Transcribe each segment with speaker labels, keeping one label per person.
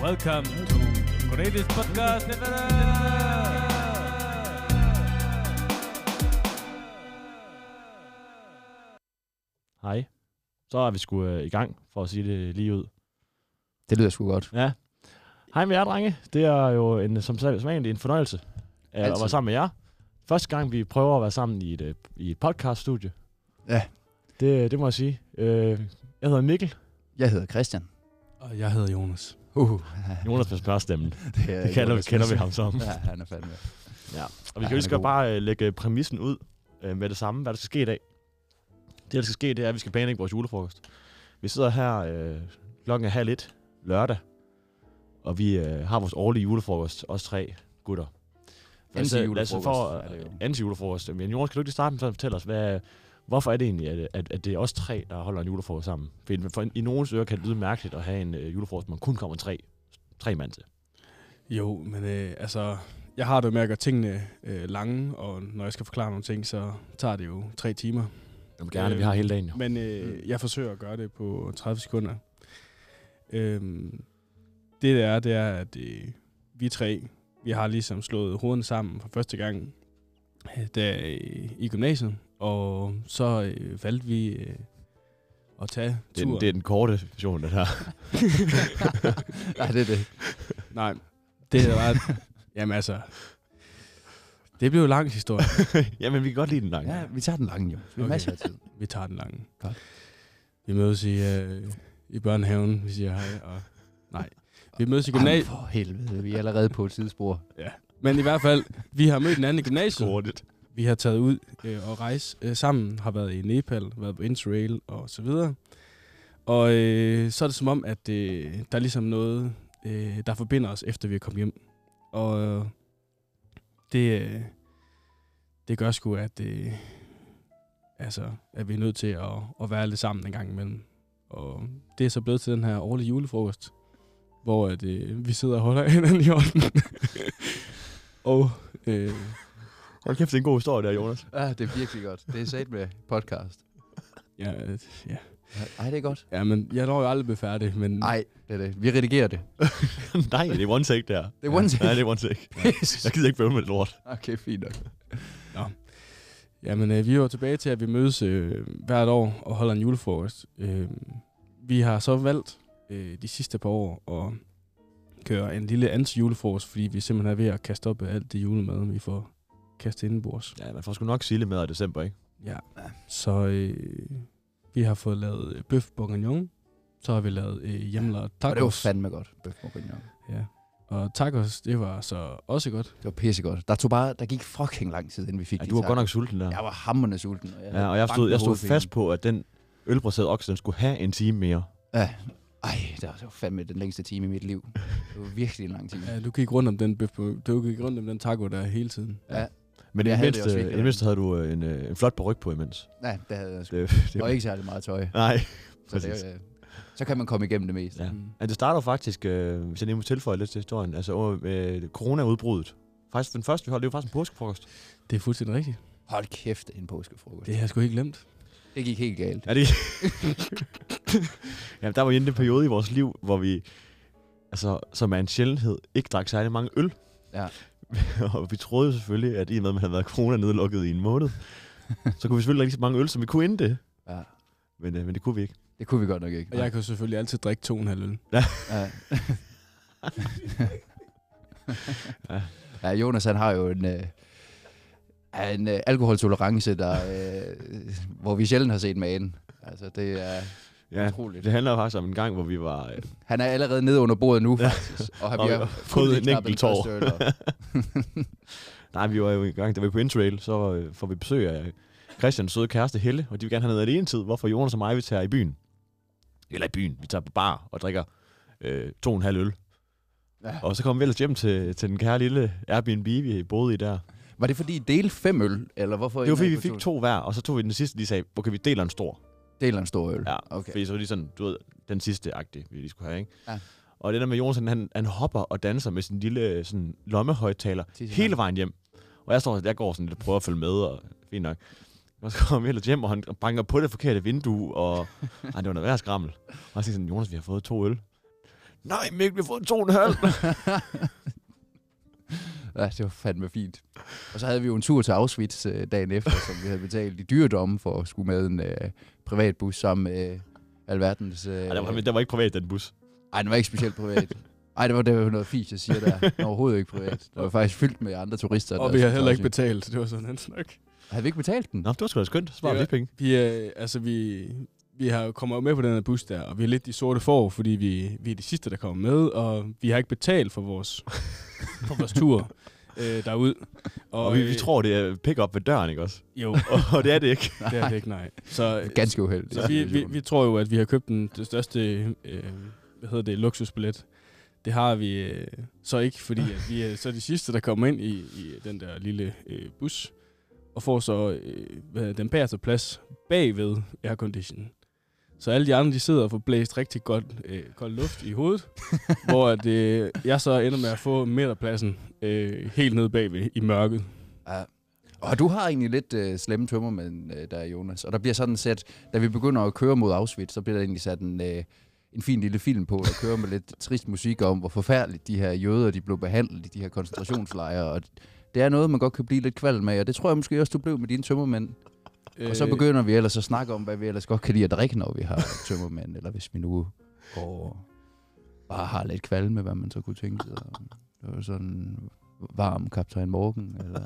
Speaker 1: Welcome to greatest podcast Hej. Så er vi sgu øh, i gang, for at sige det lige ud.
Speaker 2: Det lyder sgu godt.
Speaker 1: Ja. Hej med jer, drenge. Det er jo en, som selv- som egentlig en fornøjelse øh, at
Speaker 2: Altid.
Speaker 1: være sammen med jer. Første gang, vi prøver at være sammen i et, øh, i et podcaststudie.
Speaker 2: Ja.
Speaker 1: Det, det må jeg sige. Øh, jeg hedder Mikkel.
Speaker 2: Jeg hedder Christian.
Speaker 3: Og jeg hedder Jonas.
Speaker 2: Uh,
Speaker 1: Jonas med spørgstemmen.
Speaker 2: det, er
Speaker 1: Det kender, vi,
Speaker 2: Jonas
Speaker 1: kender vi
Speaker 2: Madsen.
Speaker 1: ham som.
Speaker 2: Ja, han er fandme.
Speaker 1: Ja, og vi
Speaker 2: Ej,
Speaker 1: kan
Speaker 2: han
Speaker 1: jo
Speaker 2: er
Speaker 1: lige så godt
Speaker 2: god.
Speaker 1: bare øh, lægge præmissen ud øh, med det samme, hvad der skal ske i dag. Det, der skal ske, det er, at vi skal planlægge vores julefrokost. Vi sidder her øh, klokken er halv et lørdag, og vi øh, har vores årlige julefrokost, os tre gutter. Lad os, øh, lad os få,
Speaker 2: Anti-julefrokost er det jo.
Speaker 1: øh, Anti-julefrokost. Men Jonas, kan du ikke lige starte med sådan at fortælle os, hvad, hvorfor er det egentlig, at, at, at det er os tre, der holder en julefrokost sammen? For, i- for i nogens ører kan det lyde mærkeligt at have en øh, julefrokost, man kun kommer tre, tre mand til.
Speaker 3: Jo, men øh, altså, jeg har det med at gøre tingene øh, lange, og når jeg skal forklare nogle ting, så tager det jo tre timer.
Speaker 1: Jeg vil gerne, øh, vi har hele dagen. Jo. Mm.
Speaker 3: Men øh, jeg forsøger at gøre det på 30 sekunder. Øhm, det der er, det er, at øh, vi tre, vi har ligesom slået hovederne sammen for første gang øh, der øh, i gymnasiet, og så øh, valgte vi øh, at tage
Speaker 1: Det er, den,
Speaker 3: turen.
Speaker 1: det er den korte version, det her.
Speaker 2: Ja, det er det.
Speaker 3: Nej, det her var... jamen altså... Det blev en lang historie.
Speaker 1: Jamen, vi kan godt lide den lange.
Speaker 2: Ja, vi tager den lange jo. Vi har
Speaker 3: Okay.
Speaker 2: masser af tid.
Speaker 3: Vi tager den lange.
Speaker 2: Godt.
Speaker 3: Vi mødes i, øh, i børnehaven, vi siger hej, og... Nej. Vi mødes i
Speaker 2: Jamen,
Speaker 3: gymnasiet,
Speaker 2: for helvede, vi er allerede på et sidespor.
Speaker 3: men i hvert fald, vi har mødt hinanden i gymnasiet.
Speaker 1: Hurtigt.
Speaker 3: Vi har taget ud øh, og rejse øh, sammen, har været i Nepal, været på Interrail og så videre. Og øh, så er det som om, at øh, der er ligesom noget, øh, der forbinder os, efter vi er kommet hjem. Og øh, det, øh, det gør sgu, at, øh, altså, at vi er nødt til at, at være lidt sammen en gang imellem. Og det er så blevet til den her årlige julefrokost, hvor at, øh, vi sidder og holder hinanden i hånden. og øh,
Speaker 1: Hold kæft, det er en god historie der, Jonas.
Speaker 2: Ja, det er virkelig godt. Det er sat med podcast.
Speaker 3: ja, øh, ja.
Speaker 2: Ej, det er godt.
Speaker 3: Ja, men jeg når jo aldrig at blive færdig, men...
Speaker 2: Nej, det er det. Vi redigerer det.
Speaker 1: Nej, det er one take, der.
Speaker 2: Det er one
Speaker 1: Nej,
Speaker 2: take.
Speaker 1: det er one take. Jeg gider ikke bøvle med det lort.
Speaker 2: Okay, fint nok.
Speaker 3: Jamen, øh, vi er jo tilbage til, at vi mødes øh, hvert år og holder en julefrokost. Øh, vi har så valgt øh, de sidste par år at køre en lille anti-julefrokost, fordi vi simpelthen er ved at kaste op af alt det julemad, vi får kastet indenbords.
Speaker 1: Ja, man får sgu nok sille med i december, ikke?
Speaker 3: Ja. Så øh, vi har fået lavet øh, bøf bourguignon, så har vi lavet øh, hjemmelavet
Speaker 2: Og
Speaker 3: tacos.
Speaker 2: det var fandme godt. Bøf bourguignon.
Speaker 3: Ja. Og tacos, det var så også godt.
Speaker 2: Det var pissegodt. Der, tog bare, der gik fucking lang tid, inden vi fik
Speaker 1: Ja,
Speaker 2: de
Speaker 1: du var
Speaker 2: tacos.
Speaker 1: godt nok sulten der.
Speaker 2: Jeg var hammerne sulten. Og jeg
Speaker 1: Ja,
Speaker 2: havde
Speaker 1: og jeg stod,
Speaker 2: banket
Speaker 1: jeg stod
Speaker 2: hovedpine.
Speaker 1: fast på, at den ølbrasserede okse, den skulle have en time mere.
Speaker 2: Ja. Ej, det var, det var fandme den længste time i mit liv. Det var virkelig en lang time.
Speaker 3: Ja, du gik rundt om den bøf, du gik rundt om den taco der hele tiden.
Speaker 1: Men i
Speaker 2: Jeg
Speaker 1: det
Speaker 2: havde det
Speaker 1: mindste,
Speaker 2: også
Speaker 1: i
Speaker 2: virkelig
Speaker 1: det mindste havde du øh, en, øh, en flot på ryg på imens.
Speaker 2: Nej, det havde jeg sgu.
Speaker 1: Det, det,
Speaker 2: Og ikke særlig meget tøj.
Speaker 1: Nej.
Speaker 2: Så, det, øh, så kan man komme igennem det meste.
Speaker 1: Ja.
Speaker 3: Mm.
Speaker 1: Ja, det starter jo faktisk, øh, hvis jeg lige må tilføje lidt til historien, altså under øh, coronaudbruddet. Faktisk den første, vi holdt, det var faktisk en påskefrokost.
Speaker 3: Det er fuldstændig rigtigt.
Speaker 2: Hold kæft, en påskefrokost.
Speaker 3: Det
Speaker 2: Det,
Speaker 3: har jeg sgu ikke glemt.
Speaker 2: det gik helt galt.
Speaker 1: Er det... Jamen, der var jo den periode i vores liv, hvor vi, altså, som er en sjældenhed, ikke drak særlig mange øl.
Speaker 2: Ja.
Speaker 1: og vi troede jo selvfølgelig, at i og med, at man havde været corona-nedlukket i en måned, så kunne vi selvfølgelig drikke så mange øl, som vi kunne inden det.
Speaker 2: Ja.
Speaker 1: Men, øh, men det kunne vi ikke.
Speaker 2: Det kunne vi godt nok ikke.
Speaker 3: Og jeg kan jo selvfølgelig altid drikke to og en halv øl.
Speaker 2: Ja. ja, Jonas han har jo en, øh, ja, en øh, alkoholtolerance, der, øh, hvor vi sjældent har set magen. Altså, det er
Speaker 1: Ja,
Speaker 2: utroligt.
Speaker 1: det handler jo faktisk om en gang, hvor vi var... Øh,
Speaker 2: Han er allerede nede under bordet nu, faktisk. Og han
Speaker 1: Og vi
Speaker 2: bliver
Speaker 1: har
Speaker 2: kun
Speaker 1: fået
Speaker 2: lige
Speaker 1: en
Speaker 2: knappet
Speaker 1: enkelt
Speaker 2: den første
Speaker 1: tår.
Speaker 2: øl op.
Speaker 1: nej, vi var jo en gang, da vi var på Interrail, så øh, får vi besøg af Christians søde kæreste Helle, og de vil gerne have noget alene tid, hvorfor Jonas og mig, vi tager i byen. Eller i byen, vi tager på bar og drikker øh, to og en halv øl.
Speaker 2: Ja.
Speaker 1: Og så kom vi ellers hjem til, til den kære lille Airbnb, vi boede i der.
Speaker 2: Var det fordi, I delte fem øl? Eller hvorfor
Speaker 1: Det var fordi,
Speaker 2: ender I
Speaker 1: vi
Speaker 2: på
Speaker 1: fik to hver, og så tog vi den sidste lige sagde, okay, vi deler en stor.
Speaker 2: Deler en stor øl.
Speaker 1: Ja, okay.
Speaker 2: okay.
Speaker 1: Fordi så var det lige sådan, du ved, den sidste agtige, vi lige skulle have, ikke?
Speaker 2: Ja.
Speaker 1: Og det der med Jonas, han- han, han hopper og danser med sin lille øh, sådan, lommehøjtaler
Speaker 2: Tisse
Speaker 1: hele
Speaker 2: mand.
Speaker 1: vejen hjem. Og jeg står jeg går sådan lidt og prøver at følge med, og fint nok. Og så kommer vi ellers hjem, og han banker på det forkerte vindue, og ej, det var noget værd skrammel. Og jeg tænkte sådan, Jonas, vi har fået to øl. Nej, Mikkel, vi har fået to og en halv.
Speaker 2: ja, det var fandme fint. Og så havde vi jo en tur til Auschwitz øh, dagen efter, som vi havde betalt i dyredomme for at skulle med en øh, privatbus sammen med øh, alverdens... Øh,
Speaker 1: Ej, der var, der var ikke privat, den bus.
Speaker 2: Ej, den var ikke specielt privat. Ej, det var, det var noget fint, jeg siger der. Den var overhovedet ikke privat. Det var faktisk fyldt med andre turister.
Speaker 3: Og
Speaker 2: der
Speaker 3: vi har
Speaker 2: skulle
Speaker 3: heller ikke
Speaker 2: til Auschwitz.
Speaker 3: betalt. Det var sådan en snak.
Speaker 2: Havde vi ikke betalt den?
Speaker 1: Nå, det var sgu da skønt. Spar
Speaker 3: Det
Speaker 1: lige penge.
Speaker 3: Vi, øh, altså, vi, vi har jo kommer jo med på den her bus der, og vi er lidt de sorte får, fordi vi, vi er de sidste, der kommer med, og vi har ikke betalt for vores, for vores tur øh, derud.
Speaker 1: Og, vi, vi
Speaker 3: øh,
Speaker 1: tror, det er pick-up ved døren, ikke også?
Speaker 3: Jo,
Speaker 1: og det er det ikke.
Speaker 3: det er det ikke, nej. Så,
Speaker 2: Ganske uheldigt.
Speaker 3: så vi, vi, vi tror jo, at vi har købt den det største, øh, hvad hedder det, luksusbillet. Det har vi øh, så ikke, fordi at vi er så de sidste, der kommer ind i, i den der lille øh, bus, og får så øh, hvad hedder, den bagerste plads bagved airconditionen. Så alle de andre, de sidder og får blæst rigtig godt øh, kold luft i hovedet, hvor at, øh, jeg så ender med at få midterpladsen øh, helt nede bagved i mørket.
Speaker 2: Ja. Og du har egentlig lidt øh, slemme tømmermænd, øh, der er Jonas. Og der bliver sådan sat, da vi begynder at køre mod Auschwitz, så bliver der egentlig sat en, øh, en fin lille film på, der kører med lidt trist musik om, hvor forfærdeligt de her jøder de blev behandlet i de her koncentrationslejre. Og det er noget, man godt kan blive lidt kvalm med, og det tror jeg måske også, du blev med dine tømmermænd. Og så
Speaker 3: Øh,
Speaker 2: begynder vi ellers at snakke om, hvad vi ellers godt kan lide at drikke, når vi har tømmermænd, eller hvis vi nu går og bare har lidt kvalme, hvad man så kunne tænke sig. Det var sådan varm kaptajn Morgan, eller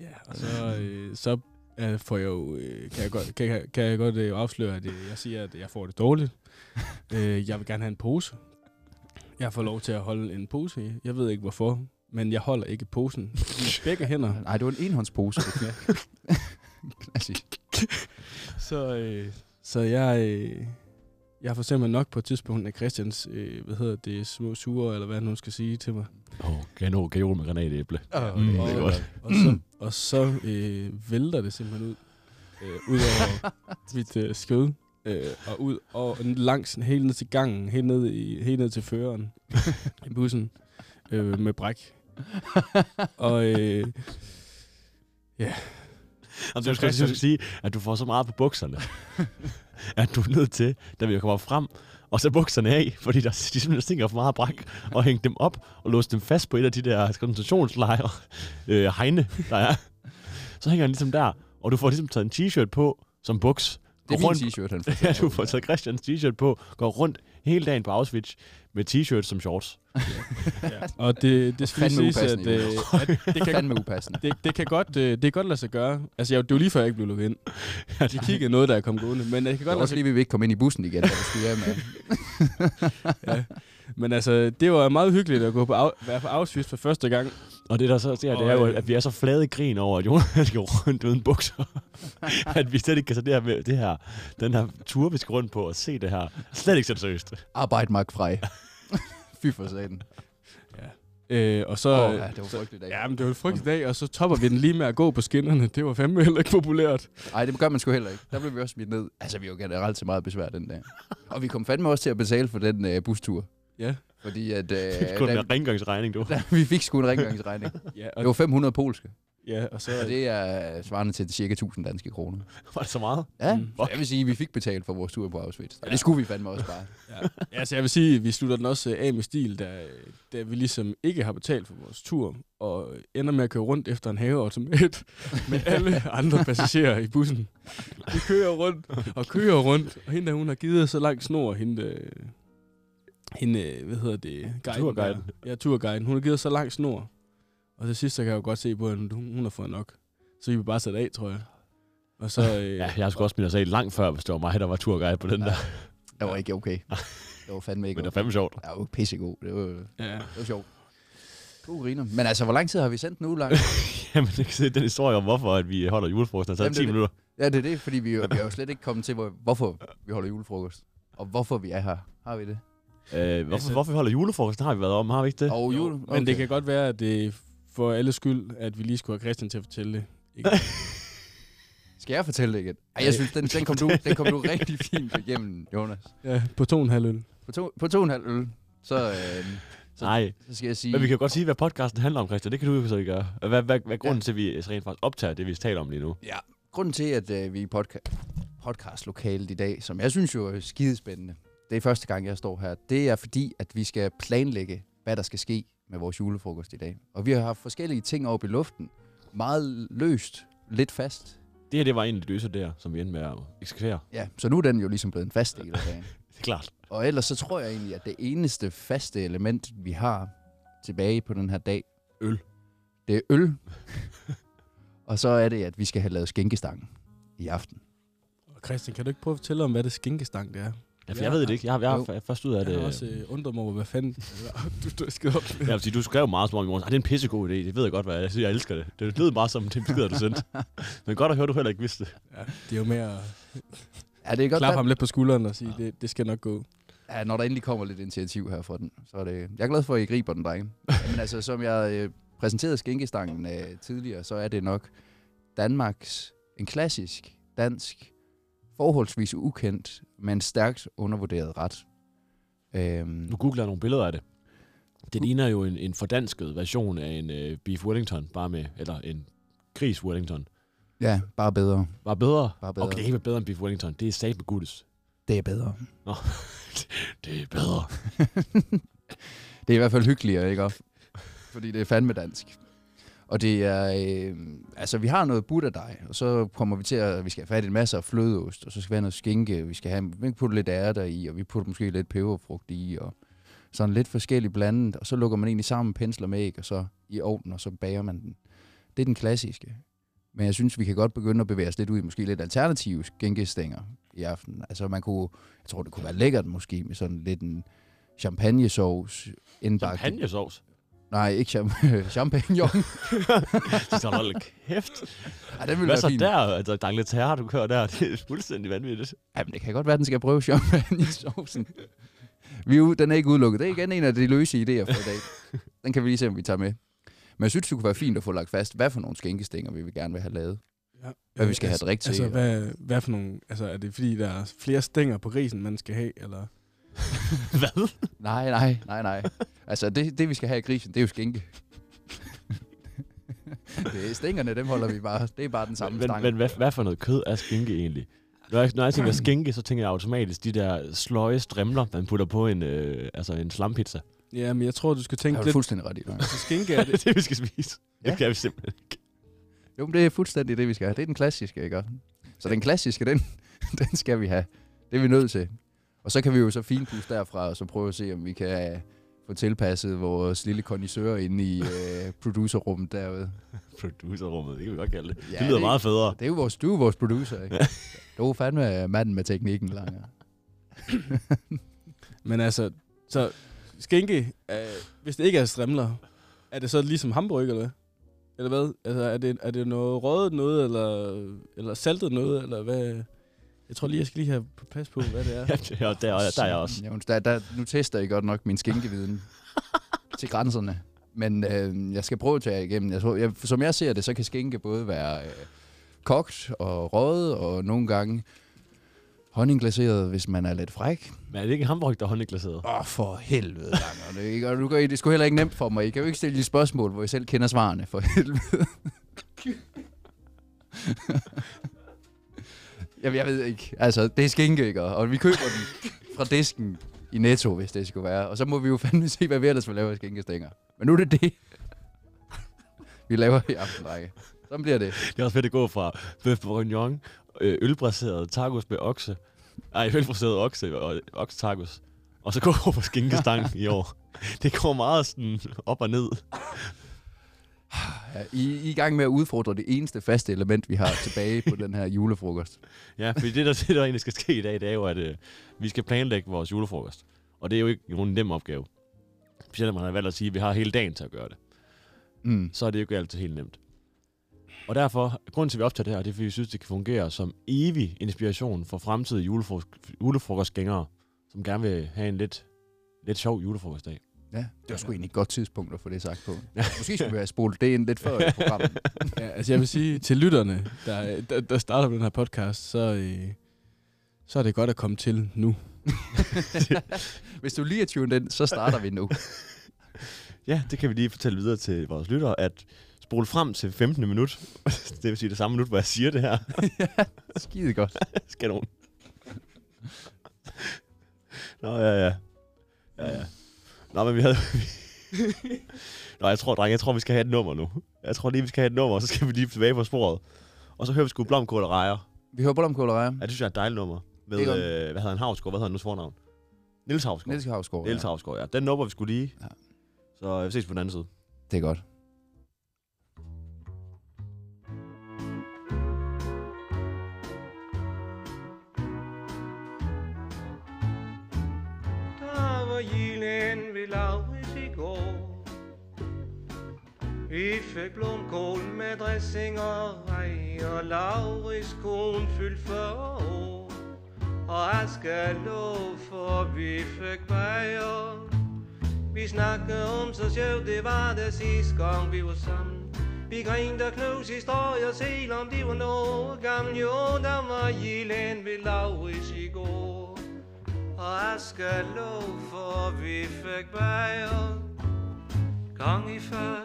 Speaker 3: Ja, og så, øh, så øh, får jeg jo, øh, kan jeg godt, kan, jeg- kan jeg godt øh, afsløre, at øh, jeg siger, at jeg får det dårligt. øh, jeg vil gerne have en pose. Jeg får lov til at holde en pose. i. Jeg ved ikke hvorfor, men jeg holder ikke posen. I begge hænder.
Speaker 2: Nej, det var en enhåndspose.
Speaker 3: Ja.
Speaker 2: Klassisk.
Speaker 3: Så, øh, så jeg, øh, jeg får simpelthen nok på et tidspunkt af Christians, øh, hvad hedder det, små sure, eller hvad hun skal sige til mig.
Speaker 1: Åh, oh, kanon med granatæble.
Speaker 2: Oh,
Speaker 1: Mm,
Speaker 3: og,
Speaker 1: det er
Speaker 3: og,
Speaker 1: godt.
Speaker 3: og så, og så øh, vælter det simpelthen ud, øh, ud over mit øh, skød, øh, og ud og langs helt ned til gangen, helt ned, i, helt ned til føreren i bussen øh, med bræk. Og øh,
Speaker 1: Jamen, det skal jeg skulle sige, at du får så meget på bukserne, at du er nødt til, da vi kommer frem, og så bukserne af, fordi der, de simpelthen stinker for meget af brak, og hænge dem op og låse dem fast på et af de der koncentrationslejre øh, hegne, der er. Så hænger den ligesom der, og du får ligesom taget en t-shirt på som buks.
Speaker 2: Det er
Speaker 1: Går rundt-
Speaker 2: min t-shirt, han
Speaker 1: Ja, du får taget Christians t-shirt på, går rundt hele dagen på Auschwitz med t-shirt som shorts.
Speaker 3: ja. og det, det skal
Speaker 2: Fandme
Speaker 3: lige siges, at,
Speaker 2: upassende,
Speaker 3: øh, at det,
Speaker 2: Det er
Speaker 3: kan,
Speaker 2: fandme upassende.
Speaker 3: det, det, kan godt, øh, det kan godt lade sig gøre. Altså, jeg, det var lige før, jeg ikke blev lukket ind. De kiggede noget, der kom gående, men det kan
Speaker 2: Det
Speaker 3: godt
Speaker 2: er
Speaker 3: lade
Speaker 2: også
Speaker 3: sig
Speaker 2: lige, ved, at vi ikke kom ind i bussen igen, da vi skulle hjem. ja.
Speaker 3: Men altså, det var meget hyggeligt at gå på af, være på Auschwitz for første gang. øh,
Speaker 1: Og det der så sker, det er jo, at vi er så flade i grin over, at Jonas går rundt uden bukser. at vi slet ikke kan tage det her, med, det her, den her tur, vi skal rundt på og se det her. Slet ikke så seriøst.
Speaker 2: Arbejd, Mark Frey. Fy for satan.
Speaker 3: Øh, og så,
Speaker 2: Åh, ja, det var frygteligt. Dag.
Speaker 3: Ja, men det var en frygtelig dag, og så topper vi den lige med at gå på skinnerne. Det var fandme heller ikke populært.
Speaker 2: Ej, det gør man sgu heller ikke. Der blev vi også smidt ned. Altså, vi var generelt så meget besvær den dag. Og vi kom fandme også til at betale for den øh, bustur.
Speaker 3: Ja.
Speaker 2: Fordi at, øh,
Speaker 1: Det er kun
Speaker 2: da,
Speaker 1: en rengangsregning, du.
Speaker 2: da, vi fik sgu en rengangsregning.
Speaker 3: Ja,
Speaker 2: Det var 500 polske.
Speaker 3: ja, og så...
Speaker 2: Og det er øh, svarende til cirka 1000 danske kroner.
Speaker 1: Var det så meget?
Speaker 2: Ja,
Speaker 3: Mm.
Speaker 2: så jeg vil sige, at vi fik betalt for vores tur på Auschwitz. Og det skulle vi fandme også bare.
Speaker 3: Ja. Altså, jeg vil sige, at vi slutter den også øh, af med stil, da, øh, da vi ligesom ikke har betalt for vores tur, og ender med at køre rundt efter en haveautomat med alle andre passagerer i bussen. Vi kører rundt og kører rundt, og hende der, hun har givet os så lang snor, hende, øh, hende øh, hvad hedder det? Guiden
Speaker 1: Turguiden.
Speaker 3: der. Ja, turguiden. Hun har givet os så lang snor. Og til sidst, så kan jeg jo godt se på hende, hun hun har fået nok. Så vi vil bare sætte af, tror jeg. Og så... Øh,
Speaker 1: Ja, jeg skulle også smidt os af langt før, hvis det var mig, der var turguide på den der.
Speaker 2: Det var ikke okay. Det var fandme ikke
Speaker 1: Men det
Speaker 2: okay.
Speaker 1: er fandme sjovt.
Speaker 2: Det var jo pissegod. Det var, det
Speaker 3: ja.
Speaker 2: var sjovt. God griner. Men altså, hvor lang tid har vi sendt nu lang?
Speaker 1: Jamen, det kan se den historie om, hvorfor at vi holder julefrokosten. Altså,
Speaker 2: Jamen, det er
Speaker 1: 10
Speaker 2: det.
Speaker 1: minutter.
Speaker 2: ja, det er det, fordi vi, vi har jo slet ikke kommet til, hvor, hvorfor vi holder julefrokost. Og hvorfor vi er her. Har vi det?
Speaker 1: Øh, hvorfor,
Speaker 3: Altså-
Speaker 1: hvorfor vi holder julefrokosten, har vi været om, har vi ikke det?
Speaker 2: Og jul?
Speaker 3: Okay. Men det kan godt være, at det er for alle skyld, at vi lige skulle have Christian til at fortælle det. Ikke?
Speaker 2: Skal jeg fortælle det igen? Ej, jeg synes, den, den, kom, du, den kom du rigtig fint igennem, Jonas.
Speaker 3: ja, på to og en halv øl.
Speaker 2: På to, på to og en halv øl, så, øh, så-
Speaker 1: Nej,
Speaker 2: så skal jeg sige...
Speaker 1: men vi kan jo godt sige, hvad podcasten handler om, Christian. Det kan du jo så ikke gøre. Hvad, hvad, hvad er grunden til, at vi rent faktisk optager det, vi taler om lige nu?
Speaker 2: Ja, grunden til, at øh, vi er i podca- podcastlokalet i dag, som jeg synes jo er skidespændende, det er første gang, jeg står her, det er fordi, at vi skal planlægge, hvad der skal ske med vores julefrokost i dag. Og vi har haft forskellige ting oppe i luften. Meget løst, lidt fast.
Speaker 1: Det her, det var egentlig løser der, som vi endte med at eksekvere.
Speaker 2: Ja, så nu er den jo ligesom blevet en fast del af dagen.
Speaker 1: Det er klart.
Speaker 2: Og ellers så tror jeg egentlig, at det eneste faste element, vi har tilbage på den her dag...
Speaker 1: Øl.
Speaker 2: Det er øl. og så er det, at vi skal have lavet skænkestangen i aften.
Speaker 3: Og Christian, kan du ikke prøve at fortælle om, hvad det skinkestang det er?
Speaker 1: Ja, for jeg ved det ikke. Jeg, har- jeg
Speaker 2: Jo.
Speaker 1: har f- først ud af
Speaker 3: Jeg
Speaker 1: det.
Speaker 3: har også øh, undret mig over, hvad fanden du, du skal op med.
Speaker 1: Ja, fordi du skrev meget som om i morgen. Ah, det er en pissegod idé. Det ved jeg godt, hvad jeg siger. Jeg elsker det. Det lød meget som den besked, du sendte. Men godt at høre, du heller ikke vidste det.
Speaker 3: Ja, det er jo med at
Speaker 2: Ja, det er godt,
Speaker 3: klappe
Speaker 2: at,
Speaker 3: ham lidt på skulderen og sige,
Speaker 1: Ja.
Speaker 3: det, det skal nok gå.
Speaker 2: ja, når der endelig kommer lidt initiativ her fra den. Så er det, jeg er glad for, at I griber den, drenge. Men altså, som jeg øh, præsenterede skænkestangen øh, tidligere, så er det nok Danmarks, en klassisk dansk, forholdsvis ukendt, men stærkt undervurderet ret. Øhm,
Speaker 1: Nu googler jeg nogle billeder af det. Det ligner jo en, en fordansket version af en øh, beef Wellington, bare med, eller en gris Wellington.
Speaker 2: ja, bare bedre.
Speaker 1: Bare bedre.
Speaker 2: Bare bedre.
Speaker 1: Okay, det er ikke bedre end beef Wellington. Det er sat med guttes.
Speaker 2: Det er bedre.
Speaker 1: Det er bedre.
Speaker 2: Det er i hvert fald hyggeligere, ikke? Og- Fordi det er fandme dansk. Og det er, øh, altså vi har noget butterdej, og så kommer vi til at, vi skal have fat i en masse af flødeost, og så skal vi have noget skinke, vi skal have, vi putter lidt ærter i, og vi putter måske lidt peberfrugt i, og sådan lidt forskelligt blandet, og så lukker man egentlig sammen pensler med æg, og så i ovnen, og så bager man den. Det er den klassiske. Men jeg synes, vi kan godt begynde at bevæge os lidt ud i måske lidt alternative skænkestænger i aften. Altså man kunne, jeg tror det kunne være lækkert måske med sådan lidt en champagnesauce indbagt. i-
Speaker 1: Champagnesauce.
Speaker 2: Nej, ikke champ- champignon.
Speaker 1: Så hold kæft.
Speaker 2: Ej, den ville
Speaker 1: Hvad
Speaker 2: være
Speaker 1: så
Speaker 2: fin.
Speaker 1: der? Altså, der er lidt terror, du kører der. Det er fuldstændig vanvittigt.
Speaker 2: Jamen, det kan godt være, den skal prøve champagne-sovsen. Vi er ude, den er ikke udelukket. Det er igen en af de løse idéer for i dag. Den kan vi lige se, om vi tager med. Men jeg synes, det kunne være fint at få lagt fast, hvad for nogle skænkestænger vi vil gerne vil have lavet.
Speaker 3: Ja.
Speaker 2: Hvad vi skal have
Speaker 3: altså,
Speaker 2: drik til,
Speaker 3: Altså,
Speaker 2: og-
Speaker 3: hvad, hvad for nogle... Altså, er det fordi, der er flere stænger på grisen, man skal have, eller...
Speaker 1: Hvad?
Speaker 2: Nej, nej, nej, nej. Altså, det, det vi skal have i grisen, det er jo skænke. det er stængerne, dem holder vi bare. Det er bare den samme
Speaker 1: men,
Speaker 2: stang.
Speaker 1: men hvad, hvad for noget kød er skinke egentlig? Når jeg, når jeg tænker skinke, så tænker jeg automatisk de der sløje strimler, man putter på en, øh, altså en slampizza.
Speaker 3: Ja, men jeg tror, du skal
Speaker 2: jeg
Speaker 3: tænke
Speaker 2: har du
Speaker 3: lidt...
Speaker 2: fuldstændig ret i. Lars.
Speaker 3: Altså, skinke
Speaker 1: Det
Speaker 3: er
Speaker 1: er
Speaker 3: det...
Speaker 1: det, vi skal spise. Ja.
Speaker 2: Ja.
Speaker 1: Det kan vi simpelthen ikke.
Speaker 2: Jo, men det er fuldstændig det, vi skal have. Det er den klassiske, ikke? Så den klassiske, den, den skal vi have. Det er vi nødt til. Og så kan vi jo så finpuste derfra, og så prøve at se, om vi kan øh, få tilpasset vores lille kondisør inde i øh, producerrummet derude.
Speaker 1: Producerrummet, det kan vi godt kalde det.
Speaker 2: Ja,
Speaker 1: Ja, det lyder
Speaker 2: det-
Speaker 1: det... meget federe.
Speaker 2: Det er jo vores, du er vores producer, ikke? Du er fandme manden med teknikken, Lange.
Speaker 3: Men altså, så skinke, øh, hvis det ikke er strimler, er det så ligesom hamburger, eller hvad? Eller hvad? Altså, er det, er det noget rødt noget, eller, eller saltet noget, eller hvad? Jeg tror lige, jeg skal lige have på plads på, hvad det er.
Speaker 1: Ja, det er- der, er- der er jeg også.
Speaker 2: Jævns, der, der, nu tester I godt nok min skinkeviden til grænserne. Men øh, jeg skal prøve at tage jer igennem. Jeg tror, jeg, som jeg ser det, så kan skinke både være øh, kogt og røget, og nogle gange honningglaseret, hvis man er lidt fræk.
Speaker 1: Men er det ikke en hamburg, der er håndglaseret?
Speaker 2: Åh, for helvede, Langer. Det, er ikke, og nu gør I det sgu heller ikke nemt for mig. I kan jo ikke stille de spørgsmål, hvor I selv kender svarene, for helvede. Jamen, jeg ved ikke. Altså, det er skinke, ikke? Og vi køber den fra disken i Netto, hvis det skulle være. Og så må vi jo fandme se, hvad vi ellers vil lave af skinkestænger. Men nu er det det, vi laver i aften, drenge. Sådan bliver det.
Speaker 1: Det er også fedt at gå fra bøf bourguignon, øh, ølbraseret tacos med okse, ej, ølbraseret okse og oksetacos, og så gå over på skinkestang i år. Det går meget sådan op og ned.
Speaker 2: Ja, I, I er i gang med at udfordre det eneste faste element, vi har tilbage på den her julefrokost.
Speaker 1: Ja, fordi det der, det, der egentlig skal ske i dag, det er jo, at øh, vi skal planlægge vores julefrokost. Og det er jo ikke nogen nem opgave. Specielt når man har valgt at sige, at vi har hele dagen til at gøre det.
Speaker 2: Mm.
Speaker 1: Så er det jo ikke altid helt nemt. Og derfor, grunden til, at vi optager det her, det er, fordi vi synes, det kan fungere som evig inspiration for fremtidige julefrokost, julefrokostgængere, som gerne vil have en lidt, lidt sjov julefrokostdag.
Speaker 2: Ja, det var sgu egentlig et godt tidspunkt at få det sagt på. Måske skulle vi have spolet det ind lidt før i programmet.
Speaker 3: Ja, altså jeg vil sige til lytterne, der, der, der starter med den her podcast, så, øh, så er det godt at komme til nu.
Speaker 2: Hvis du lige er tunet ind, så starter vi nu.
Speaker 1: Ja, det kan vi lige fortælle videre til vores lyttere, at spole frem til 15. minut, det vil sige det samme minut, hvor jeg siger det her,
Speaker 2: Skide godt.
Speaker 1: skal nogen. Nå, ja, ja. Ja, ja. Nå, men vi havde... Nå, jeg tror, dreng, jeg tror, vi skal have et nummer nu. Jeg tror lige, vi skal have et nummer, og så skal vi lige tilbage på sporet. Og så hører vi sgu blomkål og rejer.
Speaker 2: Vi hører blomkål og rejer.
Speaker 1: Ja, det synes jeg er et dejligt nummer. Med,
Speaker 2: Det er godt.
Speaker 1: øh, hvad hedder han, Havsgaard? Hvad hedder han nu fornavn? Niels Havsgaard.
Speaker 2: Niels Havsgaard.
Speaker 1: Niels
Speaker 2: Ja.
Speaker 1: Havsgaard, ja. Den nupper vi skulle lige.
Speaker 2: Ja.
Speaker 1: Så øh, vi ses på den anden side.
Speaker 2: Det er godt.
Speaker 4: Der var Jylland ved Laurits i går Vi fik blomkål med dressing og rej Og Laurits kone fyldte 40 år Og jeg skal love for vi fik bajer Vi snakkede om så sjovt det var det sidste gang vi var sammen vi grinte og knus historier, selvom de var noget gamle. Jo, der var Jylland ved Laurits i går. Og jeg skal love for, vi fik bajer Gang i før,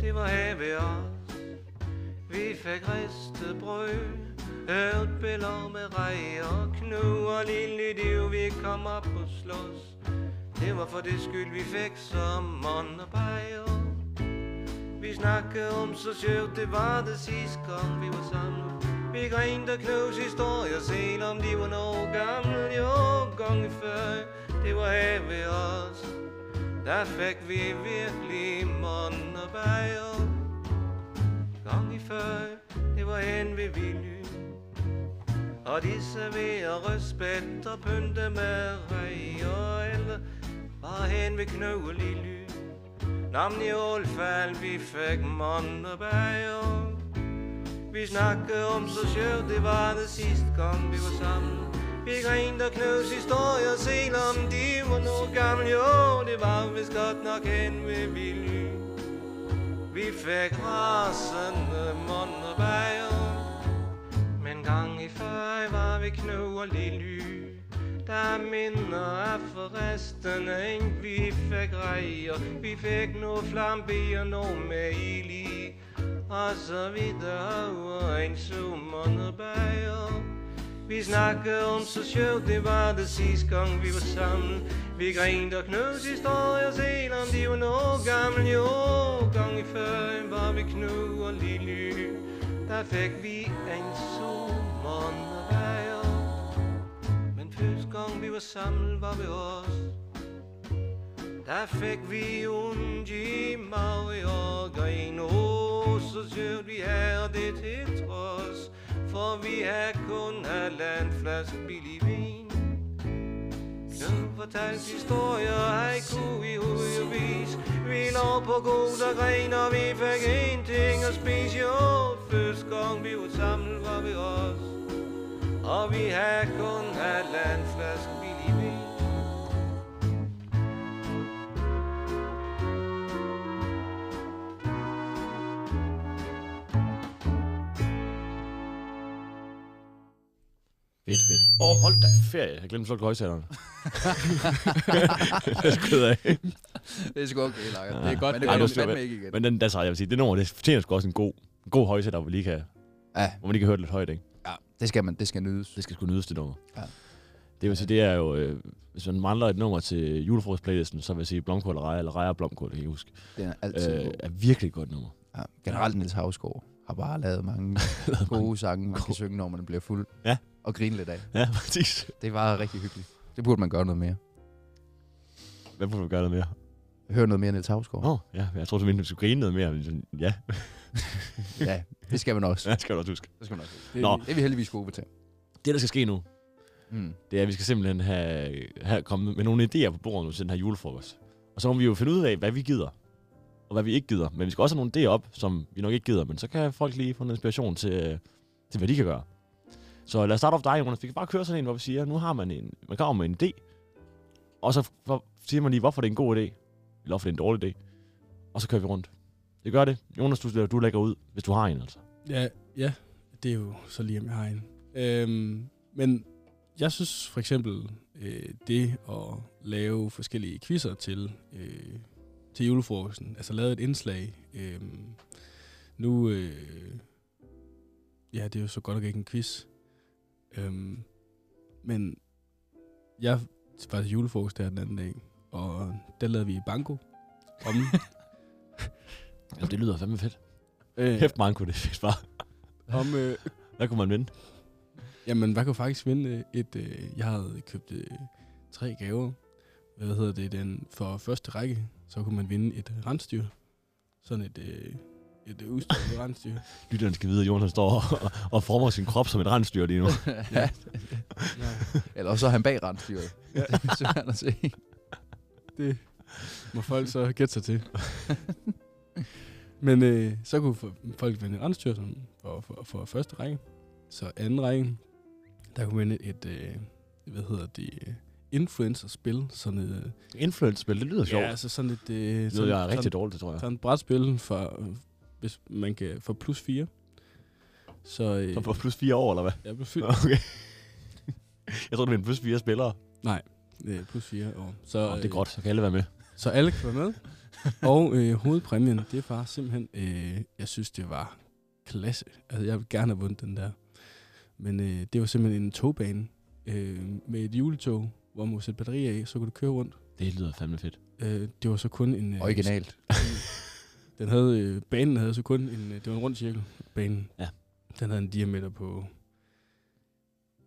Speaker 4: det var her ved os Vi fik ristet brød Høvd billeder med rej og knu Og lille div, vi kom op og slås Det var for det skyld, vi fik som ånd og bajer Vi snakkede om så sjovt, det var det sidste gang, vi var sammen Vi grinte og knus historier, selvom de var noget gamle Jo, gange før, det var her ved os Der fik vi virkelig mund og bajer Gange før, det var hen ved Villy og de serverer rødspæt og pynte med rej og el Bare hen ved knogle i ly Namn i ålfald vi fik månd og bager Vi snakkede om så sjovt det var det sidste gang vi var sammen Vi grinte og knøs historier selvom de var nu gamle Jo, det var vist godt nok hen ved Villy Vi fik rasende månd og bager men gang i før var vi knog og lille Der minder af forresten en vi fik rejer Vi fik noget flambe og noget med ild i Og så videre og en summerne bager vi snakkede om så sjovt, det var det sidste gang vi var sammen Vi grinte og knøs historier, selvom de var noget gamle Jo, gang i før var vi knog og lille der fik vi en sommervejr Men første gang vi var sammen var vi os Der fik vi ondt i mave og grin Åh, så sødt vi havde det til trods For vi havde kun halvandet flaske billig vin Knud fortalte historier, hej ku i hudvis Vi lå på god og gren, og vi fik en ting at spise Jo, første gang vi var sammen, var vi os Og vi havde kun halvanden flaske billig vin
Speaker 1: Fedt, fedt. Åh, oh, hold da ferie. Jeg glemte at slukke højsætterne. det er sgu af.
Speaker 2: Det er sgu okay, Lager. Ja. Det er
Speaker 3: godt.
Speaker 2: Men det
Speaker 1: Ej,
Speaker 2: kommer
Speaker 1: det er
Speaker 2: fandme ikke igen.
Speaker 1: Men den, der så jeg vil sige, det nummer, det fortjener sgu også en god, en god højsætter, hvor, man lige kan,
Speaker 2: Ja,
Speaker 1: hvor man lige kan høre det lidt højt, ikke?
Speaker 2: ja, det skal man. Det skal nydes.
Speaker 1: Det skal sgu nydes, det nummer.
Speaker 2: Ja.
Speaker 1: Det vil sige, det er jo... Øh, hvis man mangler et nummer til julefrokostplaylisten, så vil jeg sige blomkål eller rejer, eller rejer og blomkål, det kan jeg ikke huske.
Speaker 2: Det er altid
Speaker 1: Øh,
Speaker 2: god.
Speaker 1: er virkelig et godt nummer.
Speaker 2: ja. Generelt Niels Havsgaard har bare lavet mange gode sange, man kan synge, når man bliver fuld.
Speaker 1: Ja.
Speaker 2: Og grine lidt af.
Speaker 1: Ja, præcis.
Speaker 2: Det var rigtig hyggeligt. Det burde man gøre noget mere.
Speaker 1: Hvad får du gøre noget mere?
Speaker 2: Hør noget mere Niels Havsgaard.
Speaker 1: Åh, oh, ja, jeg tror simpelthen, du skulle grine noget mere. men sådan, Ja,
Speaker 2: Ja, det skal man også.
Speaker 1: ja, det skal du også huske.
Speaker 2: Det skal man også.
Speaker 3: Det,
Speaker 1: Nå.
Speaker 2: Det er vi heldigvis gode til.
Speaker 1: Det, der skal ske nu,
Speaker 2: Mm.
Speaker 1: det er, at vi skal simpelthen have, have kommet med nogle idéer på bordet nu til den her julefrokost. Og så må vi jo finde ud af, hvad vi gider, og hvad vi ikke gider. Men vi skal også have nogle idéer op, som vi nok ikke gider, men så kan folk lige få noget inspiration til, øh, til hvad de kan gøre. Så lad os starte op dig, Jonas. Vi kan bare køre sådan en, hvor vi siger, nu har man en, man kommer med en idé, og så for, siger man lige, hvorfor det er en god idé, eller hvorfor det er en dårlig idé, og så kører vi rundt. Det gør det. Jonas, du, du lægger ud, hvis du har en, altså.
Speaker 3: Ja, ja, det er jo så lige om jeg har en. Øhm, men jeg synes for eksempel, øh, det at lave forskellige quizzer til, øh, til julefrokosten, altså lave et indslag, øh, nu, øh, ja, det er jo så godt nok ikke en quiz, øhm, men jeg var til julefrokost der den anden dag, og der lavede vi banko. Om,
Speaker 1: Jamen, det lyder fandme fedt.
Speaker 3: øh,
Speaker 1: Kæft, mange kunne det er fedt, bare.
Speaker 3: om øh,
Speaker 1: Der kunne man vinde.
Speaker 3: Jamen, hvad kunne faktisk vinde øh, et... Øh, jeg havde købt øh, tre gaver. Hvad hedder det? Den for første række, så kunne man vinde et rensdyr. Sådan et, øh, et øh, udstået rensdyr.
Speaker 1: Lytterne skal vide, at Jonas står og, og former sin krop som et rensdyr lige nu.
Speaker 2: ja.
Speaker 3: Nej,
Speaker 2: Eller også er han bag rensdyret. Ja. det er svært at se.
Speaker 3: det må folk så gætte sig til. Men øh, så kunne fo- folk vinde et rensdyr sådan, for, for, for første række. Så anden række, der kunne vinde et... Øh, hvad hedder det? øh, Influencer-spil. Sådan et... øh,
Speaker 1: Influence-spil, det lyder sjovt.
Speaker 3: Ja, altså sådan et... Øh,
Speaker 1: det lyder
Speaker 3: sådan,
Speaker 1: jeg er
Speaker 3: sådan-
Speaker 1: rigtig dårligt, det tror jeg.
Speaker 3: Så en brætspil for, øh, hvis man kan, for plus 4. Så, øh,
Speaker 1: Så på plus fire år, eller hvad?
Speaker 3: ja, plus,
Speaker 1: Nå,
Speaker 3: 4,
Speaker 1: Okay. jeg tror, det er en plus fire spillere.
Speaker 3: øh, plus 4 år. Så,
Speaker 1: Nå, det er godt, så kan alle være med.
Speaker 3: Øh, så alle kan være med. Og øh, hovedpræmien, det var simpelthen, øh, jeg synes, det var klasse. Altså, jeg ville gerne have vundet den der. Men øh, det var simpelthen en togbane øh, med et juletog, hvor man kunne sætte batterier i, så kunne du køre rundt.
Speaker 1: Det lyder fandme fedt.
Speaker 3: Øh, det var så kun en... Øh,
Speaker 2: Originalt.
Speaker 3: Den havde, øh, banen havde så kun en, øh, det var en rund cirkel, banen.
Speaker 1: Ja.
Speaker 3: Den havde en diameter på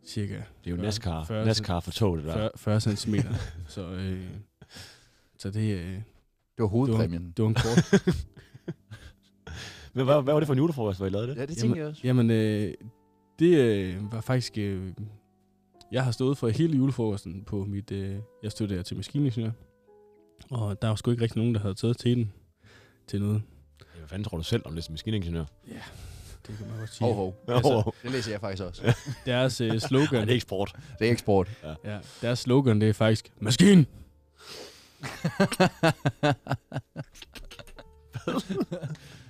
Speaker 3: cirka
Speaker 1: Det er jo
Speaker 3: Fyrre-
Speaker 1: NASCAR,
Speaker 3: fyrre-
Speaker 1: NASCAR for tog, det der.
Speaker 3: 40, 40 cm. så, øh, så det, øh,
Speaker 2: Det var hovedpræmien.
Speaker 3: det var en kort.
Speaker 1: Men hvad, hvad var det for en julefrokost, hvor I lavede det?
Speaker 2: Ja, det tænker jeg også.
Speaker 3: Jamen, øh, det øh, var faktisk... Øh, jeg har stået for hele julefrokosten på mit... Øh, jeg studerer til maskiningeniør. Og der var sgu ikke rigtig nogen, der havde taget til den til noget.
Speaker 1: Ja, Hvad fanden tror du selv om det som maskiningeniør?
Speaker 3: Det kan man godt sige. Altså,
Speaker 2: Hov, hov.
Speaker 1: Hov, hov.
Speaker 2: det læser jeg faktisk også.
Speaker 3: Deres øh,
Speaker 1: Ja,
Speaker 3: slogan...
Speaker 1: det er ikke sport.
Speaker 2: Det er eksport.
Speaker 3: Ja, deres slogan, det er faktisk, Maskin!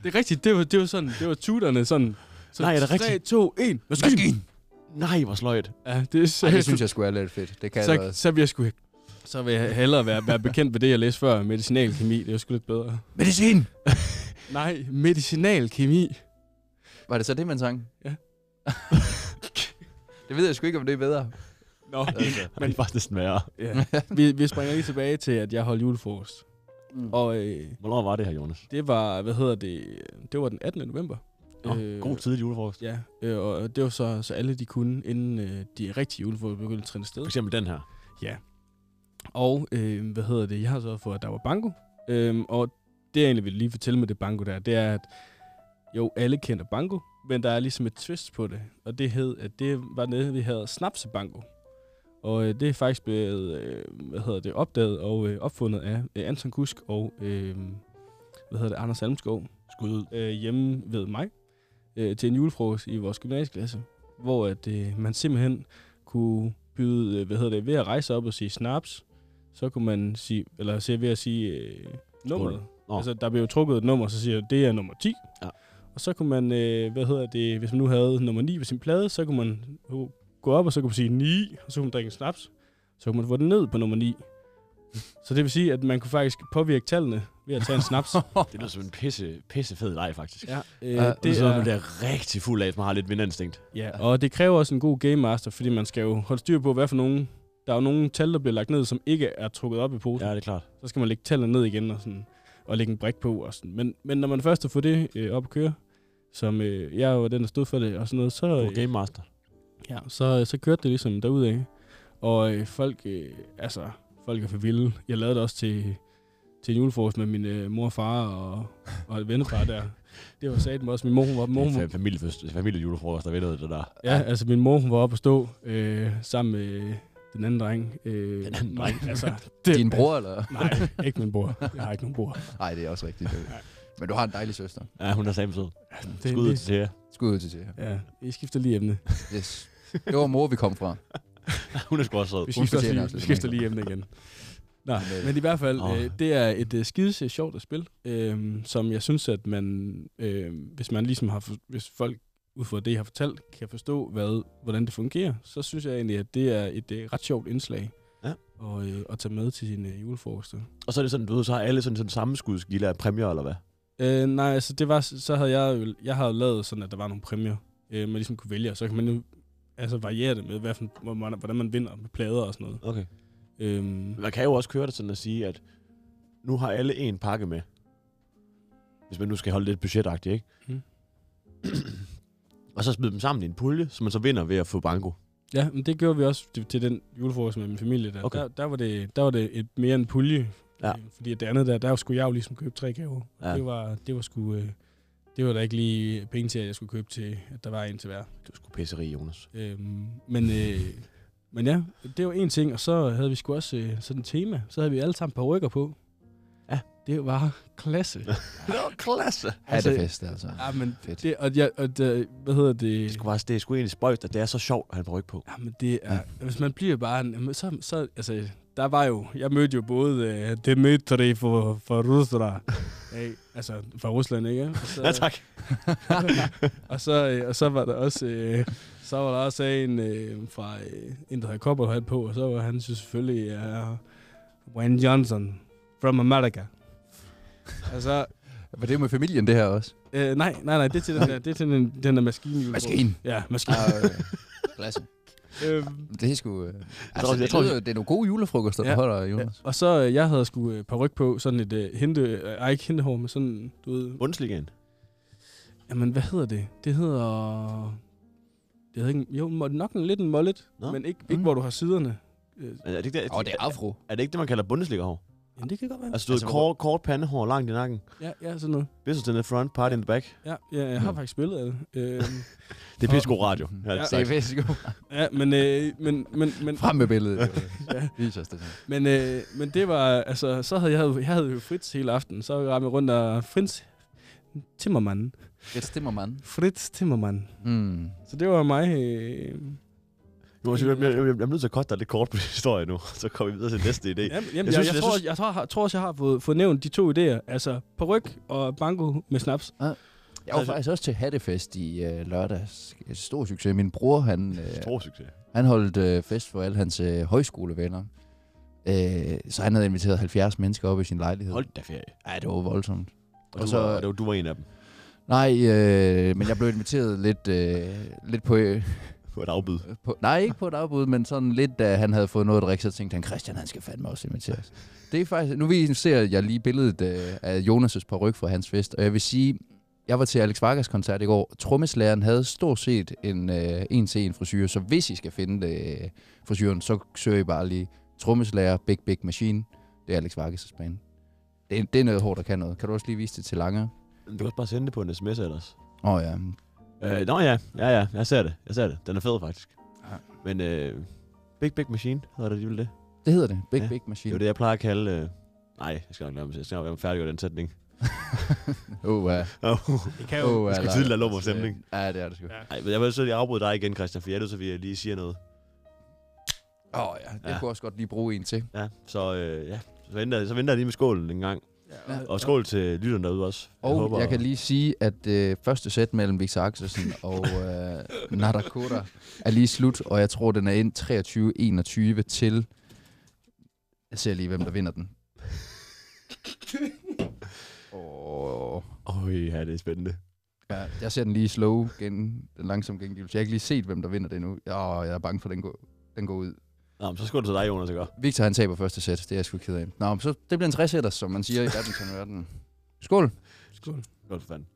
Speaker 3: det er rigtigt, det var, det var sådan, det var tuterne sådan. Så
Speaker 1: Nej, er det
Speaker 3: 3,
Speaker 1: rigtigt?
Speaker 3: 2, 1, Maskin!
Speaker 1: Nej, hvor sløjt.
Speaker 3: Ja, det er så,
Speaker 2: Ej, det synes jeg skulle er lidt fedt. Det kan jeg
Speaker 3: så,
Speaker 2: også.
Speaker 3: så, vil jeg sgu, så vil jeg hellere være, være bekendt med det, jeg læste før, medicinalkemi, det er sgu lidt bedre.
Speaker 2: Medicin!
Speaker 3: Nej, medicinalkemi.
Speaker 2: Var det så det, man sang?
Speaker 3: Ja.
Speaker 2: det ved jeg sgu ikke, om det er bedre.
Speaker 3: Nå,
Speaker 2: Altså.
Speaker 1: Men det er faktisk næsten værre.
Speaker 3: ja. vi, vi springer lige tilbage til, at jeg holdt julefrokost.
Speaker 2: Mm.
Speaker 3: Og øh,
Speaker 1: Hvornår var det her, Jonas?
Speaker 3: det var, hvad hedder det, det var den 18. november.
Speaker 1: Nå,
Speaker 3: Øh,
Speaker 1: god tidlig julefrokost.
Speaker 3: Ja, øh, og det var så, så alle de kunne, inden øh, de rigtige julefrokost begyndte at træne sted.
Speaker 1: For eksempel den her.
Speaker 3: Og, øh, hvad hedder det, jeg har så fået, at der var banko. Øhm, og det, jeg egentlig vil lige fortælle med det banko der, det er, at jo, alle kender banko, men der er ligesom et twist på det. Og det hed, at det var nede, vi havde snapsebanko. Og øh, det er faktisk blevet, øh, hvad hedder det, opdaget og øh, opfundet af øh, Anton Kusk og, øh, hvad hedder det, Anders Almskov.
Speaker 1: Skud ud.
Speaker 3: øh, hjemme ved mig øh, til en julefrokost i vores gymnasieklasse, hvor at, øh, man simpelthen kunne byde, øh, hvad hedder det, ved at rejse op og sige snaps, så kunne man sige, eller se ved at sige øh, nummeret.
Speaker 1: Nå.
Speaker 3: Altså, der blev jo trukket et nummer, så siger jeg, det er nummer 10.
Speaker 1: Ja.
Speaker 3: Og så kunne man, øh, hvad hedder det, hvis man nu havde nummer 9 på sin plade, så kunne man jo gå op, og så kunne man sige 9, og så kunne man drikke en snaps. Så kunne man få den ned på nummer 9. så det vil sige, at man kunne faktisk påvirke tallene ved at tage en snaps.
Speaker 1: Det lyder som en pisse, pisse fed leg, faktisk.
Speaker 3: ja, øh,
Speaker 2: Ja, og
Speaker 1: Det er man bliver rigtig fuld af, at man har lidt vinderinstinkt.
Speaker 3: Ja, og det kræver også en god game master, fordi man skal jo holde styr på, hvad for nogen... Der er jo nogle tal, der bliver lagt ned, som ikke er trukket op i posen.
Speaker 1: Ja,
Speaker 3: Ja.
Speaker 1: det er klart.
Speaker 3: Så skal man lægge tallene ned igen og, sådan, og lægge en brik på. Og sådan. Men, men når man først har fået det øh, op at køre, som øh, jeg var den, der stod for det og sådan noget, så,
Speaker 1: Du er
Speaker 3: øh,
Speaker 1: Game Master.
Speaker 3: ja, så, så kørte det ligesom derudad. Og øh, folk, øh, altså, folk er for vilde. Jeg lavede det også til, til en julefrokost med min øh, mor og far og, og et vennepar der. Det var sat også. Min mor, hun var, mor, hun,
Speaker 1: Det er familiefest- familiejulefrokost, der vinder det der.
Speaker 3: Ja, altså min mor, hun var oppe at stå øh, sammen med den anden dreng. Øh,
Speaker 1: Den anden dreng.
Speaker 3: altså, det,
Speaker 2: Din bror, eller?
Speaker 3: Nej, ikke min bror. Jeg har ikke nogen bror.
Speaker 2: Nej, det er også rigtigt. Det. Men du har en dejlig søster.
Speaker 1: Ja, hun er sammen sød.
Speaker 3: Det,
Speaker 1: Skud ud
Speaker 3: det,
Speaker 1: til jer.
Speaker 2: Skud ud til det her.
Speaker 3: ja, I skifter lige emne.
Speaker 2: Yes. Det var mor, vi kom fra.
Speaker 1: Hun er sgu også sød.
Speaker 3: Vi skifter, også
Speaker 2: fortjener
Speaker 3: lige,
Speaker 2: også
Speaker 3: vi
Speaker 2: lidt
Speaker 3: skifter
Speaker 2: mere.
Speaker 3: lige emne igen. Nå,
Speaker 2: Men, øh,
Speaker 3: men i hvert fald,
Speaker 1: åh.
Speaker 3: øh, det er et øh, skide øh, sjovt at spille, øh, som jeg synes, at man, øh, hvis man ligesom har, for, hvis folk ud fra det, jeg har fortalt, kan forstå, hvad, hvordan det fungerer, så synes jeg egentlig, at det er et øh, ret sjovt indslag
Speaker 1: Ja.
Speaker 3: og, øh, at tage med til sine øh, julefrokoster.
Speaker 1: Og så er det sådan, du ved, så har alle sådan, sådan sammenskudskilde af præmier, eller hvad?
Speaker 3: Øh, nej, altså det var, så havde jeg jo, jeg havde lavet sådan, at der var nogle præmier, øh, man ligesom kunne vælge, og så kan man nu altså variere det med, hvad for, hvor man, hvordan man vinder med plader og sådan noget.
Speaker 1: Okay.
Speaker 3: Øhm,
Speaker 1: Man kan jo også køre det sådan at sige, at nu har alle en pakke med. Hvis man nu skal holde lidt budgetagtigt, ikke?
Speaker 3: Mm.
Speaker 1: Mm. og så smide dem sammen i en pulje, som man så vinder ved at få banko.
Speaker 3: Ja, men det gjorde vi også til, til den julefrokost med min familie. Der,
Speaker 1: Okay.
Speaker 3: okay. der, der, var, det, der var det et, mere en pulje.
Speaker 1: Ja.
Speaker 3: Øh, Fordi det andet der, der skulle jeg jo ligesom købe tre gaver. Ja.
Speaker 1: Ja.
Speaker 3: Det, var, det, var sgu, øh, det var da ikke lige penge til, at jeg skulle købe til, at der var en til hver.
Speaker 1: Du skulle pisseri, Jonas.
Speaker 3: Øhm, men, øh, men ja, det var en ting. Og så havde vi sgu også øh, sådan et tema. Så havde vi alle sammen par rykker på.
Speaker 1: Ja.
Speaker 3: Det var klasse.
Speaker 1: Det var klasse.
Speaker 2: Hattefest, altså.
Speaker 3: ja, men
Speaker 2: Fedt.
Speaker 3: det, og, jeg, og det, hvad hedder det?
Speaker 1: Det skulle faktisk, det er sgu egentlig spøjt, at det er så sjovt at have en ryg på.
Speaker 3: Jamen, det er... Hvis man bliver bare... en- jamen, Så, så, altså, der var jo... Jeg mødte jo både øh, Dmitri fra, fra Rusland. hey, altså, fra Rusland, ikke? Og så,
Speaker 1: Ja, tak.
Speaker 3: Og så, øh, og så var der også... Øh, så var der også en øh, fra... Øh, en, der havde kobberhat på, og så var han så selvfølgelig... Øh, Wayne Johnson from America. Og så...
Speaker 2: Var det med familien, det her også?
Speaker 3: Øh, nej, nej, nej, det er til den der, det er til den, den der maskine.
Speaker 2: Maskinen.
Speaker 3: Ja, maskine.
Speaker 2: Ja, øh, klasse.
Speaker 3: øhm,
Speaker 2: Det er sgu... Øh, altså,
Speaker 1: tror-
Speaker 2: det,
Speaker 1: jeg tror-
Speaker 2: lyder jo- det er nogle gode julefrokoster, du
Speaker 3: Ja.
Speaker 2: holder, Jonas.
Speaker 3: Og så, øh, jeg havde sgu øh, peruk på, sådan et øh, hente, øh, ej, ikke hentehår, men sådan, du ved,
Speaker 1: Bundesligaen.
Speaker 3: jamen, hvad hedder det? Det hedder, det hedder ikke, jo, må- nok en, lidt en mollet,
Speaker 1: Nå. Altså,
Speaker 3: men ikke, ikke
Speaker 2: Mm.
Speaker 3: hvor du har siderne. Øh,
Speaker 1: Er det ikke det,
Speaker 2: Åh, oh, det er afro.
Speaker 1: er det, ikke det man kalder Bundesliga-hår?
Speaker 3: jamen, det kan godt være.
Speaker 1: Altså, du
Speaker 2: Altså,
Speaker 1: altså, kort, kort pandehår langt i nakken.
Speaker 3: Ja, ja, sådan noget.
Speaker 1: Business in the front, party in the back.
Speaker 3: Ja, ja jeg har
Speaker 2: Mm.
Speaker 3: faktisk spillet af det. Øh,
Speaker 1: Det er pissegod radio. Ja,
Speaker 3: Ja.
Speaker 1: ja.
Speaker 2: Det er vist god.
Speaker 3: ja, men, øh, men, men, men,
Speaker 2: Frem med billedet, Jonas.
Speaker 3: Ja.
Speaker 2: Vis os det.
Speaker 3: men, øh, men det var, altså, så havde jeg, jeg havde jo Fritz hele aften, så var jeg rundt og Fritz Timmermann.
Speaker 2: Det stemmer, mand.
Speaker 3: Fritz Timmermann.
Speaker 2: Mm.
Speaker 3: Så det var mig, øh,
Speaker 1: Jonas, jeg, jeg, jeg, jeg, er nødt til at kotte dig lidt kort på din historie nu, så kommer vi videre til næste idé.
Speaker 3: Jamen,
Speaker 1: Jeg
Speaker 3: jamen, jeg, jeg,
Speaker 1: synes-
Speaker 3: jeg,
Speaker 1: jeg
Speaker 3: tror,
Speaker 1: synes-
Speaker 3: jeg, tror, jeg tror også, jeg har fået, fået nævnt de to idéer. Altså peruk og banko med snaps. Altså,
Speaker 2: Jeg
Speaker 1: Altså-
Speaker 2: var faktisk også til Hattefest i øh, lørdags. Et stor succes. Min bror, han, øh,
Speaker 1: Stor succes.
Speaker 2: han holdt øh, fest for alle hans øh, højskolevenner. Øh, så han havde inviteret 70 mennesker op i sin lejlighed.
Speaker 1: Hold da ferie.
Speaker 2: Ej, det var voldsomt.
Speaker 1: Og,
Speaker 2: Og
Speaker 1: du,
Speaker 2: så-
Speaker 1: så, var, og det var, du var en af dem.
Speaker 2: Nej, øh, men jeg blev inviteret lidt, øh, lidt på, øh,
Speaker 1: På et afbud.
Speaker 2: på... Nej, ikke på et afbud, men sådan lidt, da han havde fået noget at drikke, så tænkte han, Christian, han skal fandme også inviteres. Det er faktisk... Nu viser jeg lige billedet øh, af Jonas' peruk fra hans fest, og jeg vil sige, jeg var til Alex Vargas koncert i går. Trommeslæren havde stort set en øh, en til en frisyr, så hvis I skal finde øh, frisyren, så søger I bare lige trommeslærer Big Big Machine. Det er Alex Vargas' band. Det, er- det er noget hårdt, der kan noget. Kan du også lige vise det til Lange?
Speaker 1: Du kan også bare sende det på en sms ellers.
Speaker 2: Åh oh, ja.
Speaker 1: Øh, nå ja, ja ja, jeg ser det. Jeg ser det. Den er fed faktisk.
Speaker 2: Ja.
Speaker 1: Ja. Men øh, Big Big Machine hedder det alligevel det.
Speaker 2: Det hedder det. Big
Speaker 1: Ja,
Speaker 2: Big
Speaker 1: Det er
Speaker 2: Machine.
Speaker 1: jo det, jeg plejer at kalde... Øh, nej, jeg skal nok lade mig Jeg skal nok være færdig den sætning.
Speaker 2: Oh, uh,
Speaker 3: Det kan
Speaker 2: oh, uh,
Speaker 1: skal tidligt lade lov på stemning.
Speaker 2: Ja, det er det sgu.
Speaker 1: Nej, men jeg vil så lige afbryde dig igen, Christian, for jeg er nødt til, at jeg lige siger noget.
Speaker 2: Åh oh, ja, det ja.
Speaker 1: Ja.
Speaker 2: kunne også godt lige bruge en til.
Speaker 1: Ja, så øh, ja. Så venter, så venter jeg lige med skålen en gang.
Speaker 3: Ja,
Speaker 1: Og skål til lytterne derude også.
Speaker 2: Og jeg, håber, jeg kan lige sige, at øh, første sæt mellem Victor Axelsen og øh, Nadakota er lige slut, og jeg tror, den er ind 23-21 til... Jeg ser lige, hvem der vinder den. Oh.
Speaker 1: Øj, ja, det er spændende.
Speaker 2: Ja, jeg ser den lige i slow, gen, den langsomme gengivelse. Jeg har ikke lige set, hvem der vinder det endnu. Åh, oh, jeg er bange for, at den går, den går ud.
Speaker 1: Nå, men så skål til dig, Jonas, ikke?
Speaker 2: Victor, han taber første sæt. Det er jeg sgu ked af. Nå, men så, det bliver en 60 som man siger i badminton Skål!
Speaker 3: skål.
Speaker 1: Skål for fanden.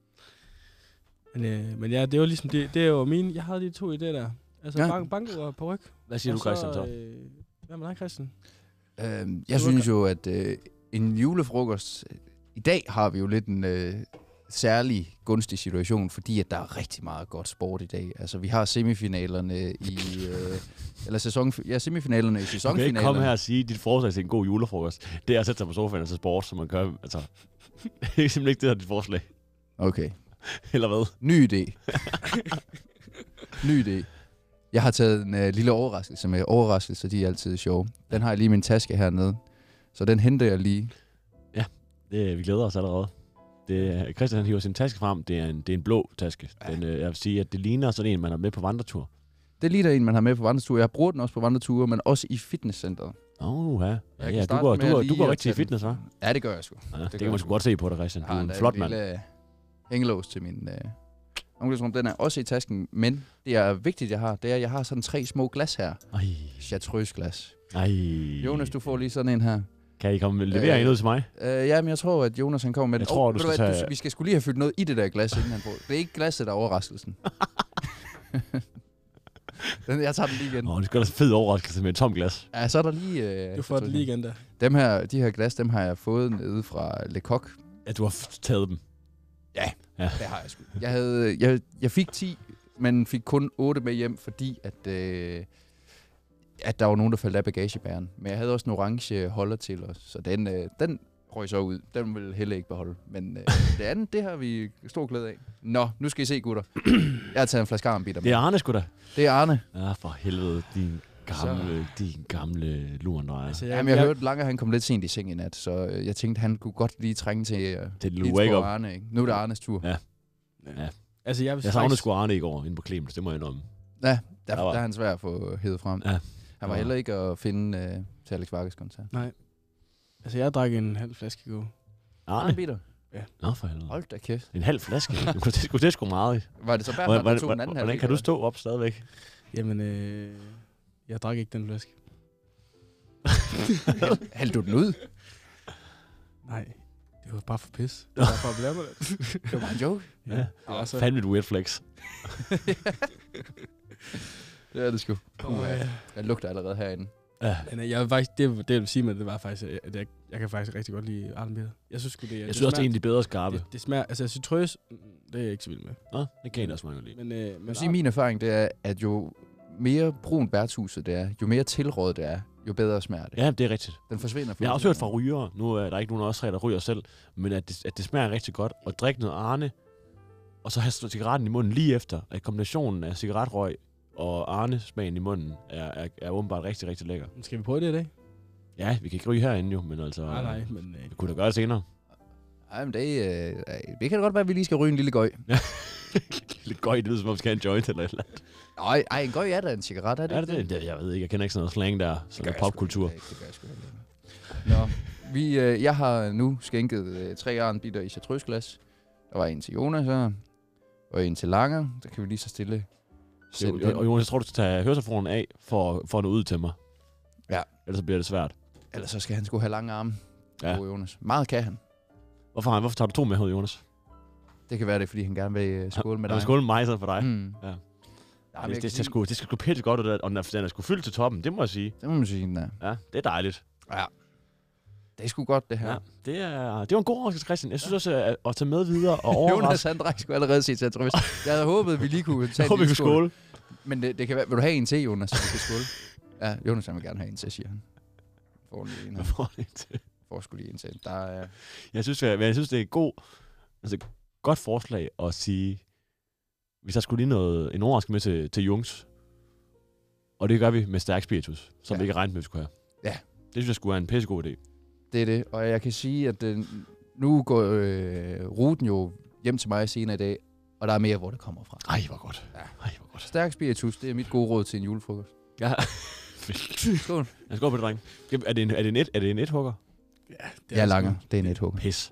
Speaker 3: Men, øh, men ja, det var ligesom det, det var mine. Jeg havde de to idéer der. Altså
Speaker 2: Ja.
Speaker 3: ja. bank, banko og peruk.
Speaker 1: Hvad siger
Speaker 3: og
Speaker 1: du, Christian, så?
Speaker 3: Øh, hvad med dig, Christian?
Speaker 2: Øhm,
Speaker 3: var
Speaker 2: jeg synes jo, at øh, en julefrokost... øh, I dag har vi jo lidt en øh, særlig gunstig situation, fordi at der er rigtig meget godt sport i dag. Altså, vi har semifinalerne i... Øh, eller sæson... Ja, semifinalerne i
Speaker 1: Du kan
Speaker 2: sæsonfinalerne.
Speaker 1: ikke komme her og sige, at dit forslag til en god julefrokost, det er at sætte sig på sofaen og se sport, som man gør. Altså, det er simpelthen ikke det her dit forslag.
Speaker 2: Okay.
Speaker 1: Eller hvad?
Speaker 2: Ny idé. Ny idé. Jeg har taget en øh, lille overraskelse med. Overraskelser, de er altid sjove. Den har jeg lige i min taske hernede. Så den henter jeg lige.
Speaker 1: Det, vi glæder os allerede. Det, er- Christian han hiver sin taske frem. Det er en, det er en blå taske. Den, øh, jeg vil sige, at det ligner sådan en, man er med på vandretur.
Speaker 2: Det er lige der en, man har med på vandreture. Jeg bruger den også på vandreture, men også i fitnesscenteret.
Speaker 1: Åh, oh, ja. ja,
Speaker 2: kan
Speaker 1: ja du
Speaker 2: starte
Speaker 1: går,
Speaker 2: med
Speaker 1: du,
Speaker 2: at
Speaker 1: går, du
Speaker 2: lige
Speaker 1: går
Speaker 2: at
Speaker 1: rigtig i
Speaker 2: tage den.
Speaker 1: fitness, hva'?
Speaker 2: Ja, det gør jeg sgu. øh,
Speaker 1: Ja, det,
Speaker 2: gør
Speaker 1: det kan
Speaker 2: jeg
Speaker 1: man sgu godt se på dig, Christian. Du er en flot mand.
Speaker 2: lille øh, hængelås til min øh, omklædningsrum, den er også i tasken, men det er vigtigt, jeg har, det er, at jeg har sådan tre små glas her.
Speaker 1: Ej,
Speaker 2: Chartreuse-glas.
Speaker 1: ej.
Speaker 2: Jonas, du får lige sådan en her.
Speaker 1: Kan I komme og levere
Speaker 2: Øh,
Speaker 1: en ud til mig?
Speaker 2: Øh, ja, men jeg tror, at Jonas han kommer med
Speaker 1: Jeg
Speaker 2: den.
Speaker 1: tror,
Speaker 2: Åh,
Speaker 1: du
Speaker 2: ved
Speaker 1: skal
Speaker 2: hvad,
Speaker 1: tage-
Speaker 2: vi skal skulle lige have fyldt noget i det der glas, inden han får. Det er ikke glasset, der er overraskelsen. Den- jeg tager den lige igen.
Speaker 1: Åh, det skal da en fed overraskelse med et tomt glas.
Speaker 2: Ja, så er der lige... Øh,
Speaker 3: Du får det lige igen der.
Speaker 2: Dem her, de her glas, dem har jeg fået nede fra Lecoq.
Speaker 1: Ja, du har f- taget dem.
Speaker 2: Det har jeg sgu. Jeg, havde, jeg, jeg fik 10, men fik kun 8 med hjem, fordi at, øh, at der var nogen, der faldt af bagagebæren. Men jeg havde også en orange holder til os, så den, øh, den røg så ud. Den vil heller ikke beholde. Men øh, det andet, det har vi stor glæde af. Nå, nu skal I se, gutter. Jeg har taget en flaske armbitter
Speaker 1: Det
Speaker 2: med.
Speaker 1: er Arne sgu da.
Speaker 2: Det er Arne.
Speaker 1: Ja, for helvede, din gamle, din gamle lurendrejer.
Speaker 3: Altså,
Speaker 2: Jamen, jeg, hørte Lange, han kom lidt sent i seng i nat, så øh, jeg tænkte, han kunne godt lige trænge til øh,
Speaker 1: Det er
Speaker 2: lidt
Speaker 1: wake
Speaker 2: på
Speaker 1: up.
Speaker 2: Arne. Ikke? Nu er det Arnes tur.
Speaker 3: altså, jeg, vil
Speaker 1: Jeg savnede
Speaker 3: faktisk-
Speaker 1: sgu Arne i går inde på Clemens, det må jeg indrømme.
Speaker 2: Ja, der,
Speaker 1: Der
Speaker 2: der,
Speaker 1: var-
Speaker 2: er han svær at få hævet frem.
Speaker 1: Ja.
Speaker 2: Han var
Speaker 1: Ja.
Speaker 2: heller ikke at finde øh, til Alex Varkes koncert.
Speaker 3: Altså, jeg drak en halv flaske i går.
Speaker 1: Arne?
Speaker 2: Peter.
Speaker 1: Nå, for helvede.
Speaker 2: Hold da kæft.
Speaker 1: En halv flaske. det, skulle, det, skulle, det skulle meget.
Speaker 2: Var det så Bertram,
Speaker 1: Hvordan,
Speaker 2: der tog den
Speaker 1: hvordan,
Speaker 2: anden
Speaker 1: hvordan
Speaker 2: halvdel,
Speaker 1: kan du
Speaker 2: eller?
Speaker 1: stå op stadigvæk?
Speaker 3: Jamen, øh, jeg drak ikke den flaske.
Speaker 2: Hældte du den ud?
Speaker 3: Nej, det var bare for pis. Det var bare for at blære mig lidt.
Speaker 2: Det var en joke.
Speaker 1: Ja.
Speaker 3: Det var så...
Speaker 1: Fandme et weird flex.
Speaker 2: det er det sgu.
Speaker 3: Åh, Uh, ja.
Speaker 2: Jeg lugter allerede herinde.
Speaker 1: Ja.
Speaker 3: Men øh, jeg vil faktisk, det, det vil sige med, det var faktisk, øh, at jeg, jeg kan faktisk rigtig godt lide Arlenbier. Jeg synes sgu, det
Speaker 1: Jeg synes også, det er en af de bedre skarpe.
Speaker 3: det, det smager, altså citrøs, mm, det er jeg ikke så vild med.
Speaker 1: Nå, det kan jeg også mange lide.
Speaker 3: Men, øh,
Speaker 2: Jeg
Speaker 3: men
Speaker 2: vil sige, min erfaring det er, at jo mere brun værtshuset det er, jo mere tilrådet det er, jo bedre smager det.
Speaker 1: Ja, det er rigtigt.
Speaker 2: Den forsvinder.
Speaker 1: Jeg har også hørt fra
Speaker 2: fuldstændig.
Speaker 1: rygere, nu er der ikke nogen af os tre, der ryger selv, men at det, at det smager rigtig godt at drikke noget Arne, og så have cigaretten i munden lige efter, at kombinationen af cigaretrøg og Arne-smagen i munden er, er, er åbenbart rigtig, rigtig lækker.
Speaker 3: Skal vi prøve det i dag?
Speaker 1: Ja, vi kan ikke ryge herinde jo, men altså...
Speaker 3: Nej, nej, men øh,
Speaker 1: Vi kunne da gøre det senere.
Speaker 2: Ej, men det, øh, ej, det kan da godt være, at vi lige skal ryge en lille gøj.
Speaker 1: Lidt gøj, det lyder som om, vi skal have en joint eller et eller andet.
Speaker 2: Nej, ej, en gøj er da en cigaret, er det
Speaker 1: Er
Speaker 2: ikke
Speaker 1: det det? det? Jeg ved ikke, jeg kender ikke sådan noget slang der, sådan noget popkultur.
Speaker 2: Det gør jeg sgu heller ikke. Nå, vi, øh, jeg har nu skænket øh, tre arnbitter i chartreuseglas. Der var en til Jonas her, og en til Langer. Der kan vi lige så stille sende
Speaker 1: Jo, og
Speaker 2: den.
Speaker 1: Jonas, jeg tror, du skal tage høretelefonen af for, for at nå ud til mig.
Speaker 2: Ja.
Speaker 1: Ellers så bliver det svært.
Speaker 2: Ellers så skal han sgu have lange arme.
Speaker 1: Ja.
Speaker 2: Ja. Jonas. Meget kan han.
Speaker 1: Hvorfor, har han- hvorfor tager du to med, Jonas?
Speaker 2: Det kan være det, er, fordi han gerne vil øh, skåle med
Speaker 1: Han
Speaker 2: dig.
Speaker 1: skål med mig i stedet for dig. Mm.
Speaker 2: Mm.
Speaker 1: Ja.
Speaker 2: Jamen,
Speaker 1: det,
Speaker 2: det,
Speaker 1: det, det, sgu, det skal sgu pænt godt, ud, og den er, den er sgu fyldt til toppen, det må jeg sige.
Speaker 2: det må man sige, den er.
Speaker 1: Ja, det er dejligt.
Speaker 2: Det er sgu godt, det her.
Speaker 1: Ja.
Speaker 2: Ja.
Speaker 1: Det, er, det var en god overraskelse, Christian. Jeg synes også, at, at tage med videre og
Speaker 2: Jonas,
Speaker 1: overraske.
Speaker 2: han drak sgu allerede sit chartreuse. Jeg havde håbet, at vi lige kunne tage
Speaker 1: Jeg håber,
Speaker 2: en
Speaker 1: vi
Speaker 2: lille
Speaker 1: kunne skåle.
Speaker 2: Men det, det kan være, vil du have en til, Jonas, så vi kan skåle? Ja, Jonas han vil gerne have en til, siger han. Får lige en,
Speaker 1: Jeg
Speaker 2: han
Speaker 1: får lidt.
Speaker 2: får sgu lige en til. Der er,
Speaker 1: Jeg synes, jeg, men jeg synes det er et god, altså, godt forslag at sige, hvis der skulle lige noget, en overraskelse med til, til Jungs, og det gør vi med stærk spiritus, som ja.
Speaker 2: Ja.
Speaker 1: vi ikke regnede med, vi skulle have.
Speaker 2: Ja.
Speaker 1: Det synes jeg skulle være en pissegod idé.
Speaker 2: det er det, og jeg kan sige, at øh, nu går øh, ruten jo hjem til mig senere i dag, og der er mere, hvor det kommer fra.
Speaker 1: Ej, hvor godt.
Speaker 2: Ja.
Speaker 1: Ej, hvor godt.
Speaker 2: Stærk spiritus, det er mit gode råd til en julefrokost.
Speaker 1: Ja.
Speaker 2: Skål.
Speaker 1: Jeg skal på det, dreng. Er det en, er det en, et, er det en ethugger?
Speaker 3: ja, det
Speaker 2: Jeg er
Speaker 3: sgu-
Speaker 2: langer, det er nethugger.
Speaker 1: Pis.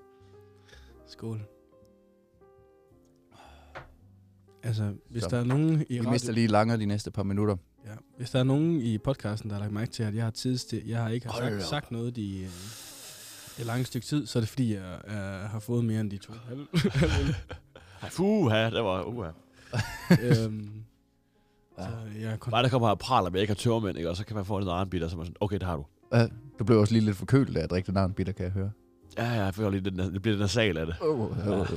Speaker 3: Skål. Altså, hvis
Speaker 2: Så.
Speaker 3: der er nogen i
Speaker 2: Vi mister lige langer de næste par minutter.
Speaker 3: Ja. Hvis der er nogen i podcasten, der har lagt mærke til, at jeg har tids til, jeg har ikke har
Speaker 1: Hold da
Speaker 3: sagt,
Speaker 1: op.
Speaker 3: sagt noget i øh, et langt stykke tid, så er det fordi, jeg øh, har fået mere end de to.
Speaker 1: Ej, fuha, det var uha.
Speaker 3: øhm,
Speaker 2: Ja.
Speaker 3: så jeg er kun...
Speaker 1: Bare der kommer her og praler med, at jeg ikke har tørmænd, ikke? og så kan man få en anden bitter, som er sådan, okay, det har du.
Speaker 2: Ja, du blev også lige lidt forkølet af at drikke den anden bitter, kan jeg høre.
Speaker 1: Ja, ja, jeg føler lige, den, det bliver den nasal af det.
Speaker 2: Oh, oh, oh.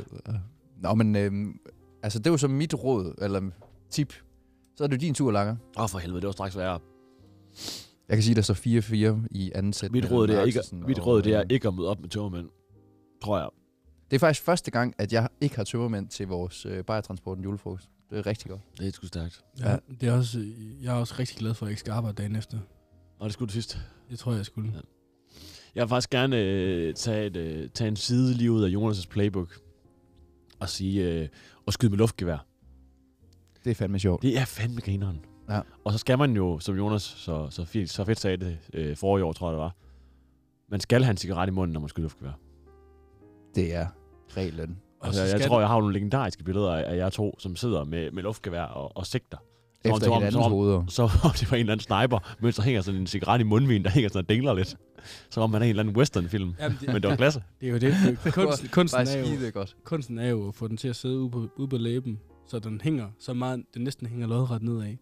Speaker 2: Nå, men øh, altså, det var så mit råd, eller tip. Så er det jo din tur, Langer.
Speaker 1: Åh, oh, for helvede, det var straks værre.
Speaker 2: Jeg kan sige, der så 4-4 i anden sæt.
Speaker 1: Mit
Speaker 2: mellem
Speaker 1: råd, det er ikke,
Speaker 2: Axelsen
Speaker 1: mit
Speaker 2: og,
Speaker 1: råd, det er
Speaker 2: øh,
Speaker 1: ikke at møde op med tørmænd. Tror jeg.
Speaker 2: Det er faktisk første gang, at jeg ikke har tømmermænd til vores øh, bajertransporten julefrokost. Det er rigtig godt.
Speaker 1: Det er sgu stærkt.
Speaker 3: Ja, det er også, øh, jeg er også rigtig glad for, at jeg ikke skal arbejde dagen efter.
Speaker 1: Og det skulle det sidste.
Speaker 3: Det tror jeg, jeg skulle.
Speaker 1: Ja. Jeg vil faktisk gerne øh, tage, et, øh, tage en side lige ud af Jonas' playbook og sige, øh, og skyde med luftgevær.
Speaker 2: Det er fandme sjovt.
Speaker 1: Det er fandme grineren.
Speaker 2: Ja.
Speaker 1: Og så skal man jo, som Jonas så, så, fint, så fedt sagde det øh, forrige år, tror jeg det var, man skal have en cigaret i munden, når man skyder luftgevær.
Speaker 2: Det er reglen.
Speaker 1: Altså,
Speaker 3: så
Speaker 1: jeg
Speaker 3: skal
Speaker 1: tror, jeg har nogle legendariske billeder af, af jer to, som sidder med, med luftgevær og, og sigter. Som om-
Speaker 2: Efter
Speaker 1: som om- som
Speaker 2: hinandens
Speaker 1: om-
Speaker 2: hoveder.
Speaker 1: Så om det var en eller anden sniper, mens der hænger sådan en cigaret i mundvin, der hænger sådan og dingler lidt. Som om man er en eller anden westernfilm.
Speaker 3: Jamen, det,
Speaker 1: Men det var klasse.
Speaker 3: det er jo det. Kunsten, kunsten,
Speaker 2: Bare
Speaker 3: er jo,
Speaker 2: skide godt.
Speaker 3: kunsten er jo at få den til at sidde ude på, ude på læben, så den hænger så meget, den næsten hænger lodret nedad,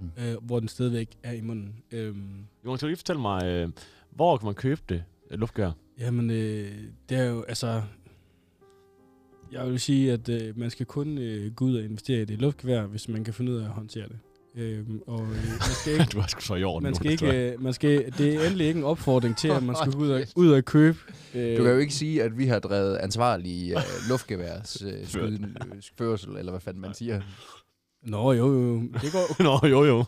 Speaker 2: Mm.
Speaker 3: øh, hvor den stadigvæk er i munden. Øhm,
Speaker 1: Jonas, kan du lige fortælle mig, øh, hvor kan man købe det, øh, luftgevær?
Speaker 3: Jamen, øh, det er jo, altså... Jeg vil sige, at øh, man skal kun øh, gå ud og investere i det luftgevær, hvis man kan finde ud af at håndtere det. Øh, og øh, man skal ikke...
Speaker 1: du har sgu så i orden
Speaker 3: Man
Speaker 1: nu,
Speaker 3: skal
Speaker 1: tror jeg.
Speaker 3: ikke, øh, man skal, det er endelig ikke en opfordring til, at man skal gå ud og, ud og købe. Øh,
Speaker 2: Du kan jo ikke sige, at vi har drevet ansvarlig øh, luftgeværs øh, skyden, øh, førsel, eller hvad fanden man siger.
Speaker 3: Nå, jo, jo, jo. Det går,
Speaker 1: Nå, jo, jo.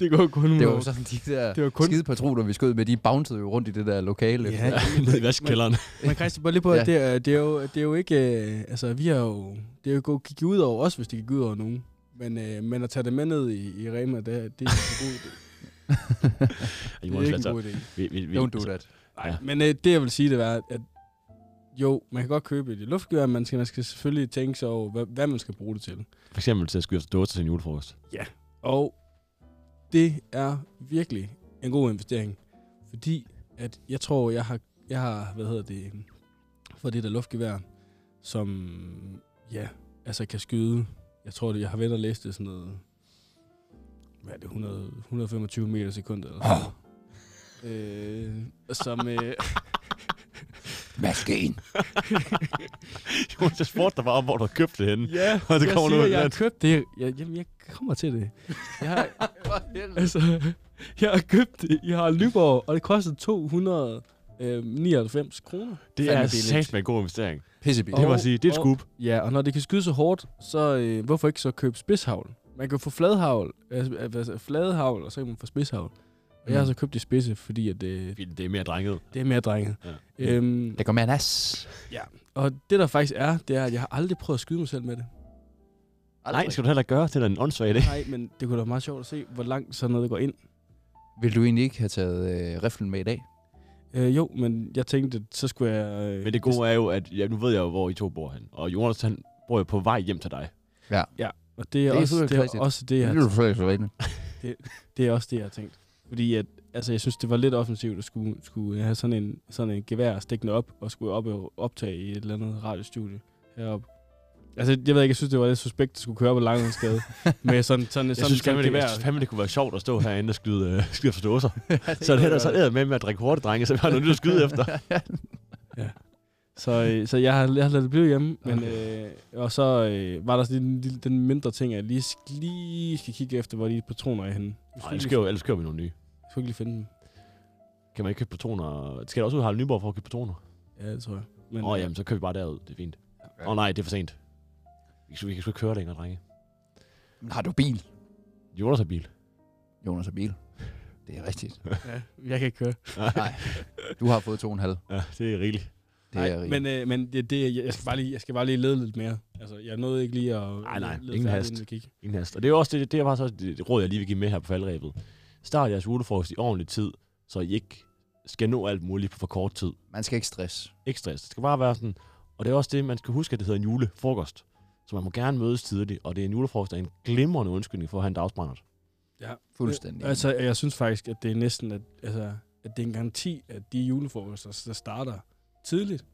Speaker 3: det går kun
Speaker 2: Det
Speaker 3: med-
Speaker 2: var jo sådan de der
Speaker 3: det var
Speaker 2: kun...
Speaker 3: kun...
Speaker 2: skide patroner, vi skød med, de bouncede jo rundt i det der lokale.
Speaker 3: Ja,
Speaker 1: Nede i vaskekælderen.
Speaker 3: Men Christian, bare lige på,
Speaker 2: Ja.
Speaker 3: at det, er, det, er jo, det er jo ikke... Øh, altså, vi har jo... Det er jo gået- gik ud over os, hvis det gik ud over nogen. Men, øh, men at tage det med ned i, i Rema, det, er- det er en god idé.
Speaker 1: I
Speaker 3: Det
Speaker 1: må
Speaker 3: er ikke
Speaker 1: slet
Speaker 3: en
Speaker 1: tage.
Speaker 3: god idé.
Speaker 1: Vi, vi, vi,
Speaker 2: Don't do that.
Speaker 1: Ja.
Speaker 3: Men øh, det, jeg vil sige, det var, at jo, man kan godt købe et luftgevær, men man skal, man skal selvfølgelig tænke sig over, hvad, hvad man skal bruge det til.
Speaker 1: For eksempel til at skyde os dåser til en julefrokost.
Speaker 3: Og det er virkelig en god investering, fordi at jeg tror, jeg har, jeg har hvad hedder det, øhm, for det der luftgevær, som ja, altså kan skyde, jeg tror, det, jeg har været og læst det sådan noget, hvad er det, 100, 125 meter sekundet eller sådan noget. Øh, som, øh,
Speaker 2: Maskin!
Speaker 1: Jonas, jeg spurgte dig bare om, hvor du har købt det henne.
Speaker 3: Ja,
Speaker 1: Og det
Speaker 3: jeg
Speaker 1: kommer nu
Speaker 3: siger,
Speaker 1: ud
Speaker 3: jeg har
Speaker 1: blandt.
Speaker 3: købt det. Jeg, jamen, jeg kommer til det. Jeg har, altså, jeg har købt det i Harald Nyborg, og det kostede 299 øh, kroner.
Speaker 1: Det
Speaker 2: Fandme
Speaker 1: er
Speaker 2: billigt.
Speaker 1: sagt med en god investering.
Speaker 2: Pissebil.
Speaker 1: Det må
Speaker 3: Og-
Speaker 1: jeg sige, det er et
Speaker 3: og-
Speaker 1: scoop.
Speaker 3: Ja, og når det kan skyde så hårdt, så øh, hvorfor ikke så købe spidshavl? Man kan få fladhavl, altså, altså fladehavl, og så kan man få spidshavl. Og jeg har
Speaker 2: Mm.
Speaker 3: så købt det spidse, fordi at, øh,
Speaker 1: Det er mere drenget.
Speaker 3: det er mere drenget.
Speaker 1: Ja.
Speaker 3: Ja. Øhm,
Speaker 2: Der kommer en as.
Speaker 3: og det der faktisk er, det er, at jeg har aldrig prøvet at skyde mig selv med det.
Speaker 1: Nej, skal du heller ikke gøre. Det er da en åndssvag idé.
Speaker 3: Nej, men det kunne da være meget sjovt at se, hvor langt sådan noget går ind.
Speaker 2: Vil du egentlig ikke have taget øh, riflen med i dag?
Speaker 3: Øh, jo, men jeg tænkte, så skulle jeg... Øh,
Speaker 1: Men det gode er jo, at ja, nu ved jeg jo, hvor I to bor hen. Og Jonas, han bor jo på vej hjem til dig.
Speaker 3: Og det
Speaker 2: Det er
Speaker 3: er, det er også,
Speaker 2: fuldt
Speaker 3: det er
Speaker 2: rigtigt.
Speaker 3: også det, jeg,
Speaker 2: du faktisk rigtigt.
Speaker 3: det er også det, jeg har tænkt. Fordi at, altså, jeg synes, det var lidt offensivt at skulle, skulle have sådan en, sådan en gevær stikkende op, og skulle op og optage i et eller andet radiostudie heroppe. Altså, jeg ved ikke, jeg synes, det var lidt suspekt, at skulle køre op ad Langelandsgade med sådan, sådan,
Speaker 1: Jeg
Speaker 3: sådan,
Speaker 1: synes
Speaker 3: sådan
Speaker 1: fandme,
Speaker 3: et
Speaker 1: det,
Speaker 3: gevær.
Speaker 1: jeg synes fandme, det kunne være sjovt at stå herinde og skyde, øh, skyde efter dåser. så er det ellers så æder med med at drikke hurtigt, drenge, så vi har noget nyt at skyde efter.
Speaker 3: Så, øh, så jeg har, jeg har ladet det blive hjemme, men, øh, og så øh, var der sådan en lille, den mindre ting, at jeg lige, sk- lige skal kigge efter, hvor de patroner er henne. Jeg
Speaker 1: Nej,
Speaker 3: skulle
Speaker 1: ellers
Speaker 3: lige-
Speaker 1: køber, ellers køber vi nogle nye.
Speaker 3: jeg skulle ikke lige finde dem.
Speaker 1: Kan man ikke købe patroner? Skal der også ud i Harald Nyborg for at købe patroner?
Speaker 3: Ja, det tror jeg. Men, øh,
Speaker 1: Åh, oh, jamen, så køber vi bare derud. Det er fint. Åh
Speaker 2: Ja.
Speaker 1: oh, nej, det er for sent. Vi kan, sgu- vi kan sgu ikke køre længere, drenge.
Speaker 2: Har du bil?
Speaker 1: Jonas har bil.
Speaker 2: Jonas har bil. Det er rigtigt.
Speaker 3: Ja, jeg kan ikke køre.
Speaker 2: Nej, du har fået to og en halv.
Speaker 1: Ja, det er rigeligt.
Speaker 2: Det er rigtigt.
Speaker 3: men, øh, men det, det, jeg, jeg, skal bare lige, jeg skal bare lige lede lidt mere. Altså, jeg nåede ikke lige at...
Speaker 1: Nej, nej,
Speaker 3: lede
Speaker 1: ingen
Speaker 3: færdig,
Speaker 1: hast.
Speaker 3: inden vi gik.
Speaker 1: Ingen hast. Og det er jo også det, det er faktisk også det, det råd, jeg lige vil give med her på faldrebet. Start jeres julefrokost i ordentlig tid, så I ikke skal nå alt muligt på for kort tid.
Speaker 2: Man skal ikke stress.
Speaker 1: Ikke stress. Det skal bare være sådan. Og det er også det, man skal huske, at det hedder en julefrokost. Så man må gerne mødes tidligt, og det er en julefrokost, der er en glimrende undskyldning for at have en dagsbrændert.
Speaker 2: Fuldstændig.
Speaker 3: Altså, jeg synes faktisk, at det er næsten... At, altså, at det er en garanti, at de julefrokoster, der starter tidligt,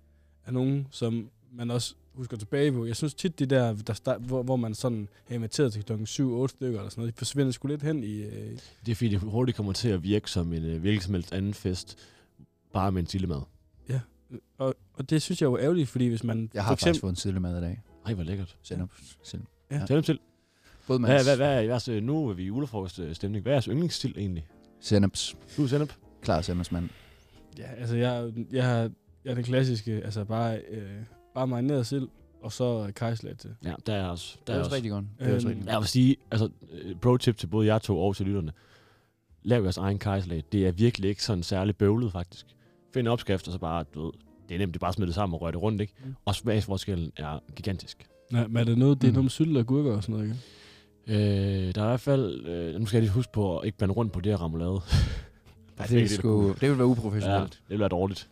Speaker 3: er nogen, som man også husker tilbage på. Jeg synes tit, det der, der start, hvor, hvor man sådan er inviteret til klokken 7-8 stykker eller sådan noget, de forsvinder sgu lidt hen i... Øh,
Speaker 1: Det er fordi, det hurtigt kommer til at virke som en øh, hvilken som helst anden fest, bare med en sillemad.
Speaker 3: og, og det synes jeg jo er ærgerligt, fordi hvis man...
Speaker 2: jeg har
Speaker 3: for
Speaker 2: faktisk
Speaker 3: eksempel,
Speaker 2: fået en tidlig mad i dag.
Speaker 1: Ej, hvor lækkert.
Speaker 2: Send op. Send.
Speaker 1: Tag dem til.
Speaker 2: Både med
Speaker 1: Hvad, hvad, hvad, er jeres, øh, nu er vi i julefrokoststemning. Hvad er jeres yndlingsstil egentlig?
Speaker 2: Senneps.
Speaker 1: Du, Sennep.
Speaker 2: Klar sennepsmand.
Speaker 3: Ja, altså jeg, jeg, har, jeg er den klassiske, altså bare, øh, bare marineret sild, og så kajslat til.
Speaker 1: Ja, der er også. Der
Speaker 2: Det
Speaker 1: er
Speaker 2: er
Speaker 1: også
Speaker 2: også rigtig godt. Det er også
Speaker 3: Øhm,
Speaker 2: rigtig godt.
Speaker 1: Jeg vil sige, altså, øh, pro-tip til både jer to og til lytterne. Lav jeres egen kajslag. Det er virkelig ikke sådan særlig bøvlet, faktisk. Find en opskrift, og så bare, du ved, det er nemt, det er bare at smide det sammen og røre det rundt, ikke?
Speaker 3: Mm.
Speaker 1: Og smagsforskellen er gigantisk.
Speaker 3: Nej, men er det noget, det er
Speaker 2: Mm.
Speaker 3: noget med sylt og gurker og sådan noget, ikke?
Speaker 1: Øh, der er i hvert fald, øh, nu skal jeg lige huske på at ikke blande rundt på det her ramulade.
Speaker 2: Ej, det, er sgu, det ville være
Speaker 1: ja,
Speaker 2: uprofessionelt.
Speaker 1: det vil være dårligt.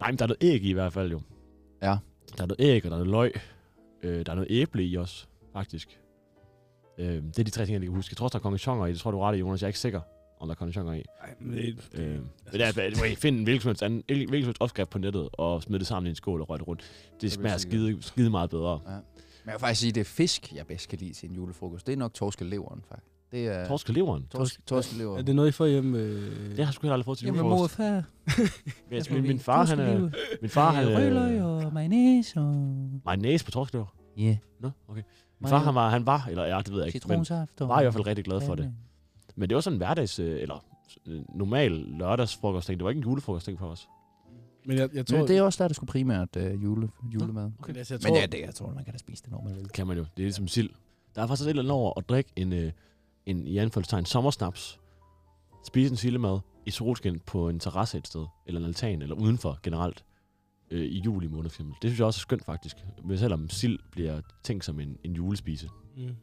Speaker 1: Nej, men der er noget æg i i hvert fald jo.
Speaker 2: Ja.
Speaker 1: Der er noget æg, og der er noget løg. Øh, der er noget æble i også, faktisk. Øh, det er de tre ting, jeg lige kan huske. Jeg tror også, der er cornichoner i. Det tror du er ret i, Jonas. Jeg er ikke sikker, om der er cornichoner i.
Speaker 3: Ej, men det, altså-
Speaker 1: Øh, men det er, by the way, find en hvilken som helst, anden, hvilken som helst opskrift på nettet, og smid det sammen i en skål og rør det rundt. Det
Speaker 2: jeg
Speaker 1: smager
Speaker 2: sikker.
Speaker 1: skide, skide meget bedre.
Speaker 2: Men jeg vil faktisk sige, det er fisk, jeg bedst kan lide til en julefrokost. Det er nok torskeleveren, faktisk. Det er
Speaker 1: Torskeleveren.
Speaker 2: torsk, torskeleveren.
Speaker 3: er det noget, I får hjemme? Øh...
Speaker 1: Det har jeg sgu heller aldrig fået til
Speaker 2: Jamen, mor
Speaker 1: julefrokost.
Speaker 2: og far.
Speaker 1: Men jeg- Min, min far, han er... Min far, han
Speaker 2: Rødløg
Speaker 1: er...
Speaker 2: og mayonnaise og...
Speaker 1: Mayonnaise på torskelever.
Speaker 2: Ja.
Speaker 1: Nå, okay. Min
Speaker 2: Mayo.
Speaker 1: far, han var, han var, eller ja, det ved jeg ikke, men
Speaker 2: Citronsaft og...
Speaker 1: var i hvert fald rigtig glad for det. Men det var sådan en hverdags, øh, eller øh, normal lørdagsfrokost, det var ikke en julefrokost, for os.
Speaker 3: Men jeg, jeg tror...
Speaker 2: Men det er også der, det skulle primært øh, jule, julemad.
Speaker 3: okay. altså, jeg tror,
Speaker 2: Men ja, det, jeg tror, man kan da spise det, når man vil.
Speaker 1: Kan man jo, det er ligesom sild. Der er faktisk et eller andet over at drikke en, øh, en i anførselstegn, sommersnaps, spise en sildemad i solskin på en terrasse et sted, eller en altan, eller udenfor generelt, øh, i juli måned for eksempel. Det synes jeg også er skønt faktisk, men selvom sild bliver tænkt som en, en julespise.
Speaker 3: Mm.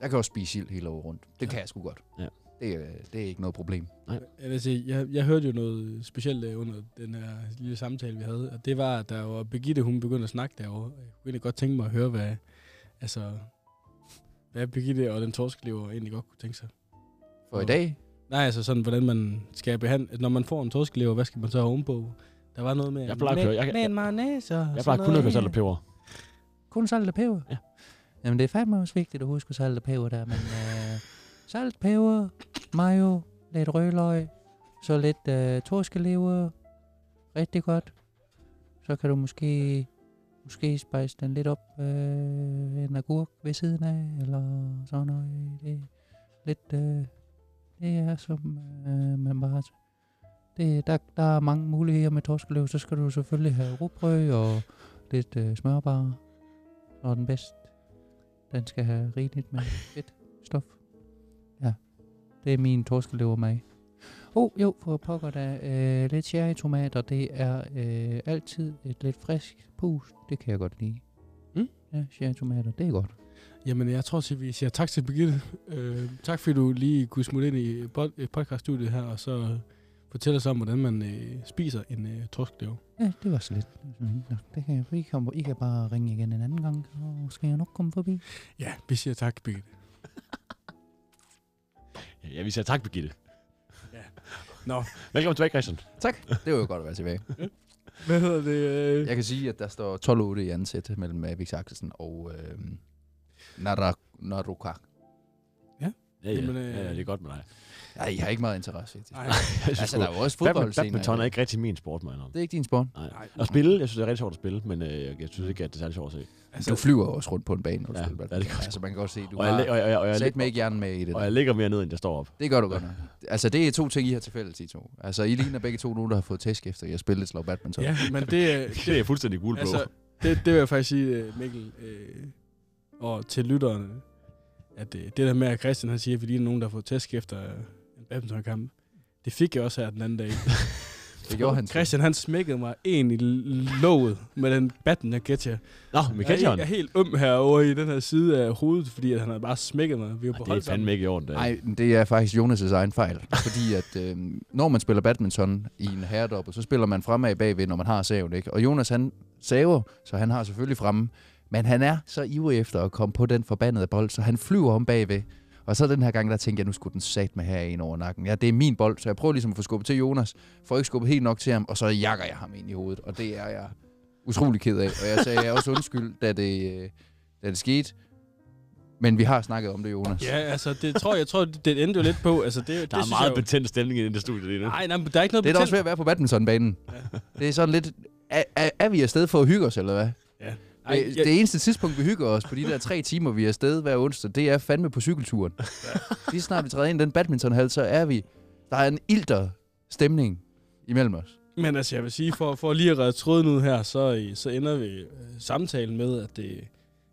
Speaker 2: Jeg kan også spise sild hele året rundt. Det
Speaker 3: Ja.
Speaker 2: kan jeg sgu godt.
Speaker 1: Ja.
Speaker 2: Det, er- det er ikke noget problem.
Speaker 3: Jeg, vil sige, jeg, jeg hørte jo noget specielt øh, under den her lille samtale, vi havde, og det var, at der var Birgitte, hun begyndte at snakke derovre. Jeg kunne egentlig godt tænke mig at høre, hvad, altså, hvad Birgitte og den torskelever egentlig godt kunne tænke sig.
Speaker 2: For i dag,
Speaker 3: Nej, altså sådan, hvordan man skal behandle... Når man får en torskelever, hvad skal man så have ovenpå? Der var noget med...
Speaker 1: Jeg plejer at køre- jeg-
Speaker 3: Med, med en mayonnaise og
Speaker 1: Jeg
Speaker 3: sådan
Speaker 1: plejer kun at køre
Speaker 3: noget.
Speaker 1: salt og peber.
Speaker 2: kun salt og peber.
Speaker 1: Ja.
Speaker 2: Jamen, det er fandme også vigtigt at huske salt og peber der, men øh, salt, peber, mayo, lidt rødløg, så lidt øh, torskelever, rigtig godt. Så kan du måske måske spejse den lidt op øh, en agurk ved siden af, eller sådan noget. Det, er lidt, øh, det er som øh, man bare... Det, der, der er mange muligheder med torskeløv. Så skal du selvfølgelig have rugbrød og lidt øh, smørbar. Og den bedste, den skal have rigeligt med fedt stof. Ja, det er min torskelever med. Oh, jo, for pokker da. Øh, lidt cherrytomater, det er øh, altid et lidt frisk pus. Det kan jeg godt lide.
Speaker 3: Mm.
Speaker 2: Ja, cherrytomater, det er godt.
Speaker 3: Jamen, jeg tror, at vi siger tak til Birgitte. Øh, tak, fordi du lige kunne smutte ind i pod- øh, podcaststudiet her, og så øh, fortælle os om, hvordan man øh, spiser en øh, torskelever.
Speaker 2: Ja, det var så lidt. Mm, nå, det kan jeg. I kan, I kan bare ringe igen en anden gang, så skal jeg nok komme forbi.
Speaker 3: Ja, vi siger tak, Birgitte.
Speaker 1: Ja, vi siger tak, Birgitte.
Speaker 3: Ja. Nå.
Speaker 1: Velkommen tilbage, Christian.
Speaker 2: Det var jo godt at være tilbage.
Speaker 3: Hvad hedder det? Øh?
Speaker 2: Jeg kan sige, at der står 12-8 i andet sæt mellem øh, Victor Axelsen og øh, Narak- Narukak.
Speaker 1: Ja, ja.
Speaker 3: Jamen,
Speaker 1: Jamen,
Speaker 3: øh,
Speaker 1: øh... ja, det er godt med dig.
Speaker 2: Ej, jeg har ikke meget interesse i det.
Speaker 3: Nej,
Speaker 1: Jeg synes,
Speaker 2: Altså, der er jo også
Speaker 1: Badminton,
Speaker 2: fodboldscener.
Speaker 1: badminton er ikke rigtig min sport, må jeg indrømme.
Speaker 2: Det er ikke din sport.
Speaker 1: Nej.
Speaker 3: Nej.
Speaker 1: At spille, jeg synes, det er rigtig sjovt at spille, men øh, jeg- jeg synes ikke, at det er særlig sjovt at se.
Speaker 2: Altså, du flyver også rundt på en bane, når du
Speaker 1: Ja,
Speaker 2: spiller
Speaker 1: ja, det
Speaker 2: badminton.
Speaker 1: kan jeg
Speaker 2: Altså, man kan godt se, du
Speaker 1: Og jeg,
Speaker 2: har
Speaker 1: og, jeg, og, jeg, og, jeg,
Speaker 2: slet med ikke hjernen med i det.
Speaker 1: og
Speaker 2: Der.
Speaker 1: jeg ligger mere ned, end jeg står op.
Speaker 2: Det gør du godt nok. Altså, det er to ting, I har til fælles, I to. Altså, I ligner begge to nogen, der har fået tæsk efter, jeg spillede slag badminton.
Speaker 3: Ja, men det, øh,
Speaker 1: Det er jeg fuldstændig gul på.
Speaker 3: altså, det, det vil jeg faktisk sige, øh, Mikkel, øh, og til lytterne, at øh, det der med, at Christian han siger, at vi ligner nogen, der har fået tæsk efter øh, en badmintonkamp, det fik jeg også her den anden dag.
Speaker 2: Det gjorde han.
Speaker 3: Christian han smækkede mig en i l- låget med den batten, jeg gætter. Jeg,
Speaker 1: Nå,
Speaker 3: er- jeg
Speaker 1: Mikkelsen.
Speaker 3: er helt øm herovre i den her side af hovedet, fordi at han har bare smækket mig. Vi var på
Speaker 1: Det er
Speaker 3: hold sammen.
Speaker 1: fandme ikke i orden, det er.
Speaker 2: Nej, det er faktisk Jonas' egen fejl. Fordi at øh, når man spiller badminton i en herredoppel, så spiller man fremad bagved, når man har saven, ikke? Og Jonas, han saver, så han har selvfølgelig fremme. Men han er så ivrig efter at komme på den forbandede bold, så han flyver om bagved. Og så den her gang, der tænkte jeg, nu skulle den sat med her ind over nakken. Ja, det er min bold, så jeg prøver ligesom at få skubbet til Jonas. Får ikke skubbet helt nok til ham, og så jakker jeg ham ind i hovedet. Og det er jeg utrolig ked af. Og jeg sagde også undskyld, da det, øh, da det skete. Men vi har snakket om det, Jonas.
Speaker 3: Ja, altså, det tror jeg, jeg tror, det, det endte jo lidt på. Altså, det, det
Speaker 1: Der er
Speaker 3: synes
Speaker 1: meget
Speaker 3: jeg jo-
Speaker 1: betændt stemning i det studie lige nu.
Speaker 3: Nej, nej, men der er ikke noget
Speaker 2: Det er da
Speaker 3: betændt.
Speaker 2: også ved at være på badmintonbanen. Det er sådan lidt... Er, er, er vi afsted for at hygge os, eller hvad?
Speaker 3: Ej,
Speaker 2: Ej, det,
Speaker 3: jeg-
Speaker 2: det eneste tidspunkt, vi hygger os på de der tre timer, vi er afsted hver onsdag, det er fandme på cykelturen. Lige snart vi træder ind i den badmintonhal, så er vi... Der er en ilter stemning imellem os.
Speaker 3: Men altså, jeg vil sige, for, for lige at redde tråden ud her, så, øh, så ender vi øh, samtalen med, at, det,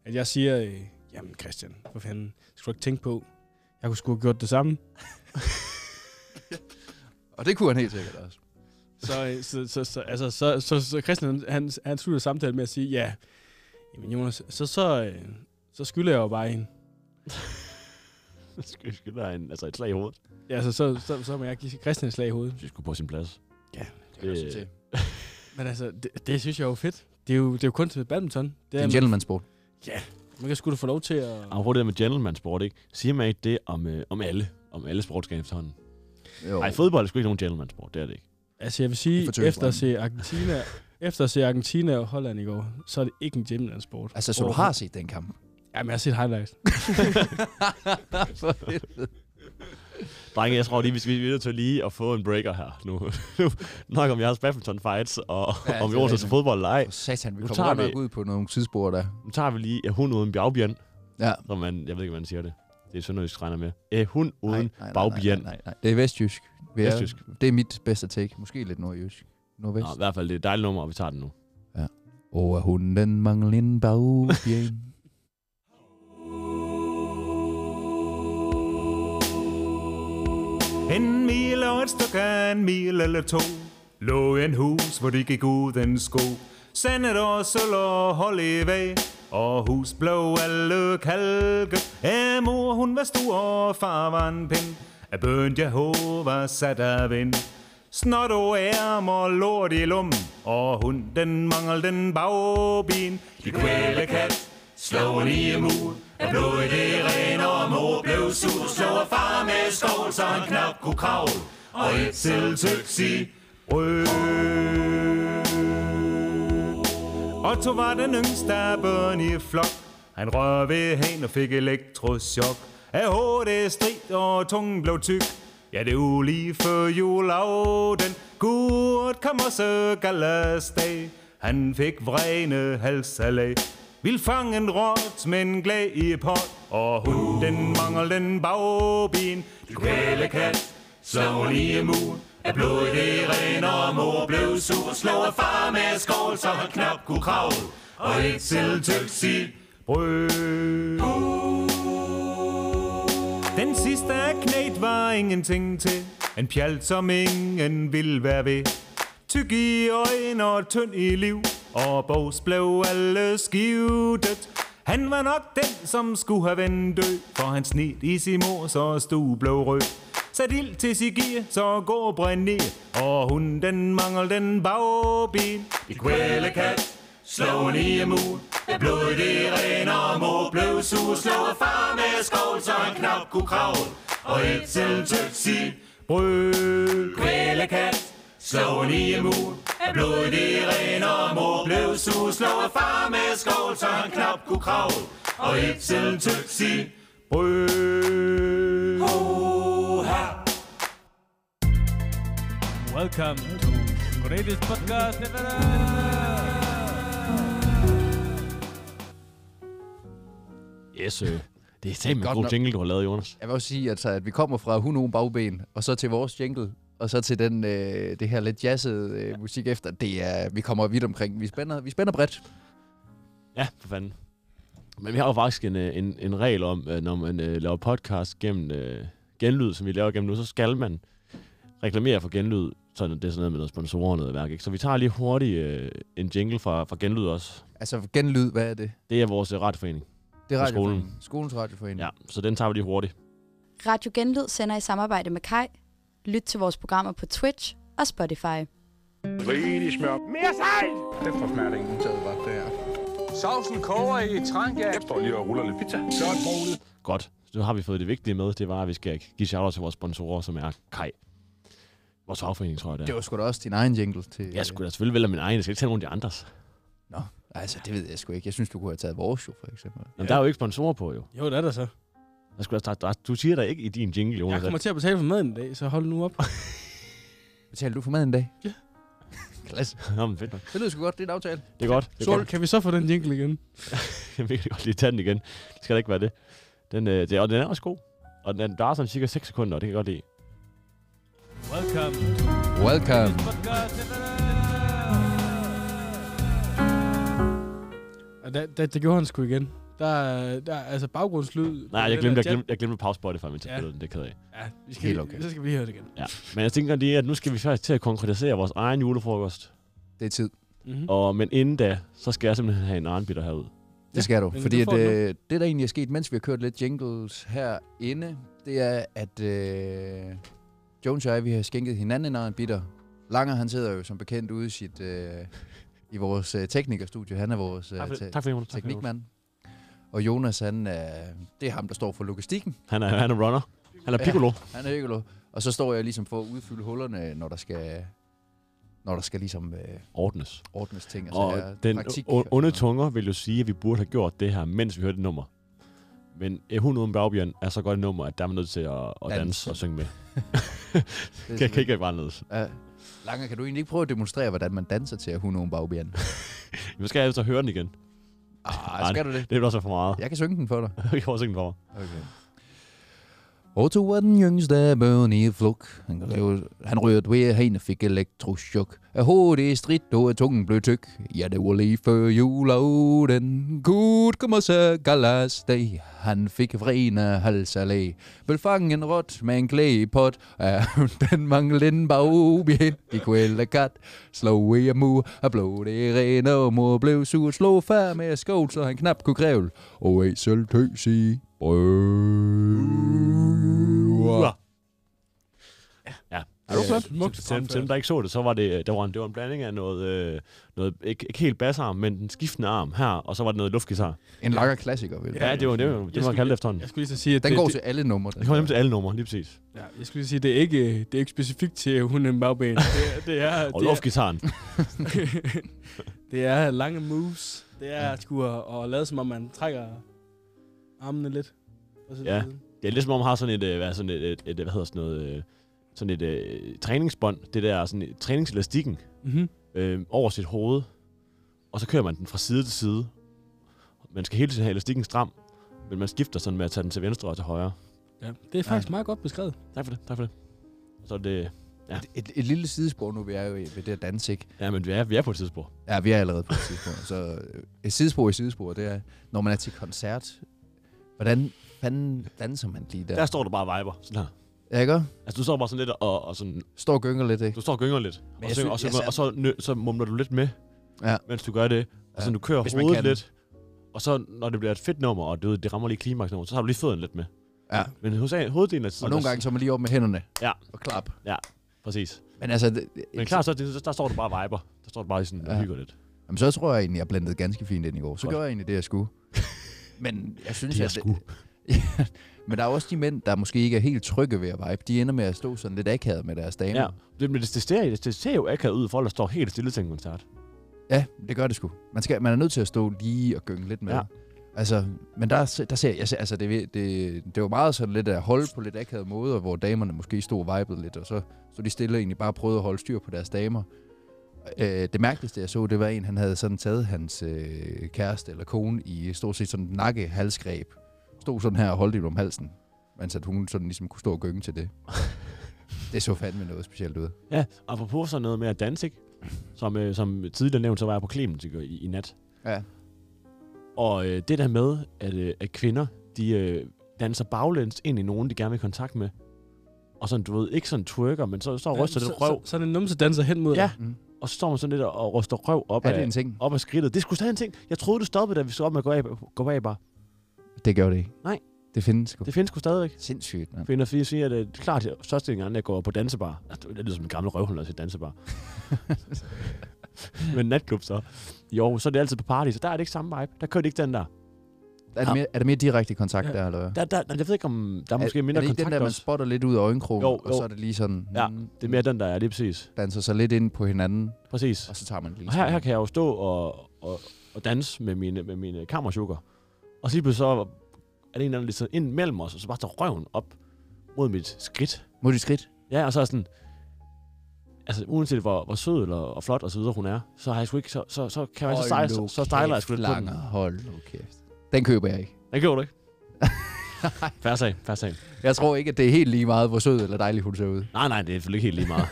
Speaker 3: at jeg siger, øh, jamen Christian, for fanden, skal du ikke tænke på, jeg kunne sgu have gjort det samme.
Speaker 2: Og det kunne han helt sikkert også.
Speaker 3: Så, øh, så, så, så, altså, så, så, så Christian, han, han slutter samtalen med at sige, ja, jamen Jonas, så, så, øh, så skylder jeg jo bare en.
Speaker 1: Skal skal der en, altså et slag i hovedet?
Speaker 3: Ja, altså, så, så, så må jeg give Christian et slag i hovedet.
Speaker 1: Det skulle på sin plads.
Speaker 2: Det,
Speaker 1: Øh.
Speaker 2: til.
Speaker 3: Men altså, det, det synes jeg er jo fedt. Det er jo, det er jo kun til badminton. Det
Speaker 2: Det
Speaker 3: er,
Speaker 2: er en gentleman sport.
Speaker 3: man kan sgu da få lov til at...
Speaker 1: Apropos det der med gentleman sport, ikke? Siger man ikke det om, øh, om alle? Om alle sportsgrene efterhånden?
Speaker 2: Jo.
Speaker 1: Nej, fodbold er sgu ikke nogen gentleman sport, det er det ikke.
Speaker 3: Altså, jeg vil
Speaker 2: Det er
Speaker 3: sige,
Speaker 2: for tøs,
Speaker 3: efter at se Argentina, efter at se Argentina og Holland i går, så er det ikke en gentleman-sport.
Speaker 2: Altså, så du har set den kamp.
Speaker 3: Jamen, jeg har set highlights.
Speaker 2: For helvede.
Speaker 1: Drenge, jeg tror lige, vi skal vi er nødt til lige at få en breaker her nu. Nu Nok om jeres badminton fights, og
Speaker 2: Ja, det
Speaker 1: ja, om
Speaker 2: er
Speaker 1: Jonas'
Speaker 2: rigtigt.
Speaker 1: fodbold eller ej.
Speaker 2: For satan, vi
Speaker 1: Nu
Speaker 2: kommer
Speaker 1: tager
Speaker 2: godt
Speaker 1: vi-
Speaker 2: nok ud på nogle tidsspor der.
Speaker 1: Nu tager vi lige øh, hund uden bagbjørn,
Speaker 2: Ja.
Speaker 1: som man, jeg ved ikke, hvordan man siger det. Det er sønderjysk, regner med. Æ, hund
Speaker 2: Nej,
Speaker 1: uden
Speaker 2: nej, nej,
Speaker 1: bagbjørn.
Speaker 2: nej, nej, nej. Det er vestjysk. Vi er,
Speaker 1: Vestjysk.
Speaker 2: Det er mit bedste take. Måske lidt nordjysk. Nordvest.
Speaker 1: Nå, i hvert fald, det er et dejligt nummer, og vi tager den nu.
Speaker 2: Og at hunden mangler en bagbjørn.
Speaker 5: En mil og et stykke, en mil eller to, lå en hus, hvor de gik uden sko. Sandet og sølv og hold i vej, og hus blev alle kalket. Af mor, hun var stor, og far var en pind. Af bøn Jehova sat af vind. Snot og ærm og lort i lum, og hunden mangel den bagben. De kvæle kat, slå en i mur, af blodet det ren, og mor blev sur, slå far med skål, så han knap kunne kravle, og et selvtøks i brød. Otto var den yngste af børn i flok. Han rør ved hen og fik elektroschok. Af HD strid og tungen blev tyk. Ja, det var lige før juleaften. Gud kom også galasdag. Han fik vrene halsalag. Vil fange en råt med en glæ i pot. Og hunden mangler den bagben. Du kvæle kat, slå lige mur. Af blod det ren, og mor blev sur. Slå af far med skål, så han knap kunne kravle. Og et selvtøks i brød. Den sidste af knæt var ingenting til. En pjalt, som ingen ville være ved. Tyk i øjne og tynd i liv. Og bogs blev alle skivtet. Han var nok den, som skulle have vendt død. For han snit i sin mor, så stue blev rød. Sat ild til sig gear, så gå og brænd ned. Og hun den mangel den bagben. I kvæle kat, slå en i mur. Blod det renner, og mor blev sur. Slå far med skål, så han knap kunne kravle. Og et selvtøks i brød. Kvæle kat, slå en i mur. Blod det renner, og mor blev sur. Slå far med skål, så han knap kunne kravle. Og et selvtøks i brød.
Speaker 6: Welcome to greatest podcast ever.
Speaker 1: Yes, øh. Det er sammen en
Speaker 2: Godt
Speaker 1: god
Speaker 2: nok.
Speaker 1: jingle, du har lavet, Jonas.
Speaker 2: Jeg vil også sige, altså, at vi kommer fra hun uden bagben, og så til vores jingle, og så til den, øh, det her lidt jazzede øh, musik efter. Det er, vi kommer vidt omkring. Vi spænder, vi spænder bredt.
Speaker 1: Ja, for fanden. Men vi har jo faktisk en, øh, en, en regel om, øh, når man øh, laver podcast gennem øh, genlyd, som vi laver gennem nu, så skal man reklamere for genlyd. Så det er sådan noget med noget sponsorer og noget værk, ikke? Så vi tager lige hurtigt øh, en jingle fra, fra genlyd også.
Speaker 2: Altså, genlyd, hvad er det?
Speaker 1: Det er vores øh, radioforening.
Speaker 2: Det er
Speaker 1: På skolen.
Speaker 2: radioforeningen. Skolens radioforening.
Speaker 1: Ja, så den tager vi lige hurtigt.
Speaker 7: Radio Genlyd sender i samarbejde med Kai. Lyt til vores programmer på Twitch og Spotify.
Speaker 6: Sovsen koger i tranke. Jeg står lige og ruller lidt pizza.
Speaker 1: Godt. Så nu har vi fået det vigtige med. Det var, at vi skal give shout til vores sponsorer, som er Kai. Vores fagforening, tror jeg, det
Speaker 2: Det
Speaker 1: er.
Speaker 2: var sgu da også din egen jingle til... øh,
Speaker 1: Jeg skulle da selvfølgelig vælge min egen. Jeg skal ikke tage nogen af de andres.
Speaker 2: Nå, altså, det ved jeg sgu ikke. Jeg synes, du kunne have taget vores jo, for eksempel.
Speaker 1: Jamen, der er jo ikke sponsorer på, jo.
Speaker 3: Jo, det er der så.
Speaker 1: Jeg skulle da starte, der, du siger da ikke i din jingle,
Speaker 3: Jeg
Speaker 1: Jonas.
Speaker 3: kommer
Speaker 1: at-
Speaker 3: til at betale for maden i dag, så hold nu op.
Speaker 2: Betaler du for maden en dag? Ja. Klasse.
Speaker 1: Nå, men fedt nok.
Speaker 2: Det lyder sgu godt. Det er en aftale.
Speaker 1: Det er godt. Det er
Speaker 3: Sol,
Speaker 1: godt.
Speaker 3: kan vi så få den jingle igen?
Speaker 1: Jeg kan godt lige tage den igen. Det skal da ikke være det. Den, øh, det og den er også god. Og den der er sådan cirka 6 sekunder, og det kan jeg godt lide.
Speaker 6: Welcome to
Speaker 2: Welcome.
Speaker 6: podcast ever.
Speaker 3: Og da, da, det gjorde han sgu igen. Der, er- der er altså baggrundslyd.
Speaker 1: Nej, jeg
Speaker 3: Den
Speaker 1: glemte,
Speaker 3: der
Speaker 1: jeg glemte, jeg glemte at pause Spotify, mens jeg
Speaker 3: Ja.
Speaker 1: spillede den. Det er jeg af.
Speaker 3: Ja, vi skal,
Speaker 2: Helt okay.
Speaker 3: Så skal vi lige høre det igen.
Speaker 1: Ja. Men jeg tænker lige, at nu skal vi faktisk til at konkretisere vores egen julefrokost.
Speaker 2: Det er tid.
Speaker 3: Mm-hmm.
Speaker 1: Og, men inden da, så skal jeg simpelthen have en arnbitter herud.
Speaker 2: Det skal du.
Speaker 3: men
Speaker 2: Fordi
Speaker 3: du får
Speaker 2: at, øh, det, der egentlig er sket, mens vi har kørt lidt jingles herinde, det er, at øh, Jones og jeg, vi har skænket hinanden en bitter Langer, han sidder jo som bekendt ude i sit... Øh, i vores øh, teknikerstudie. Han er vores øh,
Speaker 1: Tak for,
Speaker 2: te-
Speaker 1: tak for Jonas. Tak for Jonas.
Speaker 2: teknikmand. Og Jonas, han er, det er ham, der står for logistikken.
Speaker 1: Han er, han er runner. Han er
Speaker 2: Ja.
Speaker 1: piccolo.
Speaker 2: Han er økolo. Og så står jeg ligesom for at udfylde hullerne, når der skal, når der skal ligesom øh,
Speaker 1: Ordnes.
Speaker 2: ordnes ting. altså,
Speaker 1: Og
Speaker 2: ja,
Speaker 1: den
Speaker 2: praktik-
Speaker 1: o- onde tunger vil jo sige, at vi burde have gjort det her, mens vi hørte det nummer. Men øh, hun uden bagbjørn er så godt et nummer, at der er man nødt til at, at
Speaker 2: Dans.
Speaker 1: danse og synge med.
Speaker 2: Det er
Speaker 1: Kan, kan
Speaker 2: sådan-
Speaker 1: ikke være anderledes.
Speaker 2: Ja. Lange, kan du egentlig ikke prøve at demonstrere, hvordan man danser til at hun nogen bagbjørn?
Speaker 1: Vi skal altså høre den igen.
Speaker 2: Ah, skal du det?
Speaker 1: Det er også for meget.
Speaker 2: Jeg kan synge den for dig.
Speaker 1: Jeg kan også ikke for mig.
Speaker 2: Okay. Otto var den yngste af børn i flok. Han, rev, han rørte ved, han fik elektroschok. Af hovedet stridt, og af tungen blev tyk. Ja, det var lige før juleaften. Gud kom og så galasdag. Han fik vrene halsalæ. Vil fange en rot med en klæpot. Ja, den manglede en bagbjæt i kvæld af kat. Slå i mu og blå det rene, og mor blev sur. Slå far med skål, så han knap kunne grævle. Og ei selv tøs i brøver.
Speaker 1: Ja.
Speaker 3: Er du flot? Smukt
Speaker 1: Til, til,
Speaker 3: fremført.
Speaker 1: til dem, der ikke så det, så var det, øh, der var en, det var en blanding af noget, øh, noget ikke, ikke helt basarm, men den skiftende arm her, og så var det noget luftgitar.
Speaker 2: En lakker klassiker, vil
Speaker 1: Ja, det var det, var- det, det var
Speaker 3: skulle-
Speaker 1: kaldt efterhånden.
Speaker 3: Jeg skulle lige så sige, at
Speaker 2: Den
Speaker 3: det,
Speaker 2: går
Speaker 3: det,
Speaker 2: til alle numre.
Speaker 1: Det kommer nemlig til alle numre, lige præcis.
Speaker 3: Ja, jeg skulle lige sige, det er ikke, øh, det er ikke specifikt til hunden bagbane. Det, er- det er,
Speaker 1: Og
Speaker 3: det er,
Speaker 1: luftgitaren.
Speaker 3: det er lange moves. Det er at skulle øh, og lade som om, man trækker armene lidt. Og så
Speaker 1: Ja. Det er lidt som om, man har sådan et, øh, hvad, sådan et, et, et hvad hedder sådan noget, øh, sådan et øh, træningsbånd, det der sådan et, træningselastikken
Speaker 3: Mm-hmm.
Speaker 1: øh, over sit hoved, og så kører man den fra side til side. Man skal hele tiden have elastikken stram, men man skifter sådan med at tage den til venstre og til højre.
Speaker 3: Ja. Det er faktisk ja. meget godt beskrevet.
Speaker 1: Tak for det, tak for det. Og så er det,
Speaker 2: Et, et, et lille sidespor nu, vi er jo i, ved det at danse, ikke?
Speaker 1: ja, men vi er, vi er på et tidsspor.
Speaker 2: Ja, vi er allerede på et tidspunkt. Så øh, et sidespor i sidespor, det er, når man er til koncert, hvordan fanden danser man lige
Speaker 1: Ja.
Speaker 2: der?
Speaker 1: Der står du bare og viber, sådan her.
Speaker 2: Ja, ikke?
Speaker 1: Altså, du står bare sådan lidt og, og sådan,
Speaker 2: Står og gynger lidt, ikke?
Speaker 1: du står og gynger lidt, og,
Speaker 2: jeg
Speaker 1: synger, og,
Speaker 2: synes-
Speaker 1: synger,
Speaker 2: jeg
Speaker 1: og så, nø, så mumler du lidt med,
Speaker 2: Ja.
Speaker 1: mens du gør det. Og
Speaker 2: Ja,
Speaker 1: så du kører
Speaker 2: hvis man
Speaker 1: hovedet
Speaker 2: kan.
Speaker 1: lidt, og så når det bliver et fedt nummer, og du ved, det rammer lige klimaksnummer, så har du lige fødderne lidt med.
Speaker 2: Ja.
Speaker 1: Men hos hoveddelen af tiden...
Speaker 2: Og nogle
Speaker 1: der-
Speaker 2: gange så er man lige op med hænderne.
Speaker 1: Ja.
Speaker 2: Og klap.
Speaker 1: Præcis.
Speaker 2: Men altså... Det,
Speaker 1: Men klart, så, er det- der står du bare og viber. Der står du bare sådan og
Speaker 2: Ja.
Speaker 1: hygger lidt.
Speaker 2: Jamen, så tror jeg egentlig, jeg blandede ganske fint ind i går. Så
Speaker 1: Godt.
Speaker 2: gjorde jeg egentlig det, jeg skulle. Men jeg synes,
Speaker 1: Det, jeg
Speaker 2: at...
Speaker 1: skulle.
Speaker 2: Men der er også de mænd, der måske ikke er helt trygge ved at vibe. De ender med at stå sådan lidt akavet med deres damer.
Speaker 1: Ja. Det, men det, det, ser, det, det ser jo akavet ud, folk der står helt stille til en koncert.
Speaker 2: Ja, det gør det sgu. Man, skal, man er nødt til at stå lige og gynge lidt med. Ja.
Speaker 1: Ja.
Speaker 2: Altså, men der, se- der ser jeg, ser- altså det, det, det var meget sådan lidt at holde på lidt akavede måder, hvor damerne måske stod og vibede lidt, og så stod de stille og egentlig bare prøvede at holde styr på deres damer. Øh, det mærkeligste, jeg så, det var en, han havde sådan taget hans øh, kæreste eller kone i stort set sådan nakke halsgreb. Stod sådan her og holdt hende om halsen, mens at hun sådan ligesom kunne stå og gynge til det. det så fandme noget specielt ud.
Speaker 1: Ja, apropos sådan noget med at danse, ikke? Som, øh, som tidligere nævnt, så var jeg på Clemens i, i, i nat.
Speaker 2: Ja.
Speaker 1: Og øh, det der med, at, øh, at kvinder, de øh, danser baglæns ind i nogen, de gerne vil i kontakt med. Og sådan, du ved, ikke sådan twerker, men så, så ryster lidt røv.
Speaker 3: Så, så, er det en numse danser hen mod
Speaker 1: Ja.
Speaker 3: dig.
Speaker 2: Mm.
Speaker 1: Og så står man sådan lidt og, og ryster røv op,
Speaker 2: Er det
Speaker 1: af,
Speaker 2: en ting?
Speaker 1: op af skridtet. Det skulle stadig en ting. Jeg troede, det stoppede, da vi så op med at gå af, gå af bare.
Speaker 2: Det gør det ikke.
Speaker 1: Nej.
Speaker 2: Det findes sgu.
Speaker 1: Det findes sgu stadigvæk.
Speaker 2: Sindssygt, mand.
Speaker 1: Finder Fie siger, at det er klart, at størstedelen af andre går på dansebar. Altså, det lyder som en gammel røvhul, når til dansebar. Men natklub så. Jo, så er det altid på party, så der er det ikke samme vibe. Der kører det ikke den der.
Speaker 2: Er det,
Speaker 1: Ja.
Speaker 2: mere, er det mere direkte kontakt
Speaker 3: Ja.
Speaker 2: der, eller hvad?
Speaker 1: der, der nej, jeg ved ikke, om der er måske
Speaker 2: er,
Speaker 1: mindre
Speaker 2: er det ikke
Speaker 1: kontakt
Speaker 2: den der, man
Speaker 1: også.
Speaker 2: spotter lidt ud af øjenkrogen,
Speaker 1: Jo,
Speaker 2: og
Speaker 1: jo.
Speaker 2: så er det lige sådan,
Speaker 1: Ja,
Speaker 2: mm,
Speaker 1: Det er mere den, der er lige præcis.
Speaker 2: danser sig lidt ind på hinanden,
Speaker 1: Præcis.
Speaker 2: og så tager man en lille
Speaker 1: Og her, her
Speaker 2: smule.
Speaker 1: kan jeg jo stå og, og, og danse med mine, med mine kammerchukker. Og så lige pludselig så er det en eller anden lidt sådan ind mellem os, og så bare tager røven op mod mit skridt.
Speaker 2: Mod dit skridt.
Speaker 1: Ja, og så er sådan... Altså, uanset hvor, hvor sød eller, og flot og så videre hun er, så har jeg sgu ikke... Så, så, så kan man så style, så, så stejler jeg sgu lidt på den.
Speaker 2: langer. Hold nu kæft. Den køber jeg ikke.
Speaker 1: Det gjorde du ikke. Færre sag, færre sag.
Speaker 2: Jeg tror ikke, at det er helt lige meget, hvor sød eller dejlig hun ser ud.
Speaker 1: Nej, nej, det er selvfølgelig ikke helt lige meget.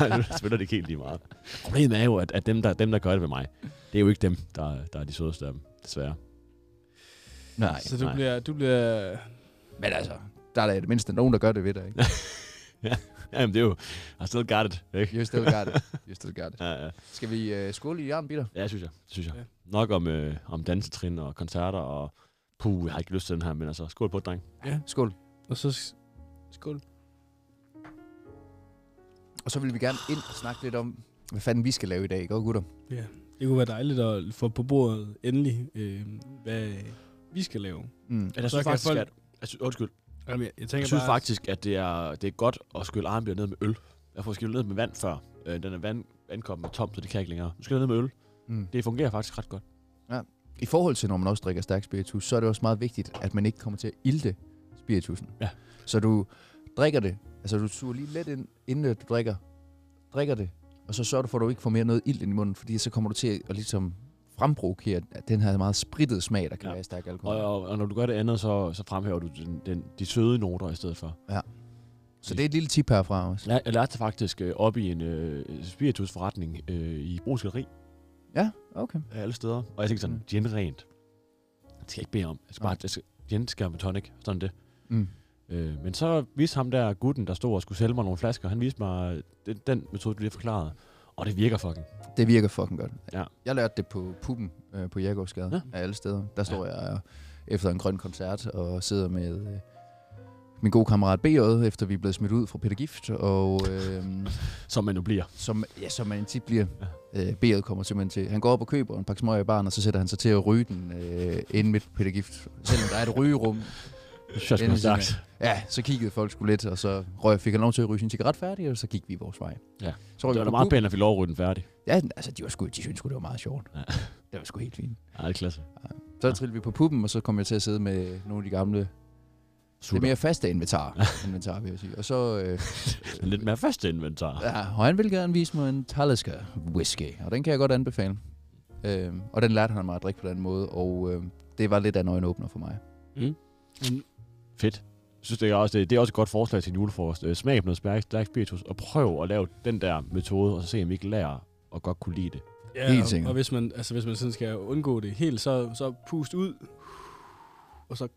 Speaker 1: Nej, det er selvfølgelig ikke helt lige meget. Problemet er jo, at, at dem, der, dem, der gør det ved mig, det er jo ikke dem, der, der er de sødeste af dem, desværre.
Speaker 2: Nej.
Speaker 3: Så du
Speaker 1: nej.
Speaker 3: bliver, du bliver...
Speaker 2: Men altså, der er da i det mindste nogen, der gør det ved dig, ikke?
Speaker 1: Jamen, det er jo... I still got it, ikke?
Speaker 2: You still got it. You still got it.
Speaker 1: Ja, ja.
Speaker 2: Skal vi uh, skåle i jern, Peter?
Speaker 1: ja, det synes jeg. Det synes jeg.
Speaker 3: Ja.
Speaker 1: Nok om, øh, om dansetrin og koncerter og... Puh, jeg har ikke lyst til den her, men altså, skål på, dreng.
Speaker 2: Skål.
Speaker 3: Og så... s- Skål.
Speaker 2: Og så vil vi gerne ind og snakke lidt om, hvad fanden vi skal lave i dag, ikke også, gutter?
Speaker 3: Ja, det kunne være dejligt at få på bordet endelig, øh, hvad vi skal lave.
Speaker 2: Mm.
Speaker 1: Men jeg
Speaker 3: Så
Speaker 1: synes
Speaker 3: kan
Speaker 1: faktisk,
Speaker 3: folk-
Speaker 1: at... Jeg synes, undskyld.
Speaker 3: Jamen, jeg, jeg tænker
Speaker 1: Jeg synes
Speaker 3: bare,
Speaker 1: faktisk, at det er, det er godt at skylle armbier ned med øl. Jeg får skyllet ned med vand før. Øh, den er vand, ankommet tom, så det kan jeg ikke længere. Nu skal jeg ned med øl.
Speaker 2: Mm.
Speaker 1: Det fungerer faktisk ret godt.
Speaker 2: I forhold til, når man også drikker stærk spiritus, så er det også meget vigtigt, at man ikke kommer til at ilte spiritusen.
Speaker 1: Ja.
Speaker 2: Så du drikker det, altså du suger lige lidt ind, inden at du drikker, drikker det, og så sørger du for, at du ikke får mere noget ilt ind i munden, fordi så kommer du til at ligesom fremprovokere den her meget sprittede smag, der kan ja.
Speaker 1: Ja.
Speaker 2: være i stærk alkohol.
Speaker 1: Og, og, og når du gør det andet, så, så fremhæver du den, den, de søde noter i stedet for.
Speaker 2: Så det er et lille tip herfra også.
Speaker 1: Jeg, jeg lærte det faktisk øh, op i en øh, spiritusforretning øh, i Brugsgaleri
Speaker 2: Ja, okay.
Speaker 1: af alle steder. Og jeg tænkte sådan,
Speaker 2: Mm.
Speaker 1: gin rent. Det skal jeg ikke bede om. Jeg skal bare, jeg skal, gin skal med tonic. Sådan det.
Speaker 2: Mm.
Speaker 1: Øh, men så viste ham der gutten, der stod og skulle sælge mig nogle flasker, han viste mig den, den metode, du lige forklarede. Og det virker fucking.
Speaker 2: Det virker fucking godt.
Speaker 1: Ja.
Speaker 2: Jeg lærte det på puben øh, på Jægersgade ja.
Speaker 1: Ja.
Speaker 2: af alle steder. Der står ja. jeg efter en grøn koncert og sidder med øh, min gode kammerat BJ, efter vi er blevet smidt ud fra Peter Gift, og øh,
Speaker 1: Som man nu bliver.
Speaker 2: som, ja, som man tit bliver. Øh, BJ kommer simpelthen til. Han går op og køber en pakke smøger i baren, og så sætter han sig til at ryge den øh, inde midt på Peter Gift. Selvom der er et rygerum.
Speaker 1: Shots
Speaker 2: inde
Speaker 1: går
Speaker 2: ved siden af.
Speaker 1: stærkt.
Speaker 2: Ja, så kiggede folk sgu lidt, og så røg, fik han lov til at ryge sin cigaret færdig, og så gik vi vores vej.
Speaker 1: Ja.
Speaker 2: Så røg vi
Speaker 1: Det var da
Speaker 2: på
Speaker 1: meget
Speaker 2: puben.
Speaker 1: pænt at vi lov at ryge den færdig.
Speaker 2: Ja, altså de, var sgu, de syntes sgu, det var meget sjovt.
Speaker 1: Ja.
Speaker 2: Det var sgu helt fint.
Speaker 1: Ej, det er klasse.
Speaker 2: Så trillede vi på puppen, og så kom jeg til at sidde med nogle af de gamle, lidt
Speaker 1: Super.
Speaker 2: mere faste inventar, inventar vil jeg sige. Og så, øh,
Speaker 1: Mere... Lidt mere fast inventar. Ja.
Speaker 2: ja, og han ville gerne vise mig en Talisker whisky, og den kan jeg godt anbefale. Øh, og den lærte han mig at drikke på den måde, og øh, det var lidt af en øjenåbner for mig.
Speaker 3: Mm.
Speaker 1: Mm. Fedt. Jeg synes, det er, også, øh, det, det er også et godt forslag til en julefrokost. Øh, Smag på noget stærk, stærk spiritus, og prøv at lave den der metode, og så se, om vi ikke lærer og godt kunne lide det.
Speaker 3: Ja,
Speaker 2: Helt
Speaker 3: og-
Speaker 2: sikkert.
Speaker 3: Og hvis man, altså, hvis man sådan skal undgå det helt, så, så pust ud, og så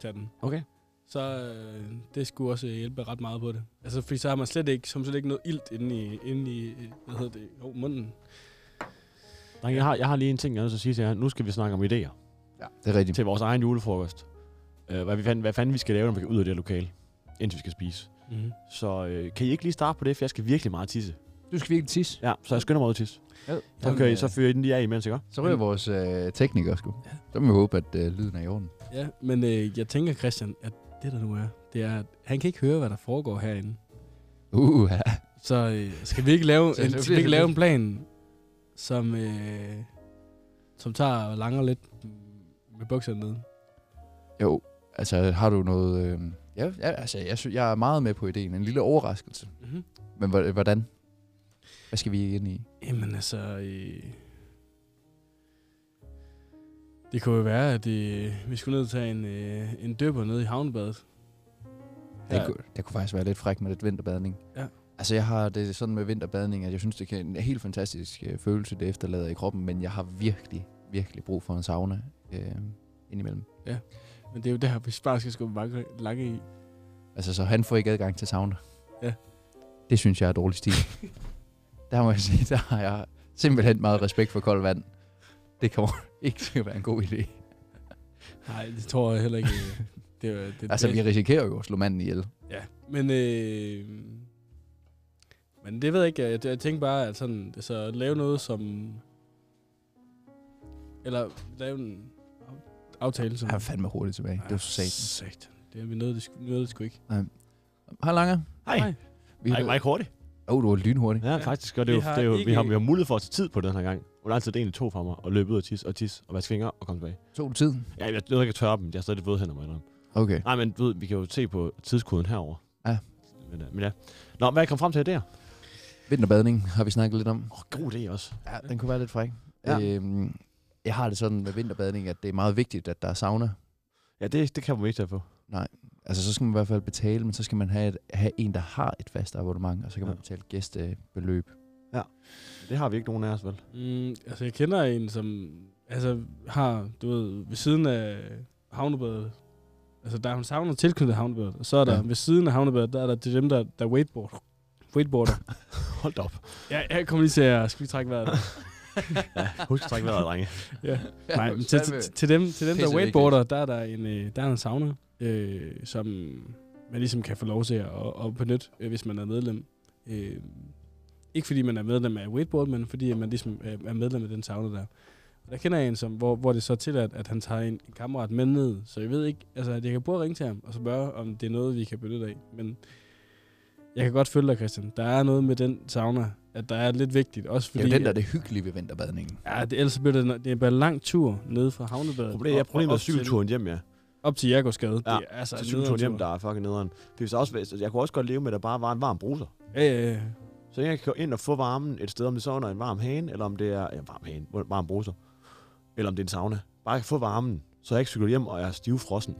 Speaker 3: tag den.
Speaker 1: Okay.
Speaker 3: Så øh, det skulle også hjælpe ret meget på det. Altså, fordi så har man slet ikke, som slet ikke noget ilt inde i, inde i øh, hvad hedder det, jo, munden.
Speaker 1: Drenge, jeg, har, jeg har lige en ting, jeg er nødt til at sige til jer. Nu skal vi snakke om idéer
Speaker 2: Ja. Det er rigtigt.
Speaker 1: til vores egen julefrokost. Øh, hvad, vi fanden, hvad fanden vi skal lave, når vi kan ud af det her lokale, indtil vi skal spise.
Speaker 2: Mhm.
Speaker 3: Mm-hmm.
Speaker 1: Så øh, kan I ikke lige starte på det, for jeg skal virkelig meget tisse.
Speaker 2: Du skal virkelig tisse.
Speaker 1: Ja, så jeg skynder mig ud og tisse.
Speaker 2: Ja.
Speaker 1: Så, okay, så fyrer I den lige af imens, ikke?
Speaker 2: så ryger vores øh, tekniker sgu. Så må vi håbe, at øh, lyden er i orden.
Speaker 3: Ja, men øh, jeg tænker, Christian, at det der nu er, det er, at han kan ikke høre, hvad der foregår herinde.
Speaker 2: Uh, ja.
Speaker 3: Så øh, skal vi ikke lave,
Speaker 2: Så det
Speaker 3: en, skal
Speaker 2: bliver
Speaker 3: vi ikke
Speaker 2: det
Speaker 3: lave
Speaker 2: lidt-
Speaker 3: en plan, som, øh, som tager og langer lidt med bukserne nede?
Speaker 2: Jo, altså har du noget... Øh, ja, ja, altså jeg, sy- jeg er meget med på ideen. En lille overraskelse.
Speaker 3: Mm-hmm.
Speaker 2: Men hvor- hvordan? Hvad skal vi ind i?
Speaker 3: Jamen altså... Øh... Det kunne jo være, at øh, vi skulle ned og tage en, øh, en døber nede i havnebadet.
Speaker 2: Det,
Speaker 3: Ja.
Speaker 2: kunne, det kunne faktisk være lidt fræk med lidt vinterbadning.
Speaker 3: Ja.
Speaker 2: Altså jeg har det sådan med vinterbadning, at jeg synes, det kan en helt fantastisk øh, følelse, det efterlader i kroppen, men jeg har virkelig, virkelig brug for en sauna øh, indimellem.
Speaker 3: Men det er jo der, vi bare skal skubbe mange lange i.
Speaker 2: Altså så han får ikke adgang til sauna.
Speaker 3: Ja.
Speaker 2: Det synes jeg er dårlig stil. der må jeg sige, der har jeg simpelthen meget respekt for koldt vand. Det kommer ikke til at være en god idé.
Speaker 3: Nej, det tror jeg heller ikke. øh, det er, jo- det,
Speaker 2: Altså
Speaker 3: det,
Speaker 2: vi risikerer jo at slå manden ihjel.
Speaker 3: Ja, men... Øh, men det ved jeg ikke. Jeg, jeg tænkte bare, at sådan, altså, at lave noget som... Eller lave en af- aftale som...
Speaker 2: Han er fandme hurtigt tilbage. Det er jo satan.
Speaker 3: satan. Det er vi nødt til, nødt til sgu ikke.
Speaker 2: Hej Lange.
Speaker 1: Hej.
Speaker 3: Hej.
Speaker 2: Vi
Speaker 1: Ej, meget hurtigt.
Speaker 2: Åh, oh, du var lynhurtig.
Speaker 1: Ja, faktisk. Og det er
Speaker 3: Vi
Speaker 1: jo,
Speaker 3: har
Speaker 1: det er jo, vi,
Speaker 3: ikke-
Speaker 1: har, vi har mulighed for at tage tid på den her gang. Hvor lang tid det egentlig tog for mig at løbe ud og tisse og tisse og vaske fingre og komme tilbage.
Speaker 2: Tog du tiden?
Speaker 1: Ja, jeg ved ikke at tørre dem. Jeg har stadig lidt vådhænder mig. indrømme.
Speaker 2: Okay.
Speaker 1: Nej, men du ved, vi kan jo se på tidskoden herover.
Speaker 2: Ja.
Speaker 1: Men, øh, men ja. Nå, hvad jeg kom frem til der?
Speaker 2: Vinterbadning har vi snakket lidt om.
Speaker 1: Åh, oh, god idé også.
Speaker 2: Ja, den kunne være lidt fræk. Ja.
Speaker 1: Ja.
Speaker 2: Øhm, jeg har det sådan med vinterbadning, at det er meget vigtigt, at der er sauna.
Speaker 1: Ja, det, det kan man ikke tage på.
Speaker 2: Altså, så skal man i hvert fald betale, men så skal man have, et, have en, der har et fast abonnement, og så kan ja. man
Speaker 1: Ja.
Speaker 2: betale gæstebeløb.
Speaker 1: Det har vi ikke nogen af os, vel?
Speaker 3: Mm, altså, jeg kender en, som altså, har, du ved, ved siden af havnebadet, altså, der er hun savner tilknyttet havnebadet, og så er der,
Speaker 2: Ja.
Speaker 3: ja. ved siden af havnebadet, der er der til dem, der, der wakeboard, wakeboarder.
Speaker 1: Hold da op.
Speaker 3: ja, jeg kommer lige til at, skal vi trække vejret?
Speaker 1: Husk at trække vejret, drenge.
Speaker 3: ja. Nej, men til, til, til, dem, til dem,
Speaker 2: Pisse
Speaker 3: der wakeboarder, der er der en, øh, der er en sauna, øh, som man ligesom kan få lov til at, at, at benytte, øh, hvis man er medlem. Øh, ikke fordi man er medlem af Wakeboard, men fordi man ligesom øh, er medlem af den sauna der. Og der kender jeg en, som, hvor, hvor det så er tilladt, at han tager en, en kammerat med ned. Så jeg ved ikke, altså jeg kan prøve at ringe til ham og spørge, om det er noget, vi kan benytte af. Men jeg kan godt følge dig, Christian. Der er noget med den sauna, at der er lidt vigtigt. Også
Speaker 2: Det
Speaker 3: fordi,
Speaker 2: er jo den, der er det hyggelige ved vinterbadningen.
Speaker 3: Ja, det, ellers så bliver det, det er bare en lang tur nede fra havnebadet.
Speaker 1: Problemet, ja,
Speaker 3: op-
Speaker 1: problemet
Speaker 3: op
Speaker 1: er
Speaker 3: til-
Speaker 1: cykelturen hjem, ja.
Speaker 3: Op til Jakobsgade.
Speaker 1: Ja,
Speaker 3: det er altså
Speaker 1: Så
Speaker 3: en
Speaker 1: cykelturen
Speaker 3: nederen
Speaker 1: hjem,
Speaker 3: tur.
Speaker 1: der er fucking nederen. Det er så også, altså, jeg kunne også godt leve med, at der bare var en varm bruser.
Speaker 3: Ja, ja, ja.
Speaker 1: Så jeg kan gå ind og få varmen et sted, om det så er under en varm hane, eller om det er ja, varm hane, varm bruser, eller om det er en sauna. Bare jeg kan få varmen, så jeg ikke cykler hjem og jeg er stivfrossen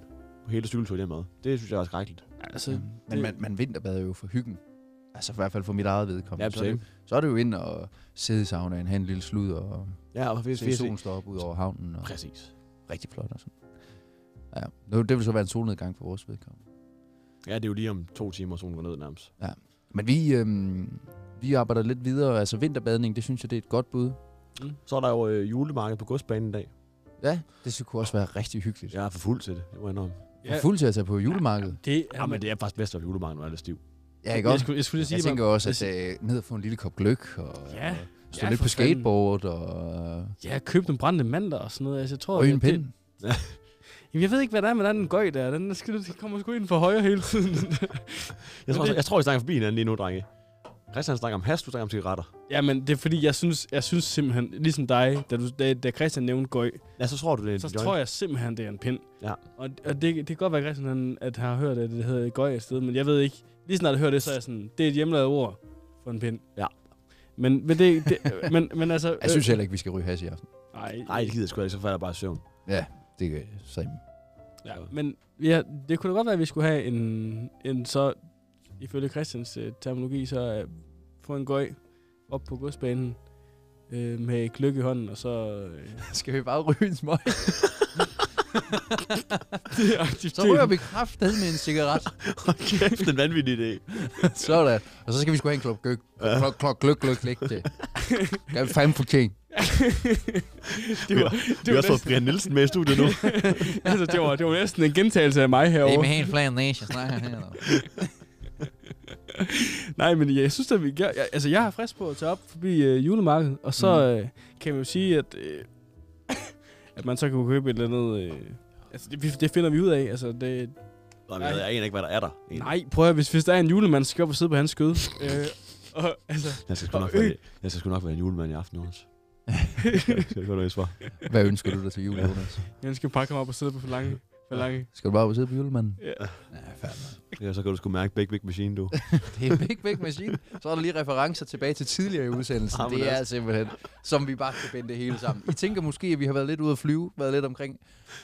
Speaker 1: på hele cykelturen hjemad. Det synes jeg er skrækkeligt.
Speaker 3: Altså,
Speaker 2: Men man, man vinterbader jo for hyggen. Altså i hvert fald for mit eget vedkommende.
Speaker 1: Ja,
Speaker 2: så, er det,
Speaker 1: same.
Speaker 2: så er det jo ind og sidde i saunaen, have en lille slud og
Speaker 1: Ja, og hvis,
Speaker 2: se
Speaker 1: hvis,
Speaker 2: solen stå op ud over havnen. Og
Speaker 1: Præcis.
Speaker 2: rigtig flot og sådan. Ja, nu- det vil så være en solnedgang for vores vedkommende.
Speaker 1: Ja, det er jo lige om to timer, solen går ned nærmest.
Speaker 2: Men vi, øhm, vi arbejder lidt videre. Altså vinterbadning, det synes jeg, det er et godt bud.
Speaker 1: Så er der jo øh, julemarked på godsbanen i dag.
Speaker 2: Ja, det skulle kunne også være rigtig hyggeligt. Ja.
Speaker 1: Jeg er for fuld til det, det må jeg indrømme.
Speaker 2: Jeg er fuld til at tage på julemarkedet.
Speaker 3: det er
Speaker 1: Ja, men det er faktisk bedst, at julemarkedet når jeg er lidt stiv.
Speaker 2: Ja, ikke
Speaker 3: jeg
Speaker 2: også?
Speaker 3: skulle, jeg skulle lige sige,
Speaker 2: Jeg tænker
Speaker 3: man-
Speaker 2: også, at øh, ned og få en lille kop gløk, og
Speaker 3: Ja.
Speaker 2: og stå
Speaker 3: Ja,
Speaker 2: lidt
Speaker 3: for
Speaker 2: på
Speaker 3: fanden.
Speaker 2: skateboard, og
Speaker 3: Ja, køb nogle brændte mandler og sådan noget. Altså, jeg tror,
Speaker 2: og
Speaker 3: at
Speaker 2: en
Speaker 3: det-
Speaker 2: pind.
Speaker 3: Jamen, jeg ved ikke, hvad der er med den gøj der. Den, skal, den kommer sgu ind for højre hele tiden.
Speaker 1: Jeg tror,
Speaker 3: det-
Speaker 1: det... jeg tror, I snakker forbi hinanden lige nu, drenge. Christian snakker om has, du snakker om cigaretter.
Speaker 3: ja, men det er fordi, jeg synes, jeg synes simpelthen, ligesom dig, da, du, da, da Christian nævnte gøj,
Speaker 1: Ja, så tror du, det er en
Speaker 3: så
Speaker 1: joint.
Speaker 3: tror jeg simpelthen, det er en pind.
Speaker 1: Ja.
Speaker 3: Og, og det, det kan godt være, at Christian han, at har hørt, at det hedder gøj et sted, men jeg ved ikke. Lige snart jeg hører det, så er jeg sådan, det er et hjemmelavet ord for en pind.
Speaker 1: Ja.
Speaker 3: Men, men, det, det, men, men altså...
Speaker 2: Jeg synes heller ikke, vi skal ryge hash i aften.
Speaker 3: Nej,
Speaker 1: Nej, det gider jeg sgu ikke, så falder jeg bare i søvn.
Speaker 2: Ja, det kan jeg sige.
Speaker 3: Ja, men ja, det kunne da godt være, at vi skulle have en, en så, ifølge Christians øh, terminologi, så uh, få en gøj op på godsbanen øh, med et gløk i hånden, og så... Øh,
Speaker 2: Skal vi bare ryge en smøg?
Speaker 3: det er aktivitet.
Speaker 2: Så ryger vi kraftedet med en cigaret.
Speaker 1: Hold kæft, en vanvittig idé.
Speaker 2: Sådan. Og så skal vi sgu have en klop gløk. Klok, klok, gløk, gløk, gløk. Det kan vi fandme fortjene.
Speaker 3: det
Speaker 1: Vi
Speaker 3: var,
Speaker 1: Vi
Speaker 3: det
Speaker 1: har
Speaker 3: var
Speaker 1: også fået
Speaker 3: næsten,
Speaker 1: Brian Nielsen med i studiet nu.
Speaker 3: altså, det var, det var næsten en gentagelse af mig herovre.
Speaker 2: helt plan næse, jeg snakker her.
Speaker 3: Nej, men jeg synes, at vi gør, jeg, altså, jeg er frisk på at tage op forbi øh, julemarkedet, og
Speaker 1: Mm.
Speaker 3: så øh, kan man jo sige, at, øh, at man så kan købe et eller andet... Øh, altså, det, vi- det finder vi ud af. Altså, det,
Speaker 1: Nej, men jeg ved egentlig ikke, hvad der er der. egentlig.
Speaker 3: Nej, prøv at høre, hvis, hvis der er en julemand, så skal jeg op og sidde på hans skød. øh, og, altså,
Speaker 1: Jeg skal, sgu
Speaker 3: Og
Speaker 1: nok
Speaker 3: ø.
Speaker 1: være, jeg skal sgu nok være en julemand i aften, Jonas. Skal det godt være svar?
Speaker 2: Hvad ønsker du dig til jul, Jonas?
Speaker 3: jeg skal pakke ham op og sidde på forlange. forlange.
Speaker 2: Skal du bare ud og sidde på julemanden?
Speaker 3: Ja.
Speaker 2: Nej, fandme.
Speaker 1: Ja, så kan du sgu mærke Big Big Machine, du.
Speaker 2: Det er Big Big Machine. Så er der lige referencer tilbage til tidligere i udsendelsen.
Speaker 1: Ah, men
Speaker 2: det
Speaker 1: altså.
Speaker 2: er simpelthen, som vi bare kan binde det hele sammen. I tænker måske, at vi har været lidt ude at flyve, været lidt omkring,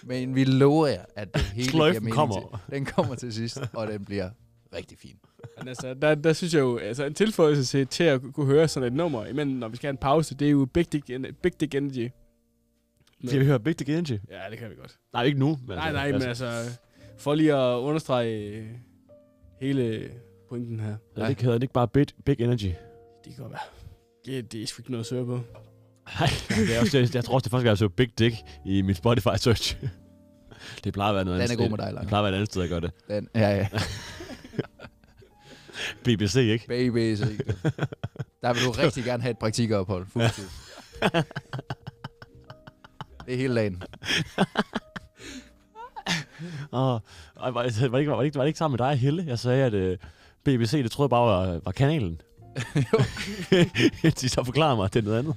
Speaker 2: men vi lover jer, at det hele
Speaker 1: Sløjfen
Speaker 2: giver mening
Speaker 1: kommer.
Speaker 2: Til. Den kommer til sidst, og den bliver rigtig fin.
Speaker 3: Men altså, der, der synes jeg jo, altså en tilføjelse til, til at kunne høre sådan et nummer, imellem når vi skal have en pause, det er jo Big Dick, En- Big Dick Energy.
Speaker 1: Skal vi høre Big Dick Energy?
Speaker 3: Ja, det kan vi godt.
Speaker 1: Nej, ikke nu. Men
Speaker 3: Nej, nej, men altså, for lige at understrege øh, hele pointen her.
Speaker 1: Ja, det hedder det ikke bare Big, big Energy.
Speaker 3: Det kan godt være. Det, det er sgu ikke noget at søge på.
Speaker 1: Nej, det er også, jeg, jeg tror også, det er første gang, jeg så Big Dick i min Spotify-search. det plejer at være noget
Speaker 2: Den
Speaker 1: andet
Speaker 2: er god med dig,
Speaker 1: sted. Det
Speaker 2: Lang.
Speaker 1: plejer at være et andet sted, jeg gør det.
Speaker 2: Den, ja, ja.
Speaker 1: BBC, ikke?
Speaker 2: Baby, se. Der vil du rigtig gerne have et praktikophold. Fuldtid. Det er hele dagen.
Speaker 1: Og, og var, det- var, det ikke, var, det ikke, var det ikke sammen med dig og Helle, jeg sagde, at øh, BBC, det troede jeg bare var, var kanalen?
Speaker 2: Jo.
Speaker 1: De så forklarer mig, at det er noget andet.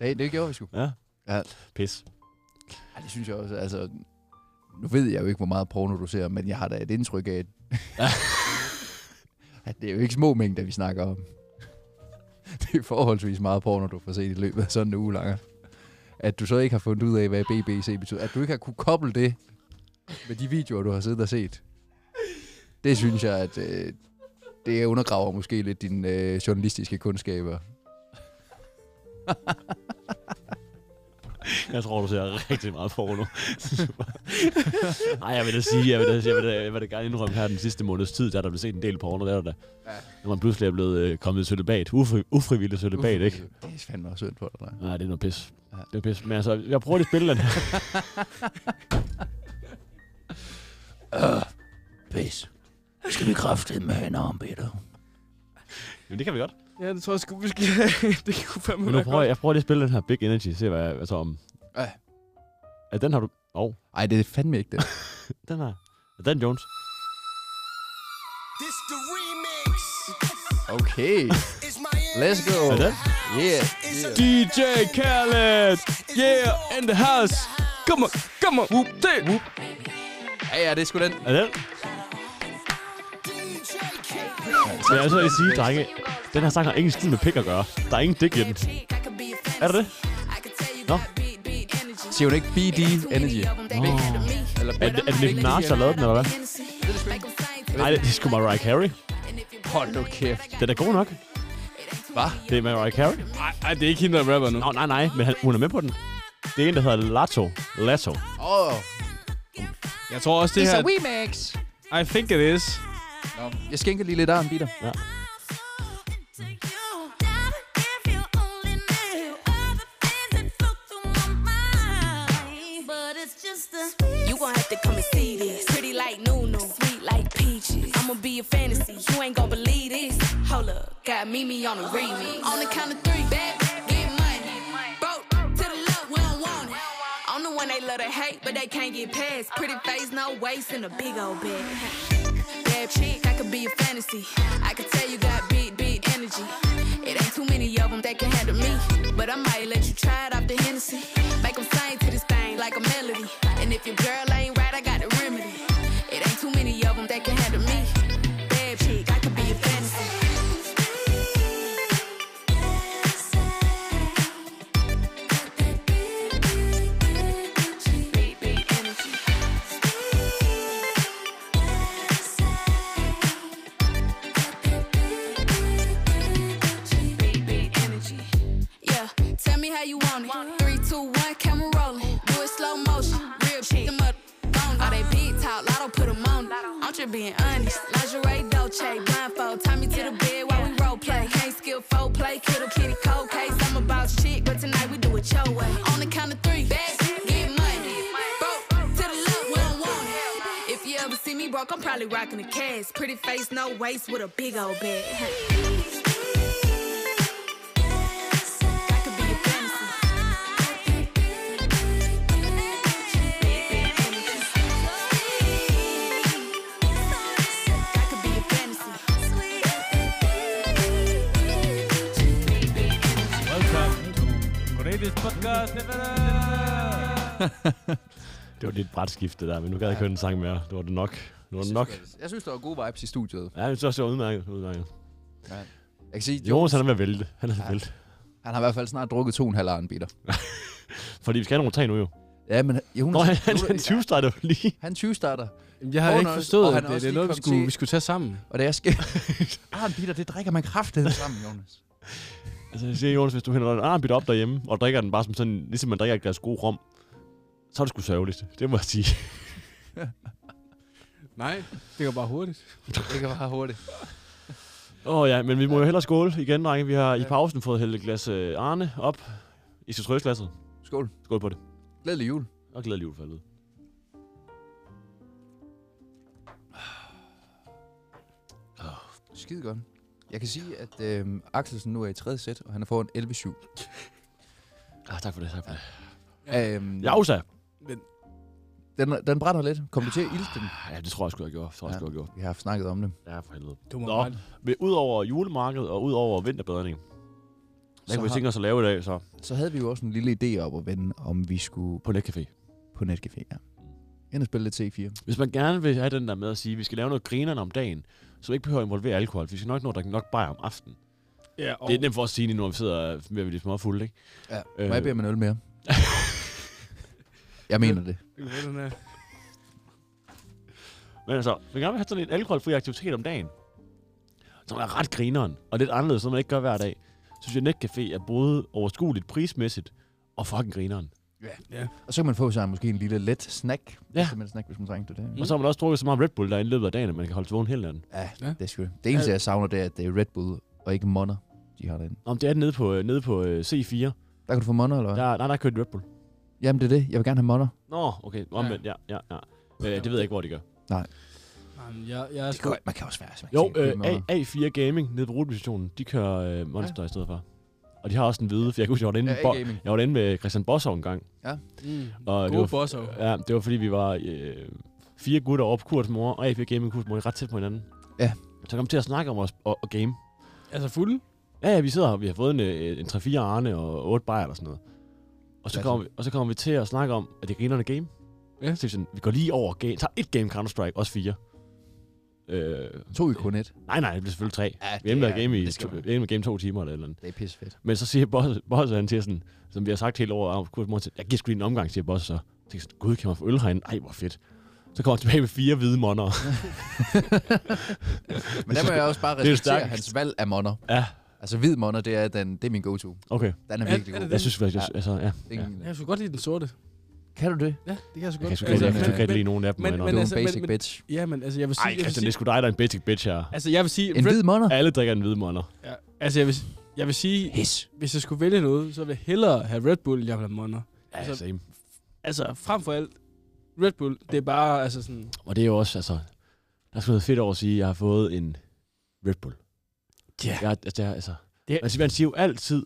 Speaker 2: Det, det gjorde vi sgu.
Speaker 1: Ja.
Speaker 2: Ja.
Speaker 1: Pis.
Speaker 2: Ej, det synes jeg også, altså... Nu ved jeg jo ikke, hvor meget porno du ser, men jeg har da et indtryk af, at, at det er jo ikke små mængder, vi snakker om. Det er forholdsvis meget porno, du får set i løbet af sådan en uge langer. At du så ikke har fundet ud af, hvad BBC betyder. At du ikke har kunne koble det med de videoer, du har siddet og set. Det synes jeg, at øh, det undergraver måske lidt dine øh, journalistiske kundskaber.
Speaker 1: Jeg tror, du ser rigtig meget porno. Nej, jeg vil da sige, jeg vil da, jeg vil da, jeg vil da gerne indrømme her den sidste måneds tid, der er der blevet set en del porno, der er der da. Når man pludselig er blevet øh, kommet i sølibat. Ufri, ufrivillig sølibat, ikke?
Speaker 2: Det er fandme også synd for dig. dreng.
Speaker 1: Nej, det er noget pis. Det er noget pis. Men altså, jeg prøver lige at spille den her.
Speaker 2: Øh, Pis. Nu skal vi kraftedeme med en armbitter.
Speaker 1: Jamen, det kan vi godt.
Speaker 3: Ja, det tror jeg sgu, vi skal... det kunne fandme
Speaker 1: Men nu
Speaker 3: være
Speaker 1: prøver jeg,
Speaker 3: godt.
Speaker 1: jeg prøver lige at spille den her Big Energy, se hvad jeg, altså om...
Speaker 2: Ja.
Speaker 1: Ja, den har du... Åh, oh,
Speaker 2: Ej, det er fandme ikke det.
Speaker 1: den her. Er den Jones?
Speaker 8: This the remix.
Speaker 2: Okay.
Speaker 8: It's my
Speaker 2: Let's go.
Speaker 1: Er den?
Speaker 2: Yeah.
Speaker 3: DJ Khaled! Yeah, in the house! Come on, come on! Whoop, det! Whoop.
Speaker 2: Ja, ja, det er sgu den.
Speaker 1: Er den? Men jeg vil så lige sige, drenge, den her sang har ingenting med pik at gøre. Der er ingen dick i den. Er det det? Nå.
Speaker 2: Siger hun ikke BD Energy?
Speaker 9: Oh.
Speaker 2: Eller
Speaker 1: Er, det- er det Nicki Minaj, der har lavet den, eller hvad? Nej, det, det er sgu Mariah Carey.
Speaker 2: Hold nu kæft.
Speaker 1: Den er god nok.
Speaker 2: Hva?
Speaker 1: Det er Mariah Carey.
Speaker 3: Ej, ej, det er ikke hende, der rapper nu.
Speaker 1: Nå, nej, nej, men han, hun er med på den. Det er en, der hedder Lato. Lato.
Speaker 2: Åh. Oh.
Speaker 3: Jeg tror også, det her...
Speaker 2: remix.
Speaker 3: I think it is.
Speaker 2: Nå, jeg skænker lige lidt arm, Peter.
Speaker 9: You gon' have to come and see this. Pretty like Nunu, sweet like peaches. I'ma be a fantasy, you ain't gon' believe this. Hold up, got Mimi on the remix. On the count of three, bad, get money. Broke to the left, we don't want it. I'm the one they love to hate, but they can't get past. Pretty face, no waist, and a big old bag bad chick, I could be a fantasy. I could tell you got big, big energy. It ain't too many of them that can handle me. But I might let you try it off the Hennessy. Make 'em sing to this thing like a melody. And if your girl ain't right, I got the remedy. It ain't too many of them that can handle me. Bad chick, I could be a fantasy. Big, big energy. Big, big energy. Yeah, tell me how you want it. Uh-huh. Three, two, one, camera rolling. Do it slow motion. Real shit. Them up. bone. All they big talk, Uh-huh. lotto Uh-huh. put 'em on. it. I'm just being honest. Lingerie, Dolce, blindfold. Tie me to the bed while we role play. Can't skill folk play. Kittle kitty cold case. I'm about shit, but tonight we do it your way. On the count of three, back, Uh-huh. get money. Broke to the left, we don't want it. If you ever see me broke, I'm probably rocking a cast. Pretty face, no waist, with a big old bag. I could be a fantasy. I could be a fantasy.
Speaker 1: Det var lidt bræt skifte der, men nu kan jeg ikke høre den sang mere. Det var det nok. Det var det nok.
Speaker 2: Jeg synes, der var gode vibes i studiet.
Speaker 1: Ja, jeg synes også, det var udmærket. udmærket.
Speaker 2: Jeg kan sige,
Speaker 1: Jonas, han er ved at vælte. Han er ved at vælte.
Speaker 2: han har i hvert fald snart drukket to en halv arm, Peter.
Speaker 1: Fordi vi skal have nummer tre nu jo.
Speaker 2: Ja, men Jonas...
Speaker 1: Nå, han, han, han
Speaker 2: Jonas-
Speaker 1: 20 starter jo lige.
Speaker 2: Han 20 starter.
Speaker 3: Jamen, Jeg havde
Speaker 2: Og
Speaker 3: ikke
Speaker 2: han er også-
Speaker 3: forstået,
Speaker 2: og han
Speaker 3: at
Speaker 2: er
Speaker 3: det,
Speaker 2: også
Speaker 3: det er
Speaker 2: lige
Speaker 3: noget, vi
Speaker 2: kommet
Speaker 3: skulle,
Speaker 2: til-
Speaker 3: vi skulle tage sammen.
Speaker 2: Og da jeg skal... Arn, Peter, det drikker man kraftedet sammen, Jonas.
Speaker 1: Altså, jeg siger Jonas, hvis du hælder en armbitte op derhjemme, og drikker den bare som sådan, ligesom man drikker et glas god rom, så er det sgu sørgeligt. Det må jeg sige.
Speaker 3: Nej, det går bare hurtigt.
Speaker 2: Det kan bare hurtigt.
Speaker 1: Åh oh, ja, men vi må jo hellere skåle igen, drenge. Vi har i pausen fået hældt et glas øh, Arne op i citrøsglasset.
Speaker 2: Skål.
Speaker 1: Skål på det.
Speaker 2: Glædelig jul.
Speaker 1: Og glæder livet for helvede.
Speaker 2: Ah. Skide godt. Jeg kan sige, at øh, Axelsen nu er i tredje sæt, og han er foran 11-7.
Speaker 1: Ah, tak for det, tak for det.
Speaker 2: Øhm,
Speaker 1: Ja, Osa.
Speaker 2: den, den brænder lidt. Kom du til at ilde den?
Speaker 1: Ah, Ja, det tror jeg sgu, jeg gjorde. Tror jeg,
Speaker 2: Ja.
Speaker 1: sgu, jeg gjorde.
Speaker 2: Vi har haft snakket om det.
Speaker 1: Ja, for helvede.
Speaker 3: Du må
Speaker 1: Nå.
Speaker 3: bare...
Speaker 1: Men udover julemarkedet og udover vinterbadning, hvad
Speaker 2: Så
Speaker 1: kan vi
Speaker 2: har-
Speaker 1: tænke os at lave i dag, så?
Speaker 2: Så havde vi jo også en lille idé op at vende, om vi skulle
Speaker 1: På netcafé. Mm. Øh.
Speaker 2: på netcafé. Ja. Ind og spille lidt C4.
Speaker 1: Hvis man gerne vil have den der med at sige, at vi skal lave noget grinerne om dagen, så vi ikke behøver at involvere alkohol. Vi skal nok nå at drikke nok bajer om aftenen.
Speaker 3: Ja,
Speaker 1: Oh. Det er nemt for os at sige lige nu, når vi sidder med lidt små fulde, ikke?
Speaker 2: Ja.
Speaker 1: Øh.
Speaker 2: Må jeg bede om en øl mere? jeg mener det.
Speaker 3: nemt.
Speaker 1: Men altså, vi gerne vil have sådan en alkoholfri aktivitet om dagen, som er ret grineren, og lidt anderledes, som man ikke gør hver dag, synes jeg, netcafé er både overskueligt prismæssigt og fucking grineren.
Speaker 2: Og så kan man få sig måske en lille let snack.
Speaker 1: Ja.
Speaker 2: Som en snack, hvis man trængte det.
Speaker 1: Mm. Og så har man også drukket så meget Red Bull der i løbet af dagen, at man kan holde sig vågen hele natten.
Speaker 2: Ja,
Speaker 3: Ja.
Speaker 2: det er sgu det. Det eneste, jeg savner, det er, at det er Red Bull og ikke Monner, de har den.
Speaker 1: Om det er det nede på, øh, nede på øh, C4, der,
Speaker 2: Der kan du få Monner, eller hvad?
Speaker 1: nej, der har kørt Red Bull.
Speaker 2: Jamen, det er det. Jeg vil gerne have Monner.
Speaker 1: Nå, okay, omvendt, ja, ja, ja. Øh, det ved jeg ikke, hvor de gør.
Speaker 2: Nej.
Speaker 3: Jamen, jeg, jeg er
Speaker 2: Det
Speaker 3: sgu...
Speaker 2: kan, man kan også være. Man kan
Speaker 1: Jo,
Speaker 2: sige,
Speaker 1: øh,
Speaker 2: købe meget.
Speaker 1: A- A4 Gaming nede på rutestationen, de kører øh, Monster ja. i stedet for. Og de har også en hvide, for jeg kan huske, jeg var derinde,
Speaker 2: Ja,
Speaker 1: med Bo-
Speaker 2: A-Gaming.
Speaker 1: jeg var derinde med Christian Bossov en gang.
Speaker 3: Mm.
Speaker 1: Og det
Speaker 3: Gode
Speaker 1: var,
Speaker 3: bosser.
Speaker 1: Ja, det var fordi, vi var øh, fire gutter over på Kurs mor, og A4 Gaming Kurs mor, ret tæt på hinanden.
Speaker 2: Ja.
Speaker 1: Så kom vi til at snakke om os og, og game.
Speaker 3: Altså fuld?
Speaker 1: Ja, ja, vi sidder her, vi har fået en, øh, en 3-4 arne og 8 bajer eller sådan noget. Og så,
Speaker 2: Ja,
Speaker 1: kommer vi, og så kommer vi til at snakke om, at det er grinerne game.
Speaker 3: Ja.
Speaker 1: Så vi, sådan, vi går lige over, game, tager et game Counter-Strike, også fire. Øh,
Speaker 2: To i kun et.
Speaker 1: nej, nej, det bliver selvfølgelig tre.
Speaker 2: Ja,
Speaker 1: Vi endte med at game i
Speaker 2: det, skal
Speaker 1: to,
Speaker 2: man.
Speaker 1: vi endte med at game to timer eller et eller andet.
Speaker 2: det er pissefedt.
Speaker 1: Men så siger boss, boss han til sådan, som vi har sagt hele året, kurs mor, jeg giver sgu lige en omgang, siger boss så. Jeg tænker sådan, gud, kan man få øl herinde? Ej, hvor fedt. Så kommer han tilbage med fire hvide monner.
Speaker 2: Men der må jeg også bare
Speaker 1: det er
Speaker 2: respektere
Speaker 1: stærkt.
Speaker 2: hans valg af monner.
Speaker 1: ja,
Speaker 2: Altså hvid monner, det er, den, det er min go-to.
Speaker 1: okay.
Speaker 2: Den er
Speaker 3: Er-
Speaker 2: virkelig
Speaker 3: er
Speaker 2: god.
Speaker 3: det
Speaker 1: Jeg synes faktisk, jeg,
Speaker 2: Ja.
Speaker 1: altså, ja.
Speaker 2: Det er ingen-
Speaker 3: Jeg skulle godt lide den sorte.
Speaker 2: Kan du det?
Speaker 3: Ja, det kan jeg sgu
Speaker 1: Jeg
Speaker 3: godt.
Speaker 1: kan sgu
Speaker 2: Altså,
Speaker 1: ikke rigtig- jeg kan ikke
Speaker 2: men-
Speaker 1: rigtig lide nogen af dem.
Speaker 3: men-
Speaker 1: Men,
Speaker 2: Du
Speaker 1: men,
Speaker 2: er
Speaker 3: altså,
Speaker 2: en
Speaker 3: men-
Speaker 2: basic
Speaker 3: men-
Speaker 2: bitch.
Speaker 3: Ja, men altså, jeg vil sige...
Speaker 1: Ej,
Speaker 3: jeg vil
Speaker 1: Christian, det
Speaker 3: sige-
Speaker 1: er sgu dig, der er en basic bitch her.
Speaker 3: Altså, jeg vil sige...
Speaker 2: En
Speaker 3: Red-
Speaker 2: hvid monner?
Speaker 1: Alle drikker en hvide monner.
Speaker 3: Ja, altså, jeg vil, jeg vil sige...
Speaker 2: His.
Speaker 3: Hvis jeg skulle vælge noget, så ville jeg hellere have Red Bull, end jeg ville have Monner.
Speaker 1: Ja,
Speaker 3: Altså-
Speaker 1: same.
Speaker 3: Altså, frem for alt, Red Bull, det er bare altså sådan...
Speaker 1: Og det er jo også, altså, der er sgu noget fedt over at sige, at jeg har fået en Red Bull.
Speaker 3: Ja.
Speaker 1: Jeg, altså, det er, altså,
Speaker 3: Det-
Speaker 1: man, siger, man siger jo altid,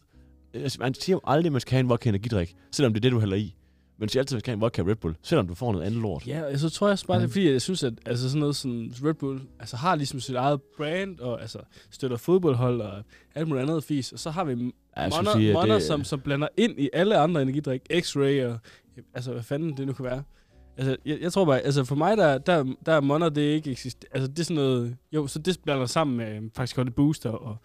Speaker 1: altså, man siger jo aldrig, at man skal have en vodka energidrik, selvom det er det, du hælder i. Men man siger altid, at man skal have en vodka Red Bull, selvom du får noget andet lort.
Speaker 3: Ja, og så tror jeg også bare, det er, fordi jeg synes, at altså sådan noget som Red Bull altså, har ligesom sit eget brand, og altså, støtter fodboldhold og alt muligt andet fis. Og så har vi
Speaker 1: Ja, jeg skulle
Speaker 3: Monner,
Speaker 1: sige, at
Speaker 3: Monner
Speaker 1: det-
Speaker 3: som, som blander ind i alle andre energidrik. X-Ray og... Altså, hvad fanden det nu kan være. Altså, jeg, jeg tror bare... Altså, for mig, der, der, der er Monner, det ikke eksist... Altså, det er sådan noget... Jo, så det blander sammen med øhm, faktisk godt et booster og...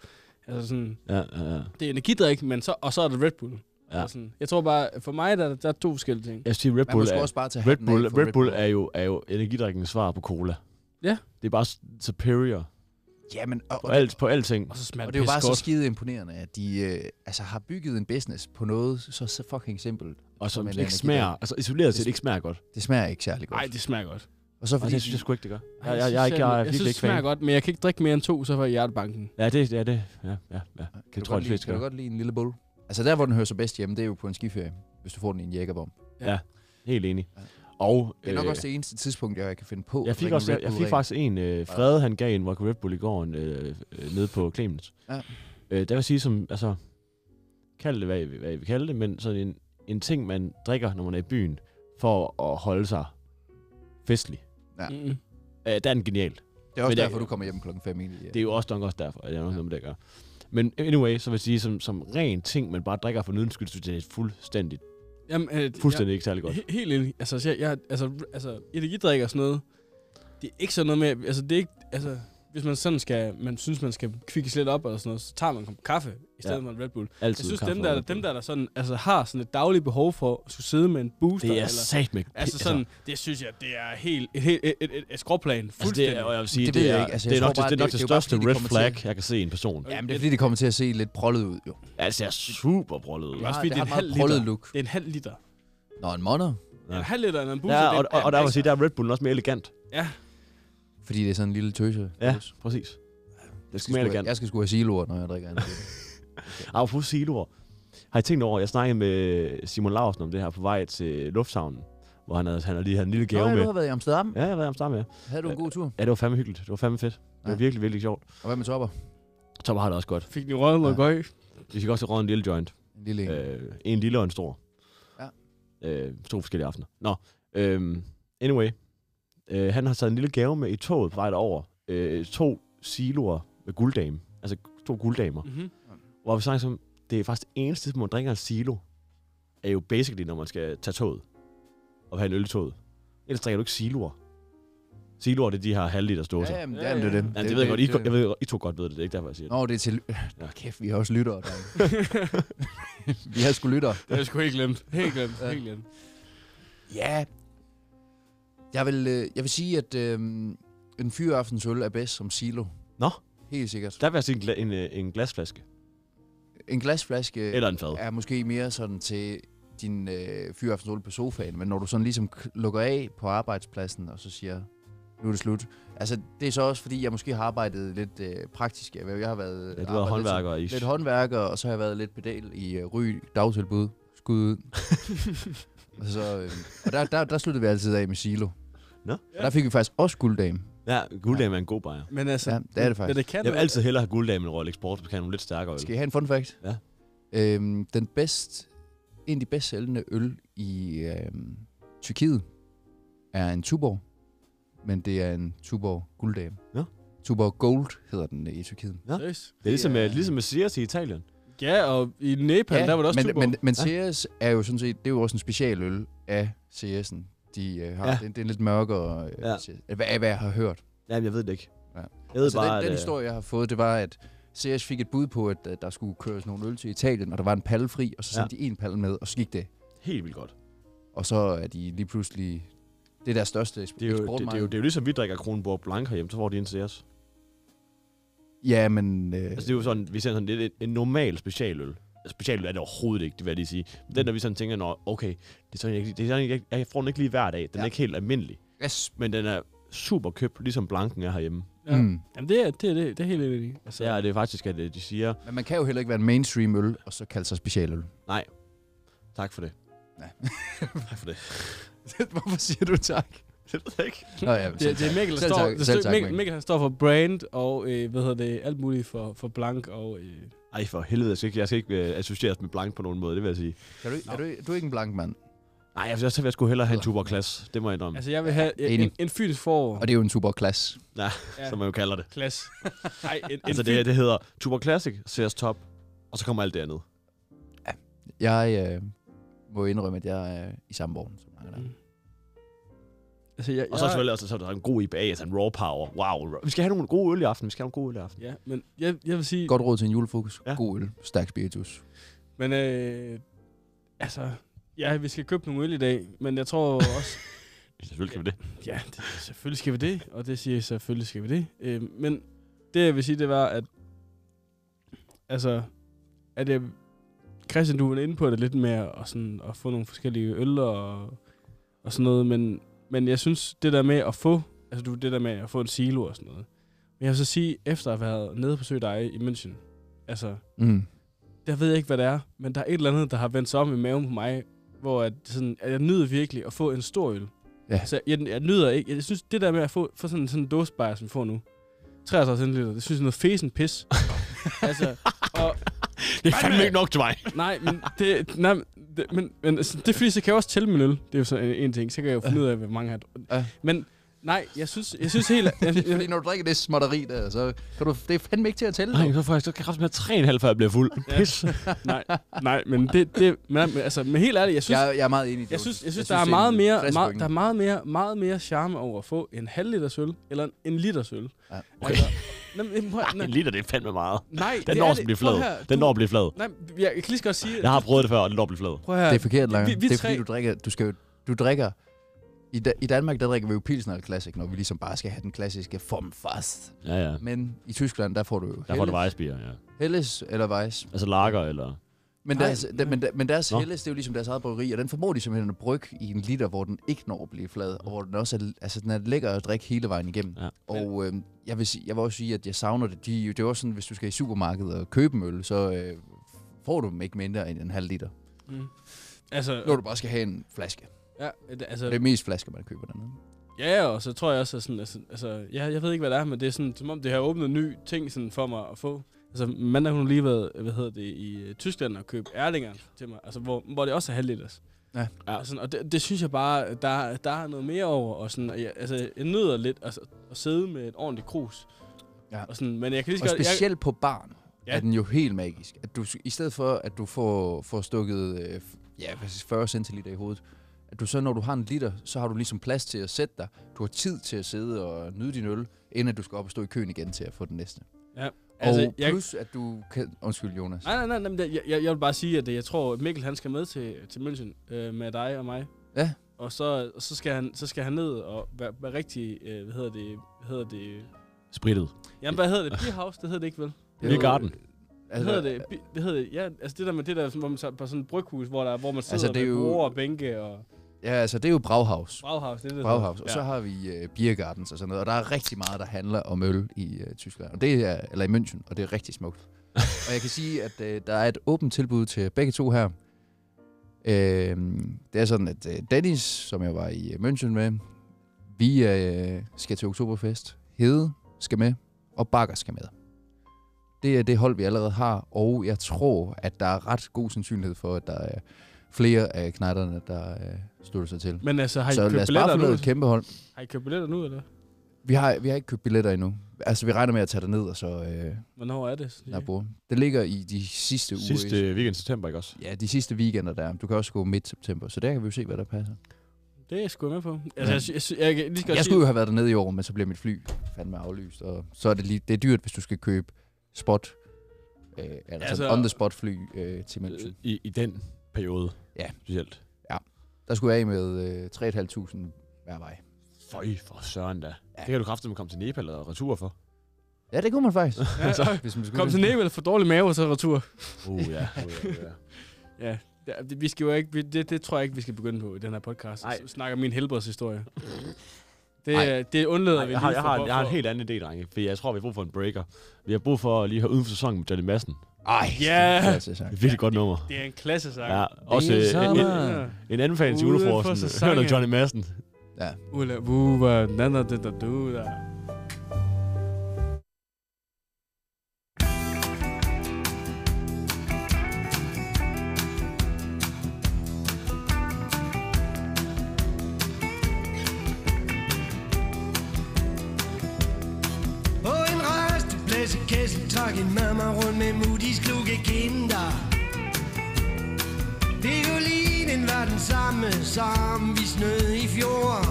Speaker 3: Altså sådan,
Speaker 1: Ja, ja, ja.
Speaker 3: det er energidrik, men så, og så er det Red Bull.
Speaker 1: Ja.
Speaker 3: Og Sådan, jeg tror bare, for mig, der, der er to forskellige ting.
Speaker 1: Jeg siger, Red
Speaker 2: Man må
Speaker 1: Bull,
Speaker 2: sgu
Speaker 1: er,
Speaker 2: også bare tage
Speaker 1: Red
Speaker 2: hatten af
Speaker 1: Bull,
Speaker 2: for
Speaker 1: Red Bull er, jo, er jo energidrikkens svar på cola.
Speaker 3: Ja.
Speaker 1: Det er bare s- superior
Speaker 2: Jamen, og,
Speaker 1: på, alt, på alting.
Speaker 3: Og så smager
Speaker 2: og det er jo bare så
Speaker 3: pissegodt.
Speaker 2: skide imponerende, at de øh, altså, har bygget en business på noget så, så fucking simpelt.
Speaker 1: Og som
Speaker 2: som en
Speaker 1: ikke smager, altså isoleret set ikke smager godt.
Speaker 2: Det smager ikke særlig godt.
Speaker 3: Nej, det smager godt.
Speaker 2: og så
Speaker 1: Og
Speaker 2: fordi,
Speaker 1: det synes jeg sgu ikke, det gør.
Speaker 3: Ej,
Speaker 1: Jeg, jeg, jeg, er ikke- jeg, er
Speaker 3: jeg synes,
Speaker 1: virkelig
Speaker 3: det
Speaker 1: ikke
Speaker 3: smager
Speaker 1: fan.
Speaker 3: godt, men jeg kan ikke drikke mere end to, så får jeg hjertebanken.
Speaker 1: Ja, det er det. Ja, ja, ja.
Speaker 2: kan
Speaker 1: det
Speaker 2: du
Speaker 1: tror jeg,
Speaker 2: godt
Speaker 1: de
Speaker 2: lide,
Speaker 1: fleste
Speaker 2: kan du
Speaker 1: gør.
Speaker 2: godt lide en lille bull? Altså der, hvor den hører sig bedst hjemme, det er jo på en skiferie, hvis du får den i en jækkerbom.
Speaker 1: Helt enig.
Speaker 2: Ja.
Speaker 1: Og
Speaker 2: Det er nok
Speaker 1: øh,
Speaker 2: også det eneste tidspunkt, jeg kan finde på.
Speaker 1: jeg
Speaker 2: at
Speaker 1: fik,
Speaker 2: drikke
Speaker 1: også,
Speaker 2: en
Speaker 1: jeg,
Speaker 2: Red
Speaker 1: jeg
Speaker 2: Bull
Speaker 1: fik
Speaker 2: af.
Speaker 1: faktisk en, øh, Frede han gav en Vodka Red Bull i går øh, øh, nede på Clemens.
Speaker 2: Ja.
Speaker 1: Øh, der vil jeg sige som, altså, kald det hvad I, vil- hvad I vil kalde det, men sådan en, en ting, man drikker, når man er i byen, for at holde sig festlig.
Speaker 2: Ja.
Speaker 3: Mm-hmm.
Speaker 1: Øh, der er den genial.
Speaker 2: Det er også
Speaker 1: Men jeg-
Speaker 2: derfor, du kommer hjem klokken 5 egentlig. Ja.
Speaker 1: Det er jo også nok også derfor, at jeg har noget med det at gøre. Men anyway, så vil jeg sige, som, som ren ting, man bare drikker for nydens skyld, synes jeg, det er fuldstændig,
Speaker 3: Jamen, øh,
Speaker 1: fuldstændig ja. ikke særlig
Speaker 3: Jeg,
Speaker 1: godt.
Speaker 3: he- helt enig. Altså, så jeg, jeg, altså, r- altså, energidrik og sådan noget, det er ikke sådan noget med, altså, det er ikke, altså, hvis man sådan skal, man synes, man skal kvikkes lidt op og sådan noget, så tager man en kop kaffe i stedet
Speaker 1: Ja.
Speaker 3: ja. for en Red Bull.
Speaker 1: Altid
Speaker 3: Jeg synes,
Speaker 1: kaffe
Speaker 3: dem
Speaker 1: og
Speaker 3: der,
Speaker 1: Red Bull.
Speaker 3: dem der, der sådan, altså, har sådan et dagligt behov for at skulle sidde med en booster,
Speaker 1: Det er
Speaker 3: eller,
Speaker 1: sat med...
Speaker 3: altså sådan, det synes jeg, det er helt, et, helt, et, et, et, et skråplan,
Speaker 1: Altså det er,
Speaker 3: fuldstændig.
Speaker 1: og jeg vil sige,
Speaker 2: Det
Speaker 1: det,
Speaker 2: ved
Speaker 1: det,
Speaker 2: jeg
Speaker 1: er,
Speaker 2: ikke. Altså,
Speaker 1: det
Speaker 2: jeg
Speaker 1: er nok,
Speaker 2: tror
Speaker 1: det,
Speaker 2: bare,
Speaker 1: det er nok
Speaker 2: det-
Speaker 1: det,
Speaker 2: det er jo bare,
Speaker 1: største
Speaker 2: fordi det
Speaker 1: red
Speaker 2: kommer
Speaker 1: flag,
Speaker 2: til-
Speaker 1: jeg kan se i en person.
Speaker 2: Jamen, det er fordi, det kommer til at se lidt prollet ud, jo.
Speaker 1: Ja, det ser super brollet ud.
Speaker 3: Ja, også fordi det er en halv
Speaker 2: prollet
Speaker 3: liter.
Speaker 2: look.
Speaker 3: det er en halv liter.
Speaker 2: Nå, en måned.
Speaker 1: Ja.
Speaker 3: En halv liter eller en booster.
Speaker 1: Ja,
Speaker 3: det
Speaker 1: og,
Speaker 3: er- altså-
Speaker 1: og, og der vil jeg sige, der er Red Bullen også mere elegant.
Speaker 2: Fordi det er sådan en lille tøse.
Speaker 1: Ja, præcis. Det
Speaker 2: Jeg
Speaker 1: skal
Speaker 2: skal,
Speaker 1: mere
Speaker 2: sgu,
Speaker 1: elegant.
Speaker 2: jeg skal sgu have siloer, når jeg drikker en øl.
Speaker 1: Apropos siloer. Har I tænkt over, jeg snakkede med Simon Larsen om det her på vej til lufthavnen, hvor han havde, han havde lige havde en lille
Speaker 2: Nå,
Speaker 1: gave
Speaker 2: ja,
Speaker 1: med.
Speaker 2: du har været i Amsterdam.
Speaker 1: Ja, jeg har været i Amsterdam, ja.
Speaker 2: Havde du en god tur?
Speaker 1: Ja, det var fandme hyggeligt. Det var fandme fedt. Det var
Speaker 2: Ja.
Speaker 1: virkelig, virkelig sjovt.
Speaker 2: Og hvad med topper?
Speaker 1: Tom har det også godt.
Speaker 3: Fik den i røven og
Speaker 2: Ja.
Speaker 3: gøj.
Speaker 1: Vi fik også røget en lille joint.
Speaker 2: En lille en.
Speaker 1: Øh, en lille og en stor.
Speaker 2: Ja.
Speaker 1: Øh, to forskellige aftener. Nå, øhm, anyway. Øh, han har taget en lille gave med i toget på vej derover. Øh, to siloer med gulddame. Altså to gulddamer.
Speaker 3: Mm-hmm.
Speaker 1: Hvor vi snakker som, det er faktisk det eneste, hvor man drikker en silo, er jo basically, når man skal tage toget. Og have en øl i toget. Ellers drikker du ikke siloer. Siloer, det er de her halvliters dåser.
Speaker 2: Ja, jamen, ja, jamen, det er det.
Speaker 1: Ja, det, ved jeg godt. I, jeg ved, godt, I to godt ved det. Det er ikke derfor, jeg siger det.
Speaker 2: Nå, det er til... Nå, kæft, vi har også lyttere. drenge. vi har sgu lyttere.
Speaker 3: Det er sgu helt glemt. Helt glemt. Helt glemt.
Speaker 2: Ja. Jeg vil, øh, jeg vil sige, at øh, en fyraftens øl er bedst som silo.
Speaker 1: Nå.
Speaker 2: Helt sikkert.
Speaker 1: Der vil jeg sige en, gla- en, øh, en glasflaske.
Speaker 2: En glasflaske
Speaker 1: Eller en fad.
Speaker 2: er måske mere sådan til din øh, fyraftens øl på sofaen, men når du sådan ligesom k- lukker af på arbejdspladsen, og så siger, nu er det slut. Altså, det er så også, fordi jeg måske har arbejdet lidt øh, praktisk. Jeg, jeg har været
Speaker 1: Ja, du er
Speaker 2: arbejdet
Speaker 1: håndværker i.
Speaker 2: Lidt, som, lidt håndværker, og så har jeg været lidt pedal i øh, ry, dagtilbud, skud ud. øhm, og så, øh, og der, der, der sluttede vi altid af med silo.
Speaker 1: Nå.
Speaker 2: Og der fik vi faktisk også gulddame.
Speaker 1: Ja, gulddame er en god bajer.
Speaker 3: Men altså,
Speaker 2: Ja, det er det faktisk.
Speaker 3: Men det kan altså.
Speaker 1: Jeg vil
Speaker 3: være-
Speaker 1: altid hellere have gulddame end Royal Export, for kan nogle lidt stærkere øl.
Speaker 2: Skal jeg have en fun fact?
Speaker 1: Ja.
Speaker 2: Øhm, den bedst, en af de bedst sælgende øl i øhm, Tyrkiet er en Tuborg, men det er en Tuborg Gulddame.
Speaker 1: Ja.
Speaker 2: Tuborg Gold hedder den i Tyrkiet.
Speaker 1: Ja.
Speaker 3: Seriøst?
Speaker 1: Det er ligesom,
Speaker 2: Det
Speaker 1: yeah.
Speaker 2: er-
Speaker 1: ligesom med Sears i Italien.
Speaker 3: Ja, og i Nepal, ja, der var det også
Speaker 2: men,
Speaker 3: Tuborg.
Speaker 2: men, men
Speaker 1: Ja.
Speaker 2: Ceres er jo sådan set, det er jo også en specialøl af Ceres'en. De øh, har,
Speaker 1: Ja.
Speaker 2: ja. det, det er en lidt mørkere, øh,
Speaker 1: Ja.
Speaker 2: ja. hvad, hvad jeg har hørt.
Speaker 1: Jamen, jeg ved det ikke.
Speaker 2: Ja.
Speaker 1: Jeg ved
Speaker 2: Altså,
Speaker 1: bare,
Speaker 2: den, den
Speaker 1: at, øh,
Speaker 2: historie, jeg har fået, det var, at Ceres fik et bud på, at øh, der skulle køres nogle øl til Italien, og der var en palle fri, og så
Speaker 1: Ja.
Speaker 2: sendte de en palle med, og så gik det.
Speaker 1: helt vildt godt.
Speaker 2: Og så er de lige pludselig... Det er deres største eks-
Speaker 1: Det er, jo, det, det, er
Speaker 2: eksportmarked.
Speaker 1: jo, det er jo ligesom, vi drikker Kronenborg Blanc herhjemme, så får de en Sears.
Speaker 2: Ja, men... Øh,
Speaker 1: Altså, det er jo sådan, vi ser sådan lidt en, en normal specialøl. Specialøl er det overhovedet ikke, det vil jeg lige sige. Den, der vi sådan tænker, nå, okay, det er sådan, jeg, det er sådan, jeg, jeg får den ikke lige hver dag. Den ja. er
Speaker 2: Ja.
Speaker 1: ikke helt almindelig,
Speaker 2: yes.
Speaker 1: men den er super købt, ligesom Blanken er herhjemme.
Speaker 3: Ja.
Speaker 2: mm.
Speaker 3: Jamen, det er, det, er, det, er, det er helt enig i.
Speaker 1: Så
Speaker 3: Altså,
Speaker 1: ja, det er faktisk, at øh, de siger,
Speaker 2: Men man kan jo heller ikke være en mainstream øl, og så kalde sig specialøl.
Speaker 1: tak for det.
Speaker 2: Nej.
Speaker 1: tak for det.
Speaker 2: Hvorfor siger du tak?
Speaker 1: Det ved jeg ikke.
Speaker 2: Nå, ja, men
Speaker 3: det, det er Mikkel, der
Speaker 2: Selv
Speaker 3: står,
Speaker 2: tak- selv
Speaker 3: det stykke-
Speaker 2: tak,
Speaker 3: Mikkel,
Speaker 2: Mikkel.
Speaker 3: Mikkel, han står for brand og øh, hvad hedder det, alt muligt for, for blank. Og, øh,
Speaker 1: Ej, for helvede, jeg skal ikke, jeg skal ikke øh, associeres med Blank på nogen måde, det vil jeg sige.
Speaker 2: Kan du, er du, du er ikke en blank mand.
Speaker 1: Nej, altså, jeg, så vil jeg sgu hellere have en Tuborg Class, det må jeg indrømme,
Speaker 3: altså, jeg vil have ja,
Speaker 2: enig.
Speaker 3: en, en fynsk forår.
Speaker 2: Og det er jo en super klasse.
Speaker 1: ja. som man jo kalder det.
Speaker 3: Klasse. Nej, en, en
Speaker 1: Altså,
Speaker 3: fyn-
Speaker 1: det, det hedder Tuborg Classic, Sears Top, og så kommer alt det andet.
Speaker 2: Jeg øh, må indrømme, at jeg er i samme vogn som mange der.
Speaker 3: Mm. Altså, jeg,
Speaker 1: Og så
Speaker 3: jeg-
Speaker 1: selvfølgelig også, så er der en god IPA, altså en raw power. Wow, vi skal have nogle gode øl i aften, vi skal have nogle gode øl i aften.
Speaker 3: Ja, men jeg, jeg vil sige...
Speaker 2: Godt råd til en julefokus.
Speaker 1: Ja.
Speaker 2: Ja. God øl. Stærk spiritus.
Speaker 3: Men øh, altså, ja, vi skal købe nogle øl i dag, men jeg tror også...
Speaker 1: Selvfølgelig kan vi det.
Speaker 3: ja, det, selvfølgelig skal vi det, og det siger jeg, selvfølgelig skal vi det. Øh, men det, jeg vil sige, det var, at... Altså, at jeg... Christian, du var inde på det lidt med at, og sådan, at få nogle forskellige øl og, og sådan noget, men, men jeg synes, det der med at få... Altså, du, det der med at få en silo og sådan noget. Men jeg vil så sige, efter at have været nede på besøg dig i München, altså,
Speaker 2: Mm.
Speaker 3: jeg ved ikke, hvad det er, men der er et eller andet, der har vendt sig om i maven på mig, hvor at sådan, at jeg nyder virkelig at få en stor øl.
Speaker 2: Ja.
Speaker 3: Så jeg, jeg nyder ikke. Jeg synes, det der med at få, få sådan, sådan en dåsebajer, som vi får nu, 53 centiliter, det synes jeg er noget fesen pis. altså, og,
Speaker 1: Det er fandme ikke nok til mig.
Speaker 3: nej, men det, nej, men det, men, men altså, det er fordi, så kan jeg også tælle min øl. Det er jo sådan en, en ting. Så kan jeg jo finde ud af, hvor mange har.
Speaker 2: Ja.
Speaker 3: Men nej, jeg synes, jeg synes helt... Jeg, jeg,
Speaker 2: Fordi når du drikker det småtteri der, så kan du... Det er fandme ikke til at tælle.
Speaker 1: Nej, så faktisk, så kan jeg med tre og en halv, før jeg bliver fuld. Pis.
Speaker 3: nej, nej, men det... det men, men altså, men helt ærligt, jeg synes...
Speaker 2: Jeg, jeg er meget enig i det.
Speaker 3: Jeg synes, jeg synes,
Speaker 2: Jonas.
Speaker 3: der, er
Speaker 2: det
Speaker 3: meget
Speaker 2: en
Speaker 3: mere,
Speaker 2: frisk
Speaker 3: meget,
Speaker 2: pointe.
Speaker 3: der er meget mere, meget mere charme over at få en halv liters øl, eller en, en liters øl.
Speaker 2: Ja.
Speaker 1: Okay.
Speaker 3: nej, men prøv- nej,
Speaker 1: En liter, det er fandme meget.
Speaker 3: nej,
Speaker 1: Den
Speaker 3: det
Speaker 1: når
Speaker 3: er
Speaker 1: at
Speaker 3: det.
Speaker 1: blive
Speaker 3: Prøv
Speaker 1: flad.
Speaker 3: her,
Speaker 1: Den
Speaker 3: du-
Speaker 1: når at blive flad.
Speaker 3: Nej, jeg, jeg kan lige så godt sige...
Speaker 1: Jeg har prøvet det før, og den når at blive flad.
Speaker 3: Prøv her,
Speaker 2: Det er forkert, Lange.
Speaker 3: vi, vi
Speaker 2: det er
Speaker 3: tre,
Speaker 2: fordi, du drikker... Du, skal, jo- du drikker i, da, I Danmark, der drikker vi jo Pilsner og Classic, når vi ligesom bare skal have den klassiske form fast.
Speaker 1: Ja, ja.
Speaker 2: Men i Tyskland, der får du jo
Speaker 1: Der får du
Speaker 2: Helles,
Speaker 1: vejsbier, ja.
Speaker 2: Helles eller Weiss.
Speaker 1: Altså lager, eller...
Speaker 2: Men
Speaker 3: Nej,
Speaker 2: deres,
Speaker 3: nej.
Speaker 2: der, men, der, men deres
Speaker 1: Nå.
Speaker 2: Helles, det er jo ligesom deres eget bryggeri, og den formår de simpelthen at brygge i en liter, hvor den ikke når at blive flad, og hvor den også er, altså, den er lækker at drikke hele vejen igennem.
Speaker 1: Ja.
Speaker 2: Og øh, jeg, vil sige, jeg vil også sige, at jeg savner det. De, det er jo også sådan, hvis du skal i supermarkedet og købe en øl, så øh, får du dem ikke mindre end en halv liter.
Speaker 3: Mm. Altså,
Speaker 2: Når du bare skal have en flaske.
Speaker 3: ja, det- altså,
Speaker 2: Det er mest flasker, man køber dernede.
Speaker 3: ja, og så tror jeg også, at sådan, altså, altså, ja, jeg ved ikke, hvad det er, men det er sådan, som om det har åbnet en ny ting sådan, for mig at få. Altså, mandag hun har lige været, hvad hedder det, i øh, Tyskland og købt Erlinger til mig, altså, hvor, hvor det også er halvliters.
Speaker 2: Ja.
Speaker 1: Ja.
Speaker 3: Altså, og det, det, synes jeg bare, der, er- der er noget mere over, og sådan, og jeg, altså, jeg nyder lidt altså, at sidde med et ordentligt krus.
Speaker 2: Ja.
Speaker 3: Og sådan, men jeg kan lige så
Speaker 2: Og
Speaker 3: godt... Jeg,
Speaker 2: specielt på barn
Speaker 3: Ja.
Speaker 2: ja. er den jo helt magisk. At du, I stedet for, at du får, får stukket øh, ja, hvad siger- 40 centiliter i hovedet, at du så, når du har en liter, så har du ligesom plads til at sætte dig. Du har tid til at sidde og nyde din øl, inden at du skal op og stå i køen igen til at få den næste. Altså,
Speaker 3: altså,
Speaker 2: og
Speaker 3: jeg,
Speaker 2: plus, at du kan... Undskyld, Jonas.
Speaker 3: nej, nej, nej, nej, men det- jeg, jeg, jeg vil bare sige, at øh, jeg tror, at Mikkel han skal med til, til München øh, med dig og mig.
Speaker 2: Ja.
Speaker 3: Og så, og så, skal, han, så skal han ned og være, være rigtig, øh, hvad hedder det, hvad hedder det,
Speaker 1: Sprittet.
Speaker 3: jamen hvad hedder det, Beer House, det hedder det ikke vel?
Speaker 2: Det Altså- er
Speaker 1: Lille
Speaker 2: jo-
Speaker 1: Garden.
Speaker 3: Hvad hedder det, Bi- hvad hedder det, ja, altså det der med det der, sådan, hvor man så, på sådan et bryghus, hvor, der, hvor man sidder altså,
Speaker 2: det er
Speaker 3: med
Speaker 2: jo-
Speaker 3: bord og bænke og
Speaker 2: Ja, altså, det er jo Brauhaus.
Speaker 3: Brauhaus, det er det. der
Speaker 2: Brauhaus.
Speaker 3: hedder.
Speaker 2: Og så har vi øh, Biergartens og sådan noget. Og der er rigtig meget, der handler om øl i øh, Tyskland. Og det er, eller i München, og det er rigtig smukt. og jeg kan sige, at øh, der er et åbent tilbud til begge to her. Øhm, Øh, det er sådan, at øh, Dennis, som jeg var i øh, München med, Vi øh, skal til Oktoberfest. Hede skal med, og Bakker skal med. Det er det hold, vi allerede har, og jeg tror, at der er ret god sandsynlighed for, at der er flere af knetterne, der øh, slutter sig til.
Speaker 3: Men altså, har I
Speaker 2: Så lad
Speaker 3: købt
Speaker 2: os bare
Speaker 3: billetter
Speaker 2: få
Speaker 3: nu?
Speaker 2: noget et kæmpe hold.
Speaker 3: Har I købt billetter nu, eller?
Speaker 2: Vi har, vi har ikke købt billetter endnu. Altså, vi regner med at tage ned og så øh,
Speaker 3: Hvornår er det?
Speaker 2: der bor. Det ligger i de sidste uger.
Speaker 1: Sidste weekend i september, ikke også?
Speaker 2: Ja, de sidste weekender der. Du kan også gå midt september, så der kan vi jo se, hvad der passer.
Speaker 3: Det er jeg sgu med på. Altså, jeg, sy- jeg, sy- jeg, kan lige skal
Speaker 2: Jeg
Speaker 3: sige-
Speaker 2: skulle jo have været dernede i år, men så bliver mit fly fandme aflyst. Og så er det, lige, det er dyrt, hvis du skal købe spot, øh, eller altså,
Speaker 3: Altså-
Speaker 2: on the spot fly øh, til München.
Speaker 1: I, I den periode.
Speaker 2: Ja.
Speaker 1: Specielt.
Speaker 2: Der skulle jeg af med øh, 3.500 hver vej.
Speaker 1: Føj for søren da. Ja. Det kan du kraftigt komme til Nepal og retur for.
Speaker 2: Ja, det kunne man faktisk. Altså,
Speaker 3: Ja,
Speaker 2: hvis man skulle
Speaker 3: Kom til Nebel for dårlig mave og så retur.
Speaker 1: Uh, ja. Uh, ja, ja.
Speaker 3: Ja, ja, det, vi skal jo ikke, vi- det, det tror jeg ikke, vi skal begynde på i den her podcast.
Speaker 1: Nej.
Speaker 3: Nej. Snakker min helbredshistorie. Det,
Speaker 2: Nej.
Speaker 3: øh, det undlader
Speaker 1: Ej,
Speaker 3: vi
Speaker 1: jeg, har,
Speaker 3: lige
Speaker 1: jeg,
Speaker 3: for-
Speaker 1: har, jeg har en
Speaker 3: for-
Speaker 1: helt anden idé, drenge. For jeg tror, vi har brug for en breaker. Vi har brug for lige at høre uden for sæsonen med Johnny Madsen.
Speaker 2: Ej,
Speaker 3: Ja.
Speaker 2: det er altså
Speaker 1: Det
Speaker 2: sagt.
Speaker 1: er et virkelig godt nummer.
Speaker 3: Det er en klasse sang.
Speaker 1: Ja, også
Speaker 2: Det er
Speaker 1: øh, en, en,
Speaker 2: sommer.
Speaker 1: en anbefaling til
Speaker 3: Uden
Speaker 1: julefrokosten.
Speaker 3: for
Speaker 1: Hør noget
Speaker 3: sæsonen.
Speaker 1: Johnny Madsen.
Speaker 2: Ja.
Speaker 3: Ula, buba, nana, da, da, du, da.
Speaker 10: På en resteplads i Kessel trak en mamma rundt med Moody's klukke kinder. Violinen var den samme, som vi snød i fjor.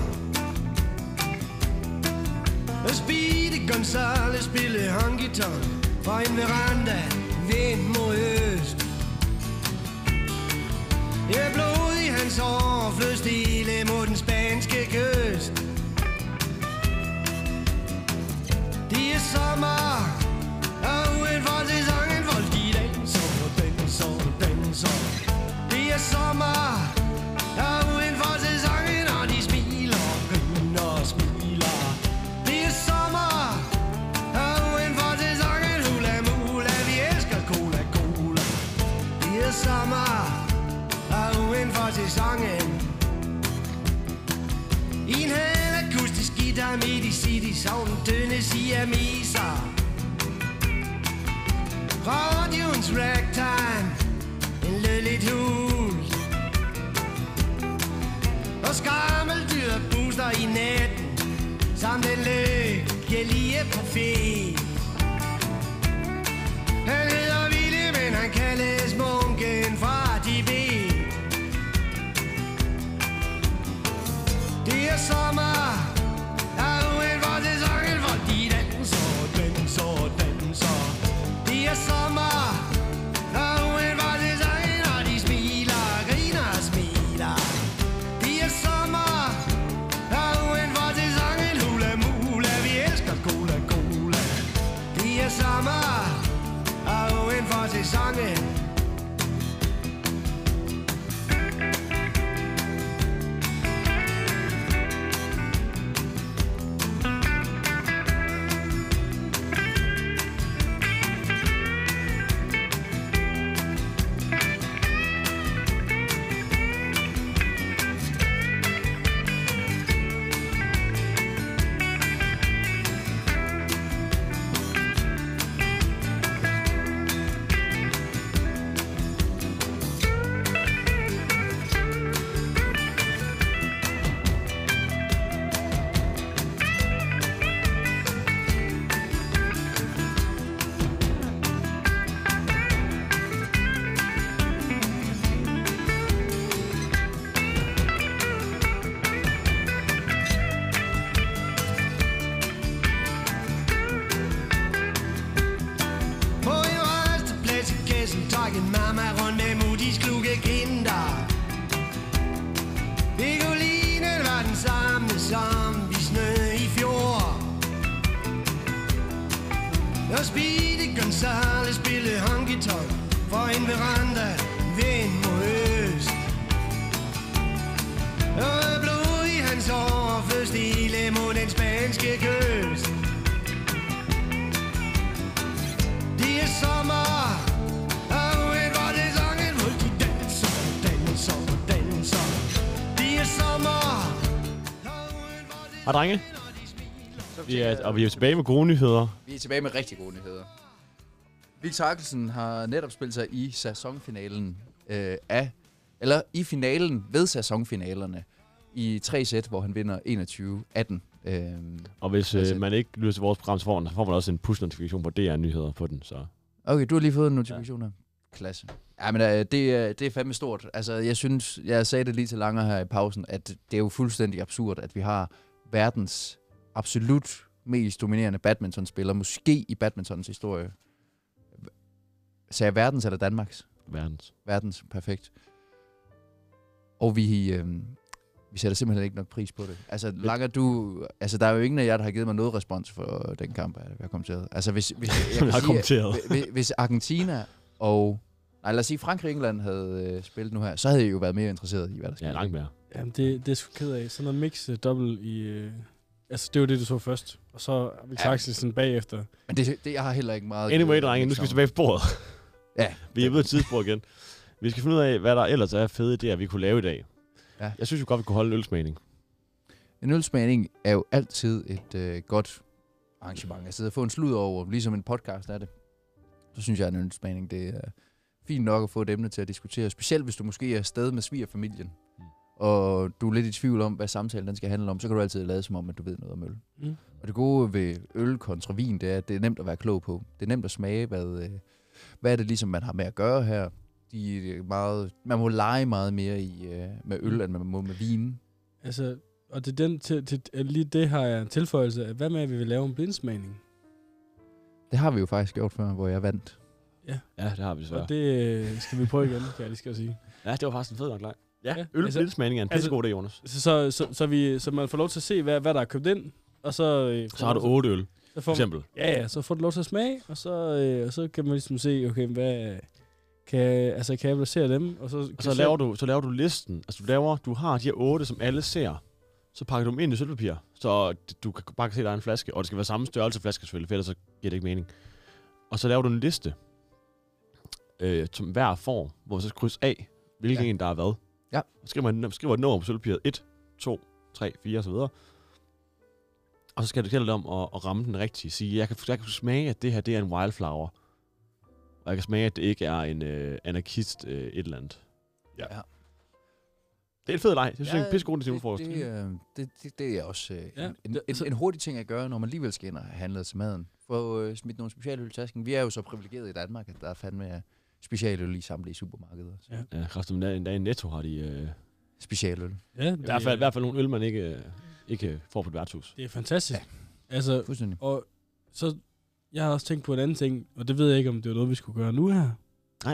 Speaker 10: Og Speedy Gonzales spillede honky-tonk fra en veranda vind mod øst. Jeg blod i hans hår flød stille mod den spanske kyst. Det er sommer, og uden for sæsonen, hvor de danser og danser og danser. Det er sommer, og uden for sæsonen, og de smiler og griner og smiler. Det er sommer, og uden for sæsonen, hula mula, vi elsker cola cola. Det er sommer, og uden for sæsonen, i en halvakustisk guitar midt i city Sovn tynde siameser Radioens ragtime En lille hul Og skammeldyr booster i natten Som den lykkelige profet Han hedder Ville, men han kaldes munken fra Tibet Det er sommer Er du en for sæsonen Hvor de danser, danser, danser Det er sommer Er du en for sæsonen Og de smiler, griner og smiler Det er sommer Er du en for sæsonen Hula mula, vi elsker cola cola Det er sommer Er du en for sæsonen På en resteplads i kassen Tak en mamma rundt med Moody's klukke kinder Vigolinen var den samme som vi snød i fjor Og Speedy Gonzales spillede honky-tonk For en veranda vind mod øst Og blod i hans hår flød stille mod den spanske kyst Det er sommer Og en var det sangen Hvor de danser, danser, danser Det er sommer Og en var det
Speaker 1: Hej drenge. Vi er, og vi er tilbage med gode nyheder.
Speaker 2: Vi er tilbage med rigtig gode nyheder. Victor Akkelsen har netop spillet sig i sæsonfinalen øh, af, eller i finalen ved sæsonfinalerne i tre sæt, hvor han vinder 21-18. Øh,
Speaker 1: Og hvis
Speaker 2: Altså-
Speaker 1: øh, man ikke lytter til vores program, så får man, får man også en push-notifikation på DR-nyheder på den. Så.
Speaker 2: okay, du har lige fået en notifikation her. Klasse. Ja, men øh, det, er- det er fandme stort. Altså, jeg synes, jeg sagde det lige til Langer her i pausen, at det er jo fuldstændig absurd, at vi har verdens absolut mest dominerende badmintonspiller, måske i badmintons historie. Sagde jeg verdens eller Danmarks?
Speaker 1: Verdens.
Speaker 2: Verdens perfekt. Og vi, øh, vi sætter simpelthen ikke nok pris på det. Altså, Langer, du... Altså, der er jo ingen af jer, der har givet mig noget respons for den kamp, jeg har kommenteret. Altså, hvis... hvis jeg
Speaker 1: Jeg
Speaker 2: kan
Speaker 1: har
Speaker 2: sige,
Speaker 1: kommenteret.
Speaker 2: at- hvis- Hvis Argentina og... Nej, lad os sige, Frankrig og England havde øh, spillet nu her, så havde jeg jo været mere interesseret i, hvad der skete.
Speaker 1: Ja, langt mere.
Speaker 3: Jamen, det, det er jeg sgu ked af. Sådan noget mix uh, double i... Øh, altså, det var det, du så først. Og så Victor
Speaker 2: Ja.
Speaker 3: ja. Axelsen bagefter.
Speaker 2: Men det, det jeg har heller ikke meget...
Speaker 1: Anyway, drenge, nu skal vi tilbage på bordet.
Speaker 2: Ja.
Speaker 1: Vi er ved et tidsspor igen. Vi skal finde ud af, hvad der ellers er fede idéer, vi kunne lave i dag.
Speaker 2: Ja.
Speaker 1: Ja. Jeg synes jo godt, vi kunne holde en ølsmagning.
Speaker 2: En ølsmagning er jo altid et øh, godt arrangement Altså, at sidde og få en slud over, ligesom en podcast er det. Så synes jeg, at en ølsmagning det er fint nok at få et emne til at diskutere, specielt hvis du måske er afsted med svigerfamilien,
Speaker 1: Mm.
Speaker 2: og du er lidt i tvivl om, hvad samtalen den skal handle om, så kan du altid lade som om, at du ved noget om øl.
Speaker 3: Mm.
Speaker 2: Og det gode ved øl kontra vin, det er, at det er nemt at være klog på. Det er nemt at smage, hvad, øh, hvad er det ligesom, man har med at gøre her. De er meget, man må lege meget mere i, øh, med øl, end man må med vin.
Speaker 3: Altså, og til den, til, til, øh, lige det har jeg en tilføjelse. Hvad med, at vi vil lave en blindsmagning?
Speaker 2: Det har vi jo faktisk gjort før, hvor jeg vandt.
Speaker 1: Ja, det har vi
Speaker 3: Ja.
Speaker 1: desværre.
Speaker 3: Og det øh, skal vi prøve igen, kan jeg lige skal sige.
Speaker 1: Ja, det var faktisk en fed nok leg. Ja,
Speaker 3: Ja,
Speaker 1: ja øl
Speaker 3: altså-
Speaker 1: altså, er en
Speaker 3: altså-
Speaker 1: pissegod idé, Jonas.
Speaker 3: Så, så, så, så, vi, så man får lov til at se, hvad, hvad der er købt ind. Og så, øh,
Speaker 1: Så har du otte øl,
Speaker 3: så
Speaker 1: for
Speaker 3: får,
Speaker 1: eksempel.
Speaker 3: Ja, ja, så får du lov til at smage, og så, øh, og så kan man ligesom se, okay, hvad kan, altså, kan jeg placere dem? Og så,
Speaker 1: Og så laver, du, så laver du listen. Altså, du, laver, du har de her otte, som alle ser. Så pakker du dem ind i sølvpapir, så du kan bare se, der er en flaske. Og det skal være samme størrelse flaske selvfølgelig, for ellers så giver det ikke mening. Og så laver du en liste, øh, som hver får, hvor man så kryds af, hvilken
Speaker 2: Ja.
Speaker 1: ja. en der er hvad.
Speaker 2: Ja.
Speaker 1: Og skriver, man, skriver et nummer på sølvpapiret. 1, 2, 3, 4 osv. Og så skal det gælde om at, at ramme den rigtige. Sige, jeg kan, jeg kan smage, at det her det er en wildflower. Og jeg kan smage, at det ikke er en øh, anarkist øh, et eller andet.
Speaker 2: Ja.
Speaker 1: Det er en fed leg. Det synes jeg er en pissegod til julefrokost.
Speaker 2: det, det, øh, det, det, det er også øh, ja,
Speaker 3: Ja,
Speaker 2: en, en,
Speaker 3: det-
Speaker 2: en,
Speaker 3: så-
Speaker 2: en hurtig ting at gøre, når man alligevel skal ind og have handlet til maden. Få øh, smidt nogle specialøl i tasken. Vi er jo så privilegerede i Danmark, at der er fandme øh, specialøl i samtlige supermarkeder. Så.
Speaker 3: Ja.
Speaker 1: Ja, kraftigt, men en dag i Netto har de... Øh,
Speaker 2: Specialøl.
Speaker 3: Ja,
Speaker 1: i, hvert fald, I hvert fald nogle øl, man ikke, øh, ikke får på et værtshus.
Speaker 3: Det er fantastisk. Ja. Altså,
Speaker 2: Fuldstændig.
Speaker 3: og så, jeg har også tænkt på en anden ting, og det ved jeg ikke, om det var noget, vi skulle gøre nu her.
Speaker 1: Nej,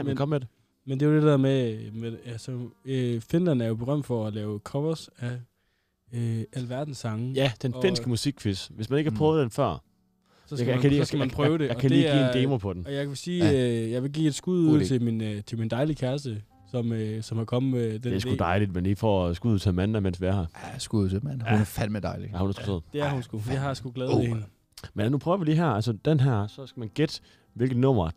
Speaker 1: men,
Speaker 3: Men-
Speaker 1: kom med det.
Speaker 3: Men det er jo det der med, med altså, øh, Finland er jo berømt for at lave covers af øh, alverdens sange.
Speaker 1: Ja, den
Speaker 3: Og- øh,
Speaker 1: finske musikquiz. Hvis man ikke har
Speaker 2: Mm.
Speaker 1: prøvet den før,
Speaker 3: så
Speaker 1: jeg,
Speaker 3: skal,
Speaker 1: kan-
Speaker 3: man,
Speaker 1: jeg, kan lige,
Speaker 3: så
Speaker 1: jeg,
Speaker 3: skal man
Speaker 1: jeg-
Speaker 3: prøve
Speaker 1: jeg,
Speaker 3: det.
Speaker 1: Jeg,
Speaker 3: og
Speaker 1: jeg kan
Speaker 3: det
Speaker 1: lige give
Speaker 3: er-
Speaker 1: en demo på den.
Speaker 3: Og jeg vil sige, ja. øh, jeg vil give et skud
Speaker 2: God
Speaker 3: ud
Speaker 2: idé.
Speaker 3: til min, øh, til min dejlige kæreste, som, øh, som har kommet med den
Speaker 1: Det er sgu
Speaker 3: idé.
Speaker 1: dejligt, men lige får skud ud til Amanda, mens vi er her.
Speaker 2: Ja, skud til, mand. Hun er fandme dejlig.
Speaker 1: Ja, hun er sgu sød.
Speaker 3: Det er hun sgu. Jeg har sgu glædet
Speaker 2: Oh.
Speaker 3: oh. hende.
Speaker 1: Men nu prøver vi lige her. Altså, den her, så skal man gætte, hvilket nummer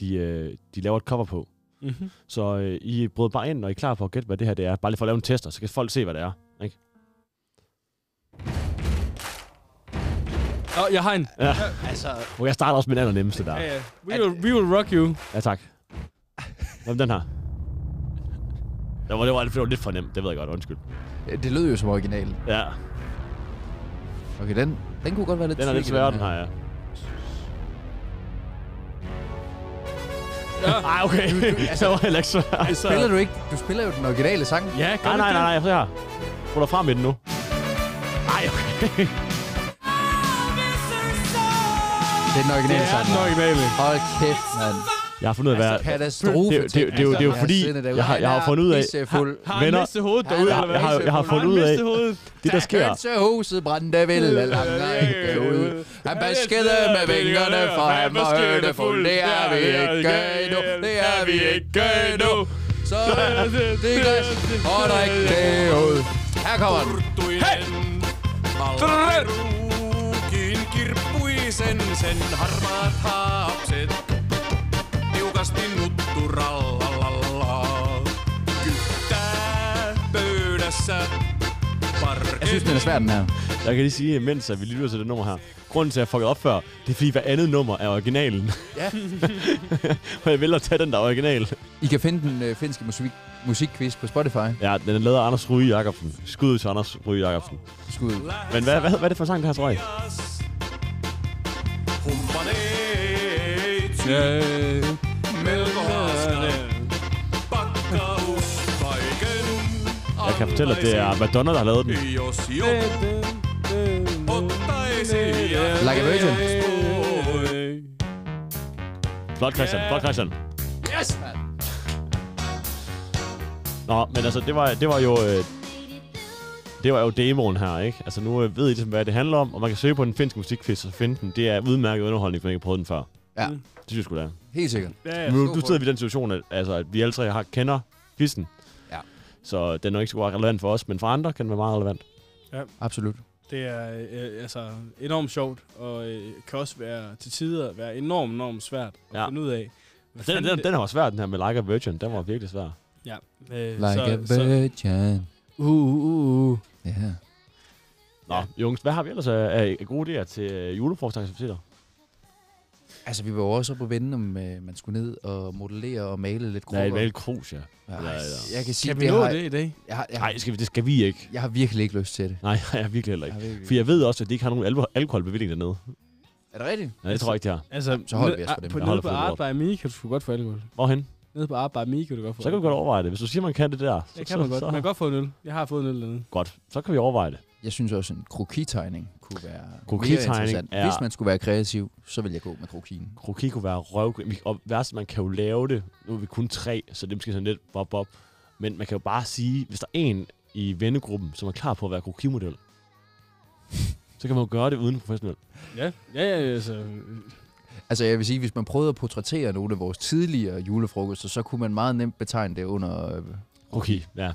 Speaker 1: de, øh, de laver et cover på.
Speaker 3: Mm-hmm.
Speaker 1: Så øh, I brød bare ind, når I er klar for at gætte, hvad det her det er. Bare lige for at lave en tester, så kan folk se, hvad det er. Ikke?
Speaker 3: Oh, jeg har en.
Speaker 2: Altså,
Speaker 1: Og jeg starter også med den allernemmeste der.
Speaker 3: Ja, ja. We, will, we will rock you.
Speaker 1: Ja, tak. Hvem den her? Det var, det, var, det var lidt for nemt, det ved jeg godt, undskyld.
Speaker 2: øh, det lød jo som original.
Speaker 1: Ja,
Speaker 2: Okay, den, den kunne godt være lidt
Speaker 1: den er lidt
Speaker 2: tricky,
Speaker 1: sværere, den her, ja. Ej, okay. Det var heller ikke svært.
Speaker 3: Altså,
Speaker 2: Spiller du ikke? Du spiller jo den originale sang.
Speaker 3: Ja, gør
Speaker 1: Ah, Nej,
Speaker 3: du
Speaker 1: nej,
Speaker 3: ikke
Speaker 1: nej, nej, se her. Få dig frem med den nu. Ej, okay.
Speaker 2: Det er den
Speaker 3: Det
Speaker 2: originale
Speaker 3: Det er
Speaker 2: sang.
Speaker 3: den
Speaker 2: mand.
Speaker 3: originale.
Speaker 2: Hold kæft, mand. Altså,
Speaker 1: Jeg har fundet ud af, hvad...
Speaker 2: Katastrofe. altså,
Speaker 1: Det, er jo- det, er jo- det, er jo- det, er jo fordi, jeg har, jeg har fundet ud af...
Speaker 3: Har han
Speaker 1: Venner.
Speaker 3: mistet hovedet
Speaker 2: Han
Speaker 3: derude,
Speaker 2: har-
Speaker 3: eller hvad?
Speaker 1: jeg har- jeg har fundet
Speaker 3: han
Speaker 1: ud af-
Speaker 3: mistet hovedet?
Speaker 1: Det, der sker...
Speaker 2: Hønsehuset brændte vel langer ikke ud. Han baskede med vingerne, for han var hørtefuld.
Speaker 8: Niin
Speaker 2: Det er vi ikke endnu. Det er vi ikke endnu. Så det er glas og drik det ud. Her kommer den.
Speaker 8: Ruukin kirppuisen sen harmaat haapset. Tiukasti nutturallalla. Kyttää pöydässä.
Speaker 2: Jeg synes, den er svær, den her.
Speaker 1: Jeg kan lige sige, mens at vi lytter til det nummer her. Grunden til, at jeg fuckede op før, det er fordi hver andet nummer er originalen.
Speaker 2: Ja.
Speaker 1: og jeg vælger at tage den, der er original.
Speaker 2: I kan finde den øh, finske musik, musikquiz på Spotify.
Speaker 1: Ja, den er lavet af Anders Ryge Jacobsen. Skud ud til Anders Ryge Jacobsen.
Speaker 2: Skud. ud.
Speaker 1: Men hvad, hvad, hvad er det for en sang, det her, tror jeg? Jeg kan fortælle, at det er Madonna, der har lavet den.
Speaker 2: Like a Virgin.
Speaker 1: Flot, Christian. Flot, Christian.
Speaker 2: Yes, man.
Speaker 1: Nå, men altså, det var, det var jo... Øh, det var jo demoen her, ikke? Altså, nu øh, ved I ligesom, hvad det handler om, og man kan søge på den finske musikquiz og finde den. Det er udmærket underholdning, hvis man ikke har prøvet den før.
Speaker 2: Ja.
Speaker 1: Det synes jeg sgu da. er.
Speaker 2: Helt sikkert.
Speaker 3: Ja,
Speaker 1: Nu,
Speaker 2: stå
Speaker 1: nu
Speaker 2: for
Speaker 1: sidder vi i den situation, at, altså, at vi alle tre har, kender quizzen.
Speaker 2: Ja.
Speaker 1: Så den er ikke så meget relevant for os, men for andre kan den være meget relevant.
Speaker 2: Absolut.
Speaker 3: Det er øh, altså enormt sjovt, og øh, kan også være til tider være enormt, enormt svært at
Speaker 1: Ja.
Speaker 3: finde ud af.
Speaker 1: Den,
Speaker 3: Hvad fanden
Speaker 1: den,
Speaker 3: det-
Speaker 1: den var svær, den her med Like a Virgin. Den var virkelig svær.
Speaker 3: Ja. Øh,
Speaker 2: Like a
Speaker 3: så, så,
Speaker 2: Virgin.
Speaker 3: uh, uh, uh.
Speaker 2: Ja.
Speaker 1: Nå, ja. Jungs, hvad har vi ellers af, af gode idéer til øh, julefrokostaktiviteter?
Speaker 2: Altså, vi var jo også oppe og vende, om øh, man skulle ned og modellere og male lidt
Speaker 1: Der er et
Speaker 2: krukker.
Speaker 1: valg krus, ja.
Speaker 2: Ja,
Speaker 1: Ja, ja.
Speaker 2: Jeg kan sige,
Speaker 3: Kan vi
Speaker 2: det
Speaker 3: nå
Speaker 2: har,
Speaker 3: det i dag?
Speaker 2: Jeg, har, jeg,
Speaker 1: Nej,
Speaker 2: har,
Speaker 1: skal vi, det skal vi ikke.
Speaker 2: jeg har virkelig ikke lyst til det.
Speaker 1: Nej, jeg har virkelig heller
Speaker 2: Jeg
Speaker 1: ikke.
Speaker 2: har virkelig.
Speaker 1: For jeg ved også, at de ikke har nogen alko- alkoholbevilling dernede.
Speaker 2: Er det rigtigt?
Speaker 1: Nej, det tror jeg ikke, de har.
Speaker 3: Altså,
Speaker 2: Så holder vi os fra dem.
Speaker 3: På,
Speaker 1: Jeg
Speaker 3: nede
Speaker 1: holder
Speaker 3: på
Speaker 1: for det
Speaker 3: Art by Me kan du sgu godt få alkohol.
Speaker 1: Hvorhen?
Speaker 3: Nede på Art by Me kan du godt få
Speaker 1: Så kan vi godt overveje det. Hvis du siger, man kan det der, så,
Speaker 3: Det kan man
Speaker 1: så,
Speaker 3: godt.
Speaker 1: så,
Speaker 3: Man kan godt få en øl. Jeg har fået en øl dernede.
Speaker 1: godt. Så kan vi overveje det.
Speaker 2: Jeg synes også, en krokitegning kunne være mere
Speaker 1: Krokitegning
Speaker 2: interessant.
Speaker 1: er-
Speaker 2: Hvis man skulle være kreativ, så vil jeg gå med krokien.
Speaker 1: Kroki kunne være røv... vi- Og værst, man kan jo lave det. Nu er vi kun tre, så det er måske sådan lidt bob bob. Men man kan jo bare sige, hvis der er en i vennegruppen, som er klar på at være krokimodel, så kan man jo gøre det uden professionel.
Speaker 3: Ja, ja, ja. Altså,
Speaker 2: Altså jeg vil sige, hvis man prøvede at portrættere nogle af vores tidligere julefrokoster, så kunne man meget nemt betegne det under... Øh,
Speaker 1: Okay, ja.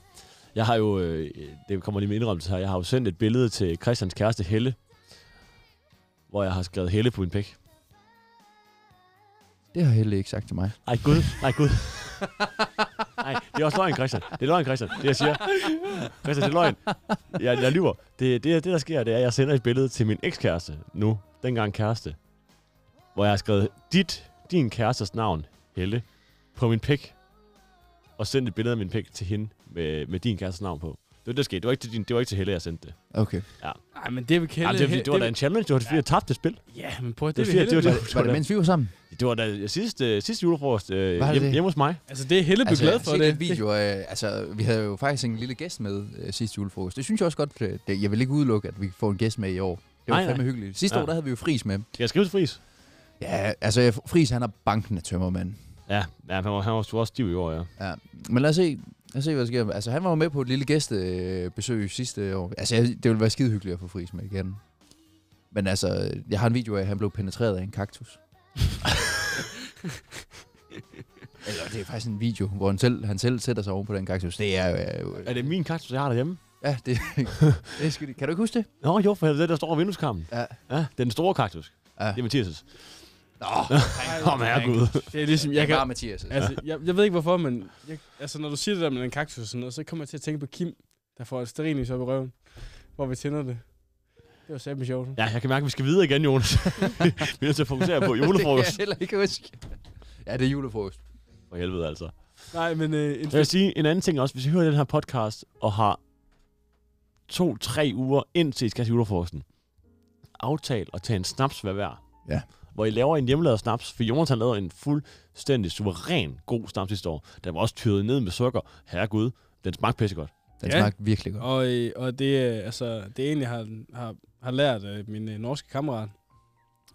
Speaker 1: Jeg har jo, øh, det kommer lige med indrømmelse her, jeg har jo sendt et billede til Christians kæreste Helle, hvor jeg har skrevet Helle på min pæk.
Speaker 2: det har Helle ikke sagt til mig.
Speaker 1: Ej gud, nej gud. Nej, det er også løgn, Christian. Det er løgn, Christian. Det jeg siger. Christian, det er løgn. Jeg, jeg lyver. Det, det, det, der sker, det er, at jeg sender et billede til min ekskæreste nu. Dengang kæreste. Hvor jeg har skrevet dit, din kærestes navn, Helle, på min pik. Og sendt et billede af min pik til hende med, med din kærestes navn på. Det var det, der skete. Det var ikke til, din, det var ikke til Helle, jeg sendte det.
Speaker 2: Okay.
Speaker 3: nej, men det vil Kelle...
Speaker 1: Jamen, det, var, fordi, det var da en
Speaker 3: vil-
Speaker 1: challenge. Det var fordi, jeg tabte det spil.
Speaker 3: Ja, men prøv at
Speaker 1: Det
Speaker 3: det,
Speaker 1: var
Speaker 3: det,
Speaker 1: fordi,
Speaker 3: det,
Speaker 1: det var det.
Speaker 2: Var det mens vi var sammen?
Speaker 1: Det var da sidste, sidste julefrokost øh,
Speaker 2: Var det
Speaker 1: hjemme,
Speaker 2: det?
Speaker 1: hjemme hos mig.
Speaker 3: Altså, det er Helle altså, glad for
Speaker 2: jeg har set
Speaker 3: det.
Speaker 2: en video, af, altså, vi havde jo faktisk en lille gæst med øh, sidste julefrokost. Det synes jeg også godt, øh, det, jeg vil ikke udelukke, at vi får en gæst med i år. Det var
Speaker 1: Nej,
Speaker 2: fandme
Speaker 1: nej.
Speaker 2: hyggeligt. Sidste
Speaker 1: Ja.
Speaker 2: år, der havde vi jo Fris med.
Speaker 1: Skal jeg skrive til Fris?
Speaker 2: Ja, altså jeg- Friis, han er banken af tømmermand.
Speaker 1: Ja, ja han, var, han var sgu også stiv i år, ja.
Speaker 2: Ja. Men lad os se, lad os se hvad der sker. Altså, han var jo med på et lille gæstebesøg sidste år. Altså, jeg, det ville være skide hyggeligt at få Friis med igen. Men altså, jeg har en video af, at han blev penetreret af en kaktus. Eller det er faktisk en video, hvor han selv, han selv sætter sig oven på den kaktus. Det er jo... er jo-
Speaker 1: Er det min kaktus, jeg har derhjemme?
Speaker 2: Ja, det, det er skide. Kan du ikke huske det?
Speaker 1: Nå, jo, for det er det, der står over vindueskammen.
Speaker 2: Ja.
Speaker 1: Ja, den store kaktus.
Speaker 2: Ja.
Speaker 1: Det er Mathias'.
Speaker 2: Nå,
Speaker 1: Åh, oh, herregud.
Speaker 3: Det er ligesom, jeg
Speaker 2: jeg
Speaker 3: kan...
Speaker 2: bare Mathias. Altså.
Speaker 3: Altså, jeg, jeg ved ikke hvorfor, men jeg, altså, når du siger det der med den kaktus og sådan noget, så kommer jeg til at tænke på Kim, der får et sterinlys op i røven, hvor vi tænder det. Det var satme sjovt.
Speaker 1: Ja, jeg kan mærke, at vi skal videre igen, Jonas. vi er nødt til at fokusere på
Speaker 2: Det kan jeg
Speaker 1: julefrokost.
Speaker 2: heller ikke huske. Ja, det er julefrokost.
Speaker 1: For helvede, altså.
Speaker 3: Nej, men øh, en
Speaker 1: Jeg vil sige en anden ting også. Hvis I hører den her podcast og har to-tre uger indtil I skal til julefrokosten, aftal at tage en snaps hver hver.
Speaker 2: Ja.
Speaker 1: Hvor I laver en hjemmelavet snaps, for Jonas han lavede en fuldstændig suveræn god snaps sidste år. Den var også tyret ned med sukker. Herregud, den smagte pissegodt.
Speaker 2: Den
Speaker 3: Ja.
Speaker 2: smagte virkelig godt.
Speaker 3: Og, øh, og det, øh, altså, det er en, jeg har, har, har lært af min øh, norske kammerat.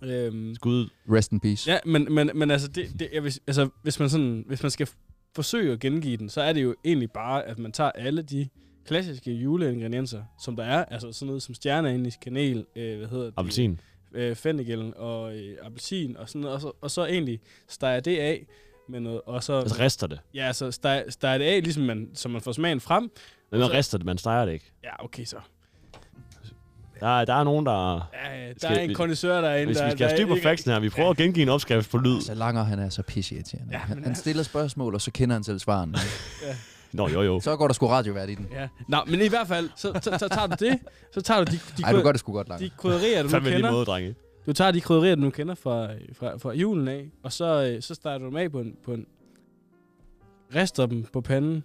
Speaker 3: Øhm,
Speaker 1: Gud,
Speaker 2: Rest in peace.
Speaker 3: ja, men, men, men altså, det, det, jeg, vil- altså, hvis, man sådan, hvis man skal forsøge at gengive den, så er det jo egentlig bare, at man tager alle de klassiske juleingredienser, som der er. Altså sådan noget som stjerneanis, kanel, øh, hvad hedder det?
Speaker 1: appelsin.
Speaker 3: Øh, fennikel og øh, appelsin og sådan noget. Og så, og så egentlig steger det af med noget, og så,
Speaker 1: Altså rister det.
Speaker 3: ja, så steger, steger det af, ligesom man, så man får smagen frem.
Speaker 1: Men man
Speaker 3: Altså-
Speaker 1: rister det, man steger det ikke.
Speaker 3: Ja, okay så.
Speaker 1: Der, er- der er nogen, der...
Speaker 3: Ja, ja, der
Speaker 1: Skal
Speaker 3: er en
Speaker 1: vi-
Speaker 3: kondisør derinde.
Speaker 1: Hvis
Speaker 3: der,
Speaker 1: vi skal have
Speaker 3: der
Speaker 1: styr på
Speaker 3: ikke-
Speaker 1: faxen her, vi prøver at gengive en opskrift på lyd.
Speaker 2: Altså,
Speaker 1: altså-
Speaker 2: Så Langer, han er så pisseirriterende.
Speaker 3: Ja,
Speaker 2: Ja, han,
Speaker 3: men
Speaker 2: han stiller spørgsmål, og så kender han selv svarene.
Speaker 1: Nå, jo, jo.
Speaker 2: Så går der sgu radiovært i den.
Speaker 3: Ja. Nå, men i hvert fald, så, så, så tager du det. Så tager du de, de,
Speaker 2: Ej, du gør det sgu godt langt.
Speaker 3: de krydderier, du nu
Speaker 1: Fandme lige
Speaker 3: kender.
Speaker 1: måde, drenge.
Speaker 3: Du tager de krydderier, du nu kender fra, fra, fra julen af, og så, øh, så starter du dem af på en, på en... Rister dem på panden,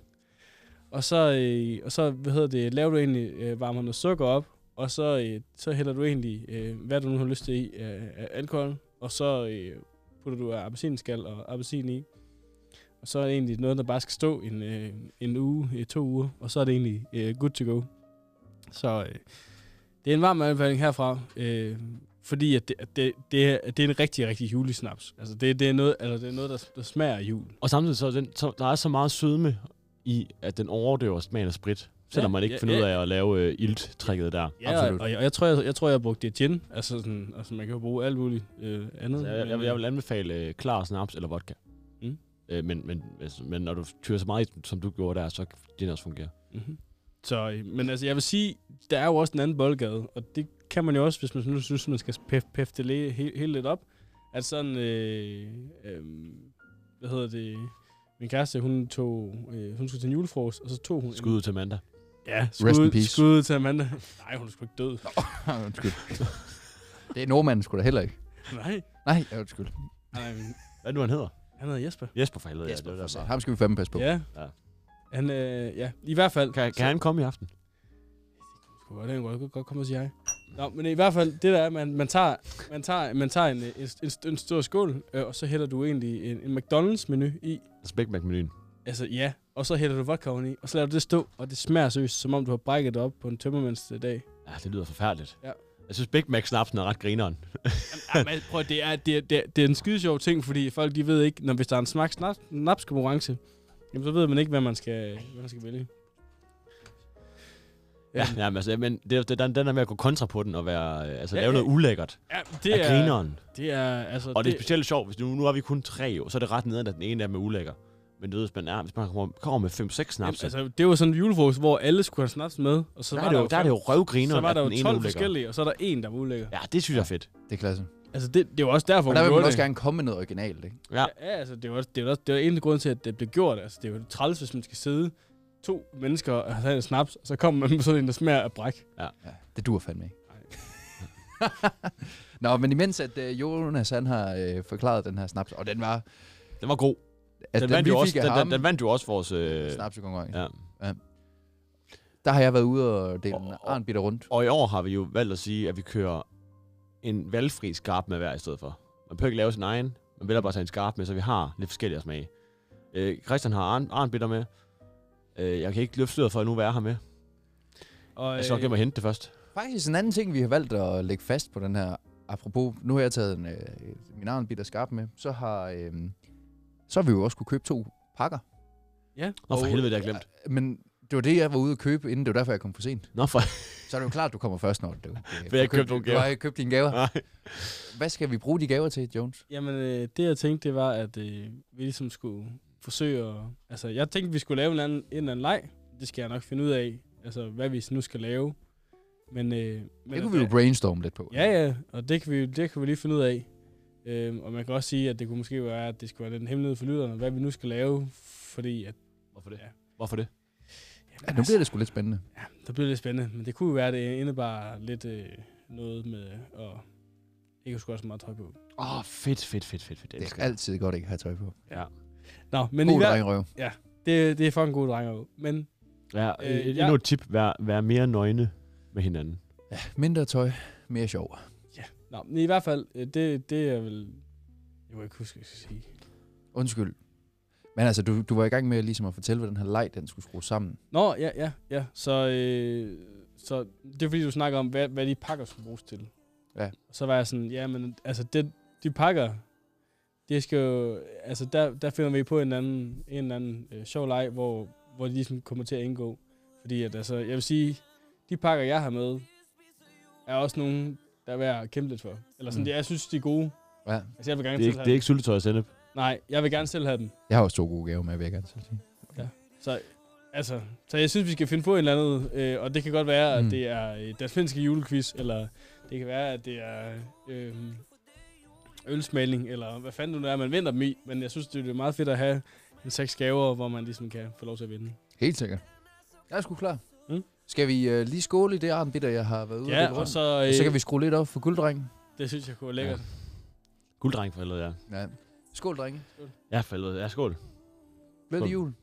Speaker 3: og så, øh, og så hvad hedder det, laver du egentlig, øh, varmer noget sukker op, og så, øh, så hælder du egentlig, øh, hvad du nu har lyst til i øh, af alkohol, og så øh, putter du appelsinskal og appelsin i. Og så er det egentlig noget, der bare skal stå en, øh, en uge, øh, to uger, og så er det egentlig øh, good to go. Så øh, det er en varm anbefaling herfra. Øh, fordi at det, at det, det, er, det er en rigtig, rigtig julesnaps. Altså det, det, er, noget, altså, det er noget, der, der smager af jul.
Speaker 1: Og samtidig så, er den, så der er så meget sødme i, at den overdøver smagen af sprit. Selvom
Speaker 3: Ja,
Speaker 1: man ikke
Speaker 3: ja,
Speaker 1: finder ud
Speaker 3: ja.
Speaker 1: af at lave øh, ilttrækket der.
Speaker 3: Ja, og,
Speaker 2: Absolut.
Speaker 3: og, jeg, og jeg tror, jeg, jeg, tror, jeg brugte det gin. Altså, sådan, altså man kan jo bruge alt muligt øh, andet.
Speaker 1: Så Altså, jeg, jeg, vil- jeg vil anbefale øh, klar snaps eller vodka.
Speaker 3: Mm.
Speaker 1: Øh, men, men, altså, men når du tyrer så meget, i den, som du gjorde der, så kan den også fungere.
Speaker 3: Mm-hmm. Så, øh, men altså, jeg vil sige, der er jo også en anden boldgade, og det kan man jo også, hvis man nu synes, man skal pef, pef det le- he- helt lidt op, at sådan, øh, øh, hvad hedder det, min kæreste, hun, tog, øh, hun skulle til en julefrokost, og så tog hun... en-
Speaker 1: Skud ud til Amanda.
Speaker 3: Ja,
Speaker 2: in
Speaker 3: skud,
Speaker 2: peace.
Speaker 3: skud til Amanda. Nej, hun er sgu ikke død.
Speaker 2: undskyld. Det er nordmanden sgu da heller ikke.
Speaker 3: Nej.
Speaker 2: Nej, ja, undskyld.
Speaker 3: Nej, men
Speaker 1: Hvad er det nu, han hedder?
Speaker 3: han hedder Jesper.
Speaker 1: Jesper for helvede.
Speaker 2: Jesper,
Speaker 1: ja, det
Speaker 2: for
Speaker 1: var
Speaker 2: satan.
Speaker 1: derfor.
Speaker 2: ham skal vi fandme passe på.
Speaker 3: Ja.
Speaker 1: Ja.
Speaker 3: Han, øh, ja, i hvert fald.
Speaker 1: Kan, kan
Speaker 3: så-
Speaker 1: han komme i aften?
Speaker 3: Kunne godt, han kunne godt, godt komme og sige hej. Nå, men i hvert fald, det der er, man, man tager, man tager, man tager en, øh, en, en, en stor skål, øh, og så hælder du egentlig en, en McDonald's-menu i.
Speaker 1: Altså Big Mac-menuen.
Speaker 3: Altså, ja. Og så hælder du vodka oveni, og så lader du det stå, og det smager seriøst, som om du har brækket det op på en tømmermands øh, dag.
Speaker 1: Ja, det lyder forfærdeligt.
Speaker 3: Ja.
Speaker 1: Jeg synes, Big Mac-snapsen er ret grineren.
Speaker 3: Jamen, men prøv, at- det er, det, er, det, er, det er en skide sjov ting, fordi folk de ved ikke, når hvis der er en smak snaps, napskonkurrence, jamen så ved man ikke, hvad man skal, hvad man skal vælge.
Speaker 1: Ja, ja men, altså, men det, det, den, den er med at gå kontra på den og være, øh, altså,
Speaker 3: Ja,
Speaker 1: lave noget ulækkert.
Speaker 3: Ja,
Speaker 1: Det er, grineren.
Speaker 3: det er, altså,
Speaker 1: Og det, er specielt sjovt, hvis nu, nu er vi kun tre jo, så er det ret nederen, at den ene af dem er ulækker. Men det ved man er, hvis man kommer, kommer med 5-6 snaps,
Speaker 3: Jamen,
Speaker 1: altså,
Speaker 3: altså, det var sådan en julefrokost, hvor alle skulle have snaps med, og så
Speaker 1: der,
Speaker 3: var
Speaker 1: er det jo, der er det jo røvgrineren,
Speaker 3: så var
Speaker 1: at
Speaker 3: der jo
Speaker 1: den ene
Speaker 3: 12
Speaker 1: er ulækker.
Speaker 3: forskellige, og så er der en, der var ulækker. Ja.
Speaker 1: Ja, det synes jeg er fedt.
Speaker 2: Det er klasse.
Speaker 3: Altså, det, det var også derfor,
Speaker 2: Og der vil man
Speaker 3: gjorde
Speaker 2: også
Speaker 3: det.
Speaker 2: gerne komme med noget originalt, ikke?
Speaker 1: Ja.
Speaker 3: Ja, altså, det var, også- det var, også- det var en af grunden til, at det blev gjort. Altså, det var træls, hvis man skal sidde to mennesker og have en snaps, og så kommer man med sådan en, der smager af bræk.
Speaker 2: Ja, det dur fandme ikke. Nå, men imens at øh, Jonas han har øh, forklaret den her snaps, og den var...
Speaker 1: Den var god.
Speaker 2: Altså,
Speaker 1: den, vandt
Speaker 2: vi
Speaker 1: jo
Speaker 2: fik
Speaker 1: også,
Speaker 2: af
Speaker 1: den,
Speaker 2: ham,
Speaker 1: den, den vandt jo også vores... Øh,
Speaker 2: snapsekonkurrence.
Speaker 1: ja.
Speaker 2: Der har jeg været ude og dele en
Speaker 1: Og- og-
Speaker 2: arnbitter rundt.
Speaker 1: Og i år har vi jo valgt at sige, at vi kører en valgfri skarp med hver i stedet for. Man behøver ikke lave sin egen, man vælger bare at tage en skarp med, så vi har lidt forskellige smage. Øh, Christian har Arn, Arnbitter med. Øh, jeg kan ikke løfte sløret for nu, hvad jeg har med.
Speaker 3: Og, øh,
Speaker 1: Jeg skal nok hjem og hente det først.
Speaker 2: Faktisk en anden ting, vi har valgt at lægge fast på den her... Apropos, nu har jeg taget en, øh, min arnbitter skarp med. Så har, øh, så har vi jo også kunne købe to pakker.
Speaker 3: ja.
Speaker 1: Nå, for
Speaker 2: Og- øh,
Speaker 1: helvede, det har jeg glemt.
Speaker 2: Men det var det, jeg var ude at købe inden. Det var derfor, jeg kom for sent.
Speaker 1: Nå, for...
Speaker 2: Så er det jo klart, du kommer først, når det er jo-
Speaker 1: For jeg har ikke købt nogen
Speaker 2: Du har ikke købt dine gaver.
Speaker 1: Nej.
Speaker 2: Hvad skal vi bruge de gaver til, Jones?
Speaker 3: Jamen, øh, det jeg tænkte, det var, at øh, vi ligesom skulle forsøge at... Altså, jeg tænkte, vi skulle lave en anden, en eller anden leg. Det skal jeg nok finde ud af, altså, hvad vi nu skal lave. Men, øh, men
Speaker 2: Det kunne vi jo brainstorme lidt på.
Speaker 3: Ja, ja, og det kan vi, det kan vi lige finde ud af. Øhm, og man kan også sige, at det kunne måske være, at det skulle være den hemmelighed for lyderne, hvad vi nu skal lave, fordi at,
Speaker 1: Hvorfor det?
Speaker 3: Ja.
Speaker 1: Hvorfor det?
Speaker 2: Ja, nu bliver det sgu lidt spændende.
Speaker 3: ja, der bliver det lidt spændende, men det kunne jo være, at det indebar lidt øh, noget med at ikke skulle have så meget tøj på.
Speaker 1: Åh, oh, fedt, fedt, fedt, fedt, fedt.
Speaker 2: Det er altid godt ikke at have tøj på.
Speaker 3: Nå, men
Speaker 2: God
Speaker 3: i hver,
Speaker 2: drengerøv.
Speaker 3: det, det er fucking gode drenge, men
Speaker 1: Ja,
Speaker 3: Øh,
Speaker 1: øh, endnu
Speaker 3: jeg-
Speaker 1: et tip. Vær, vær mere nøgne med hinanden.
Speaker 2: Mindre tøj, mere sjov.
Speaker 3: Nå, men i hvert fald, øh, det, det er vel... Jeg må ikke huske, hvad jeg skal sige.
Speaker 2: Undskyld. Men altså, du, du var i gang med ligesom at fortælle, hvordan den her leg, den skulle skrues sammen.
Speaker 3: Nå, ja, ja, ja. Så, øh, så det er fordi, du snakker om, hvad, hvad de pakker skulle bruges til.
Speaker 2: Ja.
Speaker 3: Og så var jeg sådan, ja, men altså, det, de pakker, det skal jo, altså, der, der finder vi på en anden, en anden øh, sjov leg, hvor, hvor de ligesom kommer til at indgå. Fordi at, altså, jeg vil sige, de pakker, jeg har med, er også nogle, der er værd at kæmpe lidt for. Eller sådan,
Speaker 2: Mm.
Speaker 3: mm. jeg synes, de er gode.
Speaker 2: Ja.
Speaker 3: Altså, jeg vil gerne
Speaker 1: Det er
Speaker 3: selv
Speaker 1: ikke,
Speaker 3: have
Speaker 1: det er ikke syltetøj og sennep.
Speaker 3: dem. Nej, jeg vil gerne selv have dem.
Speaker 2: Jeg har også to gode gaver med, vil jeg gerne selv sige.
Speaker 3: Så, altså, så jeg synes, vi skal finde på en eller anden, øh, og det kan godt være, at
Speaker 2: Mm.
Speaker 3: det er øh, den finske julequiz, eller det kan være, at det er øh, ølsmaling, eller hvad fanden nu det er, man vinder dem i. Men jeg synes, det er meget fedt at have en seks gaver, hvor man ligesom kan få lov til at vinde.
Speaker 2: Helt sikkert. Jeg er sgu klar.
Speaker 3: Mm.
Speaker 2: Skal vi øh, lige skåle i det armbitter, jeg har været ude og
Speaker 3: Ja,
Speaker 2: dele rundt?
Speaker 3: og så,
Speaker 2: og
Speaker 3: øh,
Speaker 2: så kan vi skrue lidt op for gulddrengen.
Speaker 3: det synes jeg kunne være lækkert.
Speaker 1: Gulddreng for helvede, ja.
Speaker 2: Ja. Skål, drenge.
Speaker 1: Ja, for helvede. Ja, skål.
Speaker 2: Glædelig
Speaker 1: Skål.
Speaker 2: jul.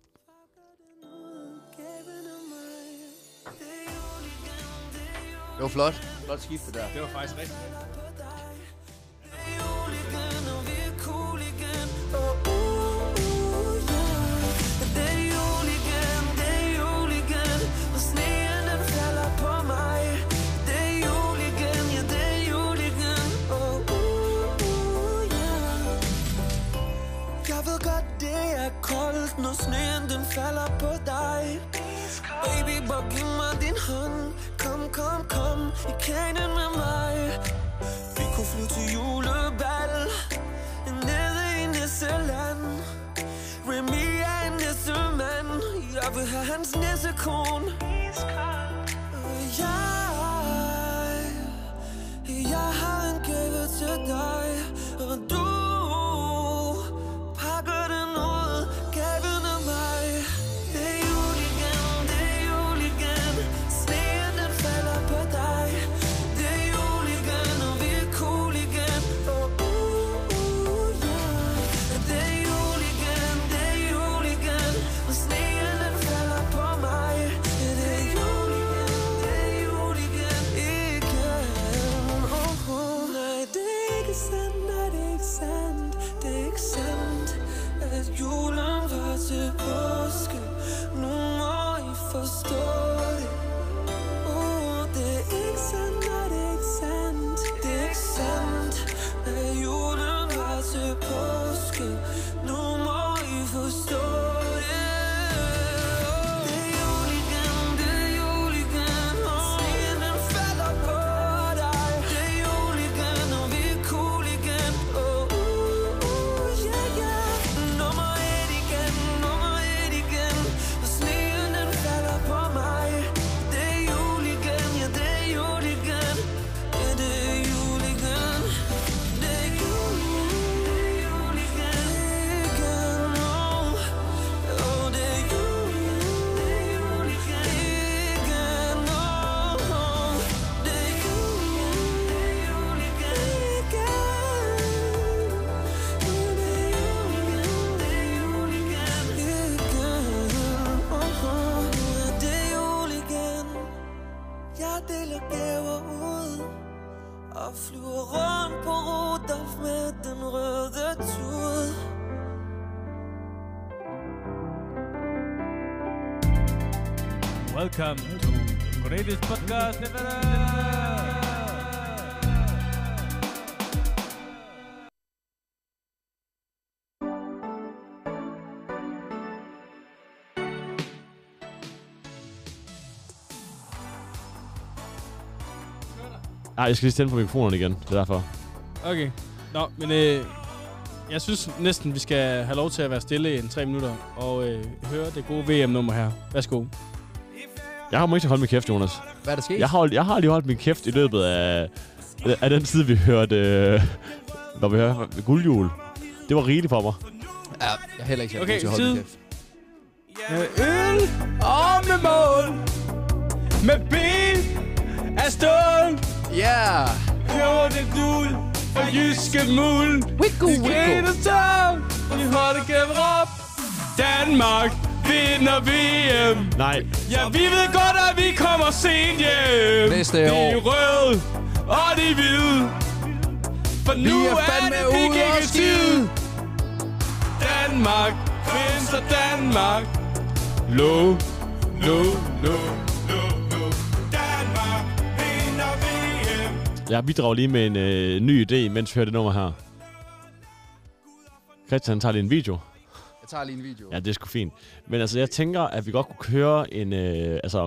Speaker 2: Det var flot. Flot skifte der.
Speaker 3: Det var faktisk rigtigt.
Speaker 8: Når sneen den falder på dig Baby, bare giv mig din hånd Kom, kom, kom i kagen med mig vi kunne flyve til julebal Nede i Nisseland Remy er en nissemand Jeg vil have hans nissekone Jeg Jeg har en gave til dig Og du pakker den ud Gaven af mig Det er jul igen, det er jul igen Sneen den falder på dig Det er jul igen, og vi er cool igen oh, uh, uh, yeah. Det er jul igen, det er jul igen Og sneen den falder på mig Det er jul igen, det er jul igen Igen oh, oh. Nej, det er ikke sandt, nej, det er ikke sandt Det er ikke sandt At julen var til påske Nu må I forstå det Uh, det er ikke sandt, nej, det er ikke sandt. Det er ikke sandt, at julen var til påske. Nu må I forstå det. Det er jul igen, det er jul igen. Sneen, den falder på dig. Det er jul igen, og vi er cool igen. Oh, uh, uh, yeah, yeah. Nummer et igen, nummer et igen. Og sneen, den falder på mig. Det er jul igen, ja, det er jul igen. Ja, det er jul igen. Det er jul, det er jul igen. Igen, oh. Oh, det er jul, det er jul igen. Igen, oh, oh. Det er jul, det er jul igen. Igen. Oh, det er jul igen, det er jul igen. Igen, oh, oh. Ja, det er jul igen. Jeg deler gaver ud Og flyver rundt på Rudolf med den røde tud
Speaker 11: Welcome to the greatest podcast ever.
Speaker 1: Ej, jeg skal lige tænde på mikrofonen igen. Det er derfor.
Speaker 3: Okay. Nå, men øh, jeg synes næsten, vi skal have lov til at være stille i en tre minutter og øh, høre det gode VM-nummer her. Værsgo.
Speaker 1: Jeg har ikke til at holde min kæft, Jonas.
Speaker 2: Hvad er der sket?
Speaker 1: Jeg har, jeg har lige holdt min kæft i løbet af, af den tid, vi hørte... Øh, når vi hørte guldjul. Det var rigeligt for mig.
Speaker 2: Ja, jeg er heller ikke så okay,
Speaker 3: Okay,
Speaker 2: til at holde min
Speaker 3: tid.
Speaker 2: kæft.
Speaker 11: Med øl og med mål Med bil af stål
Speaker 2: Yeah!
Speaker 11: Kører det gul for jyske mul
Speaker 2: Wiggle, wiggle.
Speaker 11: town Vi holder kæmper op Danmark vinder VM
Speaker 1: Nej.
Speaker 11: Ja, vi ved godt, at vi kommer sent hjem
Speaker 2: Næste
Speaker 11: De
Speaker 2: år.
Speaker 11: røde og de hvide For nu
Speaker 2: er
Speaker 11: er,
Speaker 2: fandme
Speaker 11: det
Speaker 2: ude og
Speaker 11: vikingestid
Speaker 2: skide.
Speaker 11: Danmark, Venstre Danmark Lå, lå, lå, lå, lå Danmark vinder VM
Speaker 1: Jeg bidrager lige med en øh, ny idé, mens vi hører det nummer her. Christian tager lige en video.
Speaker 2: Jeg tager lige en video.
Speaker 1: Ja, det er sgu fint. Men altså, jeg tænker, at vi godt kunne køre en... Øh, altså,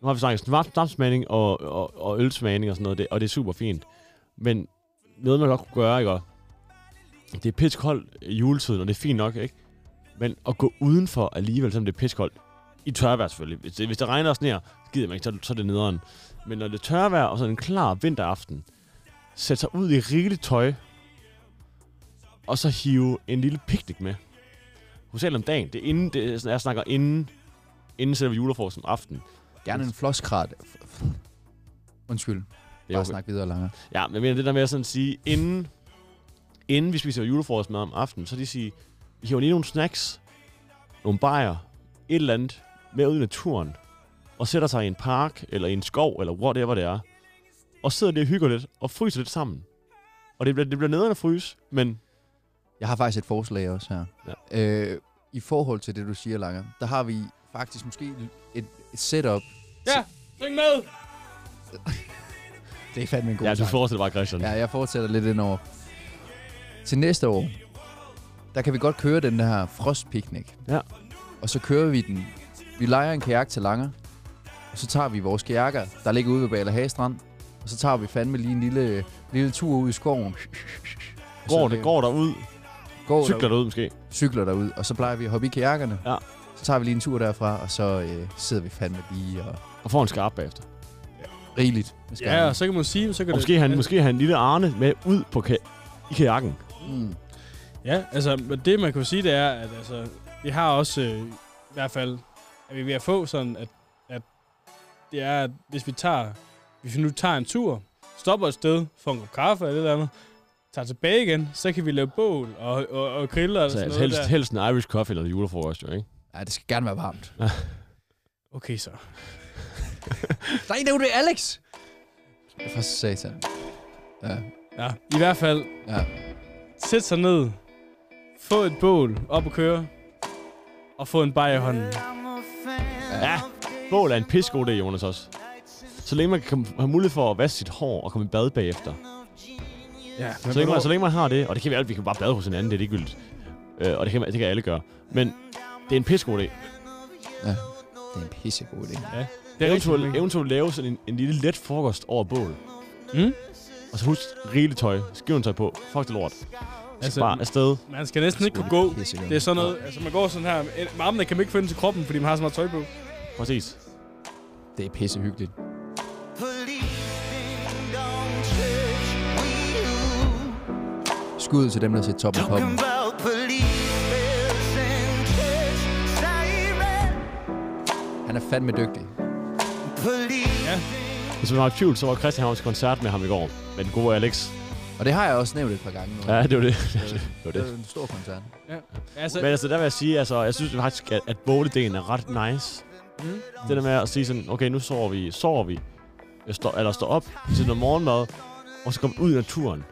Speaker 1: nu har vi snakket snap- snapsmagning og, og, og ølsmagning og sådan noget, det, og det er super fint. Men noget, man godt kunne gøre, ikke? og Det er piskoldt i juletiden, og det er fint nok, ikke? Men at gå udenfor alligevel, selvom det er piskoldt, i tørvejr selvfølgelig. Hvis det, hvis det regner og sneer, gider man ikke, så, så er det nederen. Men når det er tørvejr og sådan en klar vinteraften, sætte sig ud i rigeligt tøj, og så hive en lille picnic med hotel om dagen. Det er inden, det, er sådan- jeg snakker inden inden selve julefrokosten om aftenen.
Speaker 2: Gerne en floskrat. Undskyld.
Speaker 1: Det
Speaker 2: Bare
Speaker 1: okay.
Speaker 2: snak videre langere.
Speaker 1: Ja, men jeg mener det der med at sådan sige, inden, inden vi spiser julefrokostmad om aftenen, så de sige, vi hiver lige nogle snacks, nogle bajer, et eller andet med ud i naturen, og sætter sig i en park, eller i en skov, eller whatever det er, og sidder der og hygger lidt, og fryser lidt sammen. Og det bliver, det bliver nederen at fryse, men
Speaker 2: Jeg har faktisk et forslag også her. Ja. Øh, I forhold til det, du siger, Lange, der har vi faktisk måske et, et setup.
Speaker 11: Ja, syng med!
Speaker 2: Det er fandme en god
Speaker 1: ja, du
Speaker 2: sang.
Speaker 1: forestiller bare, Christian.
Speaker 2: Ja, jeg fortsætter lidt indover. Til næste år, der kan vi godt køre den der her frostpicnic.
Speaker 1: Ja.
Speaker 2: Og så kører vi den. Vi lejer en kajak til Langer. Og så tager vi vores kajakker, der ligger ude ved Balahage Strand. Og så tager vi fandme lige en lille, lille tur ud i skoven.
Speaker 1: Går, det, går derud,
Speaker 2: går
Speaker 1: cykler derud måske.
Speaker 2: cykler derud, og så plejer vi at hoppe i kajakkerne.
Speaker 1: Ja.
Speaker 2: Så tager vi lige en tur derfra, og så øh, sidder vi fandme lige og
Speaker 1: Og får en skarp bagefter.
Speaker 2: rigeligt. med skærmen.
Speaker 3: Ja, og så kan man sige, så kan
Speaker 1: Og
Speaker 3: det...
Speaker 1: måske han, måske han en lille Arne med ud på ka- i kajakken.
Speaker 2: Mm.
Speaker 3: Ja, altså, men det man kunne sige, det er, at altså, vi har også øh, i hvert fald, at vi er ved at få sådan, at, at det er, at hvis vi tager, hvis vi nu tager en tur, stopper et sted, får en kop kaffe eller et eller andet, tager tilbage igen, så kan vi lave bål og, og, og griller og
Speaker 1: Så
Speaker 3: sådan
Speaker 1: altså,
Speaker 3: noget
Speaker 1: helst,
Speaker 3: der.
Speaker 1: helst en Irish coffee eller en julefrokost, jo, ikke?
Speaker 2: Ja, det skal gerne være varmt.
Speaker 3: Okay, så.
Speaker 2: Nej, det er jo det, Alex! Det er for satan. Ja,
Speaker 3: Ja, i hvert fald,
Speaker 2: ja.
Speaker 3: sæt sig ned, få et bål op og køre, og få en bajer i hånden.
Speaker 1: Ja, bål er en pissegod idé, Jonas også. Så længe man kan komme- have mulighed for at vaske sit hår og komme i bad bagefter.
Speaker 3: Ja, men
Speaker 1: Så længe, man, så længe man har det, og det kan vi alle, vi kan bare bade hos hinanden, det er ligegyldigt. Øh, og det kan, man- det kan alle gøre. Men det er en pissegod idé.
Speaker 2: Det er en pissegod idé.
Speaker 3: det er rigtig
Speaker 1: Eventuelt,
Speaker 3: fint.
Speaker 1: eventuelt lave sådan en, en lille let frokost over bål.
Speaker 3: Mm?
Speaker 1: Og så husk rigeligt tøj, skivende tøj på. Fuck det lort. Altså,
Speaker 3: Altså,
Speaker 1: bare afsted.
Speaker 3: Man skal næsten ikke kunne gå.
Speaker 2: Pissegodt.
Speaker 3: Det er sådan noget, altså man går sådan her, med armene kan man ikke finde til kroppen, fordi man har så meget tøj på.
Speaker 1: Præcis.
Speaker 2: Det er pissehyggeligt. Skud til dem, der ser top og poppen. Han er fandme dygtig.
Speaker 1: Hvis man var i tvivl, så var Christian også koncert med ham i går. Med den gode Alex.
Speaker 2: Og det har jeg også nævnt et par gange nu.
Speaker 1: Ja, det var det. det var
Speaker 2: Det
Speaker 1: det.
Speaker 2: er en stor koncert.
Speaker 3: Altså,
Speaker 1: Men altså, der vil jeg sige, altså, jeg synes faktisk, at, at bowledelen er ret nice. Mm. Det der med at sige sådan, okay, nu sover vi, sover vi, jeg står, eller står op til noget morgenmad, og så kommer ud i naturen,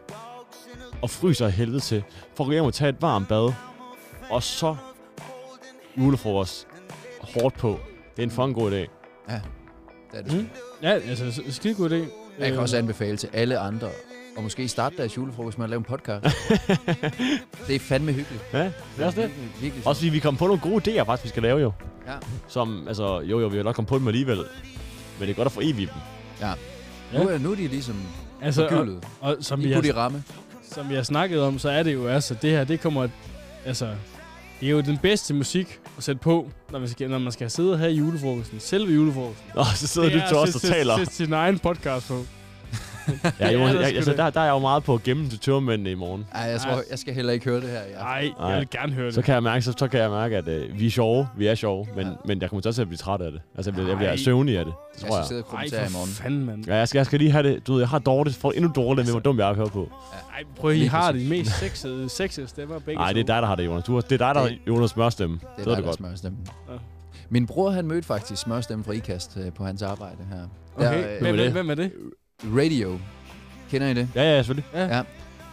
Speaker 1: og fryser af helvede til, for at gå hjem og tage et varmt bad, og så julefrokost hårdt på. Det er en fucking god dag.
Speaker 2: Det er det. Mm.
Speaker 3: ja, altså, skide god idé. Øh.
Speaker 2: Jeg kan også anbefale til alle andre, og måske starte deres julefrokost med at lave en podcast. det er fandme hyggeligt.
Speaker 1: Ja, det er også det.
Speaker 2: Virkelig, Mm, virkelig.
Speaker 1: Også fordi vi kom på nogle gode idéer, faktisk, vi skal lave jo.
Speaker 2: Ja.
Speaker 1: Som, altså, jo jo, vi har nok kommet på dem alligevel. Men det er godt at få evigt dem.
Speaker 2: Nu, er, nu er de ligesom
Speaker 3: altså, og,
Speaker 2: forgyldet.
Speaker 3: og som, vi
Speaker 2: I kunne
Speaker 3: har,
Speaker 2: de ramme.
Speaker 3: som vi har snakket om, så er det jo altså, det her, det kommer, altså, det er jo den bedste musik at sætte på, når man skal, når man skal sidde her i julefrokosten. Selve julefrokosten.
Speaker 1: Nå, så sidder
Speaker 3: Det
Speaker 1: du
Speaker 3: er
Speaker 1: til
Speaker 3: at
Speaker 1: os og
Speaker 3: sætte-
Speaker 1: taler.
Speaker 3: Sætte sin egen podcast på.
Speaker 1: Ja,
Speaker 3: Ja,
Speaker 1: jo,
Speaker 3: der
Speaker 1: jeg,
Speaker 3: skulle
Speaker 1: altså,
Speaker 3: det.
Speaker 1: der, der er jeg jo meget på at gemme til tørmændene i morgen.
Speaker 2: Ej, jeg, tror, jeg skal heller ikke høre det her. Jeg.
Speaker 3: Nej,
Speaker 1: Ej.
Speaker 3: jeg vil gerne høre det.
Speaker 1: Så kan jeg mærke, så, så kan jeg mærke at øh, vi er sjove, vi er sjove, men,
Speaker 2: Ja.
Speaker 1: ja. men jeg kommer også til at blive træt af det. Altså, jeg bliver, jeg bliver
Speaker 3: Ej.
Speaker 1: søvnig af det, det
Speaker 2: Jeg
Speaker 1: tror
Speaker 2: skal
Speaker 1: jeg.
Speaker 2: sidde og
Speaker 3: Ej,
Speaker 2: kommentere i
Speaker 3: for
Speaker 2: morgen.
Speaker 3: fanden, mand.
Speaker 1: Ja, jeg skal, jeg skal lige have det. Du ved, jeg har dårligt, får endnu dårligt med, hvor dum jeg er at høre på.
Speaker 3: Ej, prøv at I
Speaker 2: Lige
Speaker 3: har
Speaker 2: præcis.
Speaker 3: de mest sexede, sexede stemmer begge
Speaker 1: Nej, det er
Speaker 3: to.
Speaker 1: dig, der har det, Jonas. Du, har- det er dig, der har Jonas Mørstemme. Det,
Speaker 2: Det
Speaker 1: det,
Speaker 2: er
Speaker 1: er
Speaker 2: dig,
Speaker 1: det
Speaker 2: der
Speaker 1: godt.
Speaker 2: smører stemmen.
Speaker 3: Ja.
Speaker 2: Min bror, han mødte faktisk smørstemmen fra IKAST øh, på hans arbejde her.
Speaker 3: Okay,
Speaker 2: Der,
Speaker 3: hvem,
Speaker 2: øh,
Speaker 1: det?
Speaker 3: hvem, hvem er det?
Speaker 2: radio. Kender I det?
Speaker 1: Ja, ja, selvfølgelig.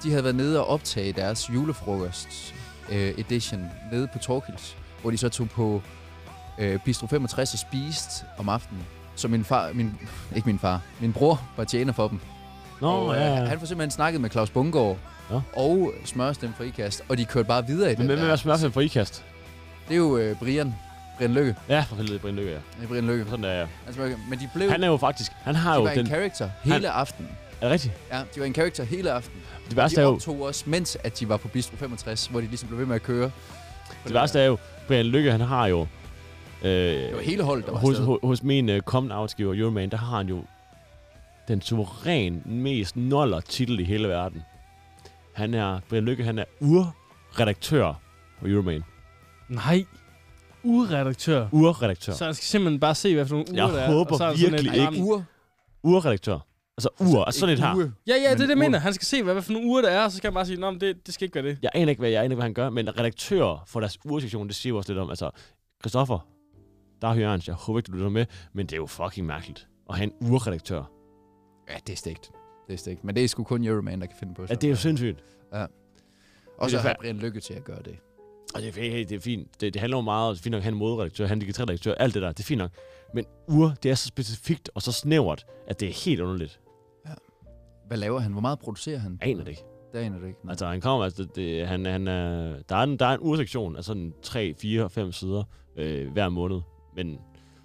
Speaker 2: De havde været nede og optage deres julefrokost øh, edition nede på Torkils, hvor de så tog på øh, Bistro 65 og spiste om aftenen. Så min far, min, ikke min far, min bror var tjener for dem.
Speaker 1: Nå,
Speaker 2: og, øh,
Speaker 1: ja, ja.
Speaker 2: Han får simpelthen snakket med Claus Bungård
Speaker 1: Nå.
Speaker 2: og Smørstem Frikast, og de kørte bare videre i
Speaker 1: Men
Speaker 2: det
Speaker 1: hvem er Mørstemme for ikast?
Speaker 2: Det er jo øh, Brian. Brian Lykke.
Speaker 1: Ja, for helvede, Brian Lykke, ja.
Speaker 2: Det er Brian Lykke.
Speaker 1: Sådan er jeg.
Speaker 2: Altså, men de blev
Speaker 1: Han er jo faktisk, han har
Speaker 2: de
Speaker 1: jo
Speaker 2: var
Speaker 1: den...
Speaker 2: en character hele aftenen.
Speaker 1: Er det rigtigt?
Speaker 2: Ja, de var en character hele aftenen.
Speaker 1: Det værste
Speaker 2: de
Speaker 1: er jo,
Speaker 2: optog også, mens at de var på Bistro 65, hvor de ligesom blev ved med at køre.
Speaker 1: det værste er jo, Brian Lykke, han har jo...
Speaker 2: Det var
Speaker 1: Øh,
Speaker 2: hele holdet, der var
Speaker 1: hos,
Speaker 2: afsted.
Speaker 1: hos, hos min uh, kommende arbejdsgiver, Euroman, der har han jo den suveræn mest noller titel i hele verden. Han er, Brian Lykke, han er urredaktør på Euroman.
Speaker 3: Nej. Urredaktør.
Speaker 1: Urredaktør.
Speaker 3: Så jeg skal simpelthen bare se, hvad for nogle
Speaker 1: Jeg
Speaker 3: uger der er.
Speaker 1: håber
Speaker 3: og så er der sådan
Speaker 1: virkelig
Speaker 3: et-
Speaker 1: ikke. Ur? Urredaktør. Altså ur, altså sådan et her.
Speaker 3: Ja, ja, det er det, jeg
Speaker 1: Men ur.
Speaker 3: mener. Han skal se, hvad hvad for nogle uger der er, og så skal han bare sige, at det, det skal ikke være det.
Speaker 1: Jeg aner ikke, hvad, jeg aner ikke, hvad han gør, men redaktører for deres ursektion, det siger jo også lidt om. Altså, Christoffer, der er Jørgens, jeg håber ikke, du lytter med, men det er jo fucking mærkeligt at have en urredaktør.
Speaker 2: Ja, det er stegt. Det er stegt. Men det er sgu kun Euroman, der kan finde på
Speaker 1: Ja,
Speaker 2: sådan
Speaker 1: det er jo sindssygt.
Speaker 2: Ja.
Speaker 1: Men
Speaker 2: Og
Speaker 1: det
Speaker 2: så
Speaker 1: er
Speaker 2: har
Speaker 1: fa-
Speaker 2: Brian Lykke til at gøre det.
Speaker 1: Og det er, fe- hey, det er fint. Det, det handler jo meget, det er fint nok at have en moderedaktør, have en digitalredaktør, alt det der, det er fint nok. Men ur, det er så specifikt og så snævert, at det er helt underligt.
Speaker 2: Hvad laver han? Hvor meget producerer han?
Speaker 1: Jeg aner det ikke.
Speaker 2: Det aner du ikke.
Speaker 1: Altså, han kommer, altså, det- det, han, han, er, der, er en, der er en ursektion af sådan 3, 4, 5 sider øh, hver måned. Men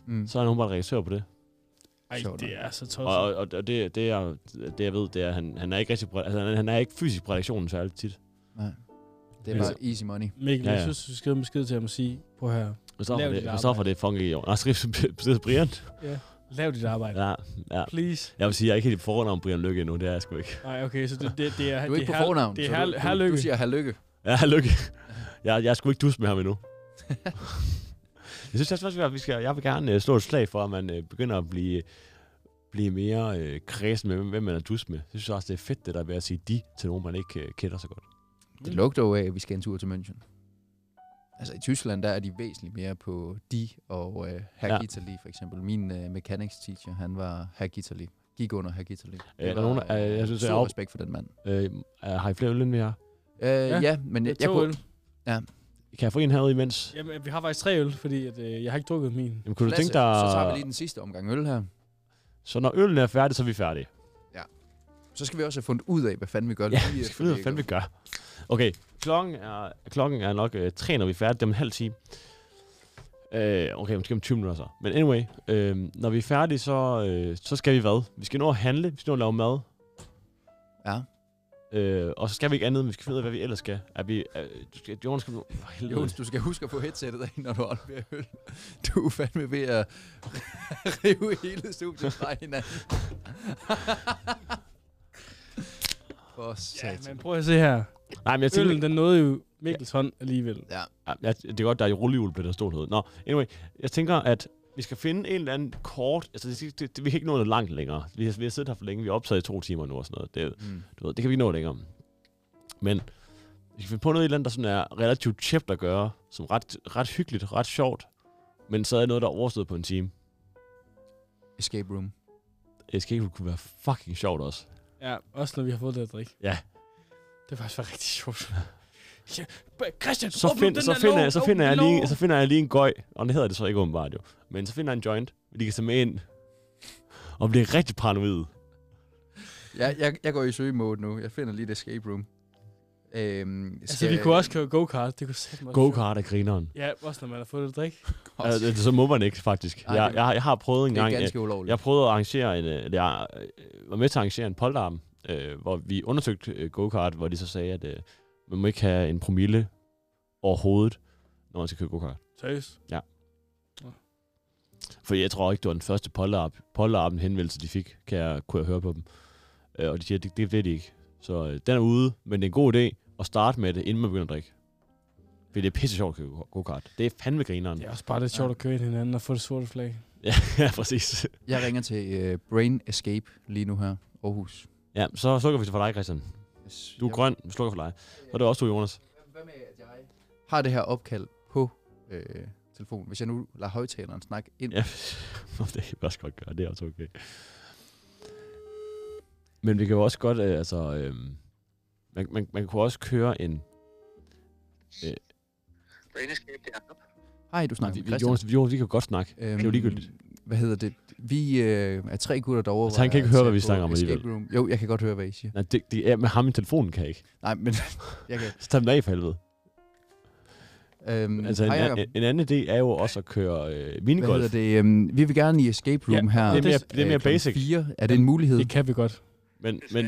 Speaker 2: Mm.
Speaker 1: mm. så er han åbenbart redaktør på det.
Speaker 3: Ej,
Speaker 2: Sjovt
Speaker 3: det
Speaker 2: nok.
Speaker 3: er så tosset.
Speaker 1: Og, og, og det, det, jeg, det, jeg ved, det er, at han, han er ikke rigtig, på- altså, han, han er ikke fysisk på redaktionen særligt tit.
Speaker 2: Nej. Det er
Speaker 3: Altså-
Speaker 2: bare easy money.
Speaker 3: Mikkel,
Speaker 1: Ja,
Speaker 3: jeg
Speaker 1: ja.
Speaker 3: synes, du skal skrive en besked til ham og sige, prøv her,
Speaker 1: Og så er
Speaker 3: Lav
Speaker 1: det,
Speaker 3: dit
Speaker 1: og så er
Speaker 3: arbejde.
Speaker 1: det funky i år. Nej, skriv til Brian.
Speaker 3: lav dit arbejde.
Speaker 1: Ja, ja.
Speaker 3: Please.
Speaker 1: Jeg vil sige, jeg er ikke helt i forhånd om Brian Lykke endnu, det er jeg sgu ikke.
Speaker 3: Nej, okay, så det, det, det er...
Speaker 2: Du er ikke
Speaker 3: det
Speaker 2: på
Speaker 3: her-
Speaker 2: fornavn,
Speaker 3: Det
Speaker 2: så
Speaker 3: er her,
Speaker 2: du,
Speaker 3: her
Speaker 2: du,
Speaker 3: lykke.
Speaker 2: du siger her lykke.
Speaker 1: Ja, Lykke. Jeg, jeg er sgu ikke dus med ham endnu. jeg synes også, at vi skal, jeg vil gerne øh, slå et slag for, at man øh, begynder at blive, blive mere øh, kredsen med, hvem- hvem man er dus med. Jeg synes også, det er fedt, det der ved at sige de til nogen, man ikke øh, kender så godt.
Speaker 2: Det lugter jo af, at vi skal en tur til München. Altså i Tyskland, der er de væsentligt mere på de og øh, herr
Speaker 1: Ja.
Speaker 2: ja. Gitterli, for eksempel. Min øh, mechanics teacher, han var herr Gitterli. Gik under herr Gitterli.
Speaker 1: er der nogen, der- øh, jeg synes,
Speaker 2: stor
Speaker 1: jeg er op-
Speaker 2: respekt for den mand.
Speaker 1: Øh, er- har I flere øl, end vi har?
Speaker 2: Øh, ja. ja, men
Speaker 3: Det
Speaker 2: jeg,
Speaker 3: er
Speaker 2: jeg,
Speaker 3: to
Speaker 2: kunne,
Speaker 3: øl.
Speaker 1: Kan jeg få en herude imens?
Speaker 3: Jamen, vi har faktisk tre øl, fordi at, øh, jeg har ikke drukket min.
Speaker 1: Jamen, kunne du
Speaker 2: Lasse,
Speaker 1: tænke dig...
Speaker 2: Så tager vi lige den sidste omgang øl her.
Speaker 1: Så når øllen er færdig, så er vi færdige.
Speaker 2: Så skal vi også have fundet ud af, hvad fanden vi gør.
Speaker 1: Ja,
Speaker 2: lige
Speaker 1: vi
Speaker 2: efter
Speaker 1: skal finde ud af, hvad fanden
Speaker 2: ikke-
Speaker 1: vi gør. Okay, klokken er, klokken er nok øh, 3, når vi er færdige. Det er om en halv time. Øh, okay, måske om 20 minutter så. Men anyway, øh, når vi er færdige, så, øh, så skal vi hvad? Vi skal nå at handle, vi skal nå at lave mad.
Speaker 2: Ja.
Speaker 1: Øh, og så skal vi ikke andet, men vi skal finde ud af, hvad vi ellers skal. Er vi... Øh, du skal, Jonas, skal du... For helvede.
Speaker 2: Jonas, du skal huske at få headsettet af, når du holder ved at øl. Du er fandme ved at rive hele studiet fra hinanden. For
Speaker 3: Ja,
Speaker 2: satan.
Speaker 3: men prøv at se her.
Speaker 1: Nej, men jeg tænker...
Speaker 3: Øllen, den nåede jo Mikkels hånd alligevel.
Speaker 1: Ja, jeg- det er godt, der er i rullehjul på det der stolhed. Nå, anyway, jeg tænker, at vi skal finde en eller anden kort... Altså, det, det, det, vi kan ikke nå det langt længere. Vi har, vi har siddet her for længe, vi er optaget i to timer nu og sådan noget. Det,
Speaker 2: Mm.
Speaker 1: du ved, det kan vi ikke nå længere. Men vi skal finde på noget et eller andet, der sådan er relativt tjept at gøre, som ret, ret hyggeligt, ret sjovt, men så er noget, der er overstået på en time.
Speaker 2: Escape room.
Speaker 1: Escape room kunne være fucking sjovt også.
Speaker 3: Ja, også når vi har fået det at drikke.
Speaker 1: Ja.
Speaker 3: Det var faktisk bare rigtig sjovt. Ja, b- Christian,
Speaker 1: Så,
Speaker 3: åbn
Speaker 1: find,
Speaker 3: den
Speaker 1: så,
Speaker 3: der
Speaker 1: finder,
Speaker 3: låg,
Speaker 1: jeg, så,
Speaker 3: åbn
Speaker 1: finder jeg
Speaker 3: den
Speaker 1: lige,
Speaker 3: låg.
Speaker 1: så finder jeg lige en gøj, og det hedder det så ikke åbenbart jo, men så finder jeg en joint, de kan tage med ind og blive rigtig paranoid.
Speaker 2: Jeg, jeg, jeg går i søgemode nu. Jeg finder lige et escape room. Øhm,
Speaker 3: Altså,
Speaker 2: skal-
Speaker 3: vi kunne også køre go-kart. Det kunne sætte mig
Speaker 1: Go-kart er grineren.
Speaker 3: Ja, også når man har fået det at drikke.
Speaker 1: Altså, det, så må man ikke, faktisk.
Speaker 2: Nej,
Speaker 1: jeg,
Speaker 2: det-
Speaker 1: jeg, har- jeg har prøvet en
Speaker 2: Det er
Speaker 1: gang... Jeg,
Speaker 2: ganske ulovligt.
Speaker 1: jeg prøvede at arrangere en... øh, Eller jeg øh, var med til at arrangere en polterarm, øh, hvor vi undersøgte øh, go-kart, hvor de så sagde, at øh, man må ikke have en promille overhovedet, når man skal køre go-kart.
Speaker 3: Seriøst.
Speaker 1: For jeg tror ikke, det var den første polterarm, polterarm henvendelse, de fik, kan jeg, kunne jeg høre på dem. Øh, og de siger, det, det ved de ikke. Så øh, den er ude, men det er en god idé at starte med det, inden man begynder at drikke. Fordi det er pisse sjovt at køre go- go-kart. Det er fandme grineren.
Speaker 3: Det er også bare lidt sjovt at køre ind i hinanden og få det sorte flag.
Speaker 1: ja præcis.
Speaker 2: Jeg ringer til uh, Brain Escape lige nu her. Aarhus.
Speaker 1: Ja, så slukker vi for dig, Christian.
Speaker 2: Yes,
Speaker 1: Du er
Speaker 2: jeg-
Speaker 1: grøn, vi slukker for dig. Så er det også du, Jonas.
Speaker 2: Hvad med, at jeg har det her opkald på øh, telefonen? Hvis jeg nu lader højtaleren snakke ind.
Speaker 1: Ja, det kan vi også godt gøre, det er også okay. Men vi kan jo også godt, øh, altså, øh, man, man, man kunne også køre en... øh,
Speaker 2: Hej, du snakker
Speaker 1: vi,
Speaker 2: med
Speaker 1: vi,
Speaker 2: Christian.
Speaker 1: Jonas, Jonas, vi kan godt snakke.
Speaker 2: Øhm,
Speaker 1: Det er jo ligegyldigt.
Speaker 2: Hvad hedder det? Vi øh, er tre gutter derovre.
Speaker 1: Altså, han
Speaker 2: hvor
Speaker 1: kan ikke
Speaker 2: jeg
Speaker 1: høre,
Speaker 2: er
Speaker 1: hvad vi
Speaker 2: sat på
Speaker 1: snakker om
Speaker 2: escape
Speaker 1: alligevel.
Speaker 2: room. Jo, jeg kan godt høre, hvad I siger.
Speaker 1: Nej, det, det er med ham i telefonen, kan jeg ikke.
Speaker 2: Nej, men jeg kan.
Speaker 1: Så tag den af for helvede.
Speaker 2: Øhm,
Speaker 1: Altså,
Speaker 2: hej,
Speaker 1: en,
Speaker 2: Jacob.
Speaker 1: en, en anden idé er jo også at køre øh,
Speaker 2: Hvad hedder
Speaker 1: minigolf.
Speaker 2: det? Øhm, vi vil gerne i escape room
Speaker 3: Ja,
Speaker 2: her.
Speaker 1: Det er mere, det er
Speaker 2: øh,
Speaker 1: mere
Speaker 2: klokken
Speaker 1: basic,
Speaker 2: Fire. Er det en mulighed?
Speaker 3: Det kan vi godt.
Speaker 1: men, men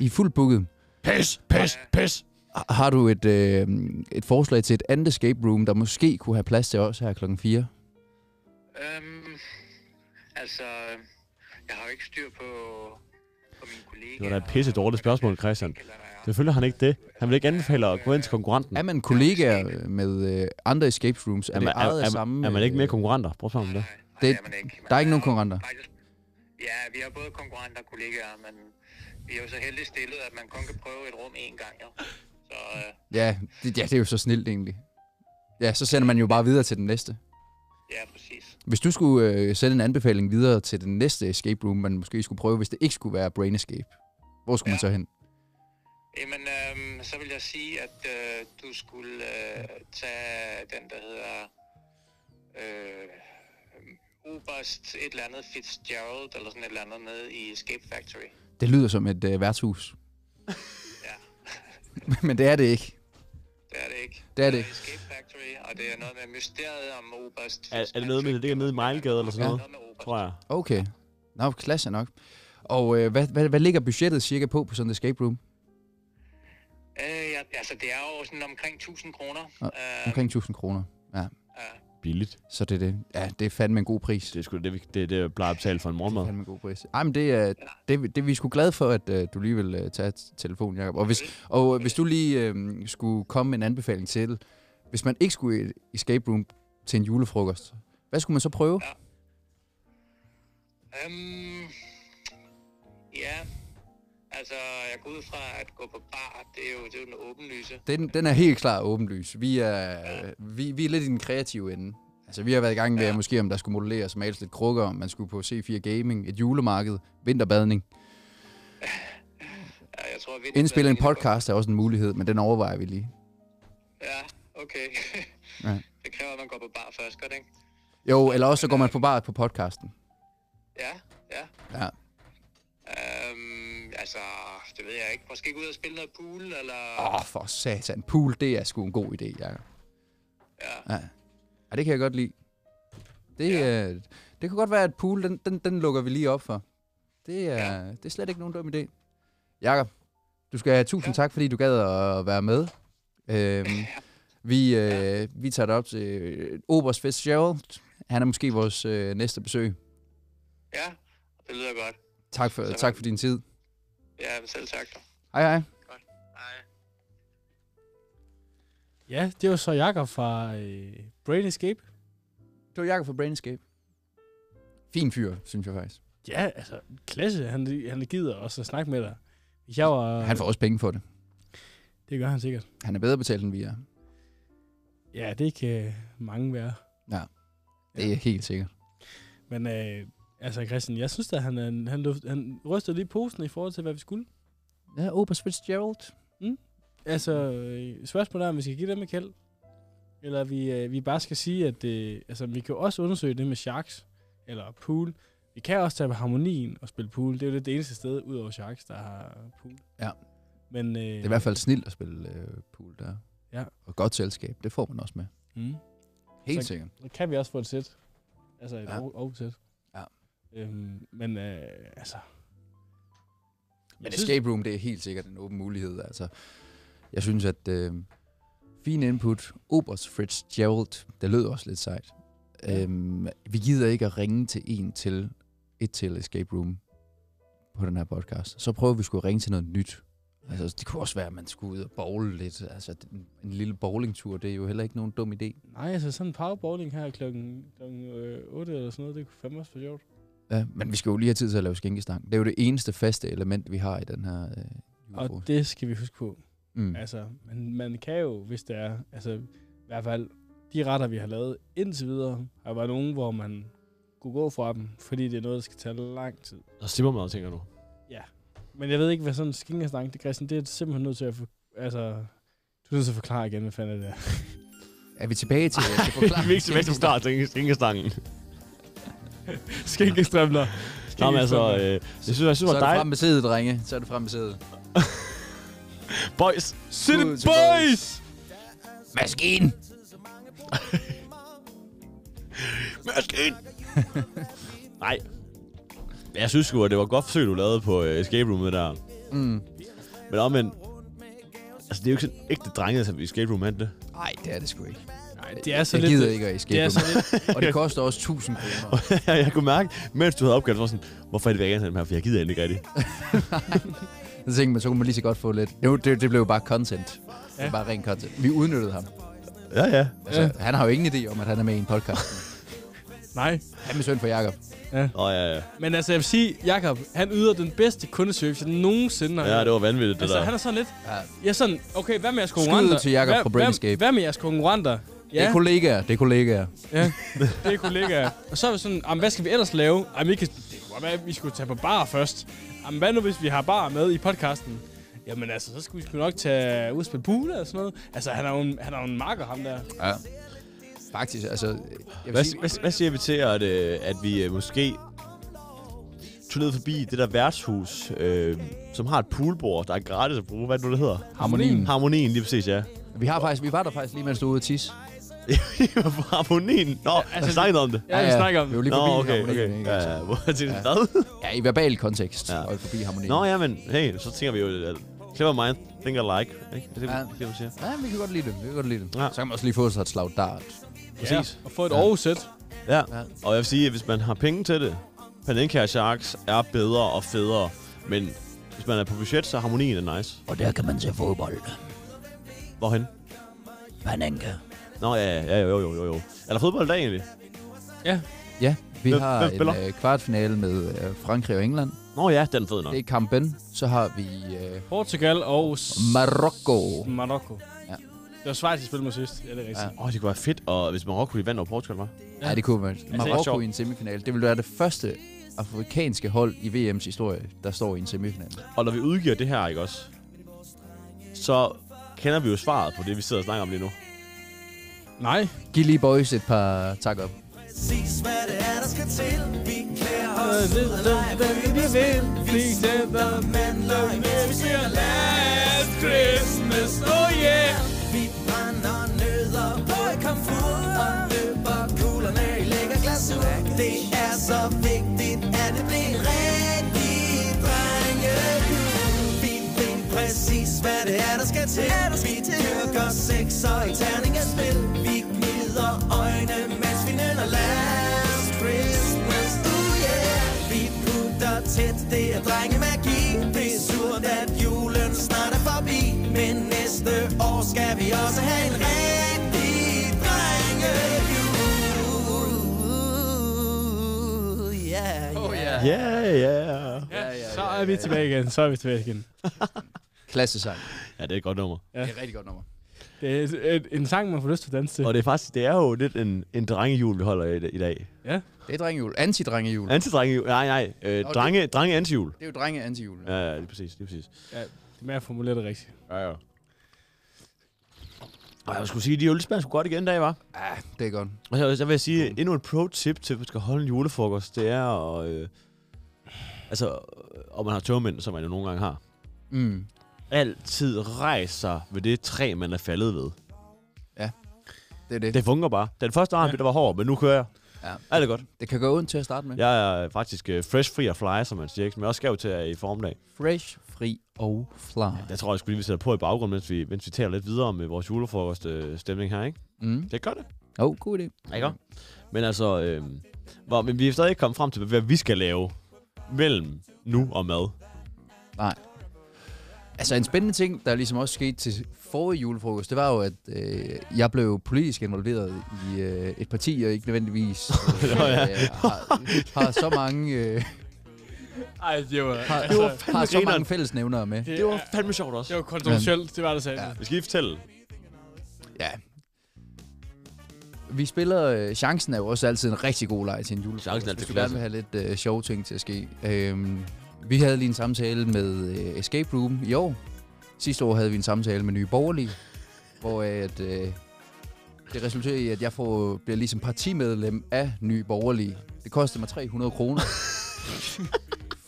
Speaker 2: I er fuldt booket.
Speaker 1: pis, pis, pis.
Speaker 2: Har- Har du et, øh, et forslag til et andet escape room, der måske kunne have plads til os her klokken 4?
Speaker 12: Øhm, altså, jeg har jo ikke styr på, på mine kollegaer.
Speaker 1: Det var da et pisse dårligt spørgsmål, Christian.
Speaker 12: Eller der er
Speaker 1: Selvfølgelig har han ikke det. Han vil ikke anbefale at gå ind til konkurrenten.
Speaker 2: Er man kollegaer med øh, andre escape rooms? Er,
Speaker 1: Er
Speaker 2: det
Speaker 1: man- er-
Speaker 2: ejet af
Speaker 1: er-
Speaker 2: samme... øh,
Speaker 1: er man ikke mere konkurrenter? Prøv at spørge om det.
Speaker 2: det er man ikke. Der er ikke nogen konkurrenter.
Speaker 12: Ja, vi har både konkurrenter og kollegaer, men vi er jo så heldigt stillet, at man kun kan prøve et rum én gang. Jo. Så øh,
Speaker 2: Ja det, ja, det er jo så snilt egentlig. Ja, så sender man jo bare videre til den næste.
Speaker 12: ja, præcis.
Speaker 2: Hvis du skulle øh, sende en anbefaling videre til den næste escape room, man måske skulle prøve, hvis det ikke skulle være Brain Escape, hvor skulle ja. man så hen?
Speaker 12: Jamen, øh, så vil jeg sige, at øh, du skulle øh, tage den, der hedder øh, Uberst et eller andet Fitzgerald, eller sådan et eller andet, nede i Escape Factory.
Speaker 2: Det lyder som et øh, værtshus. Ja. Men det er det ikke.
Speaker 12: Det er det ikke.
Speaker 2: Det er det ikke.
Speaker 12: Escape Factory, og det er noget med mysteriet om Oberst.
Speaker 1: Er, er det noget med det? Det er nede i Mejlgade eller sådan noget, tror jeg.
Speaker 2: Okay. Nå, klasse nok. Og øh, hvad, hvad, hvad ligger budgettet cirka på på sådan en escape room?
Speaker 12: Øh, ja, altså, det er jo sådan omkring 1000 kroner. Øh,
Speaker 2: Nå, Omkring 1000 kroner. Ja.
Speaker 1: Billigt.
Speaker 2: Så det er det. Ja, det er fandme en god pris.
Speaker 1: Det er sgu det, vi- det, er det jeg plejer at betale for en morgenmad. Det er
Speaker 2: fandme en god pris. Ej, men det er, det, det er vi sgu glade for, at øh, du lige vil øh, tage t- telefonen, Jacob. Og hvis, og øh, hvis du lige øh, skulle komme med en anbefaling til, hvis man ikke skulle i et escape room til en julefrokost, hvad skulle man så prøve? Ja.
Speaker 12: Øhm, ja, altså, jeg går ud fra at gå på bar, det er jo, det er jo en åbenlyse.
Speaker 2: Den, den er helt klar åbenlys. Vi er, vi, vi er lidt i den kreative ende. Altså, vi har været i gang med, ja. måske om der skulle modelleres og males lidt krukker, om man skulle på C4 Gaming, et julemarked, vinterbadning.
Speaker 12: Ja, jeg tror, at
Speaker 2: Indspille en podcast er også en mulighed, men den overvejer vi lige.
Speaker 12: Ja, okay.
Speaker 2: Ja.
Speaker 12: det kræver, at man går på bar først, gør det ikke?
Speaker 2: Jo, eller også så går man på bar på podcasten.
Speaker 12: Ja, ja.
Speaker 2: Ja.
Speaker 12: Øhm, altså, det ved jeg ikke. Måske gå ud og spille noget pool, eller...
Speaker 2: Åh, oh, for satan. Pool, det er sgu en god idé, Jacob. Ja. ja. det kan jeg godt lide. Det, ja. øh, det kan godt være, at pool, den, den, den lukker vi lige op for. Det er, ja. det er slet ikke nogen dum idé. Jakob, du skal have tusind ja. tak, fordi du gad at være med. Øhm, vi, øh, ja. vi tager det op til øh, Oberst Fitzgerald. Han er måske vores øh, næste besøg.
Speaker 12: Ja, det lyder godt.
Speaker 2: Tak for, tak for din tid.
Speaker 12: Ja, men selv tak.
Speaker 2: Hej hej.
Speaker 3: Ja, det var så Jakob fra øh, Brain Escape.
Speaker 2: Det var Jakob fra Brain Escape. Fin fyr, synes jeg faktisk.
Speaker 3: Ja, altså, klasse. Han, han gider også at snakke med dig. Hvis jeg var...
Speaker 2: Han får også penge for det.
Speaker 3: Det gør han sikkert.
Speaker 2: Han er bedre betalt, end vi er.
Speaker 3: Ja, det kan mange være.
Speaker 2: Ja, det er ja. helt sikkert.
Speaker 3: Men øh, altså, Christian, jeg synes da, han, er en- han, luft, han rystede lige posen i forhold til, hvad vi skulle.
Speaker 2: Ja, Oberst Fitzgerald.
Speaker 3: Mm. Altså, øh, spørgsmålet er, om vi skal give dem et kald. Eller vi, øh, vi bare skal sige, at øh, altså, vi kan jo også undersøge det med sharks eller pool. Vi kan også tage på harmonien og spille pool. Det er jo lidt det eneste sted, ud over sharks, der har pool.
Speaker 2: Ja.
Speaker 3: Men, øh,
Speaker 2: Det er i hvert fald snilt at spille øh, pool der.
Speaker 3: Ja.
Speaker 2: Og godt selskab, det får man også med.
Speaker 3: Mm.
Speaker 2: Helt
Speaker 3: så,
Speaker 2: sikkert.
Speaker 3: Så kan vi også få et sæt. Altså et
Speaker 2: Ja.
Speaker 3: ja. oversæt.
Speaker 2: Ja.
Speaker 3: Øhm, men øh, altså...
Speaker 2: Men escape room, det er helt sikkert en åben mulighed. Altså, jeg synes, at øh, fin input. Oberst Fitzgerald, det lød også lidt sejt. Ja. Øhm, vi gider ikke at ringe til en til et til escape room på den her podcast. Så prøver vi sgu at ringe til noget nyt. Altså, det kunne også være, at man skulle ud og bowle lidt. Altså, en, en lille bowlingtur, det er jo heller ikke nogen dum idé.
Speaker 3: Nej, altså sådan en powerbowling her klokken, klokken øh, 8 eller sådan noget, det kunne fandme også være sjovt.
Speaker 2: Ja, men vi skal jo lige have tid til at lave skænkestang. Det er jo det eneste faste element, vi har i den her øh,
Speaker 3: Og
Speaker 2: julefrokost.
Speaker 3: det skal vi huske på.
Speaker 2: Mm.
Speaker 3: Altså, man, man kan jo, hvis det er, altså i hvert fald de retter, vi har lavet indtil videre, har været nogen, hvor man kunne gå fra dem, fordi det er noget, der skal tage lang tid.
Speaker 1: Og simmermad, tænker du?
Speaker 3: Ja. Men jeg ved ikke, hvad sådan en skinkersnang, det Christian, det er simpelthen nødt til at, for, altså, du er nødt til at forklare igen, hvad fanden er det er.
Speaker 2: Er vi tilbage til, til
Speaker 1: Vi er ikke tilbage til start, skænkestangen.
Speaker 3: Skænkestrømler.
Speaker 1: Nå, men altså, øh, jeg synes, jeg synes,
Speaker 2: så er det frem
Speaker 1: det var dejligt.
Speaker 2: med sædet, drenge. Så er det frem med sædet.
Speaker 1: Boys.
Speaker 3: City
Speaker 2: Ud til
Speaker 3: Boys!
Speaker 2: Maskinen!
Speaker 1: Maskinen! Nej. Jeg synes sgu, at det var et godt forsøg, du lavede på øh, escape roomet der.
Speaker 2: Mm.
Speaker 1: Men omvendt, altså det er jo ikke sådan ægte drenge, som i escape room, er det?
Speaker 2: Nej, det er det sgu ikke.
Speaker 3: Nej, det er så
Speaker 2: jeg
Speaker 3: lidt-
Speaker 2: gider ikke at escape
Speaker 3: det er så
Speaker 2: room.
Speaker 3: lidt-
Speaker 2: Og det koster også 1000 kroner.
Speaker 1: jeg kunne mærke, mens du havde opgaven, så var jeg sådan, hvorfor er det, vi ikke ansat dem her? For jeg gider egentlig ikke rigtigt.
Speaker 2: Så tænkte man, så kunne man lige så godt få lidt. Jo, det, det blev jo bare content. Ja. Det
Speaker 1: Ja.
Speaker 2: var bare ren content. Vi udnyttede ham.
Speaker 1: Ja, ja.
Speaker 2: Altså,
Speaker 1: Ja.
Speaker 2: Han har jo ingen idé om, at han er med i en podcast.
Speaker 3: Nej.
Speaker 2: Han er søn for Jakob.
Speaker 3: Ja.
Speaker 1: Åh, ja, ja.
Speaker 3: Men altså, jeg vil sige, Jakob, han yder den bedste kundeservice, jeg nogensinde har
Speaker 1: Ja,
Speaker 3: hørt.
Speaker 1: det var vanvittigt, det
Speaker 3: altså,
Speaker 1: der.
Speaker 3: han er sådan lidt...
Speaker 2: Ja.
Speaker 3: Jeg er sådan, okay, hvad med jeres
Speaker 2: Skud ud
Speaker 3: konkurrenter?
Speaker 2: til Jakob
Speaker 3: Hvad-
Speaker 2: fra Brain
Speaker 3: hvad-
Speaker 2: Escape.
Speaker 3: Hvad med jeres konkurrenter?
Speaker 2: Ja. Det er kollegaer. Det er kollegaer.
Speaker 3: Ja, det er kollegaer. Og så er vi sådan, jamen, hvad skal vi ellers lave? Jamen, vi kan, det kunne godt være, at vi skulle tage på bar først. Jamen, hvad nu, hvis vi har bar med i podcasten? Jamen altså, så skulle vi sgu nok tage ud og spille pool og sådan noget. Altså, han er jo en, han er jo en marker, ham der.
Speaker 2: Ja. Faktisk, altså... Jeg
Speaker 1: Hvad, sige, hvad, hvad siger vi til, at, øh, at vi øh, måske tog ned forbi det der værtshus, øh, som har et poolbord, der er gratis at bruge? Hvad er det nu, det hedder?
Speaker 2: Harmonien.
Speaker 1: Harmonien, lige præcis, ja.
Speaker 2: Vi, har faktisk, vi var der faktisk lige, mens du var ude at tisse.
Speaker 1: harmonien? Nå, altså,
Speaker 2: altså,
Speaker 1: vi snakkede om det.
Speaker 2: Ja, ja, vi snakker om det.
Speaker 1: Vi var lige
Speaker 2: Nå,
Speaker 1: forbi
Speaker 2: okay,
Speaker 1: harmonien,
Speaker 2: okay.
Speaker 1: Ikke? Ja, ja, hvor jeg tænkte,
Speaker 2: Ja.
Speaker 1: hvad?
Speaker 2: Ja, i verbal kontekst. Ja. Og forbi harmonien.
Speaker 1: Nå, ja, men hey, så tænker vi jo, at clever mind, think alike. Ikke? Det er det,
Speaker 2: Ja.
Speaker 1: ja. det, man siger.
Speaker 2: Ja, vi kan godt lide det. Vi kan godt lide det. Ja. Så kan man også lige få sig et slag dart.
Speaker 1: Præcis.
Speaker 3: og få et oversæt.
Speaker 1: Ja. og jeg vil sige, at hvis man har penge til det, Paninka Sharks er bedre og federe, men hvis man er på budget, så er harmonien er nice.
Speaker 2: Og der kan man se fodbold.
Speaker 1: Hvorhen?
Speaker 2: Panenka.
Speaker 1: Nå, ja, ja, ja, jo, jo, jo, jo. Er der fodbold i dag egentlig?
Speaker 3: Ja.
Speaker 2: Ja, vi
Speaker 1: Hvem-
Speaker 2: har
Speaker 1: hvem spiller?
Speaker 2: en øh, kvartfinale med øh, Frankrig og England.
Speaker 1: Nå ja, den er fed nok.
Speaker 2: Det er Camp Ben. Så har vi øh,
Speaker 3: Portugal og...
Speaker 2: Marokko.
Speaker 3: Marokko.
Speaker 2: Ja.
Speaker 3: Det var Schweiz, jeg spillede mod sidst. Ja, det er rigtigt.
Speaker 1: Åh, oh, det kunne være fedt, og hvis Marokko lige vandt over Portugal, var.
Speaker 2: Ja, det kunne
Speaker 3: Altså,
Speaker 2: man. Altså,
Speaker 1: Altså,
Speaker 2: Marokko i en semifinal. Det vil være det første afrikanske hold i VM's historie, der står i en semifinal.
Speaker 1: Og når vi udgiver det her, ikke også? Så kender vi jo svaret på det, vi sidder og snakker om lige nu.
Speaker 3: Nej.
Speaker 2: Giv lige boys et par tak op.
Speaker 8: Præcis hvad det er, der skal til Vi klæder os
Speaker 3: Øh,
Speaker 8: ud og leger, hvad vi nu vil Vi sætter mand løgn Hvis vi siger last Christmas, oh yeah Vi brænder nødder på et komfur Og løber kuglerne i lækker glasur Det er så vigtigt, at det bliver rigtig drenge Vi ved præcis hvad det er, der skal til Vi dyrker sex og i terning af spil Vi gnider øjne, mens vi nynner last Christmas, oh yeah Vi putter tæt, det er drengemagi Det er surt, at julen snart er forbi Men næste år skal vi også have en rigtig drengejul Yeah, oh, yeah.
Speaker 1: Ja, ja.
Speaker 3: Ja, ja, så er vi tilbage igen. Så er vi tilbage igen.
Speaker 2: Klasse sang.
Speaker 1: Ja, det er et godt nummer.
Speaker 3: Ja. Det
Speaker 2: er et rigtig godt nummer.
Speaker 3: Det er et- et- en sang, man får lyst til at danse til.
Speaker 1: Og det er faktisk, det er jo lidt en, en drengejul, vi holder i, i dag.
Speaker 3: Ja.
Speaker 2: Det er drengejul. Antidrengejul.
Speaker 1: Antidrengejul. Nej, nej. Øh,
Speaker 2: Nå,
Speaker 1: drenge, drenge antijul.
Speaker 2: Det er jo drenge antijul.
Speaker 1: Ja, ja, lige præcis, lige præcis.
Speaker 3: Ja, det er med at formulere det rigtigt.
Speaker 1: Ja, ja. Og jeg skulle sige, de julespand skulle godt igen i dag, var.
Speaker 2: Ja, det er godt.
Speaker 1: Og så, så vil jeg sige, endnu et pro-tip til, at man skal holde en julefrokost, det er at... Øh, altså, øh, og man har tørmænd, som man jo nogle gange har.
Speaker 2: Mm.
Speaker 1: Altid rejse sig ved det træ, man er faldet ved.
Speaker 2: Ja, det er det.
Speaker 1: Det fungerer bare. Den første arm, ja. der var hård, men nu kører jeg.
Speaker 2: Ja.
Speaker 1: Alt er godt.
Speaker 2: Det kan gå ondt til at starte med.
Speaker 1: Jeg er faktisk øh, fresh, free og fly, som man siger, ikke? Men jeg også skæv til øh, i formiddag.
Speaker 2: Fresh, fri og fly.
Speaker 1: Der tror jeg, jeg skulle lige vi sætter på i baggrunden, mens vi, mens vi taler lidt videre om øh, vores julefrokoststemning øh, stemning her, ikke?
Speaker 2: Mm.
Speaker 1: Det gør det.
Speaker 2: Åh, oh, god idé.
Speaker 1: Ikke? Men altså, øh, hvor, men vi er stadig ikke kommet frem til, hvad vi skal lave mellem nu og mad.
Speaker 2: Nej. Altså en spændende ting, der ligesom også skete til forrige julefrokost, det var jo, at øh, jeg blev politisk involveret i øh, et parti, og ikke nødvendigvis øh,
Speaker 1: Nå ja.
Speaker 2: har, har så mange, øh,
Speaker 3: Ej, det var...
Speaker 2: har,
Speaker 3: det var
Speaker 1: fandme
Speaker 2: har så mange
Speaker 1: grineren.
Speaker 2: fællesnævnere med.
Speaker 1: Det var fandme sjovt også.
Speaker 3: Det var kontroversielt, det var det sagde. Ja.
Speaker 1: Vi skal lige fortælle.
Speaker 2: Ja. Vi spiller... Øh, chancen er jo også altid en rigtig god leg til en julefrokost.
Speaker 1: Chancen er altid
Speaker 2: hvis du
Speaker 1: klasse.
Speaker 2: gerne vil have lidt øh, sjove ting til at ske. Øhm, vi havde lige en samtale med øh, Escape Room i år. Sidste år havde vi en samtale med Nye Borgerlige, hvor at, øh, det resulterer i, at jeg får, bliver ligesom partimedlem af Nye Borgerlige. Det kostede mig 300 kroner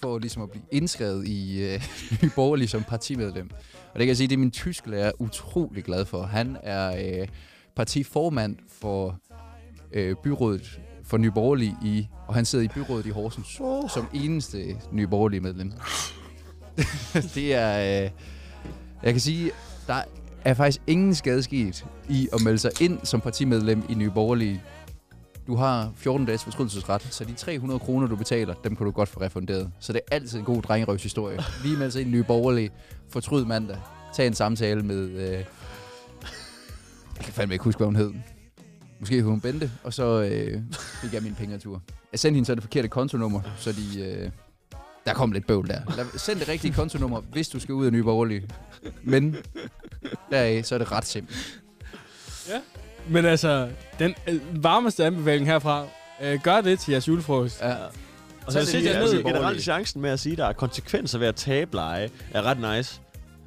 Speaker 2: for ligesom at blive indskrevet i øh, Nye Borgerlige som partimedlem. Og det kan jeg sige, det er min tysklærer utrolig glad for. Han er øh, partiformand for øh, byrådet for Nye Borgerlige i, og han sidder i byrådet i Horsens oh. som eneste Nye Borgerlige medlem. det er, øh, jeg kan sige, der er faktisk ingen skade sket i at melde sig ind som partimedlem i Nye Borgerlige. Du har 14 dages fortrydelsesret, så de 300 kroner, du betaler, dem kan du godt få refunderet. Så det er altid en god drengerøvshistorie. Lige melde sig ind i Nye Borgerlige. Fortryd mandag. Tag en samtale med... Øh... Jeg kan fandme ikke huske, hvad hun hed. Måske hed hun Bente, og så øh, fik jeg min pengetur. Jeg sendte hende så det forkerte kontonummer, så de... Øh... Der kom lidt bøvl der. Lad, send det rigtige kontonummer, hvis du skal ud af Nye Borgerlige. Men deraf, så er det ret simpelt.
Speaker 3: Ja. Men altså, den øh, varmeste anbefaling herfra, øh, gør det til jeres julefrokost.
Speaker 2: Ja.
Speaker 1: Og så, så det lige, altså, generelt chancen med at sige, at der er konsekvenser ved at tabe leje, er ret nice.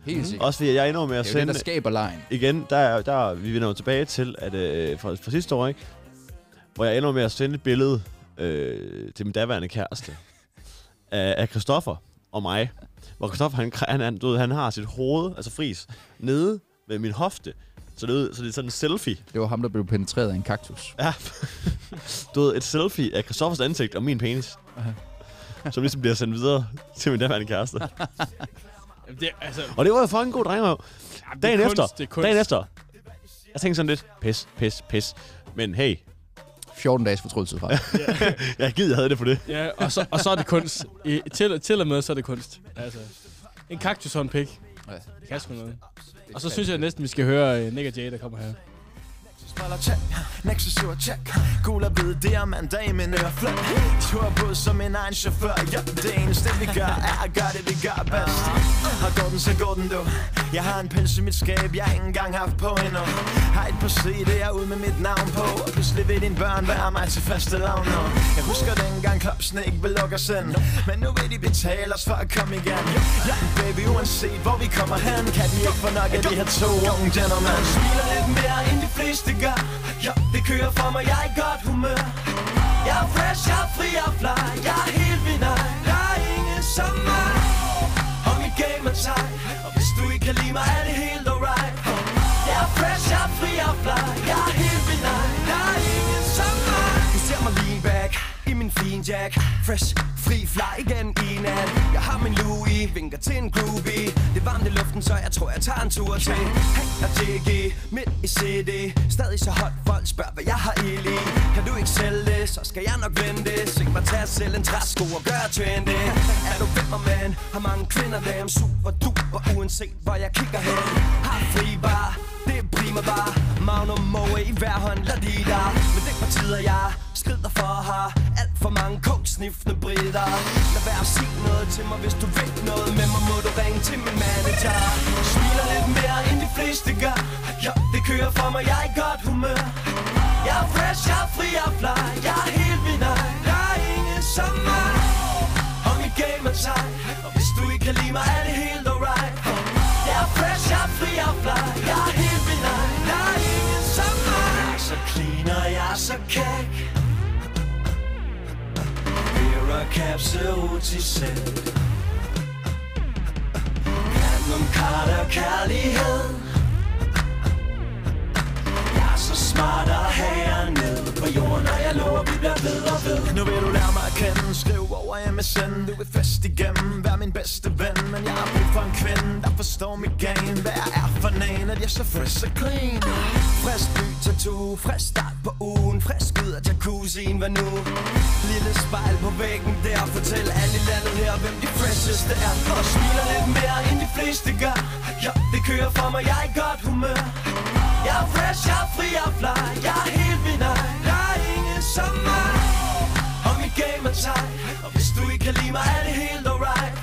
Speaker 2: Helt sikkert.
Speaker 1: Også fordi jeg ender med at
Speaker 2: Det er jo
Speaker 1: sende...
Speaker 2: det, der skaber lejen.
Speaker 1: Igen, der, er- der vi vender jo tilbage til, at øh, fra, fra sidste år, ikke? hvor jeg ender med at sende et billede øh, til min daværende kæreste af, af Christoffer og mig. Hvor Christoffer, han, han, han, du ved, han har sit hoved, altså fris, nede ved min hofte. Så det, er ud- så det er sådan en selfie.
Speaker 2: Det var ham, der blev penetreret af en kaktus.
Speaker 1: Ja. Du ved, et selfie af Christoffers ansigt og min penis. Som ligesom bliver sendt videre til min daværende kæreste.
Speaker 3: Jamen, det, er- altså,
Speaker 1: Og det var jo fucking god drengerøv.
Speaker 3: det er
Speaker 1: Dagen
Speaker 3: kunst,
Speaker 1: efter.
Speaker 3: det er kunst.
Speaker 1: Dagen efter. Jeg tænkte sådan lidt, pis, pis, pis. Men hey,
Speaker 2: 14 dages fortrydelsesret.
Speaker 1: jeg gider, jeg havde det for det.
Speaker 3: ja, og, så, og så er det kunst. I, til, til og med, så er det kunst. Altså, en kaktus og en pik.
Speaker 2: Ja.
Speaker 3: Det kan sgu noget. Og så synes jeg næsten, vi skal høre øh, Nick og Jay, der kommer her.
Speaker 13: Smaller check, Nexus syver check Gul og hvid diamant, damen er flot Tør på som en egen chauffør Ja, det eneste vi gør er at gøre det vi gør bedst Og går den så går den du Jeg har en pels i mit skab, jeg har ikke engang haft på endnu Har et par CD'er ud med mit navn på Og pludselig vil dine børn være mig til faste lavn nu Jeg husker dengang klapsene ikke vil lukke os ind Men nu vil de betale os for at komme igen Ja, baby, uanset hvor vi kommer hen Kan de ikke få nok af de her to unge gentlemen Smiler lidt mere end de fleste gør Ja, det kører for mig, jeg er i godt humør Jeg er fresh, jeg er fri og fly Jeg er helt vild, nej. der er ingen som mig Og mit game er tight Og hvis du ikke kan lide mig, er det helt alright Jeg er fresh, jeg er fri og fly Jeg er helt vild, nej. der er ingen som mig Du ser mig lean back i min fin jack Fresh, fri, fly igen i nat Jeg har min Louis, vinker til en groovy Det er varmt i luften, så jeg tror jeg tager en tur til Hey, og JG, midt i CD Stadig så hot, folk spørger hvad jeg har ild i Kan du ikke sælge det, så skal jeg nok vente Sigt mig til at sælge en træsko og gøre trendy Er du ved mig, man? Har mange kvinder, dem Super duper, uanset hvor jeg kigger hen Har fri bar, det er prima bar Magnum Moe i hver hånd, la di da Men det er på tider, jeg skrider for her Alt for mange kogsniftende brider Lad være at sige noget til mig, hvis du vil noget Med mig må du ringe til min manager Smiler lidt mere end de fleste gør Ja, det kører for mig, jeg er i godt humør Jeg er fresh, jeg er fri og fly Jeg er helt vild, nej. der er ingen som mig Og mit game er tight Og hvis du ikke kan lide mig, er det helt alright Jeg er fresh, jeg er fri og fly Jeg er helt vild, nej. der er ingen som mig Jeg er så clean, og jeg er så kæk Vera Capse Otisel Magnum Carter kærlighed Jeg er så smart og hager ned på jorden Og jeg lover, vi bliver ved og ved Nu vil du lære mig at kende Skriv over MSN Du vil fest igennem Vær min bedste ven Men jeg har brug for en kvinde Der forstår mit game Hvad jeg er for en At jeg er så frisk og clean Frisk by tattoo Frisk start på ugen Frisk ud af jacuzzien Hvad nu? Lille spejl på væggen der Fortæl alle i landet her Hvem de fresheste er Og smiler lidt mere End de fleste gør Ja, det kører for mig Jeg er i godt humør Jeg er fresh Jeg er fri Jeg er fly Jeg er helt vild nej. Der er ingen som mig og mit game er tight Og hvis du ikke kan lide mig, er det helt alright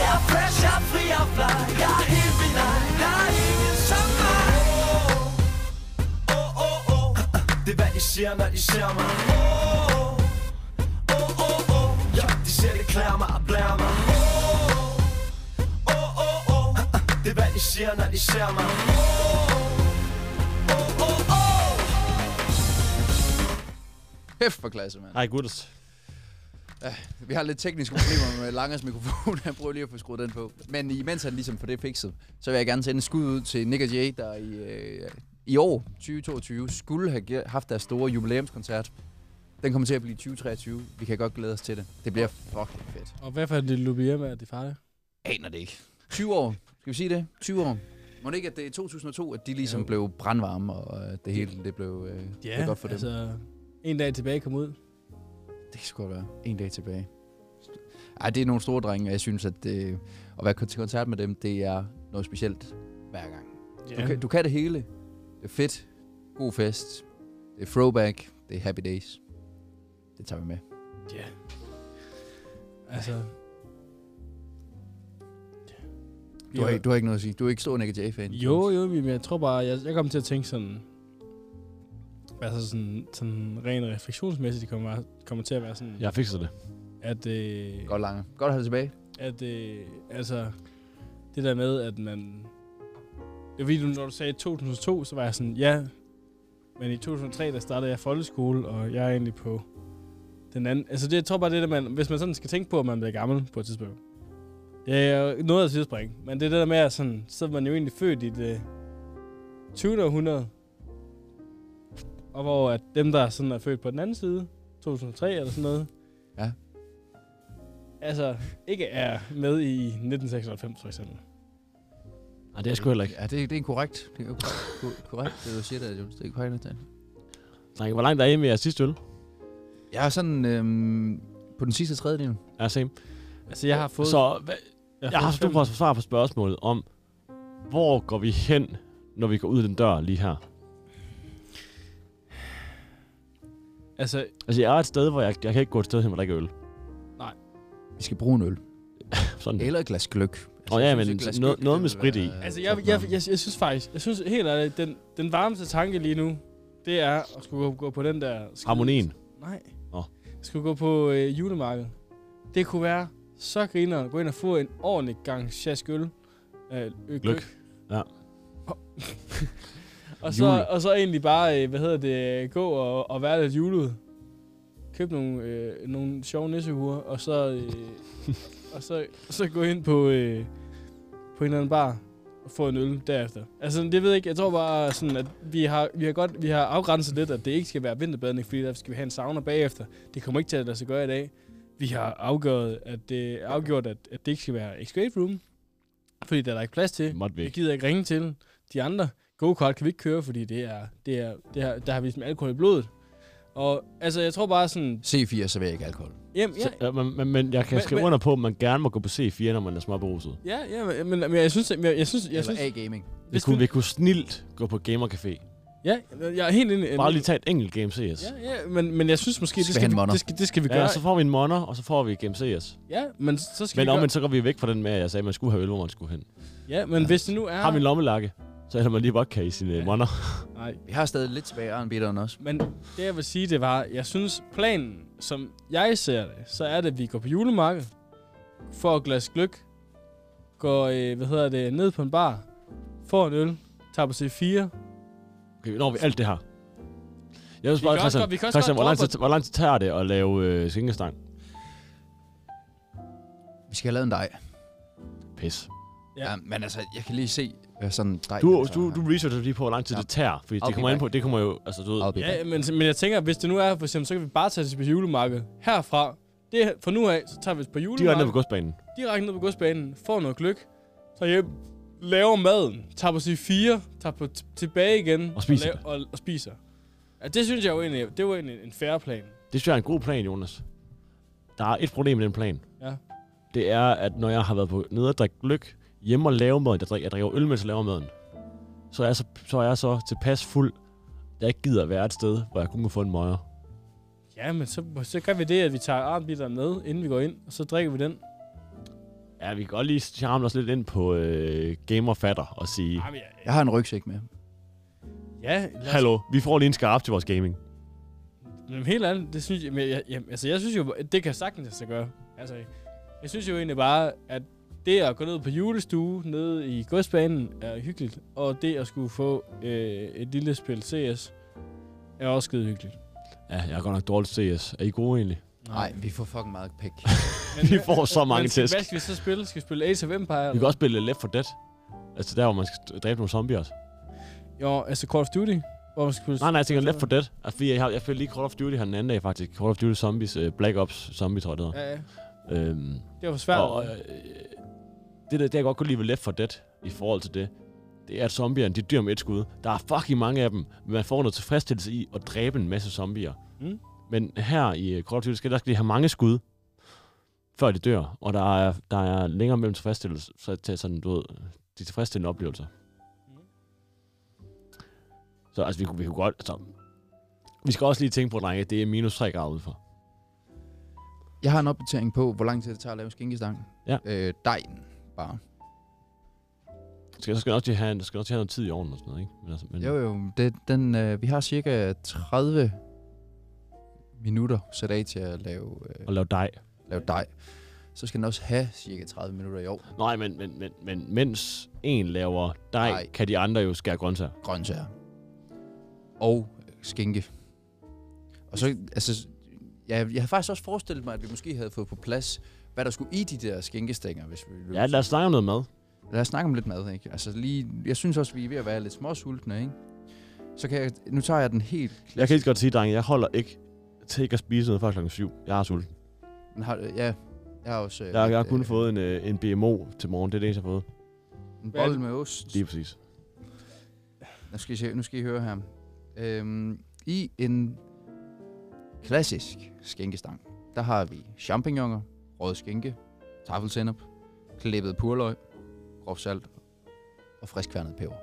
Speaker 13: Jeg er fresh, jeg er fri og fly Jeg er helt vild, nej, der er ingen som mig Åh, åh, åh, åh. Det er hvad de siger, når de ser mig Åh, åh, åh, åh, åh. Ja, de ser det klæder mig og blærer mig Åh, åh, åh, åh. Det er hvad de siger, når de ser mig Åh, åh, åh, åh.
Speaker 2: Hæft for klasse, mand.
Speaker 1: Hej, gutters.
Speaker 2: Ja, vi har lidt tekniske problemer med Langers mikrofon. Jeg prøver lige at få skruet den på. Men imens han ligesom får det fikset, så vil jeg gerne sende et skud ud til Nick og Jay, der i, øh, i år, 2022, skulle have ge- haft deres store jubilæumskoncert. Den kommer til at blive 2023. Vi kan godt glæde os til det. Det bliver fucking fedt.
Speaker 3: Og hvad for en lille lubier med, at de fejrer?
Speaker 2: Aner det ikke. 20 år. Skal vi sige det? 20 år. Må det ikke, at det er i 2002, at de ligesom ja. blev brandvarme, og øh, det hele det blev, øh,
Speaker 3: Ja,
Speaker 2: det blev godt for dem?
Speaker 3: altså, en dag tilbage kom ud.
Speaker 2: Det kan sgu godt være. En dag tilbage. Ej, det er nogle store drenge, og jeg synes, at det, at være til koncert med dem, det er noget specielt hver gang.
Speaker 3: Ja.
Speaker 2: Du, kan, du kan det hele. Det er fedt. God fest. Det er throwback. Det er happy days. Det tager vi med.
Speaker 3: Ja. Yeah. Altså...
Speaker 2: Du har, ikke- du har ikke noget at sige. Du er ikke stor Nick J-fan.
Speaker 3: Jo, jo, men jeg tror bare, jeg, jeg kom til at tænke sådan... Altså sådan, sådan rent refleksionsmæssigt, det kommer, kommer til at være sådan...
Speaker 1: Jeg fikser det.
Speaker 3: At, øh,
Speaker 2: Godt lange. Godt at have det tilbage.
Speaker 3: At, øh, altså, det der med, at man... Jeg ved, når du sagde 2002, så var jeg sådan, ja, men i 2003, der startede jeg folkeskole, og jeg er egentlig på den anden. Altså, det, jeg tror bare, det er det, man, hvis man sådan skal tænke på, at man bliver gammel på et tidspunkt. Ja, jeg er noget af tidsspring, men det er det der med, at sådan, så er man jo egentlig født i det 20. århundrede. Og hvor at dem, der sådan er født på den anden side, 2003 eller sådan noget,
Speaker 2: Ja.
Speaker 3: altså ikke er med i 1996 for eksempel.
Speaker 1: Nej, det er sgu heller ikke.
Speaker 2: Ja, det, det er korrekt. Det er jo kor- korrekt. Det du siger, det er jo det er korrekt. Nathan.
Speaker 1: Drenge, hvor langt er I med jeres sidste øl?
Speaker 2: Jeg er sådan øhm, på den sidste tredjedel.
Speaker 1: Ja, same.
Speaker 3: Altså, jeg har fået...
Speaker 1: Så hvad, jeg, jeg har
Speaker 3: fået
Speaker 1: haft brug for at få svar på spørgsmålet om, hvor går vi hen, når vi går ud den dør lige her?
Speaker 3: Altså,
Speaker 1: Altså, jeg er et sted, hvor jeg, jeg kan ikke gå et sted hen, hvor der ikke er øl.
Speaker 3: Nej.
Speaker 2: Vi skal bruge en øl.
Speaker 1: Sådan.
Speaker 2: Eller et glas gløk.
Speaker 1: Åh, ja,
Speaker 2: jeg
Speaker 1: men
Speaker 2: synes, et glas
Speaker 1: noget-
Speaker 2: gløgg,
Speaker 1: noget
Speaker 2: det
Speaker 1: med
Speaker 2: vil
Speaker 1: sprit i.
Speaker 2: være
Speaker 3: Altså, jeg, jeg, jeg, jeg, jeg synes faktisk, jeg synes helt ærligt, den, den varmeste tanke lige nu, det er at skulle gå, gå på den der... Skide,
Speaker 1: Harmonien.
Speaker 3: Nej.
Speaker 1: Nå.
Speaker 3: Jeg skulle gå på øh, julemarkedet. Det kunne være så griner at gå ind og få en ordentlig gang sjask øl. Øh, ø- gløgg.
Speaker 1: Ja.
Speaker 3: og, så,
Speaker 1: Jul.
Speaker 3: og så egentlig bare, øh, hvad hedder det, gå og, og være lidt julet. Køb nogle, øh, nogle sjove nissehuer, og så, øh, og så, så gå ind på, øh, på en eller anden bar og få en øl derefter. Altså, det ved jeg ikke. Jeg tror bare sådan, at vi har, vi har, godt, vi har afgrænset lidt, at det ikke skal være vinterbadning, fordi der skal vi have en sauna bagefter. Det kommer ikke til at lade sig gøre i dag. Vi har afgjort, at det, afgjort, at, at det ikke skal være escape room, fordi der er der ikke plads til.
Speaker 1: Måtte vi
Speaker 3: Vi
Speaker 1: ikke.
Speaker 3: gider ikke ringe til de andre. Go-kart kan vi ikke køre, fordi det er, det er, det er, der har vi ligesom alkohol i blodet. Og altså, jeg tror bare sådan...
Speaker 2: C4 serverer ikke alkohol.
Speaker 3: Jamen, ja,
Speaker 1: Så, ja, men, men, men jeg kan
Speaker 3: Men-
Speaker 1: skrive
Speaker 3: men-
Speaker 1: under på, at man gerne må gå på C4, når man er småberuset.
Speaker 3: ja, ja, men- men, men jeg synes... Jeg, jeg synes, jeg
Speaker 2: Eller
Speaker 3: synes
Speaker 2: A-gaming.
Speaker 1: Vi
Speaker 3: Hvis
Speaker 1: kunne,
Speaker 3: du-
Speaker 1: vi kunne snilt gå på Gamercafé.
Speaker 3: ja, jeg er helt enig.
Speaker 1: Bare lige tage et enkelt Game CS.
Speaker 3: Ja, ja, men, men jeg synes måske, det
Speaker 1: Skal
Speaker 3: skal,
Speaker 1: have en
Speaker 3: vi,
Speaker 1: monner.
Speaker 3: det, skal, det skal vi gøre.
Speaker 1: Ja, så får vi en monner, og så får vi Game CS.
Speaker 3: Ja, men så skal
Speaker 1: Men
Speaker 3: vi gøre-
Speaker 1: omvendt, så går vi væk fra den med, at jeg sagde, at man skulle have øl, hvor man skulle hen.
Speaker 3: Ja, men hvis det nu er...
Speaker 1: Har min lommelakke, så hælder man lige vodka i øh, sine ja. monner.
Speaker 3: Nej.
Speaker 2: Vi har stadig lidt tilbage af bitteren også.
Speaker 3: Men det, jeg vil sige, det var, jeg synes, planen, som jeg ser det, så er det, at vi går på julemarked, får et glas gløk, går, øh, hvad hedder det, ned på en bar, får en øl, tager på C4.
Speaker 1: Okay, når vi alt det her. Jeg vil
Speaker 3: Vi
Speaker 1: spørge
Speaker 3: kan også
Speaker 1: Christian,
Speaker 3: godt- vi kan også
Speaker 1: Christian
Speaker 3: godt
Speaker 1: hvor, lang
Speaker 3: droppe
Speaker 1: tid, hvor lang tid tager det at lave øh, sengestang?
Speaker 2: Vi skal have lavet en dej.
Speaker 1: Pis.
Speaker 3: Ja.
Speaker 2: ja men altså, jeg kan lige se øh, sådan en dej.
Speaker 1: Du,
Speaker 2: altså,
Speaker 1: du, du researcher lige på, hvor lang tid det tager, fordi
Speaker 2: I'll be
Speaker 1: det kommer an
Speaker 2: back.
Speaker 1: på, det kommer jo, altså du ved,
Speaker 2: I'll be
Speaker 3: Ja, men, men jeg tænker, hvis det nu er, for eksempel, så kan vi bare tage til på julemarkedet herfra. Det, er- fra nu af, så tager vi på
Speaker 1: de er nede
Speaker 3: julemarkedet,
Speaker 1: på godsbanen.
Speaker 3: direkte ned på godsbanen, får noget gløk, tager hjem, laver maden, tager på C4, tager på t- tilbage igen
Speaker 1: Og spiser
Speaker 3: og, laver, og, og spiser. Ja, det synes jeg jo egentlig, det var egentlig en fair plan.
Speaker 1: Det synes jeg er en god plan, Jonas. Der er et problem med den plan.
Speaker 3: Ja.
Speaker 1: Det er, at når jeg har været på nede og drikke gløk, hjemme og lave maden, jeg drikker, jeg drikker øl, mens jeg laver maden, så er, jeg så, så er jeg så tilpas fuld, at jeg ikke gider at være et sted, hvor jeg kun kan få en møger.
Speaker 3: Ja, men så, så gør vi det, at vi tager armbitteren med, inden vi går ind, og så drikker vi den.
Speaker 1: Ja, vi kan godt lige charme os lidt ind på øh, gamerfatter og sige,
Speaker 3: Jamen, ja,
Speaker 2: Jeg har en rygsæk med.
Speaker 3: ja lad os-
Speaker 1: hallo, vi får lige en skarp til vores gaming.
Speaker 3: Men helt andet, det synes jeg, men jeg, jeg, altså jeg synes jo, at det kan sagtens lade sig gøre. Altså, jeg synes jo egentlig bare, at det at gå ned på julestue nede i godsbanen er hyggeligt, og det at skulle få øh, et lille spil CS er også skide hyggeligt.
Speaker 1: Ja, jeg er godt nok dårlig til CS. Er I gode egentlig?
Speaker 2: Nej, vi får fucking meget pæk.
Speaker 1: vi får så mange
Speaker 3: Men skal,
Speaker 1: tæsk.
Speaker 3: hvad skal vi så spille? Skal vi spille Ace of Empire?
Speaker 1: Vi
Speaker 3: eller-
Speaker 1: kan også spille Left 4 Dead. Altså der, hvor man skal dræbe nogle zombier også.
Speaker 3: Jo, altså Call of Duty, hvor man skal spille...
Speaker 1: Nej, nej, jeg tænker Left 4 Dead. Altså, fordi jeg, har, jeg spillede lige Call of Duty her den anden dag, faktisk. Call of Duty Zombies, øh, Black Ops Zombie, tror jeg, det hedder.
Speaker 3: Ja, ja.
Speaker 1: Øhm,
Speaker 3: Det var svært. øh,
Speaker 1: Og, øh, det, der, det, jeg godt kunne lide ved Left 4 Dead i forhold til det, det det er, at zombierne de dør med et skud. Der er fucking mange af dem, men man får noget tilfredsstillelse i at dræbe en masse zombier.
Speaker 3: Mm.
Speaker 1: Men her i øh, Call of Duty skal der skal de have mange skud, før de dør, og der er, der er længere mellem tilfredsstillelse så til sådan, du ved, de tilfredsstillende oplevelser. Så altså, vi kunne, vi kunne godt... Altså, vi skal også lige tænke på, drenge, at det er minus 3 grader udenfor.
Speaker 2: Jeg har en opdatering på, hvor lang tid det tager at lave skinkestang.
Speaker 1: Ja.
Speaker 2: Øh, dejen bare.
Speaker 1: Skal, så skal den også lige have, der skal også lige have noget tid i ovnen og sådan noget, ikke? Men, altså, men,
Speaker 2: Jo jo, det, den, øh, vi har cirka 30 minutter sat af til at lave, øh,
Speaker 1: Og lave dej.
Speaker 2: lave dej. Så skal den også have cirka 30 minutter i år.
Speaker 1: Nej, men, men, men, men mens en laver dej,
Speaker 2: Nej.
Speaker 1: kan de andre jo skære grøntsager.
Speaker 2: Grøntsager. Og skinke. Og så, altså, jeg, jeg havde faktisk også forestillet mig, at vi måske havde fået på plads, hvad der skulle i de der skinkestænger, hvis vi
Speaker 1: Ja, lad os snakke om noget mad.
Speaker 2: Lad os snakke om lidt mad, ikke? Altså lige, jeg synes også, vi er ved at være lidt småsultne, ikke? Så kan jeg, nu tager jeg den helt...
Speaker 1: Jeg kan ikke godt sige, drenge, jeg holder ikke til ikke at spise noget før klokken 7. Jeg er sulten.
Speaker 2: den har, ja, jeg har også... øh,
Speaker 1: Jeg, jeg har
Speaker 2: lidt,
Speaker 1: kun
Speaker 2: øh,
Speaker 1: fået en, øh, en BMO til morgen. Det er det eneste, jeg har fået.
Speaker 2: En
Speaker 3: Hvad er
Speaker 2: bold
Speaker 3: det?
Speaker 2: med ost.
Speaker 1: Lige præcis.
Speaker 2: Nu skal I, se, nu skal I høre her. Øhm, I en klassisk skænkestang, der har vi champignoner, rød skænke, taffelsenap, klippet purløg, groft salt og friskværnet peber.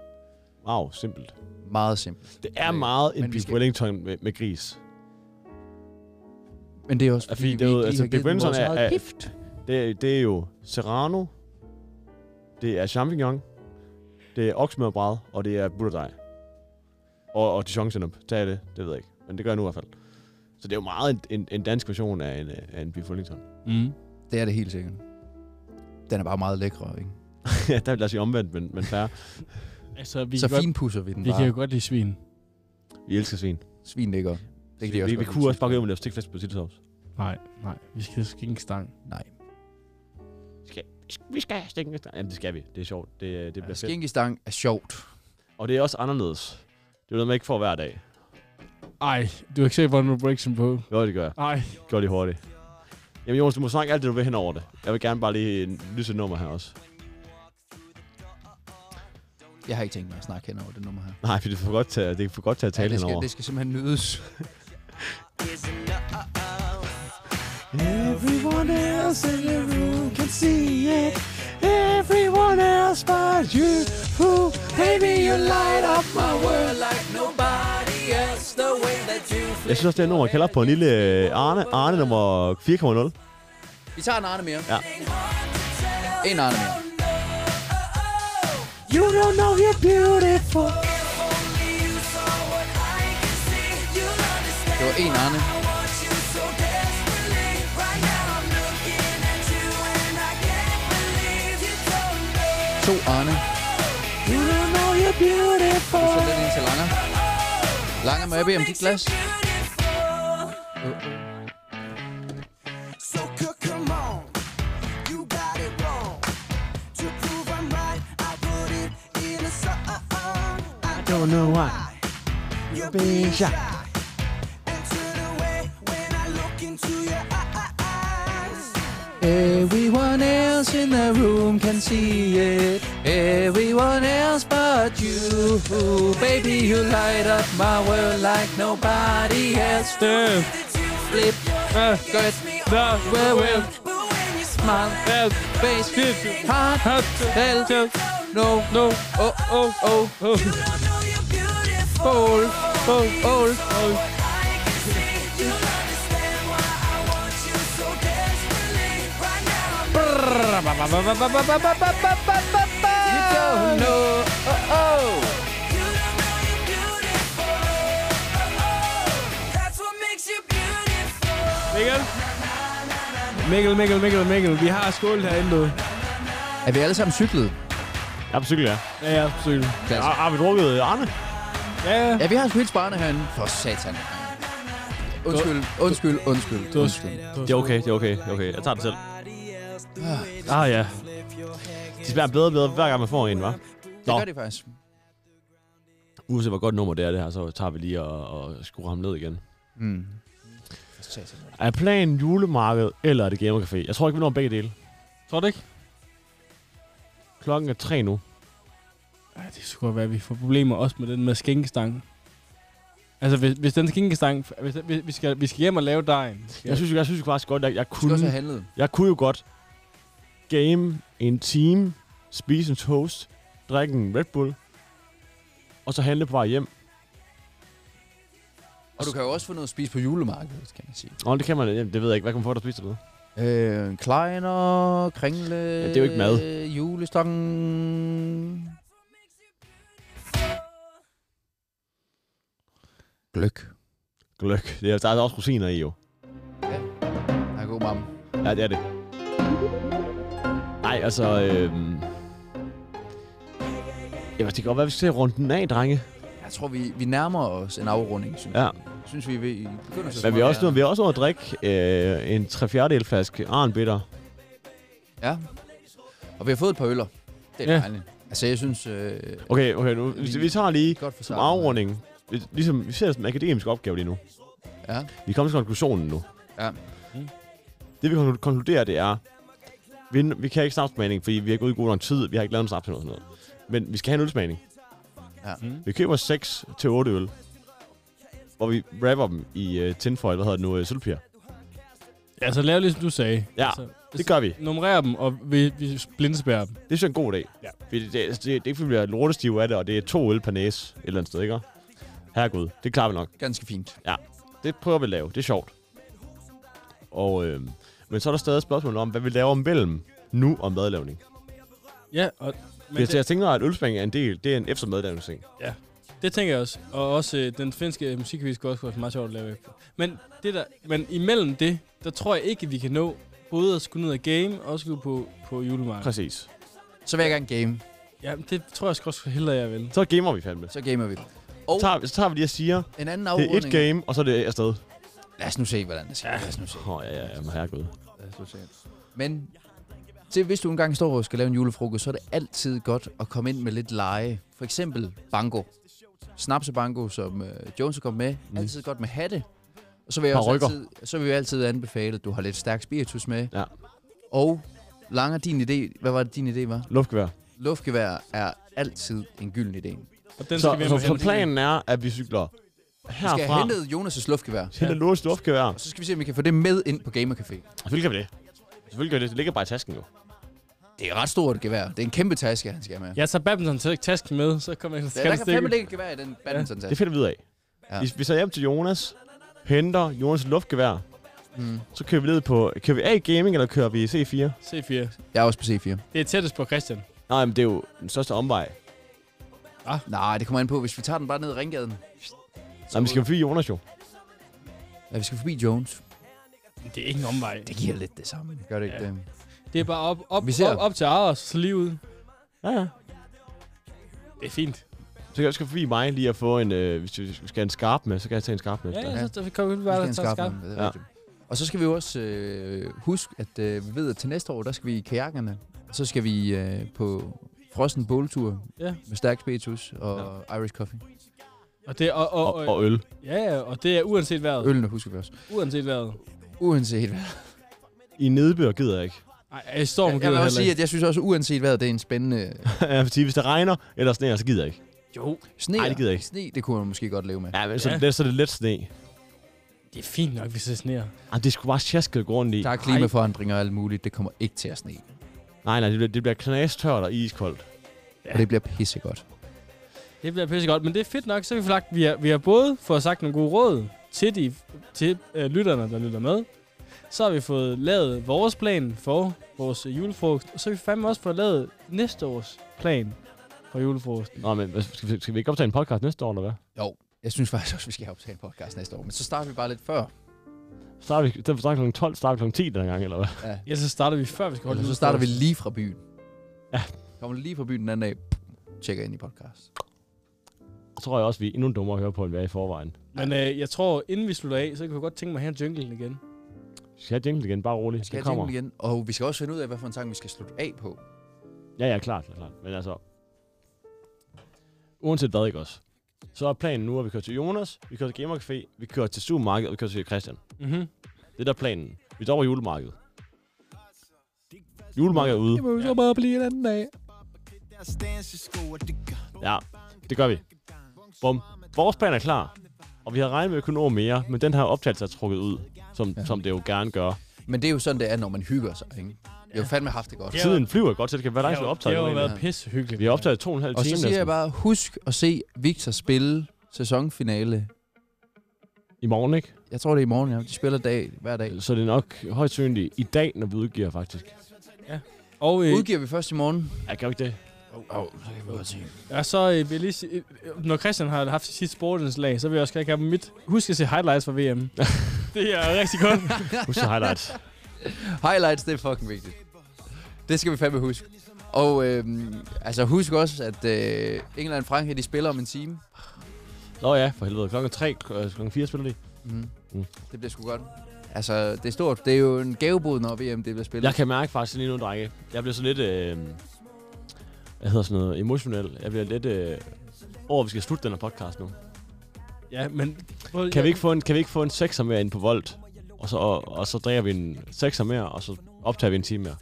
Speaker 1: Wow, simpelt.
Speaker 2: Meget simpelt.
Speaker 1: Det er
Speaker 2: Øh,
Speaker 1: meget en
Speaker 2: men vi
Speaker 1: Beef
Speaker 2: skal-
Speaker 1: Wellington med, med gris.
Speaker 2: Men det er også
Speaker 1: Ja,
Speaker 2: fordi,
Speaker 1: fordi
Speaker 2: vi
Speaker 1: det er
Speaker 2: ikke
Speaker 1: jo,
Speaker 2: lige
Speaker 1: altså,
Speaker 2: har givet
Speaker 1: Beef
Speaker 2: den
Speaker 1: Wellington
Speaker 2: vores
Speaker 1: er,
Speaker 2: eget
Speaker 1: er,
Speaker 2: gift.
Speaker 1: det, er, det er jo serrano, det er champignon, det er oksemørbræd, og det er butterdej. Og, og dijon senap. Tag det, det ved jeg ikke. Men det gør jeg nu i hvert fald. Så det er jo meget en, en, en dansk version af en, øh, af en Beef Wellington.
Speaker 3: Mm.
Speaker 2: Det er det helt sikkert. Den er bare meget lækre, ikke?
Speaker 1: ja, der vil jeg sige omvendt, men, men færre.
Speaker 3: Altså, vi
Speaker 2: så
Speaker 3: kan godt-
Speaker 2: finpudser vi den
Speaker 3: Vi
Speaker 2: bare.
Speaker 3: kan jo godt lide svin.
Speaker 1: Vi elsker svin.
Speaker 2: Svin ligger. Det kan de
Speaker 1: vi,
Speaker 2: også
Speaker 1: vi,
Speaker 2: godt
Speaker 1: vi
Speaker 2: lide.
Speaker 1: kunne også bare gå hjem og lave stikflæsk på sildesovs.
Speaker 3: Nej, nej. Vi skal skinke stang.
Speaker 2: Nej.
Speaker 1: Vi skal have stikflæsk. Jamen, det skal vi. Det er sjovt. Det, øh, det bliver fedt.
Speaker 2: Skinkestang er sjovt.
Speaker 1: Og det er også anderledes. Det er noget, man ikke får hver dag.
Speaker 3: Ej, du har ikke set Vulnerable Breaksen på.
Speaker 1: Jo, det gør jeg.
Speaker 3: Ej.
Speaker 1: Gør det hurtigt. Jamen Jonas, du må snakke alt det, du vil hen over det. Jeg vil gerne bare lige øh, lyse et nummer her også.
Speaker 2: Jeg har ikke tænkt mig at snakke hen over det nummer her.
Speaker 1: Nej, for det er for godt til, det er for godt til at tale
Speaker 2: det, skal,
Speaker 1: henover.
Speaker 2: det skal simpelthen nydes.
Speaker 8: Everyone else in the room can see it. Everyone else but you. Who, baby, you light up my world like nobody else. The way that you
Speaker 1: Jeg synes også, det her nummer kalder på en lille øh, Arne, Arne nummer 4,0.
Speaker 2: Vi tager en Arne mere.
Speaker 1: Ja.
Speaker 2: En Arne mere.
Speaker 8: You don't know you're beautiful.
Speaker 2: Det var en Arne. To Arne.
Speaker 8: You don't know you're
Speaker 2: Du
Speaker 8: beautiful.
Speaker 2: så lidt ind til Langer. Langer, må jeg bede om dit glas?
Speaker 8: So cook 'em on. You got it wrong. To prove I'm right, I put it in a song. I don't know why you're being shy. And turn away when I look into your eyes.
Speaker 2: Everyone else in the room can see it. Everyone else but you. Baby, you light up my world like nobody else.
Speaker 11: Damn.
Speaker 2: Flip. Gør et. Well, well. Smile. Face. Heart. Heart. No. No. Oh, oh, oh. Bowl. Bowl. Bowl. You don't know. Oh, oh.
Speaker 11: Mikkel? Mikkel, Mikkel, Mikkel, Mikkel. Vi har skålet herinde, du.
Speaker 2: Er vi alle sammen cyklet?
Speaker 1: Jeg er på cykel, ja.
Speaker 11: Ja, ja, selvfølgelig.
Speaker 2: Klasse.
Speaker 1: Har, har vi drukket øh, Arne?
Speaker 11: Ja, ja.
Speaker 2: Ja, vi har sgu helt sparende herinde. For satan. Undskyld, undskyld, undskyld.
Speaker 3: Du har
Speaker 2: undskyld.
Speaker 1: Det er okay, det er okay, det er okay. Jeg tager det selv. Ah ja. De smager bedre og bedre, hver gang man får en, hva'?
Speaker 2: Det
Speaker 1: Nå.
Speaker 2: gør det faktisk.
Speaker 1: Uanset hvor godt nummer det er det her, så tager vi lige og, og skruer ham ned igen.
Speaker 2: Mm. For satan.
Speaker 1: Er planen julemarked, eller er det gamercafé? Jeg tror ikke, vi når begge dele.
Speaker 3: Tror du ikke?
Speaker 1: Klokken er tre nu.
Speaker 3: Ej, det skulle godt være, at vi får problemer også med den med skænkestangen. Altså, hvis, hvis den skinkestang... Hvis, hvis, vi, skal, vi skal hjem og lave dejen.
Speaker 1: Jeg synes, jo- jeg synes jo faktisk godt, at jeg, jeg kunne...
Speaker 3: også have handlet.
Speaker 1: Jeg kunne jo godt game en time, spise en toast, drikke en Red Bull, og så handle på vej hjem.
Speaker 2: Og du kan jo også få noget at spise på julemarkedet, kan man sige.
Speaker 1: Nå, det kan man... Jamen, det ved jeg ikke. Hvad kan man få, der spiser det?
Speaker 2: Øh, Kleiner, kringle... Ja,
Speaker 1: det er jo ikke mad.
Speaker 2: Julestangen... Gløk.
Speaker 1: Gløk. Det er, der er også rosiner i, jo.
Speaker 2: Ja, god mamme.
Speaker 1: Ja, det er det. Nej, altså... Øh... Jamen, det kan godt være, vi skal til at runde den af, drenge.
Speaker 2: Jeg tror, vi, vi nærmer os en afrunding, synes
Speaker 1: Ja.
Speaker 2: jeg. Synes vi, vi begynder så
Speaker 1: Men vi er også, nu, vi er også over at drikke øh, en 3 4 flaske Arn Bitter.
Speaker 2: Ja. Og vi har fået et par øller. Det er
Speaker 1: Ja.
Speaker 2: ja. dejligt. Altså, jeg synes... Øh,
Speaker 1: Okay, okay, nu, vi, vi tager lige
Speaker 2: Godt for
Speaker 1: som
Speaker 2: starten.
Speaker 1: afrunding. Vi- Ligesom, vi ser det som en akademisk opgave lige nu.
Speaker 2: Ja.
Speaker 1: Vi kommer til konklusionen nu.
Speaker 2: Ja.
Speaker 1: Det vi kan konkludere, det er, vi, vi kan ikke snapsmagning, fordi vi er ikke ude i god nok tid, vi har ikke lavet en snaps eller sådan noget. Men vi skal have en ølsmagning.
Speaker 2: Ja. Mm.
Speaker 1: Vi køber 6 til 8 øl, hvor vi rapper dem i uh, tinfoil, hvad hedder det nu, uh, sølvpapir.
Speaker 3: Altså, lav ligesom du sagde.
Speaker 1: Ja,
Speaker 3: altså,
Speaker 1: det gør vi.
Speaker 3: Nummerer dem, og vi, vi blindespærer dem.
Speaker 1: Det synes jeg er en god dag. Ja. Fordi det, altså, det, det, det er ikke, fordi vi bliver lortestive af det, og det er to øl per næse et eller andet sted, ikke? Herregud, det klarer vi nok.
Speaker 2: Ganske fint.
Speaker 1: Ja, det prøver vi at lave. Det er sjovt. Og, øh, men så er der stadig spørgsmål om, hvad vi laver mellem nu og madlavning.
Speaker 3: Ja, og...
Speaker 1: Men det... Jeg tænker, at ølspring er en del, det er en efter madlavningsting.
Speaker 3: Ja, det tænker jeg også. Og også øh, den finske musikquiz kunne også være meget sjovt at lave efter. Men, det der, men imellem det, der tror jeg ikke, at vi kan nå både at skulle ned og game, og også skulle på, på julemarkedet.
Speaker 1: Præcis.
Speaker 2: Så vil jeg gerne game.
Speaker 3: Ja, det tror jeg sgu også hellere, jeg vil.
Speaker 1: Så gamer vi fandme.
Speaker 2: Så gamer vi.
Speaker 1: Og... Så, tager, så tager vi lige og siger,
Speaker 2: En anden
Speaker 1: det er
Speaker 2: afrunding.
Speaker 1: et game, og så er det afsted.
Speaker 2: Lad os nu se, hvordan det ser. Ja. Lad os nu se.
Speaker 1: Åh, oh, ja, ja, ja, men herregud.
Speaker 2: Lad os nu se. Men til, hvis du engang står og skal lave en julefrokost, så er det altid godt at komme ind med lidt lege. For eksempel bango. Snapsebango, som øh, Jones er kommet med. Mm. Altid godt med hatte. Og så vil, jeg også
Speaker 1: Parykker.
Speaker 2: altid, så vil jeg altid anbefale, at du har lidt stærk spiritus med.
Speaker 1: Ja.
Speaker 2: Og Langer, din idé, hvad var det, din idé var?
Speaker 1: Luftgevær.
Speaker 2: Luftgevær er altid en gylden idé.
Speaker 3: Og
Speaker 1: så, så, så planen er, at vi cykler herfra.
Speaker 2: Vi skal have hentet Jonas' luftgevær.
Speaker 1: Hente Loris luftgevær.
Speaker 2: Så skal vi se, om vi kan få det med ind på Gamercafé.
Speaker 1: Selvfølgelig kan vi det. Selvfølgelig kan vi det. Det ligger bare i tasken jo.
Speaker 2: Det er et ret stort gevær. Det er en kæmpe taske, han skal have med.
Speaker 3: Jeg tager badminton-tasken med, så kommer jeg
Speaker 2: Ja, der kan fandme ligge et gevær i den badminton
Speaker 1: Det finder vi ud af. Ja. Vi, vi tager hjem til Jonas, henter Jonas luftgevær,
Speaker 2: Mm.
Speaker 1: så kører vi ned på... Kører vi A Gaming, eller kører vi C4?
Speaker 3: C4. Det
Speaker 2: Jeg er også på C4.
Speaker 3: er tættest på Christian.
Speaker 1: Nej, men det er jo den største omvej.
Speaker 3: Ah.
Speaker 2: Nej, det kommer an på, hvis vi tager den bare ned i ringgaden.
Speaker 1: Nej, men vi skal jo forbi Jonas jo.
Speaker 2: Ja, vi skal forbi Jones.
Speaker 3: Det er ikke en omvej.
Speaker 2: Det giver lidt det samme. Gør det ikke
Speaker 3: Ja.
Speaker 2: ja. det?
Speaker 3: Det er bare op, op,
Speaker 2: Vi ser.
Speaker 3: op, op til Aros, så lige ud.
Speaker 1: Ja, ja.
Speaker 3: Det er fint.
Speaker 1: Så kan jeg også forbi mig lige at få en... Øh, hvis vi skal have en skarp med, så kan jeg tage en skarp med.
Speaker 3: Ja,
Speaker 1: efter.
Speaker 3: ja, så der kommer vi
Speaker 2: Vi
Speaker 3: bare
Speaker 2: skal
Speaker 3: der
Speaker 2: en
Speaker 3: tager
Speaker 2: skarp
Speaker 3: skarp.
Speaker 2: mand, det er
Speaker 1: Ja.
Speaker 2: rigtigt. Og så skal vi jo også øh, huske, at øh, vi ved, at til næste år, der skal vi i kajakkerne. Så skal vi øh, på frossen båltur
Speaker 3: Ja.
Speaker 2: med stærk spiritus og ja. Irish coffee.
Speaker 3: Og, det, og, og,
Speaker 1: Og, og øl.
Speaker 3: Ja, ja, og det er uanset vejret.
Speaker 2: Ølene husker vi også.
Speaker 3: Uanset vejret.
Speaker 2: Uanset hvad.
Speaker 1: I Nedbør gider jeg ikke.
Speaker 3: Ej, storm
Speaker 2: Jeg,
Speaker 3: gider
Speaker 2: jeg vil
Speaker 3: heller
Speaker 2: også sige, at jeg synes også, uanset hvad, det er en spændende
Speaker 1: jeg vil sige, hvis det regner eller sneer, så gider jeg ikke.
Speaker 3: Jo,
Speaker 2: sne.
Speaker 1: Ej, det gider jeg ikke.
Speaker 2: Sne, det kunne man måske godt leve med.
Speaker 1: Ja, men så,
Speaker 3: Ja.
Speaker 1: ja. så er det let sne.
Speaker 3: det er fint nok, hvis det sneer.
Speaker 1: Jamen, det skulle bare tjasket gå rundt i.
Speaker 2: Der er klimaforandringer og alt muligt. Det kommer ikke til at sne.
Speaker 1: Nej, nej, det bliver, det bliver knastørt og iskoldt.
Speaker 2: Og det bliver pissegodt.
Speaker 3: Det bliver pissegodt, men det er fedt nok, så har vi får lagt, vi har, vi har både fået sagt nogle gode råd til, de, til øh, lytterne, der lytter med. Så har vi fået lavet vores plan for vores øh, julefrokost, og så har vi fandme også fået lavet næste års plan for julefrokost.
Speaker 1: Nå, men hvad- skal vi, skal vi ikke optage en podcast næste år, eller hvad?
Speaker 2: Jo, jeg synes faktisk også, vi skal have optaget en podcast næste år. Men så starter vi bare lidt før.
Speaker 1: Starter vi, i stedet for at starte kl. 12, starter vi kl. 10 den her gang, eller hvad?
Speaker 2: Ja.
Speaker 3: Ja, så starter vi før, vi skal holde
Speaker 2: Eller så starter vi
Speaker 3: julefrokost.
Speaker 2: lige fra byen.
Speaker 1: Ja.
Speaker 2: Kommer lige fra byen den anden dag. Tjekker ind i podcast.
Speaker 1: Så tror jeg også, vi er endnu dummere at høre på, end vi er i forvejen.
Speaker 3: Men øh, jeg tror, inden vi slutter af, så kan vi godt tænke mig at have junglen igen.
Speaker 1: Vi skal have jingle igen, bare roligt.
Speaker 2: Vi skal
Speaker 1: det
Speaker 2: have
Speaker 1: kommer.
Speaker 2: jingle igen. Og vi skal også finde ud af, hvad for en sang vi skal slutte af på.
Speaker 1: Ja, ja, klart, klart, klart. Men altså, uanset hvad, ikke også? Så er planen nu, at vi kører til Jonas, vi kører til Gamer Café, vi kører til supermarkedet, og vi kører til Christian.
Speaker 2: Mm-hmm.
Speaker 3: Mhm.
Speaker 1: Det er der planen. Vi tager over julemarkedet. Julemarkedet er ude.
Speaker 3: må jo så bare blive en anden dag.
Speaker 14: deres dansesko, og det gør
Speaker 1: Ja, det gør vi. Bum. Vores plan er klar, og vi har regnet med at kunne nå mere, men den her optagelse er trukket ud, som, ja. som det jo gerne gør.
Speaker 2: Men det er jo sådan, det er, når man hygger sig, ikke? Jeg har fandme haft det godt.
Speaker 1: Tiden flyver godt, så det kan være, der ikke er optaget.
Speaker 2: Det har jo
Speaker 1: nu,
Speaker 2: været
Speaker 1: egentlig.
Speaker 3: pissehyggeligt.
Speaker 1: Vi har optaget to og en halv
Speaker 2: Og
Speaker 1: time
Speaker 2: så siger jeg
Speaker 1: næsten.
Speaker 2: bare, husk at se Victor spille sæsonfinale.
Speaker 1: I morgen, ikke?
Speaker 2: Jeg tror, det er i morgen, ja. De spiller dag, hver dag.
Speaker 1: Så det er nok højst synligt i dag, når vi udgiver, faktisk.
Speaker 3: Og, øh,
Speaker 2: Udgiver vi først i morgen?
Speaker 1: Ja, gør vi ikke det?
Speaker 2: Åh, oh, så kan vi godt sige.
Speaker 3: Ja, så øh, vil jeg lige sige, øh, øh, når Christian har haft sit sportens lag, så vil jeg også gerne have mit... Husk at se highlights fra VM. det er rigtig godt.
Speaker 1: Husk highlights.
Speaker 2: Highlights, det er fucking vigtigt. Det skal vi fandme huske. Og øhm, altså husk også, at øh, England og Frankrig, de spiller om en time.
Speaker 1: Nå ja, for helvede. Klokken 3, klokken 4 spiller de.
Speaker 2: Mm.
Speaker 1: Mm.
Speaker 2: Det bliver sgu godt. Altså, det er stort. Det er jo en gavebod, når VM det bliver spillet.
Speaker 1: Jeg kan mærke faktisk lige nu, drenge. Jeg bliver så lidt... Øh, jeg hedder sådan noget emotionel. Jeg bliver lidt øh, over, at vi skal slutte den her podcast nu.
Speaker 3: Ja, men...
Speaker 1: Kan vi ikke få en, kan vi ikke få en sekser mere ind på Volt? Og så, og, og så drejer vi en sekser mere, og så optager vi en time mere.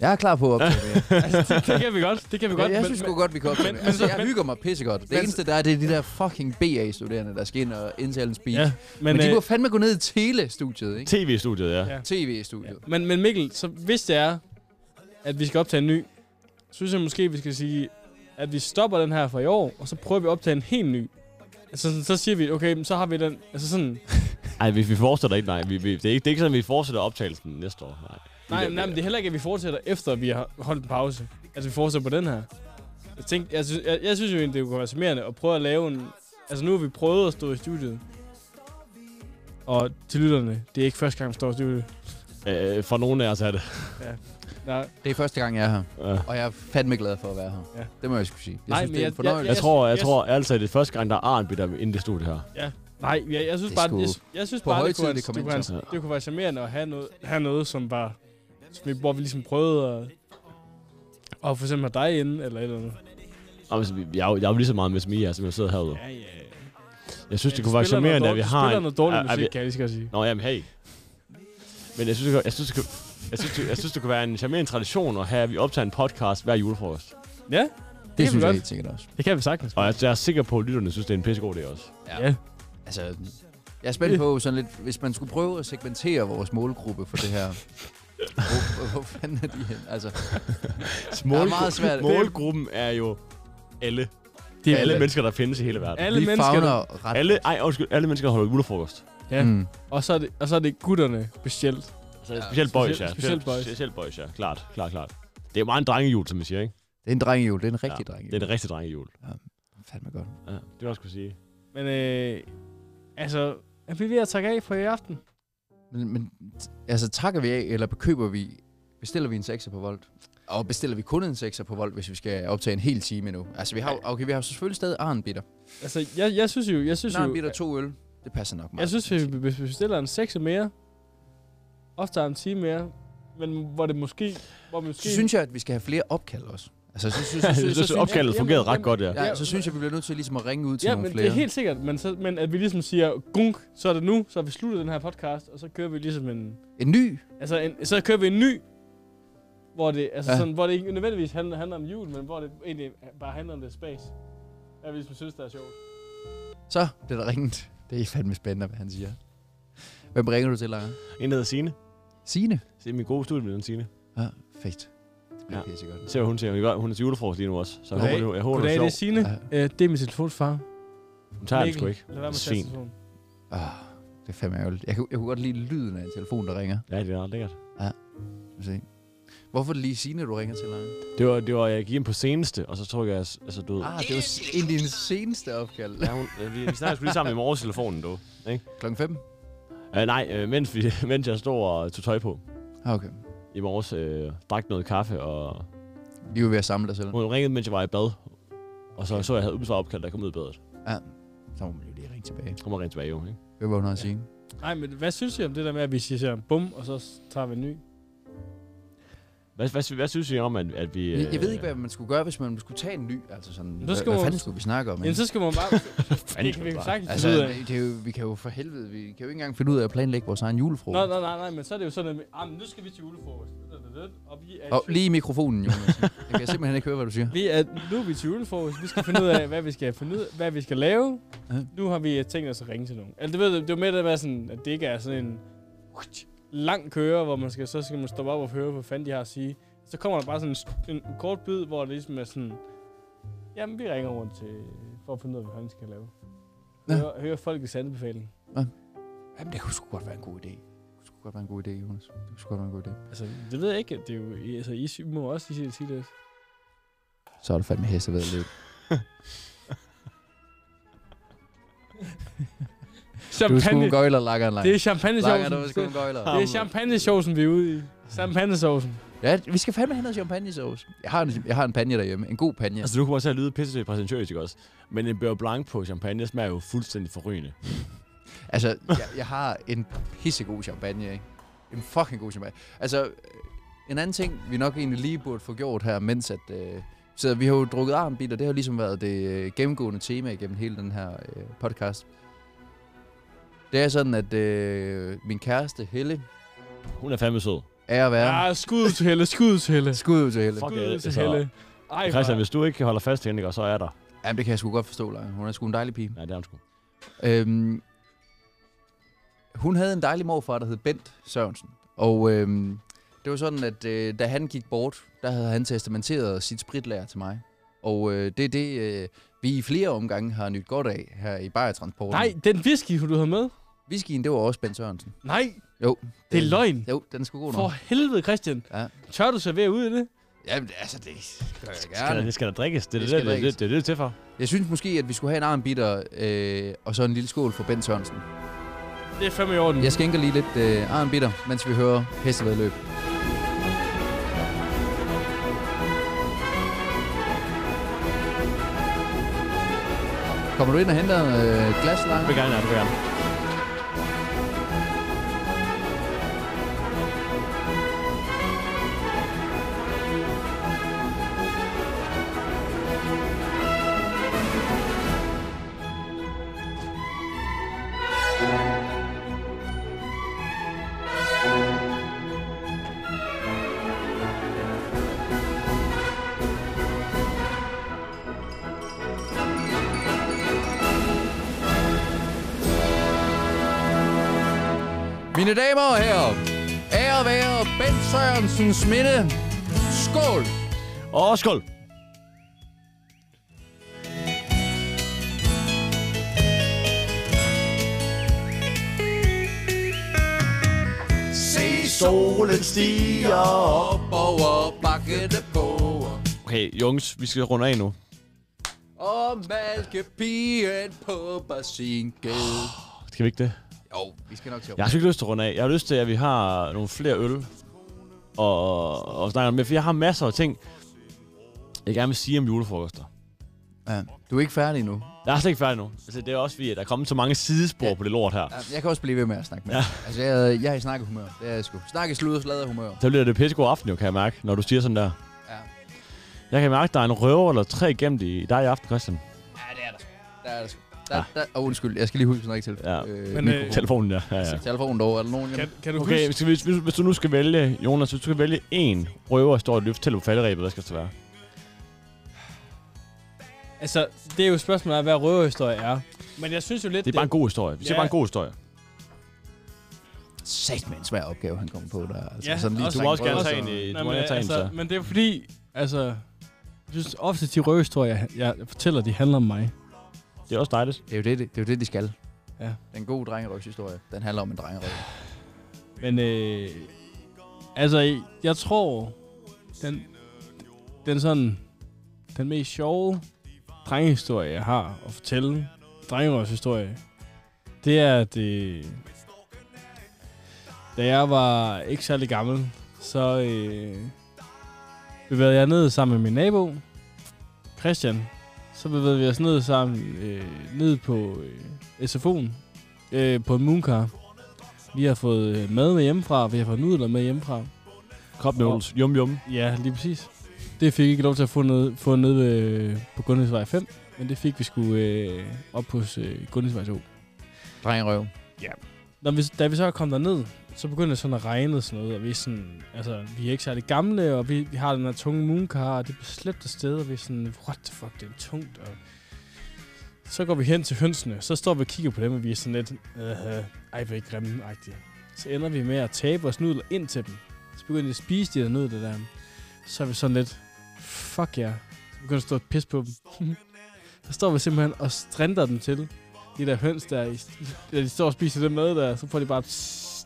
Speaker 2: Jeg er klar på at optage mere.
Speaker 3: Altså, det, det kan vi godt. Det kan vi
Speaker 2: Ja,
Speaker 3: godt.
Speaker 2: jeg synes sgu godt, vi kan optage mere. Altså, jeg hygger mig pissegodt. Det
Speaker 3: men-
Speaker 2: eneste, der er, det er de der fucking BA-studerende, der skal ind og indtale en speech.
Speaker 3: Ja,
Speaker 2: Ja,
Speaker 3: men,
Speaker 2: men, men de
Speaker 3: øh,
Speaker 2: må fandme gå ned i telestudiet, ikke?
Speaker 1: TV-studiet, ja.
Speaker 3: Ja.
Speaker 2: TV-studiet.
Speaker 3: Men, men Mikkel, så hvis det er, at vi skal optage en ny, synes jeg måske, vi skal sige, at vi stopper den her for i år, og så prøver vi at optage en helt ny. Altså, sådan, så siger vi, okay, men så har vi den. Altså sådan,
Speaker 1: Ej, vi, vi fortsætter ikke, nej. Vi, vi, det, er ikke, det er ikke sådan, at vi fortsætter optagelsen næste år. Nej.
Speaker 3: nej, nej, men det er heller ikke, at vi fortsætter efter, at vi har holdt en pause. Altså, vi fortsætter på den her. Jeg, tænkte, jeg, synes, jeg, jeg synes jo egentlig, det kunne være smerende at prøve at lave en... Altså, nu har vi prøvet at stå i studiet. Og til lytterne, det er ikke første gang, vi står i studiet.
Speaker 1: Øh, for nogen af os er det.
Speaker 3: Ja. Nej.
Speaker 2: Det er første gang, jeg er her.
Speaker 1: Ja.
Speaker 2: Og jeg er fandme glad for at være her.
Speaker 3: Ja.
Speaker 2: Det må jeg sgu sige. Jeg
Speaker 3: Nej,
Speaker 2: synes,
Speaker 3: men
Speaker 2: det er
Speaker 3: jeg-
Speaker 2: en
Speaker 3: jeg-
Speaker 2: fornøjelse.
Speaker 1: Jeg tror, jeg
Speaker 3: jeg-
Speaker 1: tror altså, det er første gang, der er Arnby, der er inde i det studie her.
Speaker 3: Ja. Nej, jeg, jeg synes
Speaker 2: Det
Speaker 3: bare,
Speaker 2: skulle-
Speaker 3: jeg, jeg synes
Speaker 2: på
Speaker 3: bare, det
Speaker 2: højtiden,
Speaker 3: kunne, være,
Speaker 2: det
Speaker 3: det,
Speaker 2: kom
Speaker 3: det, kunne
Speaker 2: ind
Speaker 1: til.
Speaker 3: være, det kunne være charmerende at have noget, have noget som var, som vi, hvor vi ligesom prøvede at, og for eksempel have dig inde, eller et eller andet.
Speaker 1: Og hvis altså, vi- Jeg er jo, jeg er jo lige så meget med som I er, som jeg sidder herude.
Speaker 3: Ja, ja.
Speaker 1: Jeg synes, det
Speaker 3: du
Speaker 1: kunne være
Speaker 3: spiller noget
Speaker 1: charmerende, at vi
Speaker 3: dårligt- du
Speaker 1: har...
Speaker 3: spiller
Speaker 1: en-
Speaker 3: noget dårlig
Speaker 1: at- at vi-
Speaker 3: musik, kan jeg lige skal sige.
Speaker 1: Nå, jamen, hey. Men jeg synes, det kunne- jeg synes, det kunne- jeg synes, det- jeg synes, det kunne være en charmerende tradition at have, at vi optager en podcast hver julefrokost.
Speaker 3: Ja,
Speaker 2: Det,
Speaker 3: kan
Speaker 2: det
Speaker 3: vi
Speaker 2: synes jeg
Speaker 3: godt.
Speaker 2: helt sikkert også.
Speaker 3: Det kan vi sagtens.
Speaker 1: Og jeg, jeg er sikker på, at lytterne synes, det er en pissegod idé også.
Speaker 3: Ja.
Speaker 2: Altså, jeg er spændt på sådan lidt, hvis man skulle prøve at segmentere vores målgruppe for det her. Hvor, hvor, hvor fanden er de hen? Altså,
Speaker 1: Målgru-
Speaker 2: det er meget svært.
Speaker 1: Målgruppen er jo alle.
Speaker 3: Det
Speaker 1: Det
Speaker 3: er
Speaker 1: er alle
Speaker 3: alle.
Speaker 1: mennesker, der findes i hele verden.
Speaker 3: Alle
Speaker 2: vi
Speaker 3: mennesker,
Speaker 2: fagner ret.
Speaker 1: Alle, ej, undskyld, alle mennesker holder julefrokost.
Speaker 3: Ja.
Speaker 2: Mm.
Speaker 3: Og, så er det, og så er det gutterne specielt.
Speaker 1: Ja, Altså, specielt boys, ja.
Speaker 3: specielt- specielt boys.
Speaker 1: Specielt boys, ja. Klart, klart, klart. Det er meget en drengejul, som jeg siger, ikke?
Speaker 2: Det er en drengejul. Det er en rigtig ja,
Speaker 1: Det er
Speaker 2: drengejul.
Speaker 1: en rigtig drengejul.
Speaker 2: Fandme godt.
Speaker 1: Ja, det vil jeg også kunne sige.
Speaker 3: Men øh, altså, er vi ved at takke af for i aften?
Speaker 2: Men, men altså, takker vi af, eller bekøber vi, bestiller vi en sekser på voldt? Og bestiller vi kun en sekser på voldt, hvis vi skal optage en hel time nu? Altså, vi har, okay, vi har jo selvfølgelig stadig Arnbitter.
Speaker 3: Altså, jeg, jeg synes jo... Jeg synes jo,
Speaker 2: Arnbitter, to øl. Det passer nok meget.
Speaker 3: Jeg synes, hvis vi, hvis vi bestiller en 6 mere, ofte en time mere, men hvor det måske... Hvor måske
Speaker 2: så synes jeg, at vi skal have flere opkald også. Altså, så, så, så, så,
Speaker 1: Jeg
Speaker 2: så,
Speaker 1: synes,
Speaker 2: så,
Speaker 1: at opkaldet
Speaker 3: jamen,
Speaker 1: fungerede ret
Speaker 3: jamen,
Speaker 1: godt, ja.
Speaker 2: ja, så synes jeg, vi bliver nødt til ligesom at ringe ud til
Speaker 3: ja,
Speaker 2: nogle
Speaker 3: men
Speaker 2: flere.
Speaker 3: det er helt sikkert, men, så, men at vi ligesom siger, gunk, så er det nu, så har vi sluttet den her podcast, og så kører vi ligesom en...
Speaker 2: En ny?
Speaker 3: Altså, en, så kører vi en ny, hvor det, altså
Speaker 2: Ja.
Speaker 3: ja. sådan, hvor det ikke nødvendigvis handler, handler om jul, men hvor det egentlig bare handler om det space. Hvad vi ligesom synes, der er sjovt.
Speaker 2: Så bliver der ringet. Det er fandme spændende, hvad han siger. Hvem ringer du til, Lange?
Speaker 1: En, der hedder Signe.
Speaker 2: Signe?
Speaker 1: Det er min gode studie med den Signe.
Speaker 2: Ja, fedt. Det bliver
Speaker 1: Ja.
Speaker 2: ja. pissegodt.
Speaker 1: Se, hvad hun siger. Hun er- Hun er til julefrokost lige nu også. Så jeg håber, det- jeg håber, det
Speaker 3: Goddag,
Speaker 1: er
Speaker 3: det er
Speaker 1: sjovt.
Speaker 3: Signe. Ja. det er min telefonfar.
Speaker 1: Hun tager den sgu ikke.
Speaker 3: Lad være med at tage
Speaker 1: Svin.
Speaker 3: telefonen.
Speaker 2: Ah, det er fandme ærgerligt. Jeg, kunne- jeg kunne godt lide lyden af en telefon, der ringer.
Speaker 1: Ja, det er ret lækkert.
Speaker 2: Lad os Se. Hvorfor er det lige Signe, du ringer til, Lange?
Speaker 1: Det var, det var, jeg gik ind på seneste, og så trykker jeg, altså, du ved.
Speaker 2: Ah, det var s- en af dine seneste opkald.
Speaker 1: Ja, hun, øh, vi, vi snakkede sgu lige sammen i morges i telefonen, du. Ikke?
Speaker 2: Klokken 5?
Speaker 1: Uh, nej, øh, mens, vi, mens jeg stod og tog tøj på
Speaker 2: Ah, okay.
Speaker 1: i morges, øh, drak noget kaffe, og
Speaker 2: I er jo ved at samle dig selv.
Speaker 1: hun ringede, mens jeg var i bad. Og så så jeg, havde ubesvaret opkald, da jeg kom ud af badet.
Speaker 2: Ja, så må man jo lige ringe tilbage.
Speaker 1: Hun var rent tilbage, jo, ikke?
Speaker 2: Hør, hvad hun har at sige.
Speaker 3: Nej, men hvad synes I om det der med, at vi siger bum, og så tager vi en ny?
Speaker 1: Hvad, hvad, hvad synes I om, at, at vi... øh,
Speaker 2: Jeg, jeg ved ikke, hvad man skulle gøre, hvis man skulle tage en ny. Altså sådan,
Speaker 1: Så
Speaker 2: så
Speaker 1: skal
Speaker 2: skal hvad,
Speaker 1: man-
Speaker 2: hvad fanden skulle vi snakke om?
Speaker 1: Jamen,
Speaker 2: ikke?
Speaker 1: så skal man bare-
Speaker 3: Det kan vi jo sagtens
Speaker 2: altså,
Speaker 3: finde ud af.
Speaker 2: det er jo, vi kan jo for helvede, vi kan jo ikke engang finde ud af at planlægge vores egen julefrokost.
Speaker 3: Nej, nej, nej, nej, men så er det jo sådan, at ah, men nu skal vi til julefrokost. Og vi er
Speaker 2: Og lige i mikrofonen, Jonas. Jeg kan simpelthen ikke høre, hvad du siger.
Speaker 3: Vi er, nu er vi til julefrokost. Vi skal finde ud af, hvad vi skal, finde ud, hvad vi skal lave.
Speaker 2: Ja.
Speaker 3: Nu har vi øh, tænkt os at ringe til nogen. Altså, det, ved, du, det var med at være sådan, at det ikke er sådan en lang køre, hvor man skal, så skal man stoppe op og høre, hvad fanden de har at sige. Så kommer der bare sådan en, st- en kort bid, hvor det ligesom er sådan, jamen vi ringer rundt til, for at finde ud af, hvad fanden vi skal lave. Høre, høre folkets anbefaling.
Speaker 2: Jamen, det kunne sgu godt være en god idé. Det kunne sgu godt være en god idé, Jonas. Det kunne sgu godt være en god idé.
Speaker 3: Altså, det ved jeg ikke. Det er jo, I- altså, I sy- må også sige, sige det.
Speaker 2: Så er du fandme hest ved at løbe. Du er sgu en gøjler, lakker en lang.
Speaker 3: Det er champagne
Speaker 2: Lakker, du er sgu en gøjler.
Speaker 3: Det er champagne vi er ude i. Champagne-saucen.
Speaker 2: Ja, vi skal fandme have noget champagne-sauce. Jeg har, en, jeg har en panje derhjemme. En god panje.
Speaker 1: Altså, du kommer til at lyde pisse præsentøst, ikke også? Men en beurre blanc på champagne smager jo fuldstændig forrygende.
Speaker 2: altså, jeg, jeg har en pissegod champagne, ikke? En fucking god champagne. Altså, øh, en anden ting, vi nok egentlig lige burde få gjort her, mens at... Øh, så vi har jo drukket armbiler, det har ligesom været det øh, gennemgående tema igennem hele den her øh, podcast. Det er sådan, at øh, min kæreste Helle...
Speaker 1: Hun er fandme sød.
Speaker 2: Er at være...
Speaker 3: Ja, skud til Helle, skud til Helle.
Speaker 2: Skud til Helle.
Speaker 1: Fuck,
Speaker 2: Skud
Speaker 1: jeg,
Speaker 2: til
Speaker 1: altså,
Speaker 2: Helle.
Speaker 3: Ej,
Speaker 1: Christian,
Speaker 3: hvor-
Speaker 1: hvis du ikke holder fast i hende, ikke, så er der.
Speaker 2: Jamen, det kan jeg sgu godt forstå, Lange. Hun er sgu en dejlig pige.
Speaker 1: Nej, det er hun sgu.
Speaker 2: Øhm, hun havde en dejlig morfar, der hed Bent Sørensen. Og øhm, det var sådan, at øh, da han gik bort, der havde han testamenteret sit spritlager til mig. Og øh, det er det, øh, vi i flere omgange har nyt godt af her i Bajertransporten.
Speaker 3: Nej, den whisky, du havde med?
Speaker 2: Whiskyen, det var også Bent Sørensen.
Speaker 3: Nej,
Speaker 2: Jo.
Speaker 3: det er løgn.
Speaker 2: Jo, den er sgu god nok.
Speaker 3: For helvede, Christian.
Speaker 2: Ja.
Speaker 3: Tør du servere ud i det?
Speaker 2: Jamen, altså, det gør jeg
Speaker 1: Skal der,
Speaker 2: gerne.
Speaker 1: det skal der drikkes. Det, er
Speaker 2: Det
Speaker 1: det,
Speaker 2: skal
Speaker 1: det, det,
Speaker 2: drikkes.
Speaker 1: det, det, er det til for.
Speaker 2: Jeg synes måske, at vi skulle have en armbitter øh, og så en lille skål for Bent Sørensen.
Speaker 3: Det er fandme i orden.
Speaker 2: Jeg skænker lige lidt øh, armbitter, mens vi hører hestevedløb. Kommer du ind og henter øh, glas, Lange?
Speaker 1: Det vil gerne, ja, det vil gerne.
Speaker 2: Mine damer og herrer, ære være Bent Sørensens minde. Skål!
Speaker 1: Og skål!
Speaker 15: Se solen stiger op
Speaker 2: over bakkene på.
Speaker 1: Okay, Jungs, vi skal runde af nu.
Speaker 2: Og malkepigen på basinket.
Speaker 1: Skal vi ikke det?
Speaker 2: Jo, vi skal nok til at
Speaker 1: Jeg har sgu ikke lyst til at runde af. Jeg har lyst til, at vi har nogle flere øl og, og snakke om det, for jeg har masser af ting, jeg gerne vil sige om julefrokoster.
Speaker 2: Ja, du er ikke færdig nu.
Speaker 1: Jeg er slet ikke færdig nu. Altså, det er også fordi, at der er kommet så mange sidespor ja. på det lort her. Ja.
Speaker 2: Jeg kan også blive ved med at snakke med ja. Altså, jeg, jeg er i snakkehumør. Det er jeg sgu. Snakke, sludder, slader humør.
Speaker 1: Så bliver det pissegod aften, jo, kan jeg mærke, når du siger sådan der.
Speaker 2: Ja.
Speaker 1: Jeg kan mærke, at der er en røver eller tre gemt i dig i aften, Christian.
Speaker 2: Ja, det er der sgu. Der er der sgu. Der, ja. der, oh, undskyld, jeg skal lige huske at ikke til.
Speaker 1: Ja.
Speaker 2: Øh,
Speaker 1: Men,
Speaker 2: mikrofonen.
Speaker 1: øh, telefonen, ja. Ja, ja.
Speaker 2: Telefonen dog, er der nogen? Kan,
Speaker 3: kan
Speaker 1: Okay, hvis, hvis, hvis, hvis, du nu skal vælge, Jonas, hvis du skal vælge én røver, står og løfter til på falderæbet, hvad skal det så være?
Speaker 3: Altså, det er jo spørgsmålet af, hvad røverhistorie er. Men jeg synes jo lidt...
Speaker 1: Det er bare en god historie. Vi siger bare en god historie.
Speaker 2: Sæt med en svær opgave, han kom på der. Altså,
Speaker 3: Ja,
Speaker 2: sådan lige,
Speaker 3: også-
Speaker 1: Du må også gerne
Speaker 2: prøver
Speaker 1: tage en,
Speaker 2: så-
Speaker 1: øh,
Speaker 3: Nej,
Speaker 1: du må
Speaker 3: men,
Speaker 1: gerne tage en,
Speaker 3: altså,
Speaker 1: så.
Speaker 3: men det er fordi, altså... Jeg synes ofte, de røverhistorier, jeg, jeg fortæller, de handler om mig.
Speaker 1: Det er også dejligt.
Speaker 2: Det er jo det, det, det, er jo det de skal.
Speaker 3: Ja.
Speaker 2: Den gode drengerøvshistorie, den handler om en drengerøv.
Speaker 3: Men øh, altså, jeg tror, den, den sådan, den mest sjove drengehistorie, jeg har at fortælle, drengerøvshistorie, det er, at øh, da jeg var ikke særlig gammel, så øh, bevægede jeg ned sammen med min nabo, Christian. Så bevægede vi os ned sammen, øh, ned på øh, SFO'en, øh, på en mooncar. Vi har fået øh, mad med hjemmefra, vi har fået nudler med hjemmefra.
Speaker 1: Cup noodles. Yum yum.
Speaker 3: Ja, lige præcis. Det fik jeg ikke lov til at få nede, få nede ved, på Gundhedsvej 5, men det fik vi sgu øh, op hos øh, Gundhedsvej 2.
Speaker 2: Drengerøv.
Speaker 3: Ja. Når vi, da vi så kom derned, så begyndte det sådan at regne og sådan noget, og vi er sådan, altså, vi er ikke særlig gamle, og vi, vi har den her tunge moonkar, og det er beslæbt af sted, og vi er sådan, what the fuck, det er tungt, og så går vi hen til hønsene, så står vi og kigger på dem, og vi er sådan lidt, øh, ej, hvor er I grimme -agtige. Så ender vi med at tabe vores nudler ind til dem. Så begynder de at spise de der nudler der. Så er vi sådan lidt, fuck ja. Yeah. Så begynder vi at stå og pisse på dem. så står vi simpelthen og strinter dem til. De der høns der, i- der de står og spiser det mad der, så får de bare... Pss,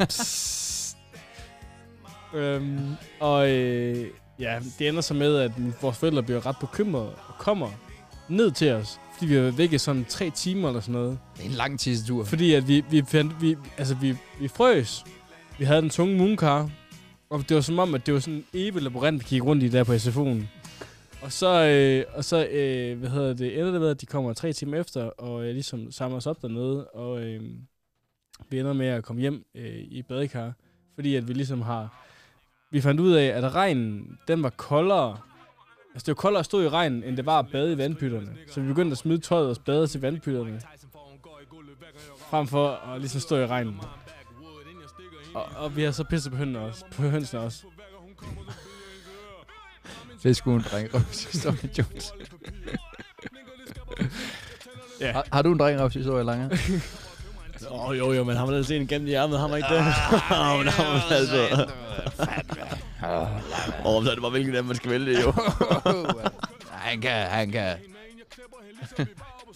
Speaker 3: pss. øhm, og øh, ja, det ender så med, at vores forældre bliver ret bekymrede og kommer ned til os, fordi vi har været væk i sådan tre timer eller sådan noget.
Speaker 2: Det er en lang tissetur.
Speaker 3: Fordi at vi, vi, fandt, vi, altså vi, vi frøs. Vi havde den tunge moonkar. Og det var som om, at det var sådan en evig laborant, vi gik rundt i der på SFO'en. Og så, øh, og så øh, hvad hedder det, ender det med, at de kommer tre timer efter, og øh, ligesom samler os op dernede, og øh, vi ender med at komme hjem øh, i badekar, fordi at vi ligesom har, vi fandt ud af, at regnen, den var koldere, altså det var koldere at stå i regnen, end det var at bade i vandpytterne. Så vi begyndte at smide tøjet og bade til vandpytterne, frem for at ligesom stå i regnen. Og, og vi har så pisset på hønsene også. På hønsene også.
Speaker 2: Det er sgu en drengerøvshistorie, Jones.
Speaker 3: ja.
Speaker 2: har, har, du en drengerøvshistorie, Lange?
Speaker 1: Åh, oh, jo, jo, men har man altså en gennem i ærmet, har man ikke Ah, det? Åh, men har man altså... Åh, oh, så er det bare, hvilken af dem, man skal vælge, jo.
Speaker 2: han kan, han kan.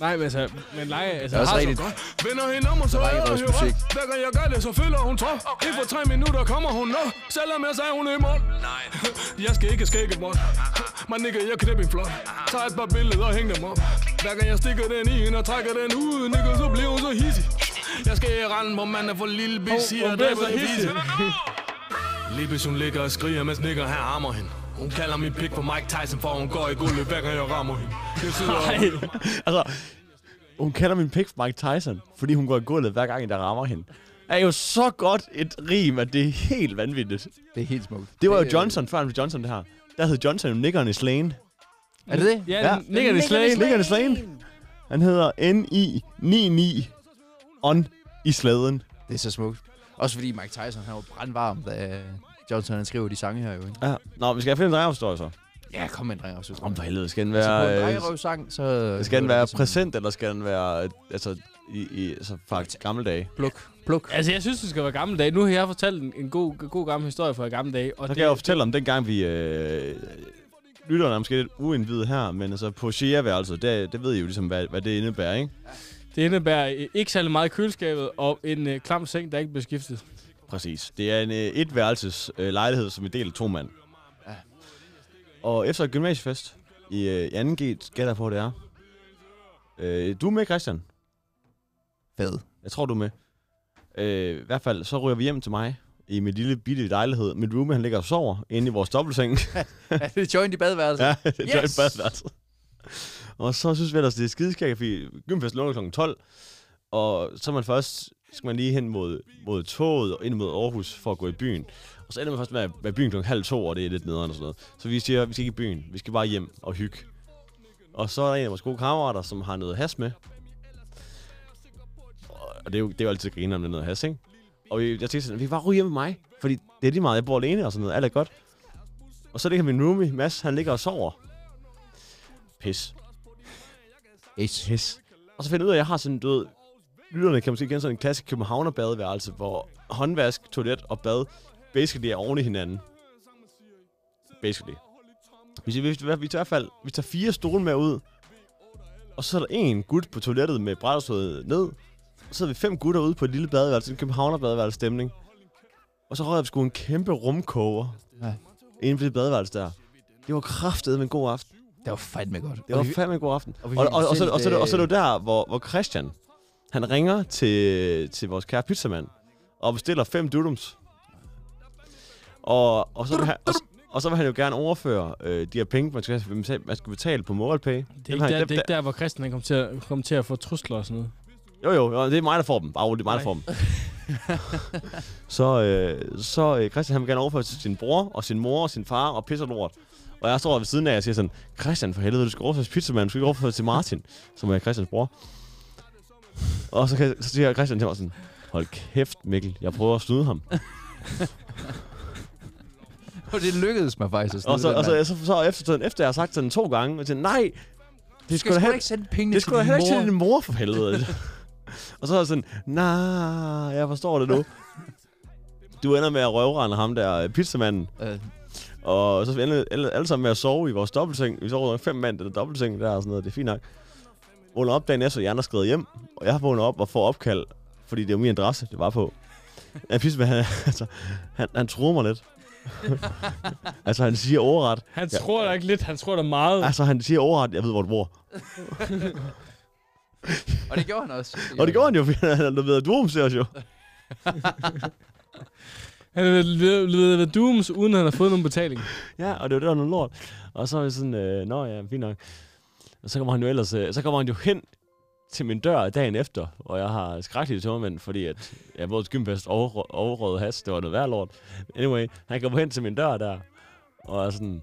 Speaker 3: Nej, men altså, men lege,
Speaker 2: Det
Speaker 3: altså...
Speaker 2: er også
Speaker 3: har så
Speaker 2: rigtigt.
Speaker 3: godt.
Speaker 8: Vender hende om, og så
Speaker 2: Der var
Speaker 8: er
Speaker 2: ikke
Speaker 8: der
Speaker 2: røst
Speaker 8: hører
Speaker 2: musik.
Speaker 8: Hver gang jeg gør det, så føler hun trop Inden for tre minutter kommer hun op Selvom jeg sagde, hun er i mål Nej Jeg skal ikke skægge mig Man nikker, jeg knæp en flot Tag et par billeder og hæng dem op Hver gang jeg stikker den i hende og trækker den ud Nikker, så bliver hun så hissig Jeg skal i randen, hvor man er for lille
Speaker 3: Hov,
Speaker 8: bis Siger det
Speaker 3: hun bliver
Speaker 8: for
Speaker 3: så hissig.
Speaker 8: hissig Libis hun ligger og skriger, mens nikker her rammer hende hun kalder min pik for Mike Tyson, for hun går i gulvet, hver gang jeg rammer hende. Jeg sidder
Speaker 1: Nej. altså, hun kalder min pik for Mike Tyson, fordi hun går i gulvet hver gang, der rammer hende. Er jo så godt et rim, at det er helt vanvittigt.
Speaker 2: Det er helt smukt.
Speaker 1: Det var jo
Speaker 2: Det, øh,
Speaker 1: Johnson, før han blev Johnson, det her. Der hed Johnson jo Nickeren i Slain.
Speaker 2: Er det det?
Speaker 3: Ja, Nickeren i Slagen.
Speaker 1: Nickeren i Slain. Han hedder N-I-9-9 On i Slæden.
Speaker 2: Det er så smukt. Også fordi Mike Tyson, han var brandvarm, da øh, Johnson han skriver de sange her jo. Ikke?
Speaker 1: Ja. Nå, vi skal have flere drengerforståelser.
Speaker 2: Ja, kom med en drengerøvshistorie.
Speaker 1: Om for helvede, skal den
Speaker 2: Altså, på
Speaker 1: være...
Speaker 2: en
Speaker 1: øh,
Speaker 2: drengerøvssang, så...
Speaker 1: Skal den være præsent, eller skal den være... øh, Altså, i, i altså, faktisk gammeldage?
Speaker 2: Pluk. Pluk.
Speaker 3: Altså, jeg synes, det skal være gamle dage. Nu har jeg fortalt en, en god, god gammel historie fra gamle dage. Og
Speaker 1: Så kan
Speaker 3: det,
Speaker 1: jeg jo fortælle om dengang, vi... Øh, lytterne er måske lidt uindvidet her, men altså på Shea-værelset, det, det ved I jo ligesom, hvad, hvad det indebærer, ikke?
Speaker 3: det indebærer øh, ikke særlig meget i køleskabet og en øh, klam seng, der ikke bliver skiftet.
Speaker 1: Præcis. Det er en øh, etværelses øh, lejlighed, som vi deler to mand.
Speaker 2: Ja.
Speaker 1: Og efter et gymnasiefest i, øh, i 2G, gætter jeg på, det er. Øh, du er med, Christian?
Speaker 2: Fed.
Speaker 1: Jeg tror, du er med. Øh, I hvert fald, så ryger vi hjem til mig i min lille bitte lejlighed. Min roomie, han ligger og sover inde i vores dobbeltseng.
Speaker 2: er det joint i badeværelset?
Speaker 1: Ja, det er yes.
Speaker 2: Yes!
Speaker 1: badeværelset. Og så synes vi ellers, det er skideskægt, fordi gymfesten lukker kl. 12. Og så er man først, skal man lige hen mod, mod toget og ind mod Aarhus for at gå i byen. Og så ender man først med at være i byen klokken halv to, og det er lidt nederen og sådan noget. Så vi siger, vi skal ikke i byen, vi skal bare hjem og hygge. Og så er der en af vores gode kammerater, som har noget has med. Og det er jo, det er jo altid griner, om det er noget has, ikke? Og vi, jeg tænkte sådan, vi kan bare ryge hjem med mig, fordi det er lige meget, jeg bor alene og sådan noget, alt er godt. Og så ligger min roomie, Mads, han ligger og sover. Pis.
Speaker 2: Pis.
Speaker 1: Pis. Og så finder jeg ud af, at jeg har sådan, du ved, lytterne kan måske kende sådan en klassisk københavner-badeværelse, hvor håndvask, toilet og bad basically er oven i hinanden. Basically. Vi, siger, vi, vi, vi, tager i hvert fald, vi tager fire stole med ud, og så er der en gut på toilettet med brætterstået ned, og så sidder vi fem gutter ude på et lille badeværelse, en københavner stemning. Og så røg jeg sgu en kæmpe rumkoger
Speaker 2: Ja.
Speaker 1: inde på det badeværelse der. Det var kraftet med en god aften.
Speaker 2: Det var fandme godt.
Speaker 1: Det var
Speaker 2: Og vi-
Speaker 1: fandme en god aften.
Speaker 2: og
Speaker 1: Og,
Speaker 2: vi
Speaker 1: og,
Speaker 2: fik
Speaker 1: og, og, så,
Speaker 2: bestilt,
Speaker 1: og, så, og så er
Speaker 2: øh,
Speaker 1: det jo der, hvor, hvor Christian, han ringer til, til vores kære pizzamand, og bestiller fem dudums. Og, og, så vil han, og, så- og så vil han jo gerne overføre øh, de her penge, man skal, man skal- man skal betale på MobilePay. Det
Speaker 3: Det er, ikke der, det er ikke der, hvor Christian han kom til, at, kom til at få trusler og sådan noget.
Speaker 1: Jo, jo, jo, det er mig, der får dem. Bare roligt, det er mig, der får dem. så, øh, så øh, Christian han vil gerne overføre til sin bror, og sin mor, og sin far, og pisser lort. Og jeg står ved siden af, og siger sådan, Christian for helvede, du skal overføre til pizzamanden, du skal ikke overføre til Martin, som er Christians bror. Og så, kan- så siger Christian til mig sådan, hold kæft Mikkel, jeg prøver at snyde ham.
Speaker 2: Og det lykkedes mig faktisk at snyde
Speaker 1: og så,
Speaker 2: den
Speaker 1: og så,
Speaker 2: mand.
Speaker 1: så, så, så efter, efter jeg har sagt sådan to gange, og siger, nej, det
Speaker 2: skal sgu da ikke sende pengene
Speaker 1: det
Speaker 2: til
Speaker 1: skulle da
Speaker 2: din
Speaker 1: heller ikke
Speaker 2: mor."
Speaker 1: til din mor, for helvede. og så er jeg sådan, nej, jeg forstår det nu. Du ender med at røvrende ham der, øh, pizzamanden.
Speaker 2: Øh.
Speaker 1: Og så ender alle, alle sammen med at sove i vores dobbeltseng. Vi sover fem mand i den dobbeltseng der og sådan noget, det er fint nok. Vågner op dagen efter, jeg er skrevet hjem, og jeg vågner op og får opkald, fordi det var min adresse, det var på. Ja, pizzamanden, altså, han, han tror mig lidt. altså, han siger overret.
Speaker 3: Han
Speaker 1: Ja.
Speaker 3: tror da ikke lidt, han tror da meget.
Speaker 1: Altså, han siger overret, jeg ved, hvor du bor.
Speaker 2: Og det gjorde han også.
Speaker 1: Og det gjorde han jo, fordi han havde leveret Doom til os jo.
Speaker 3: Han har levet Dooms, uden han har fået nogen betaling.
Speaker 1: Ja, og det var det, der var noget lort. Og så er jeg sådan, øh, nå ja, fint nok. Og så kommer han jo ellers, øh, så kommer han jo hen til min dør dagen efter, og jeg har skrækkelige tømmermænd, fordi at jeg både skymfest og overrøget has, det var noget værd lort. Anyway, han kommer hen til min dør der, og er sådan,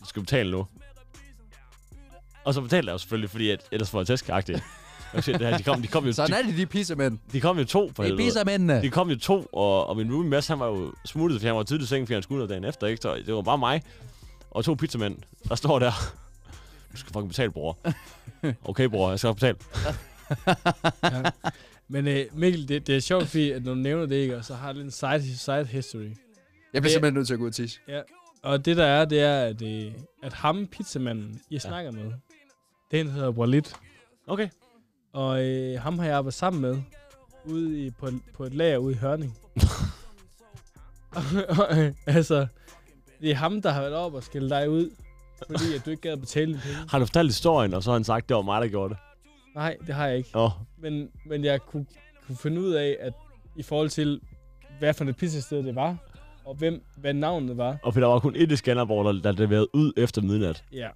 Speaker 1: du skal betale nu. Og så betalte jeg jo selvfølgelig, fordi at, ellers var jeg tæskagtig. Og shit, det her, de kom, de kom jo,
Speaker 2: Sådan er det, de pissemænd.
Speaker 1: de kom jo to, for
Speaker 2: Det er
Speaker 1: helvede.
Speaker 2: pissemændene.
Speaker 1: De kom jo to, og, og min roommate Mads, han var jo smuttet, for han var tidligt i sengen, fordi han skulle noget dagen efter, ikke? Så det var bare mig og to pizzamænd, der står der. Du skal fucking betale, bror. Okay, bror, jeg skal nok betale.
Speaker 3: ja. Men øh, Mikkel, det, det er sjovt, fordi at når du nævner det ikke, og så har jeg lidt en side, side history.
Speaker 2: Jeg bliver simpelthen nødt til at gå ud og tisse.
Speaker 3: Ja. Og det der er, det er, at, øh, at ham, pizzamanden, jeg snakker med, den hedder Walid.
Speaker 1: Okay.
Speaker 3: Og øh, ham har jeg arbejdet sammen med ude i, på, en- på et lager ude i Hørning. Og, øh, altså, det er ham, der har været op og skældt dig ud, fordi at du ikke gad at betale dine penge.
Speaker 1: Har du fortalt historien, og så har han sagt, det var mig, der gjorde det.
Speaker 3: Nej, det har jeg ikke.
Speaker 1: Åh.
Speaker 3: Men, men jeg kunne, kunne finde ud af, at i forhold til, hvad for et pizzasted det var, og hvem, hvad navnet var.
Speaker 1: Og for der var kun et i Skanderborg, der, der leverede ud efter midnat.
Speaker 3: Ja.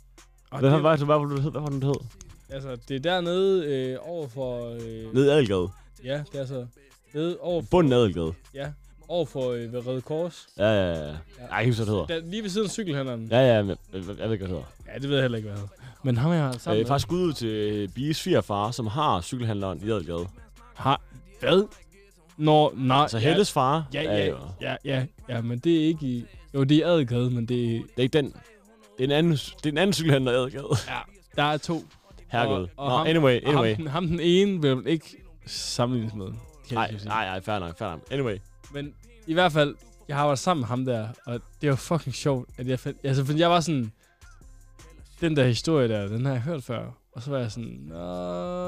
Speaker 3: Og
Speaker 1: Hvad, hvad,
Speaker 3: det-
Speaker 1: hvad, hvad, var det, du hed? hvad var det, du hed?
Speaker 3: Altså, det er dernede øh, over for... Øh,
Speaker 1: Nede i Adelgade.
Speaker 3: Ja, det er så. Nede over for...
Speaker 1: Bunden af Adelgade.
Speaker 3: Ja, over for øh, ved Røde Kors.
Speaker 1: Ja, ja, ja. Ej, jeg kan ikke huske, hvad det hedder.
Speaker 3: Der, lige ved siden af cykelhandleren.
Speaker 1: Ja, ja, men jeg, jeg ved ikke, hvad det hedder.
Speaker 3: Ja, det ved jeg heller ikke, hvad det hedder. Men ham er jeg sammen
Speaker 1: Øh,
Speaker 3: med.
Speaker 1: faktisk ud til Bies svigerfar, som har cykelhandleren i Adelgade.
Speaker 3: Har... Hvad? Nå, nej.
Speaker 1: Så Helles far
Speaker 3: Ja,
Speaker 1: er
Speaker 3: ja,
Speaker 1: jo-
Speaker 3: ja, ja, ja, men det er ikke i... Jo, det er i Adelgade, men det er...
Speaker 1: Det er ikke den. Det er en anden, det er en anden cykelhandler, i Adelgade.
Speaker 3: Ja, der er to.
Speaker 1: Herregud. Nå, anyway,
Speaker 3: og
Speaker 1: anyway.
Speaker 3: Ham, den- ham den ene vil man ikke sammenlignes med.
Speaker 1: Nej, nej, nej, fair nok, fair nok. Anyway.
Speaker 3: Men i hvert fald, jeg har været sammen med ham der, og det var fucking sjovt, at jeg fandt... Altså, fordi jeg var sådan... Den der historie der, den har jeg hørt før. Og så var jeg sådan... Nå,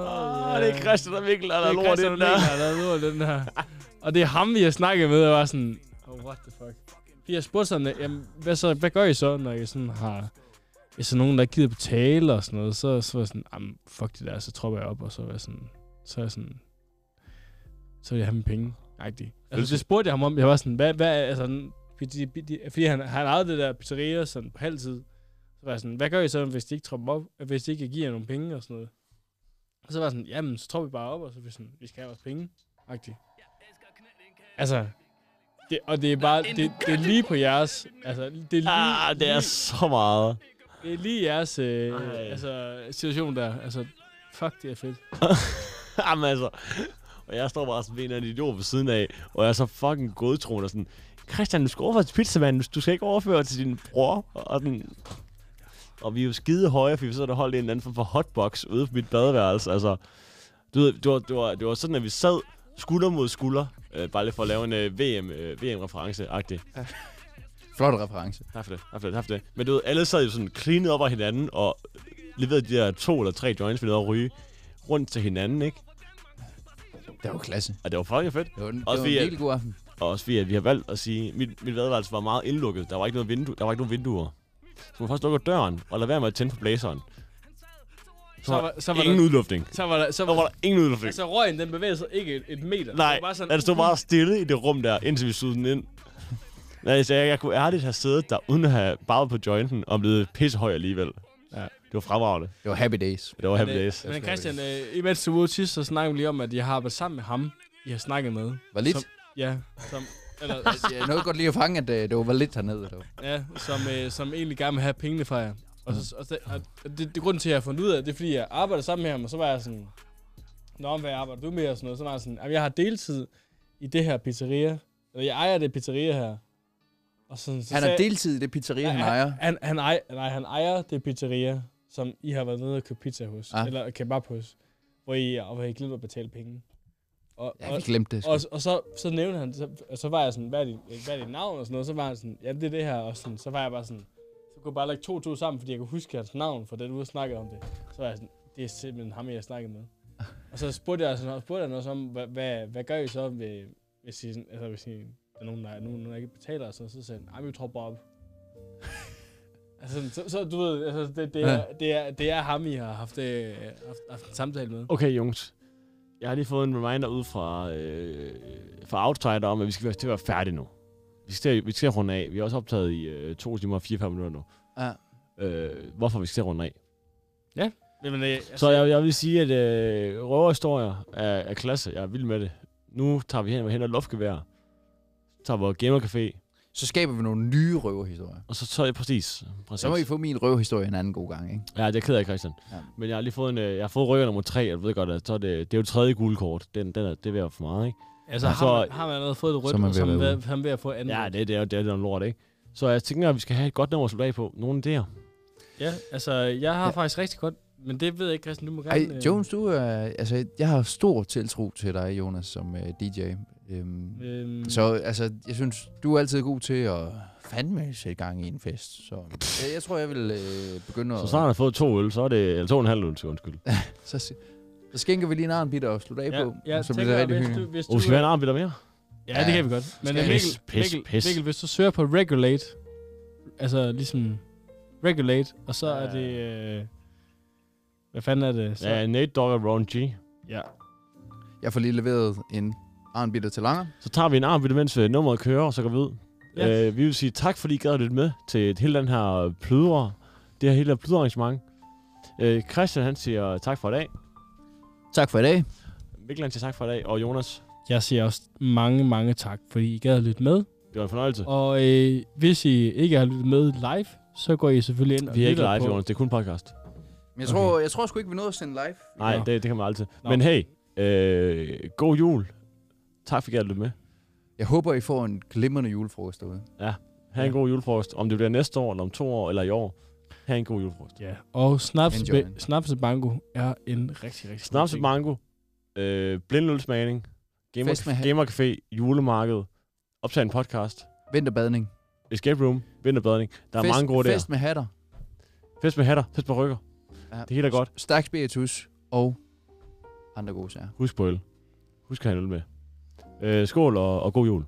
Speaker 1: Åh, det er Christian og Mikkel, der er lort i
Speaker 3: Christian
Speaker 1: den
Speaker 3: og
Speaker 1: der."
Speaker 3: Mikkel, der er lort i den her. Og det er ham, vi har snakket med, og jeg var sådan... Oh, what the fuck? Fordi jeg spurgte sådan, jamen, hvad, så, hvad gør I så, når I sådan har... Hvis der er nogen, der ikke gider betale og sådan noget, så, så var jeg sådan, jamen, fuck det der, så tropper jeg op, og så var jeg sådan, så er jeg sådan, så vil jeg have mine penge. Agtig. Altså, det spurgte jeg ham om. Jeg var sådan, hvad, hvad er- altså, n- fordi, fordi- fordi han, han ejede det der pizzeria sådan på halv tid. Så var jeg sådan, hvad gør I så, hvis de ikke tropper op, hvis de ikke giver jer nogle penge og sådan noget? Og så var jeg sådan, jamen, så tropper vi bare op, og så er vi sådan, vi skal have vores penge. Agtig. Altså, det, og det er bare, det, det er lige på jeres, altså, det er lige,
Speaker 1: Ah, det er så meget.
Speaker 3: det er lige jeres øh, altså, situation der. Altså, fuck, det er fedt.
Speaker 1: Jamen altså. Og jeg står bare som en eller anden idiot ved siden af, og jeg er så fucking godtroende og sådan, Christian, du skal overføre til pizzamanden, du skal ikke overføre til din bror. Og, den, og vi er jo skide høje, fordi vi sidder der og holdt i en eller anden form for hotbox ude på mit badeværelse. Altså, du ved, det var, det var, det var sådan, at vi sad skulder mod skulder, øh, bare lige for at lave en øh, VM, øh, VM-reference-agtig.
Speaker 2: Flot reference.
Speaker 1: Tak for det, tak for det, tak for det. Men du ved, alle sad jo sådan cleanet op af hinanden, og leverede de der to eller tre joints, vi nåede at ryge, rundt til hinanden, ikke?
Speaker 2: Det var jo klasse.
Speaker 1: Og det var fucking fedt.
Speaker 2: Det var, en- det
Speaker 1: Også
Speaker 2: var en
Speaker 1: fordi, at-
Speaker 2: virkelig god aften.
Speaker 1: Og også fordi, at vi har valgt at sige, mit, mit vadeværelse var meget indlukket. Der var ikke noget vindue, der var ikke nogen vinduer. Så man først lukker døren, og lad være med at tænde på blæseren. Så,
Speaker 3: Så var- så var
Speaker 1: ingen
Speaker 3: der-
Speaker 1: udluftning.
Speaker 3: Så var der, så
Speaker 1: Så var der ingen udluftning.
Speaker 3: Altså, røgen, den bevæger sig ikke et, et meter.
Speaker 1: Nej,
Speaker 3: det var sådan,
Speaker 1: den stod bare stille i det rum der, indtil vi sugede den ind. Nej, så jeg, jeg kunne ærligt have siddet der, uden at have baget på jointen, og blevet pissehøj alligevel.
Speaker 3: Ja.
Speaker 1: Det var fremragende.
Speaker 2: Det var happy days.
Speaker 1: Det var happy
Speaker 3: Men, øh,
Speaker 1: days.
Speaker 3: Men Christian, øh, imens du var ude sidst, så snakkede vi lige om, at jeg har arbejdet sammen med ham, jeg har snakket med.
Speaker 2: Var lidt?
Speaker 3: Som, Ja, som... Eller,
Speaker 2: Jeg nåede godt lige at fange, at øh, det var lidt hernede. Dog.
Speaker 3: Ja, som, øh, som egentlig gerne vil have pengene fra jer. Og, så, og, så, og det, det, er grunden til, at jeg har fundet ud af, det er, fordi jeg arbejder sammen med ham, og så var jeg sådan, Nå, men hvad arbejder du med? Og sådan noget. Så var jeg sådan, "Jamen, jeg har deltid i det her pizzeria. Eller jeg ejer det pizzeria her. Og sådan,
Speaker 2: Han har
Speaker 3: sagde-
Speaker 2: deltid i det pizzeria, han
Speaker 3: Nej,
Speaker 2: ejer.
Speaker 3: Han, han, ejer, nej, han ejer det pizzeria, som I har været nede og købt pizza hos.
Speaker 2: Ah.
Speaker 3: Ah. Eller kebab hos. Hvor I, og hvor I glemte at betale penge. Og,
Speaker 2: Ja, vi glemte det sgu.
Speaker 3: Og, og, så, så nævnte han, så, og så var jeg sådan, hvad er, dit, hvad er dit navn og sådan noget. Så var han sådan, ja, det er det her. Og sådan, så var jeg bare sådan, så kunne jeg bare lægge to og to sammen, fordi jeg kunne huske hans navn, for da du snakkede om det. Så var jeg sådan, det er simpelthen ham, jeg snakkede med. Og så spurgte jeg, sådan, spurgte jeg noget om, hvad, hvad, hvad gør I så, ved, hvis, I, sådan- altså, hvis I, der er nogen, der, nogen, der ikke betaler? Og sådan, så sagde han, "Ej, vi tropper op. altså, så, så, du ved, altså, det, det, er,
Speaker 1: Ja.
Speaker 3: det, er, det er ham, I har haft, øh, haft, haft en samtale med.
Speaker 1: Okay, Jungs. Jeg har lige fået en reminder ud fra, øh, fra Outsider om, at vi skal være til at være færdige nu. Vi skal, til at- vi skal til at runde af. Vi er også optaget i øh, 2 timer og 44 minutter nu.
Speaker 2: Ja.
Speaker 1: Øh, hvorfor vi skal til at runde af.
Speaker 3: Ja. Jamen, øh, altså,
Speaker 1: Så jeg, jeg vil sige, at øh, røverhistorier er, er klasse. Jeg er vild med det. Nu tager vi hen og henter luftgevær. Så tager vores gamercafé.
Speaker 2: Så skaber vi nogle nye røverhistorier.
Speaker 1: Og så tager jeg præcis. præcis.
Speaker 2: Så må I få min røverhistorie en anden god gang, ikke?
Speaker 1: Ja, det er jeg ked af, Christian.
Speaker 2: Ja.
Speaker 1: Ja. Men jeg har lige fået, en, øh, jeg har fået rykker nummer tre, og du ved godt, at så er det, det er jo tredje gule kort. Den, den er, det er ved at være for meget, ikke?
Speaker 3: Altså,
Speaker 1: Og
Speaker 3: har man- har man allerede fået det rødt,
Speaker 1: så er man
Speaker 3: og så
Speaker 1: ved at
Speaker 3: er man
Speaker 1: være
Speaker 3: ved-
Speaker 1: ude.
Speaker 3: han er ved at få andet
Speaker 1: Ja, det, det er jo det, er noget lort, ikke? Så jeg tænker, at vi skal have et godt nummer at slutte af på. Nogle idéer.
Speaker 3: Ja, altså, jeg har ja. faktisk rigtig godt, men det ved jeg ikke, Christian, du må gerne... øh,
Speaker 2: Ej, Jones, du er... Altså, jeg har stor tiltro til dig, Jonas, som uh, DJ. Øhm,
Speaker 3: øhm.
Speaker 2: Så altså, jeg synes, du er altid god til at fandme sætte gang i en fest. Så jeg, jeg tror, jeg vil øh, begynde at...
Speaker 1: Så snart han har fået to øl, så er det... Eller to og en halv øl, til undskyld.
Speaker 2: så, si- så skænker vi lige en armbitter og slutter af
Speaker 3: Ja,
Speaker 2: på.
Speaker 3: ja,
Speaker 2: så
Speaker 3: tænker jeg, hvis du- hvis
Speaker 1: Og skal
Speaker 3: du
Speaker 1: vi
Speaker 3: er-
Speaker 1: have en armbitter mere?
Speaker 3: Ja, det kan vi godt. Men øh, Mikkel,
Speaker 1: pis,
Speaker 3: Mikkel,
Speaker 1: pis.
Speaker 3: Mikkel, hvis du søger på regulate, altså ligesom regulate, og så er det... Øh, hvad fanden er det? Så?
Speaker 1: Ja, Nate Dogg og Ron G.
Speaker 3: Ja.
Speaker 2: Jeg får lige leveret en armbitter til langer.
Speaker 1: Så tager vi en armbitter, mens øh, nummeret kører, og så går vi ud.
Speaker 2: Ja.
Speaker 1: Ja. Øh, vi vil sige tak, fordi I gad at lytte med til hele den her plydre, det her hele plyderarrangement. Øh, Christian, han siger tak for i dag.
Speaker 2: Tak for i dag.
Speaker 1: Mikkel, han siger tak for i dag. Og Jonas,
Speaker 3: Jeg siger også mange, mange tak, fordi I gad at lytte med.
Speaker 1: det var en fornøjelse.
Speaker 3: Og øh, hvis I ikke har lyttet med live, så går I selvfølgelig ind og
Speaker 1: Vi er ikke
Speaker 3: lytter
Speaker 1: live,
Speaker 3: på-
Speaker 1: Jonas. Det er kun podcast.
Speaker 2: Men jeg tror, okay. jeg tror sgu ikke, vi nåede at sende live.
Speaker 1: Nej,
Speaker 2: Nå.
Speaker 1: det, det kan man altid.
Speaker 2: Nå.
Speaker 1: Men hey, øh, god jul. Tak fordi I gad at lytte med.
Speaker 2: Jeg håber, I får en glimrende julefrokost derude.
Speaker 1: Ja, have en god julefrokost. Om det bliver næste år, eller om to år, eller i år. Have en god julefrokost.
Speaker 3: Ja. Og snaps,
Speaker 1: Enjoy.
Speaker 3: snaps Bango er en rigtig, rigtig
Speaker 1: Snaps og mango, øh, blindølsmagning, gamer,
Speaker 2: Fest med ha-
Speaker 1: gamercafé, julemarked, optage en podcast.
Speaker 2: Vinterbadning.
Speaker 1: Escape room, vinterbadning. Der er
Speaker 2: fest,
Speaker 1: mange gode der.
Speaker 2: Fest med hatter.
Speaker 1: Fest med hatter, fest med rykker.
Speaker 2: Ja.
Speaker 1: Det hele er godt.
Speaker 2: Stærk spiritus og andre gode sager.
Speaker 1: Husk på øl. Husk at have en øl med. Øh, skål og, og god jul.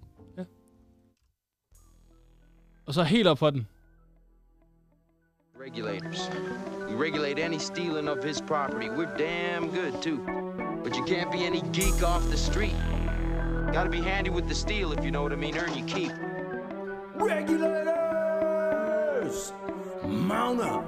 Speaker 3: Og så helt op for den.
Speaker 14: Regulators. We regulate any stealing of his property. We're damn good, too. But you can't be any geek off the street. Gotta be handy with the steel if you know what I mean. Earn your keep.
Speaker 16: Regulators! Mount up!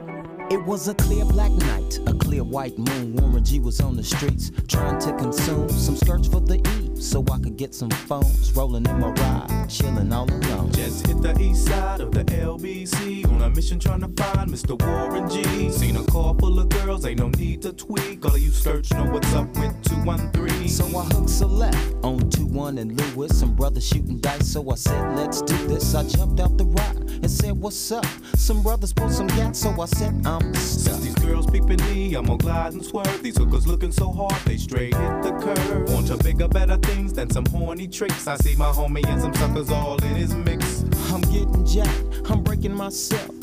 Speaker 16: It was a clear black night, a clear white moon. Warren G was on the streets trying to consume some skirts for the E so I could get some phones. Rolling in my ride, chilling all alone.
Speaker 17: Just hit the E east side of the LBC on a mission trying to find Mr. Warren G. Seen a car full of girls, ain't no need to tweak. All of you search know what's up with 213.
Speaker 16: So I hooks a left on 2 1 and Lewis. Some brothers shooting dice, so I said, let's do this. I jumped out the ride and said, what's up? Some brothers pulled some gas, so I said, I'm
Speaker 17: Since
Speaker 16: stuck.
Speaker 17: these girls peeping me, I'm gonna glide and swerve. These hookers looking so hard, they straight hit the curve. Want to bigger, better things than some horny tricks. I see my homie and some suckers all in his mix.
Speaker 16: I'm getting jacked, I'm breaking myself.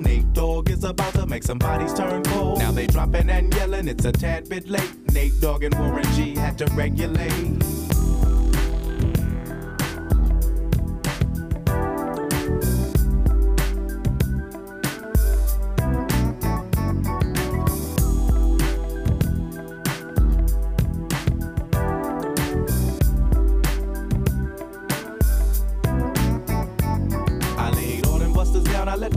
Speaker 17: Nate Dogg is about to make some bodies turn cold. Now they dropping and yelling, it's a tad bit late. Nate Dogg and Warren G had to regulate. out, I let